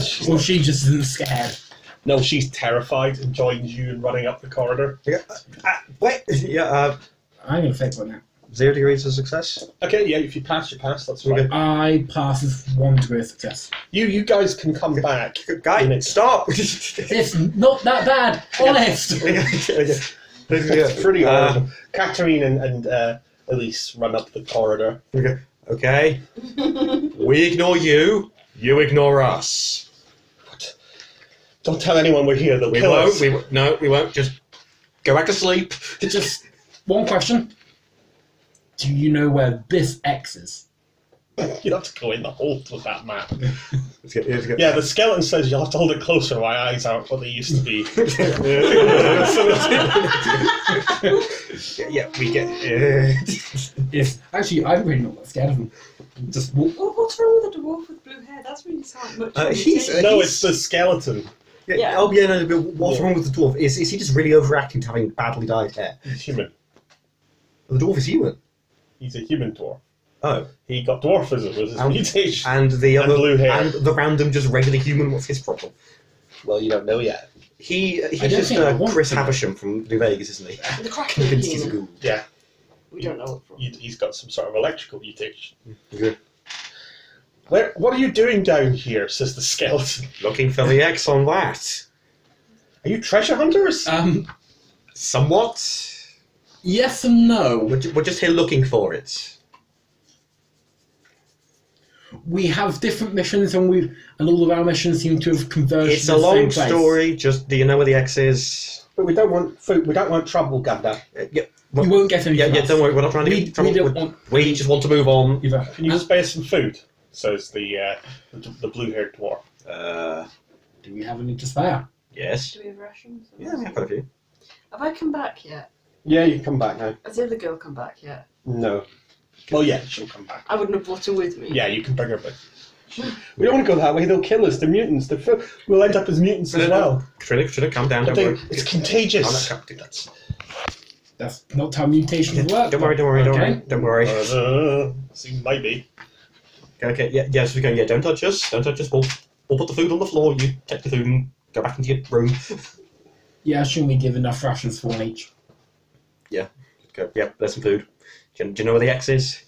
Speaker 10: She's
Speaker 4: Or she just isn't scared?
Speaker 10: No, she's terrified and joins you in running up the corridor.
Speaker 5: Yeah, uh, uh, wait, yeah, uh,
Speaker 4: I'm gonna fake one now.
Speaker 5: zero degrees of success.
Speaker 10: Okay, yeah, if you pass, you pass. That's
Speaker 5: Okay.
Speaker 10: right.
Speaker 4: I pass with one degree of success.
Speaker 10: You, you guys can come back. in
Speaker 5: Guy,
Speaker 10: it.
Speaker 5: stop!
Speaker 4: It's not that bad. Honest.
Speaker 10: It's pretty
Speaker 5: Uh,
Speaker 10: horrible. Katarine and, and uh, Elise run up the corridor.
Speaker 5: Okay. we ignore you. You ignore us.
Speaker 10: Don't tell anyone we're here. They'll
Speaker 5: We
Speaker 10: kill
Speaker 5: won't.
Speaker 10: us.
Speaker 5: We, won't- no, we won't. Just go back to sleep.
Speaker 4: Just one question. Do you know where this X is?
Speaker 10: You'll have to go in the hole with that map.
Speaker 5: Let's get, let's get,
Speaker 10: Yeah, the skeleton says you'll have to hold it closer. My eyes aren't what they used to be.
Speaker 5: yeah, yeah, we get. Uh,
Speaker 4: Yes. Actually, I'm really not that scared of him. Just walk.
Speaker 11: What, what's wrong with the dwarf with blue hair? That's really not much.
Speaker 5: Uh,
Speaker 11: of a
Speaker 5: he's-
Speaker 11: thing.
Speaker 10: no, it's the skeleton.
Speaker 5: yeah,
Speaker 11: Yeah.
Speaker 5: Oh, yeah, no, but what's wrong with the dwarf? Is, is he just really overacting to having badly dyed hair?
Speaker 10: He's human.
Speaker 5: The dwarf is human.
Speaker 10: He's a human dwarf.
Speaker 5: Oh,
Speaker 10: He got dwarfism with his
Speaker 5: Um,
Speaker 10: mutation.
Speaker 5: and the
Speaker 10: And
Speaker 5: other
Speaker 10: blue hair.
Speaker 5: and the random, just regular human. What's his problem?
Speaker 10: well, you don't know yet.
Speaker 5: He he's
Speaker 4: don't
Speaker 5: just
Speaker 4: think I
Speaker 5: uh,
Speaker 4: want
Speaker 5: Chris
Speaker 4: to know.
Speaker 5: Havisham from New Vegas, isn't he?
Speaker 11: the crack in
Speaker 5: Convinced he's a
Speaker 11: the
Speaker 5: ghoul.
Speaker 10: Yeah,
Speaker 11: We don't know what from.
Speaker 10: he- he's got some sort of electrical mutation.
Speaker 5: Okay.
Speaker 10: Where, what are you doing down here? Says the skeleton.
Speaker 5: Looking for the X on that.
Speaker 10: Are you treasure hunters?
Speaker 4: Um,
Speaker 5: Somewhat.
Speaker 4: Yes and no.
Speaker 5: We're, ju- we're just here looking for it.
Speaker 4: We have different missions, and we and all of our missions seem to have converged.
Speaker 5: It's
Speaker 4: to
Speaker 5: a
Speaker 4: the same
Speaker 5: long
Speaker 4: place.
Speaker 5: story. Just do you know where the X is?
Speaker 1: But we don't want food. We don't want trouble, Gander.
Speaker 5: Uh, yeah,
Speaker 4: You won't get any.
Speaker 5: yeah, yeah. Don't worry. We're not trying to
Speaker 4: We,
Speaker 5: get
Speaker 4: we
Speaker 5: in trouble.
Speaker 4: don't
Speaker 5: We-
Speaker 4: want
Speaker 5: we just want to move on.
Speaker 4: either.
Speaker 10: Can you spare some food? Says the uh, the, the blue haired dwarf.
Speaker 5: Uh,
Speaker 4: Do we have any to spare?
Speaker 5: yes.
Speaker 11: Do we have rations?
Speaker 5: Yeah, we have quite a few.
Speaker 11: Have I come back yet?
Speaker 1: Yeah, you come back now.
Speaker 11: Has the other girl come back yet?
Speaker 1: No.
Speaker 10: Well, yeah, she'll come back.
Speaker 11: I wouldn't have brought her with me.
Speaker 10: Yeah, you can bring her back.
Speaker 1: We don't want to go that way. They'll kill us. They're mutants. They're fi- we'll end up as mutants as well.
Speaker 5: Katrina, Katrina, calm down.
Speaker 10: I
Speaker 5: Don't
Speaker 10: think
Speaker 5: worry. No,
Speaker 10: it's
Speaker 5: no,
Speaker 10: contagious.
Speaker 5: can't do that.
Speaker 4: That's not how mutations work.
Speaker 5: Don't worry. Don't worry. Don't
Speaker 4: Okay.
Speaker 5: worry. Don't worry.
Speaker 10: Uh, see, might be.
Speaker 5: Okay, okay, yeah, yes, we go. Yeah, don't touch us. Don't touch us. We'll, we'll put the food on the floor. You take the food and go back into your room.
Speaker 4: Yeah, assume we give enough rations for one each.
Speaker 5: Go, yep, there's some food. Do you, do you know where the X is?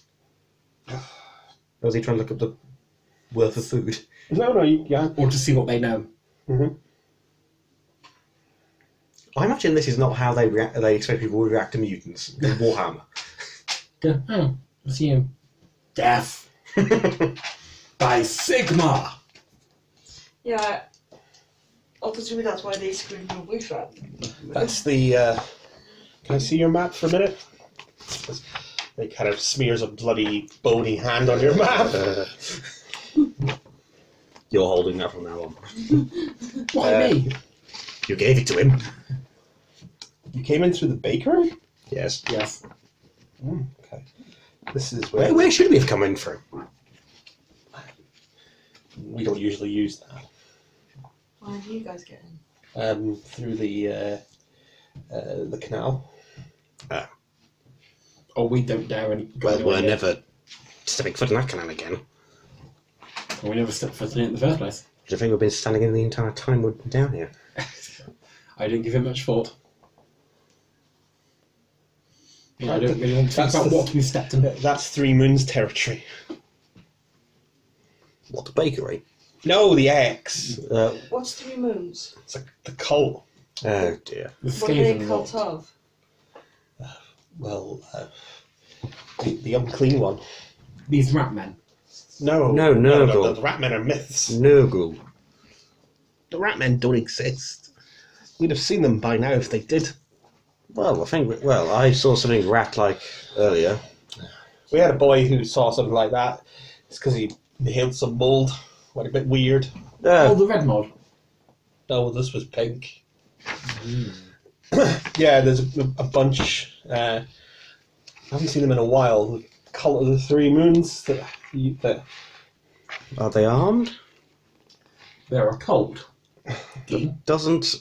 Speaker 5: Or is he trying to look up the worth of food?
Speaker 1: No, no, you, yeah.
Speaker 4: Or to see what they know.
Speaker 5: I imagine this is not how they react. They expect people to react to mutants in Warhammer.
Speaker 4: Go, oh, assume. Death by Sigma!
Speaker 11: Yeah. Obviously, that's why they screwed your wife up.
Speaker 10: That's the. Uh,
Speaker 1: Can I see your map for a minute?
Speaker 10: it kind of smears a bloody bony hand on your map.
Speaker 5: You're holding that from now on.
Speaker 4: Why
Speaker 5: Uh,
Speaker 4: me?
Speaker 5: You gave it to him.
Speaker 1: You came in through the bakery?
Speaker 5: Yes.
Speaker 4: Yes.
Speaker 1: Okay. This is
Speaker 5: Where,
Speaker 1: where
Speaker 5: where should we have come in from?
Speaker 10: We don't usually use that.
Speaker 11: Why are you guys getting?
Speaker 1: um, through the uh, uh, the canal.
Speaker 4: Oh, we don't dare any.
Speaker 5: Well,
Speaker 4: go
Speaker 5: we're
Speaker 4: anywhere.
Speaker 5: never stepping foot in that canal again.
Speaker 4: We never stepped foot in it in the first place.
Speaker 5: Do you think we've been standing in the entire time we're down here?
Speaker 4: I didn't give it much thought. Yeah, I don't
Speaker 1: That's
Speaker 4: really want to think
Speaker 1: the-
Speaker 4: about what we stepped in.
Speaker 10: That's Three Moons territory.
Speaker 5: What the bakery?
Speaker 10: No, the X.
Speaker 5: Uh,
Speaker 11: What's three moons?
Speaker 10: It's like the cult.
Speaker 5: oh dear.
Speaker 4: The
Speaker 11: What are they
Speaker 4: Skaven
Speaker 11: cult
Speaker 4: lot.
Speaker 11: of?
Speaker 10: Well, uh, the, the unclean one. Oh,
Speaker 4: These rat men.
Speaker 10: No,
Speaker 5: No, no,
Speaker 10: the,
Speaker 5: no.
Speaker 10: the rat men are myths.
Speaker 5: Nurgle.
Speaker 10: The rat men don't exist. We'd have seen them by now if they did.
Speaker 5: Well, I think. Well, I saw something rat-like earlier.
Speaker 10: We had a boy who saw something like that. It's because he inhaled some mold. Went a bit weird.
Speaker 4: Oh,
Speaker 5: Uh,
Speaker 4: the red mod.
Speaker 10: No, Oh, this was pink. yeah, there's a, a bunch. Uh, I haven't seen them in a while. The cult of the three moons. That, you- that
Speaker 5: are they armed?
Speaker 4: They're a cult.
Speaker 5: Doesn't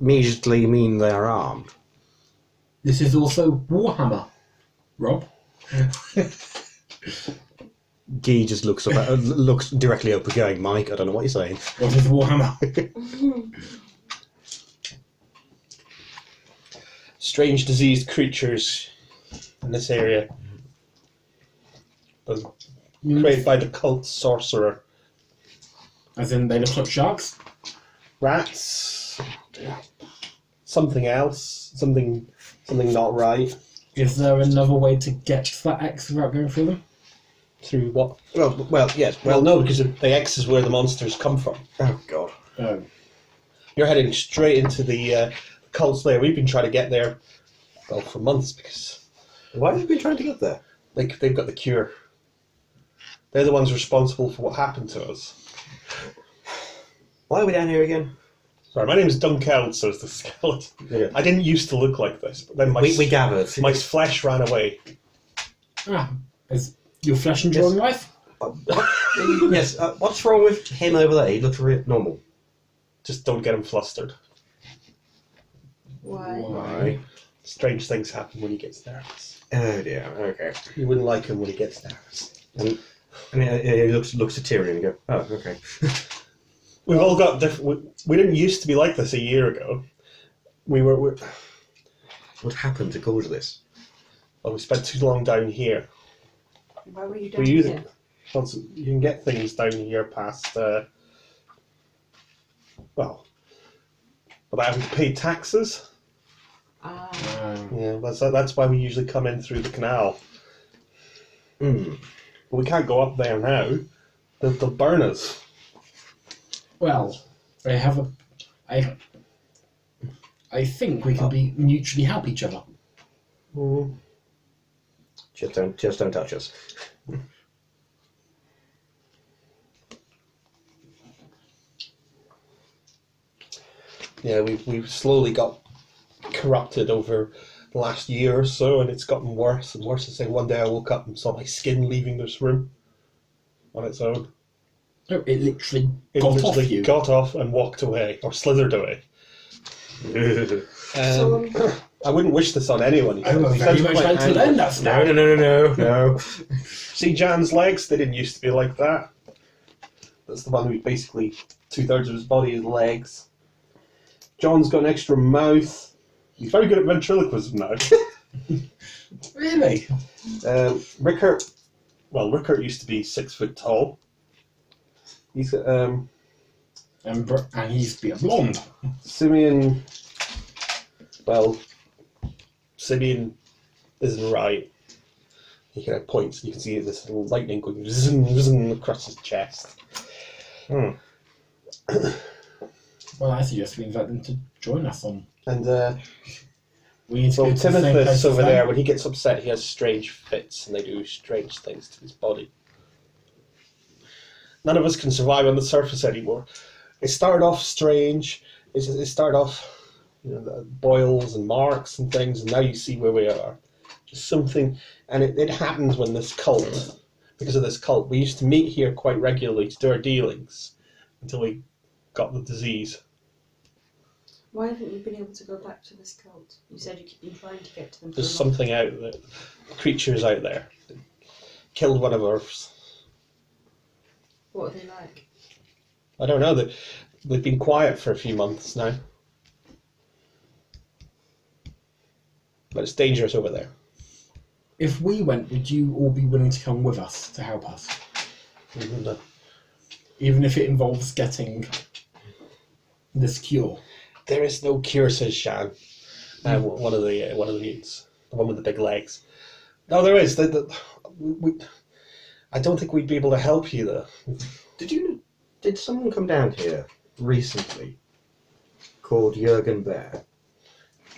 Speaker 5: immediately mean they are armed.
Speaker 4: This is also Warhammer. Rob?
Speaker 5: Gee just looks up, uh, looks directly up, going, Mike. I don't know what you're saying.
Speaker 4: What is Warhammer?
Speaker 10: strange diseased creatures in this area. Was Created by the cult sorcerer.
Speaker 4: As in, they look like sharks?
Speaker 10: Rats. Something else. Something. Something not right.
Speaker 4: Is there another way to get to that X without going through them?
Speaker 10: Through what?
Speaker 5: Well, well, yes.
Speaker 10: Well, no, because the X is where the monsters come from.
Speaker 5: oh God.
Speaker 4: Oh.
Speaker 10: You're heading straight into the uh, cult lair. We've been trying to get there, well, for months because
Speaker 5: Why have you been trying to get there?
Speaker 10: they, they've got the cure. They're the ones responsible for what happened to us.
Speaker 5: Why are we down here again?
Speaker 10: Sorry, my name is Dunkeld, so it's the skeleton.
Speaker 5: Yeah.
Speaker 10: I didn't used to look like this, but then my
Speaker 5: We, we gathered.
Speaker 10: my flesh ran away.
Speaker 4: Ah, is your flesh enjoying life?
Speaker 5: yes. Uh, what's wrong with him over there? He looks re- normal.
Speaker 10: Just don't get him flustered.
Speaker 11: Why?
Speaker 5: Why?
Speaker 10: Strange things happen when he gets nervous.
Speaker 5: Oh dear. Okay.
Speaker 10: You wouldn't like him when he gets nervous.
Speaker 5: I mean, uh, he looks looks at Tyrion and go, oh, okay.
Speaker 10: We've all got different. We, we didn't used to be like this a year ago. We were. we
Speaker 5: What happened to cause this?
Speaker 10: well, oh, we spent too long down here.
Speaker 11: Why were you down
Speaker 10: Were you
Speaker 11: here?
Speaker 10: Once you can get things down here past, uh, well, without having to pay taxes.
Speaker 12: Ah.
Speaker 4: Um,
Speaker 10: Yeah, that's that's why we usually come in through the canal.
Speaker 5: Mm.
Speaker 10: But we can't go up there now. They'll, they'll burn us.
Speaker 4: well, I have a. I. I think we can be mutually help each other.
Speaker 5: Just don't, just don't touch us.
Speaker 10: Yeah, we've, we've slowly got corrupted over the last year or so, and it's gotten worse and worse. It's like one day I woke up and saw my skin leaving this room on its own.
Speaker 4: No, it literally
Speaker 10: It
Speaker 4: got off
Speaker 10: literally
Speaker 4: you.
Speaker 10: got off and walked away, or slithered away. Um,
Speaker 11: So, um,
Speaker 10: I wouldn't wish this on anyone.
Speaker 4: I was
Speaker 10: Sounds
Speaker 4: Oh, very much
Speaker 10: quite
Speaker 4: like to
Speaker 10: angry.
Speaker 4: learn that now.
Speaker 5: No, no, no, no, no, no.
Speaker 10: See Jan's legs? They didn't used to be like that. That's the one who basically two thirds of his body is legs. John's got an extra mouth. He's very good at ventriloquism now.
Speaker 4: Really?
Speaker 10: um, Rickert, well, Rickert used to be six foot tall. He's um,
Speaker 4: And, br- and he's be a blonde.
Speaker 10: Simeon. Well, Simeon isn't right. He kind of points, and you can see this little lightning going zzzm, zzzm across his chest.
Speaker 4: Well, I suggest we invite them to join us on.
Speaker 10: And uh,
Speaker 4: We need to
Speaker 10: Well,
Speaker 4: go to the same place
Speaker 10: Timothus
Speaker 4: as
Speaker 10: over
Speaker 4: them.
Speaker 10: there, when he gets upset, he has strange fits and they do strange things to his body. None of us can survive on the surface anymore. It started off strange. It, it started off, you know, the boils and marks and things, and now you see where we are. Just something, and it, it happened when this cult, because of this cult, we used to meet here quite regularly to do our dealings until we got the disease.
Speaker 11: why haven't you been able to go back to this cult? You said you keep been trying to get to them. for
Speaker 10: There's
Speaker 11: a long-
Speaker 10: something out there. Creatures out there. Killed one of ours.
Speaker 11: What are they like?
Speaker 10: I don't know. They, they've been quiet for a few months now. But it's dangerous over there.
Speaker 4: If we went, would you all be willing to come with us to help us? Even if it involves getting this cure.
Speaker 10: There is no cure, says Shan. Uh, one of the uh, one of the mutants, the one with the big legs. No, there is. The, the, we, we, I don't think we'd be able to help you though.
Speaker 5: Did you? Did someone come down here recently called Jurgen Bear?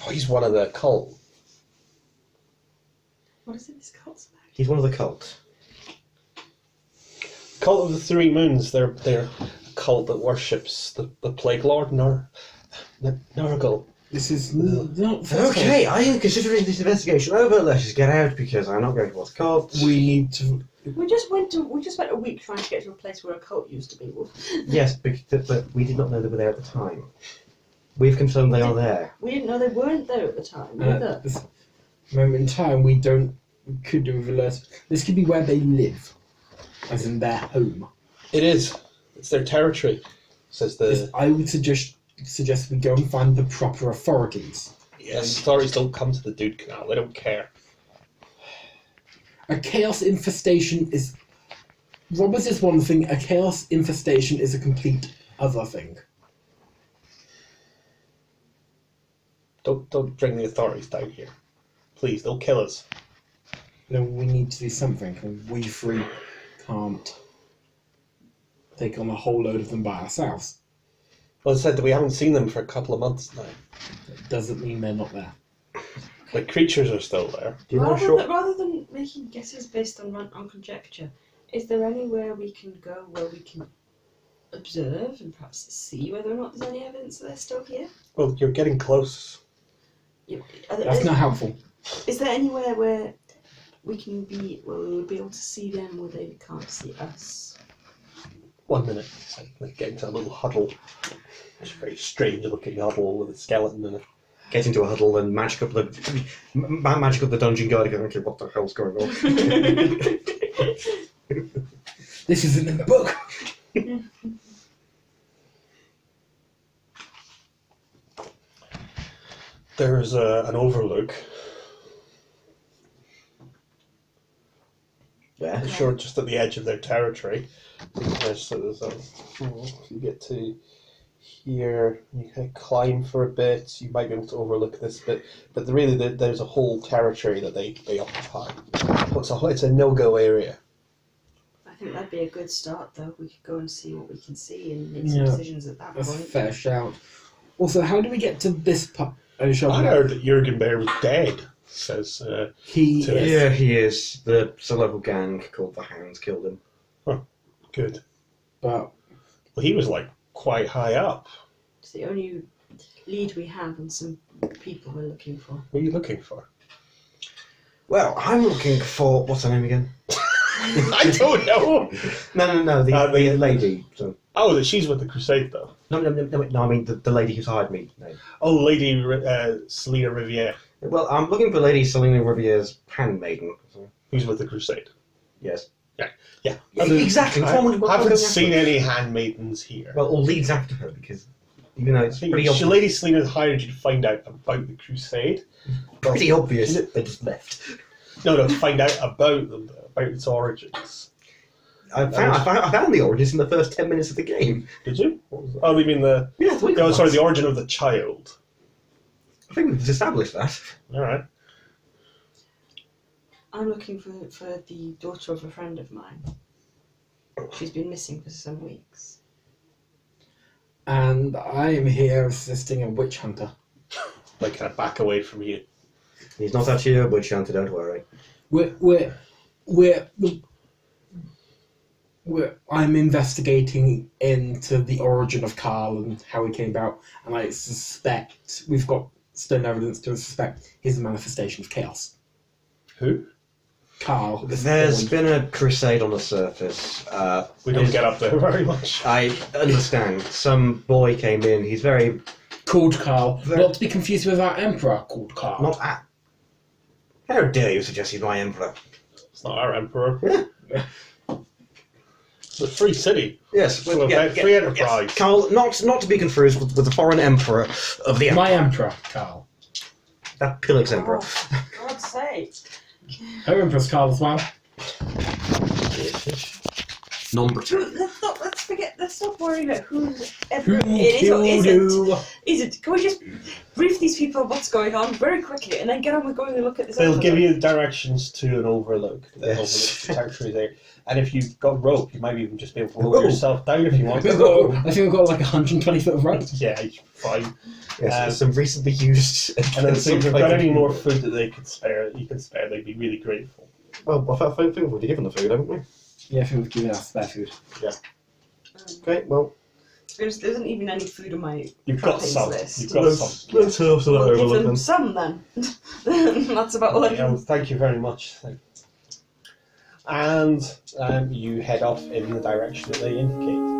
Speaker 10: Oh, he's one of the cult.
Speaker 11: What is it this cult's like?
Speaker 5: He's one of the cult.
Speaker 10: Cult of the Three Moons. They're they're a cult that worships the, the Plague Lord Nar, N- Nargle.
Speaker 4: This is n- not first of all,
Speaker 5: Okay, I am considering this investigation over. Let's just get out because I'm not going to what's called.
Speaker 4: We need to.
Speaker 11: We just went to we just spent a week trying to get to a place where a cult used to be. Wolf.
Speaker 5: Yes, bec- th- but we did not know they were there at the time. We've confirmed they are there.
Speaker 11: We didn't know they weren't there at the time
Speaker 4: At
Speaker 11: either.
Speaker 4: Uh, this moment in time, we don't. We could do with alert. This could be where they live, as in their home.
Speaker 10: It is. It's their territory. Says
Speaker 4: Is-
Speaker 10: the
Speaker 4: I would suggest suggest we go and find the proper authorities.
Speaker 10: yes. authorities don't come to the Dude Canal. They don't care.
Speaker 4: A chaos infestation is. Robbers is one thing, a chaos infestation is a complete other thing.
Speaker 10: Don't don't bring the authorities down here, please. They'll kill us.
Speaker 4: No, we need to do something, and we three can't take on a whole load of them by ourselves.
Speaker 10: Well, it said that we haven't seen them for a couple of months now.
Speaker 4: Doesn't mean they're not there.
Speaker 10: The creatures are still there.
Speaker 5: Do you know
Speaker 11: rather,
Speaker 5: short?
Speaker 11: than, rather than making guesses based on run- on conjecture, is there anywhere we can go where we can observe and perhaps see whether or not there's any evidence that they're still here?
Speaker 10: Well, you're getting close.
Speaker 11: You- Are there,
Speaker 4: That's
Speaker 11: is,
Speaker 4: not helpful.
Speaker 11: is there anywhere where we can be where we would be able to see them where they can't see us?
Speaker 10: One minute, so they get into a little huddle. It's a very strange looking huddle with a skeleton in it.
Speaker 5: Get into a huddle and magic up the m- ma- magic up the dungeon guard. Going, okay, what the hell's going on?
Speaker 4: This isn't in the book!
Speaker 10: There's a, an overlook.
Speaker 5: Yeah.
Speaker 10: Sure, just at the edge of their territory. So you can just sort of- sort of- you get to
Speaker 1: here. You can climb for a bit. You might be able to overlook this bit, but the- really, there- there's a whole territory that they, they occupy. So it's a, it's a no-go area.
Speaker 11: I think that'd be a good start, though. We could go and see what we can see and make some
Speaker 4: Yeah.
Speaker 11: decisions at that
Speaker 4: That's a
Speaker 11: point.
Speaker 4: fair shout. Also, how do we get to this part? Oh, shall
Speaker 10: I
Speaker 4: we-
Speaker 10: heard that Jurgen Bear was dead, says uh,
Speaker 4: He
Speaker 10: So-
Speaker 4: is.
Speaker 5: Yeah, he is. The it's a local gang called the Hounds killed him.
Speaker 10: Good.
Speaker 4: But
Speaker 10: Well, he was like quite high up.
Speaker 11: It's the only lead we have and some people we're looking for.
Speaker 10: What are you looking for?
Speaker 5: Well, I'm looking for what's her name again?
Speaker 10: I don't know.
Speaker 5: No, no, no, the,
Speaker 10: Uh, the-
Speaker 5: the lady. So,
Speaker 10: Oh, that she's with the Crusade though.
Speaker 5: no, no, no, no, wait, no, I mean the, the lady who's hired me. No.
Speaker 10: Oh, Lady uh, Selena Riviere,
Speaker 5: Well, I'm looking for Lady Selena Riviere's handmaiden. So,
Speaker 10: who's with the Crusade.
Speaker 5: yes.
Speaker 10: Yeah.
Speaker 5: exactly.
Speaker 10: I
Speaker 5: What would- what would I
Speaker 10: haven't
Speaker 5: go
Speaker 10: seen
Speaker 5: after?
Speaker 10: any handmaidens here.
Speaker 5: Well, or leads after her because even though it's
Speaker 10: She-
Speaker 5: pretty
Speaker 10: she-
Speaker 5: obvious,
Speaker 10: Lady Selena hired you to find out about the Crusade.
Speaker 5: pretty obvious they just left.
Speaker 10: No, no, to find out about them, about its origins.
Speaker 5: I found, I found I found the origins in the first ten minutes of the game.
Speaker 10: Did you? Oh, you mean the?
Speaker 5: Yeah, the
Speaker 10: No, sorry, the
Speaker 5: I
Speaker 10: origin of the child.
Speaker 5: think we've established that.
Speaker 10: All right.
Speaker 11: I'm looking for, for the daughter of a friend of mine. She's been missing for some weeks.
Speaker 4: and I'm here assisting a witch hunter.
Speaker 10: Like, kind of back away from you.
Speaker 5: He's not actually a witch hunter. Don't worry.
Speaker 4: We're we're we're, we're I'm investigating into the origin of Carl and how he came about, and I suspect we've got stone evidence to suspect his manifestation of chaos.
Speaker 10: Who?
Speaker 4: Carl. is
Speaker 5: There's
Speaker 4: born.
Speaker 5: been a crusade on the surface. Uh,
Speaker 10: We don't get up there very much.
Speaker 5: I understand. Some boy came in. He's very
Speaker 4: called Carl,
Speaker 5: There-
Speaker 4: not to be confused with our emperor called Carl.
Speaker 5: not at. How dare you suggest he's my emperor?
Speaker 10: It's not our emperor.
Speaker 5: Yeah.
Speaker 10: It's a free city.
Speaker 5: Yes,
Speaker 10: So about free enterprise.
Speaker 5: yes. Carl, not not to be confused with, with the foreign emperor of the
Speaker 4: my emperor, Carl.
Speaker 5: that Pillock's emperor.
Speaker 3: God's sake.
Speaker 4: Her emperor's Carl as well.
Speaker 5: Oh. Non-Britannic.
Speaker 3: Let's not let's forget let's not worry about who's
Speaker 4: Who
Speaker 3: ever it is or
Speaker 4: killed
Speaker 3: isn't.
Speaker 4: you?
Speaker 3: Is it can we just brief these people on what's going on very quickly and then get on with going and look at this
Speaker 10: They'll
Speaker 3: other
Speaker 10: give
Speaker 3: one?
Speaker 10: you directions to an over.
Speaker 1: Overlook. They
Speaker 5: Yes.
Speaker 1: overlook the territory there. And if you've got rope, you might even just be able to lower
Speaker 5: Rope.
Speaker 1: yourself down if you want.
Speaker 4: We've got, I think we've got like 120 foot of rope.
Speaker 10: Yeah, it's fine.
Speaker 5: Yes,
Speaker 10: Um,
Speaker 5: some recently used.
Speaker 10: And then see if they've got
Speaker 5: like-
Speaker 10: any more food that they could spare, that you can spare, they'd be really grateful.
Speaker 5: Oh, Well, I thought- I think we've already given the food, haven't we?
Speaker 4: Yeah, I think we've given us spare food.
Speaker 5: Okay, well,
Speaker 11: There's, there isn't even any food on my.
Speaker 10: You've got
Speaker 11: Proteins
Speaker 10: some.
Speaker 11: list.
Speaker 10: You've got some.
Speaker 5: have to
Speaker 11: I'll give them some then. That's about all I
Speaker 1: Yeah, well,
Speaker 11: can.
Speaker 1: thank you very much. Thank- And um, you head off in the direction that they indicate.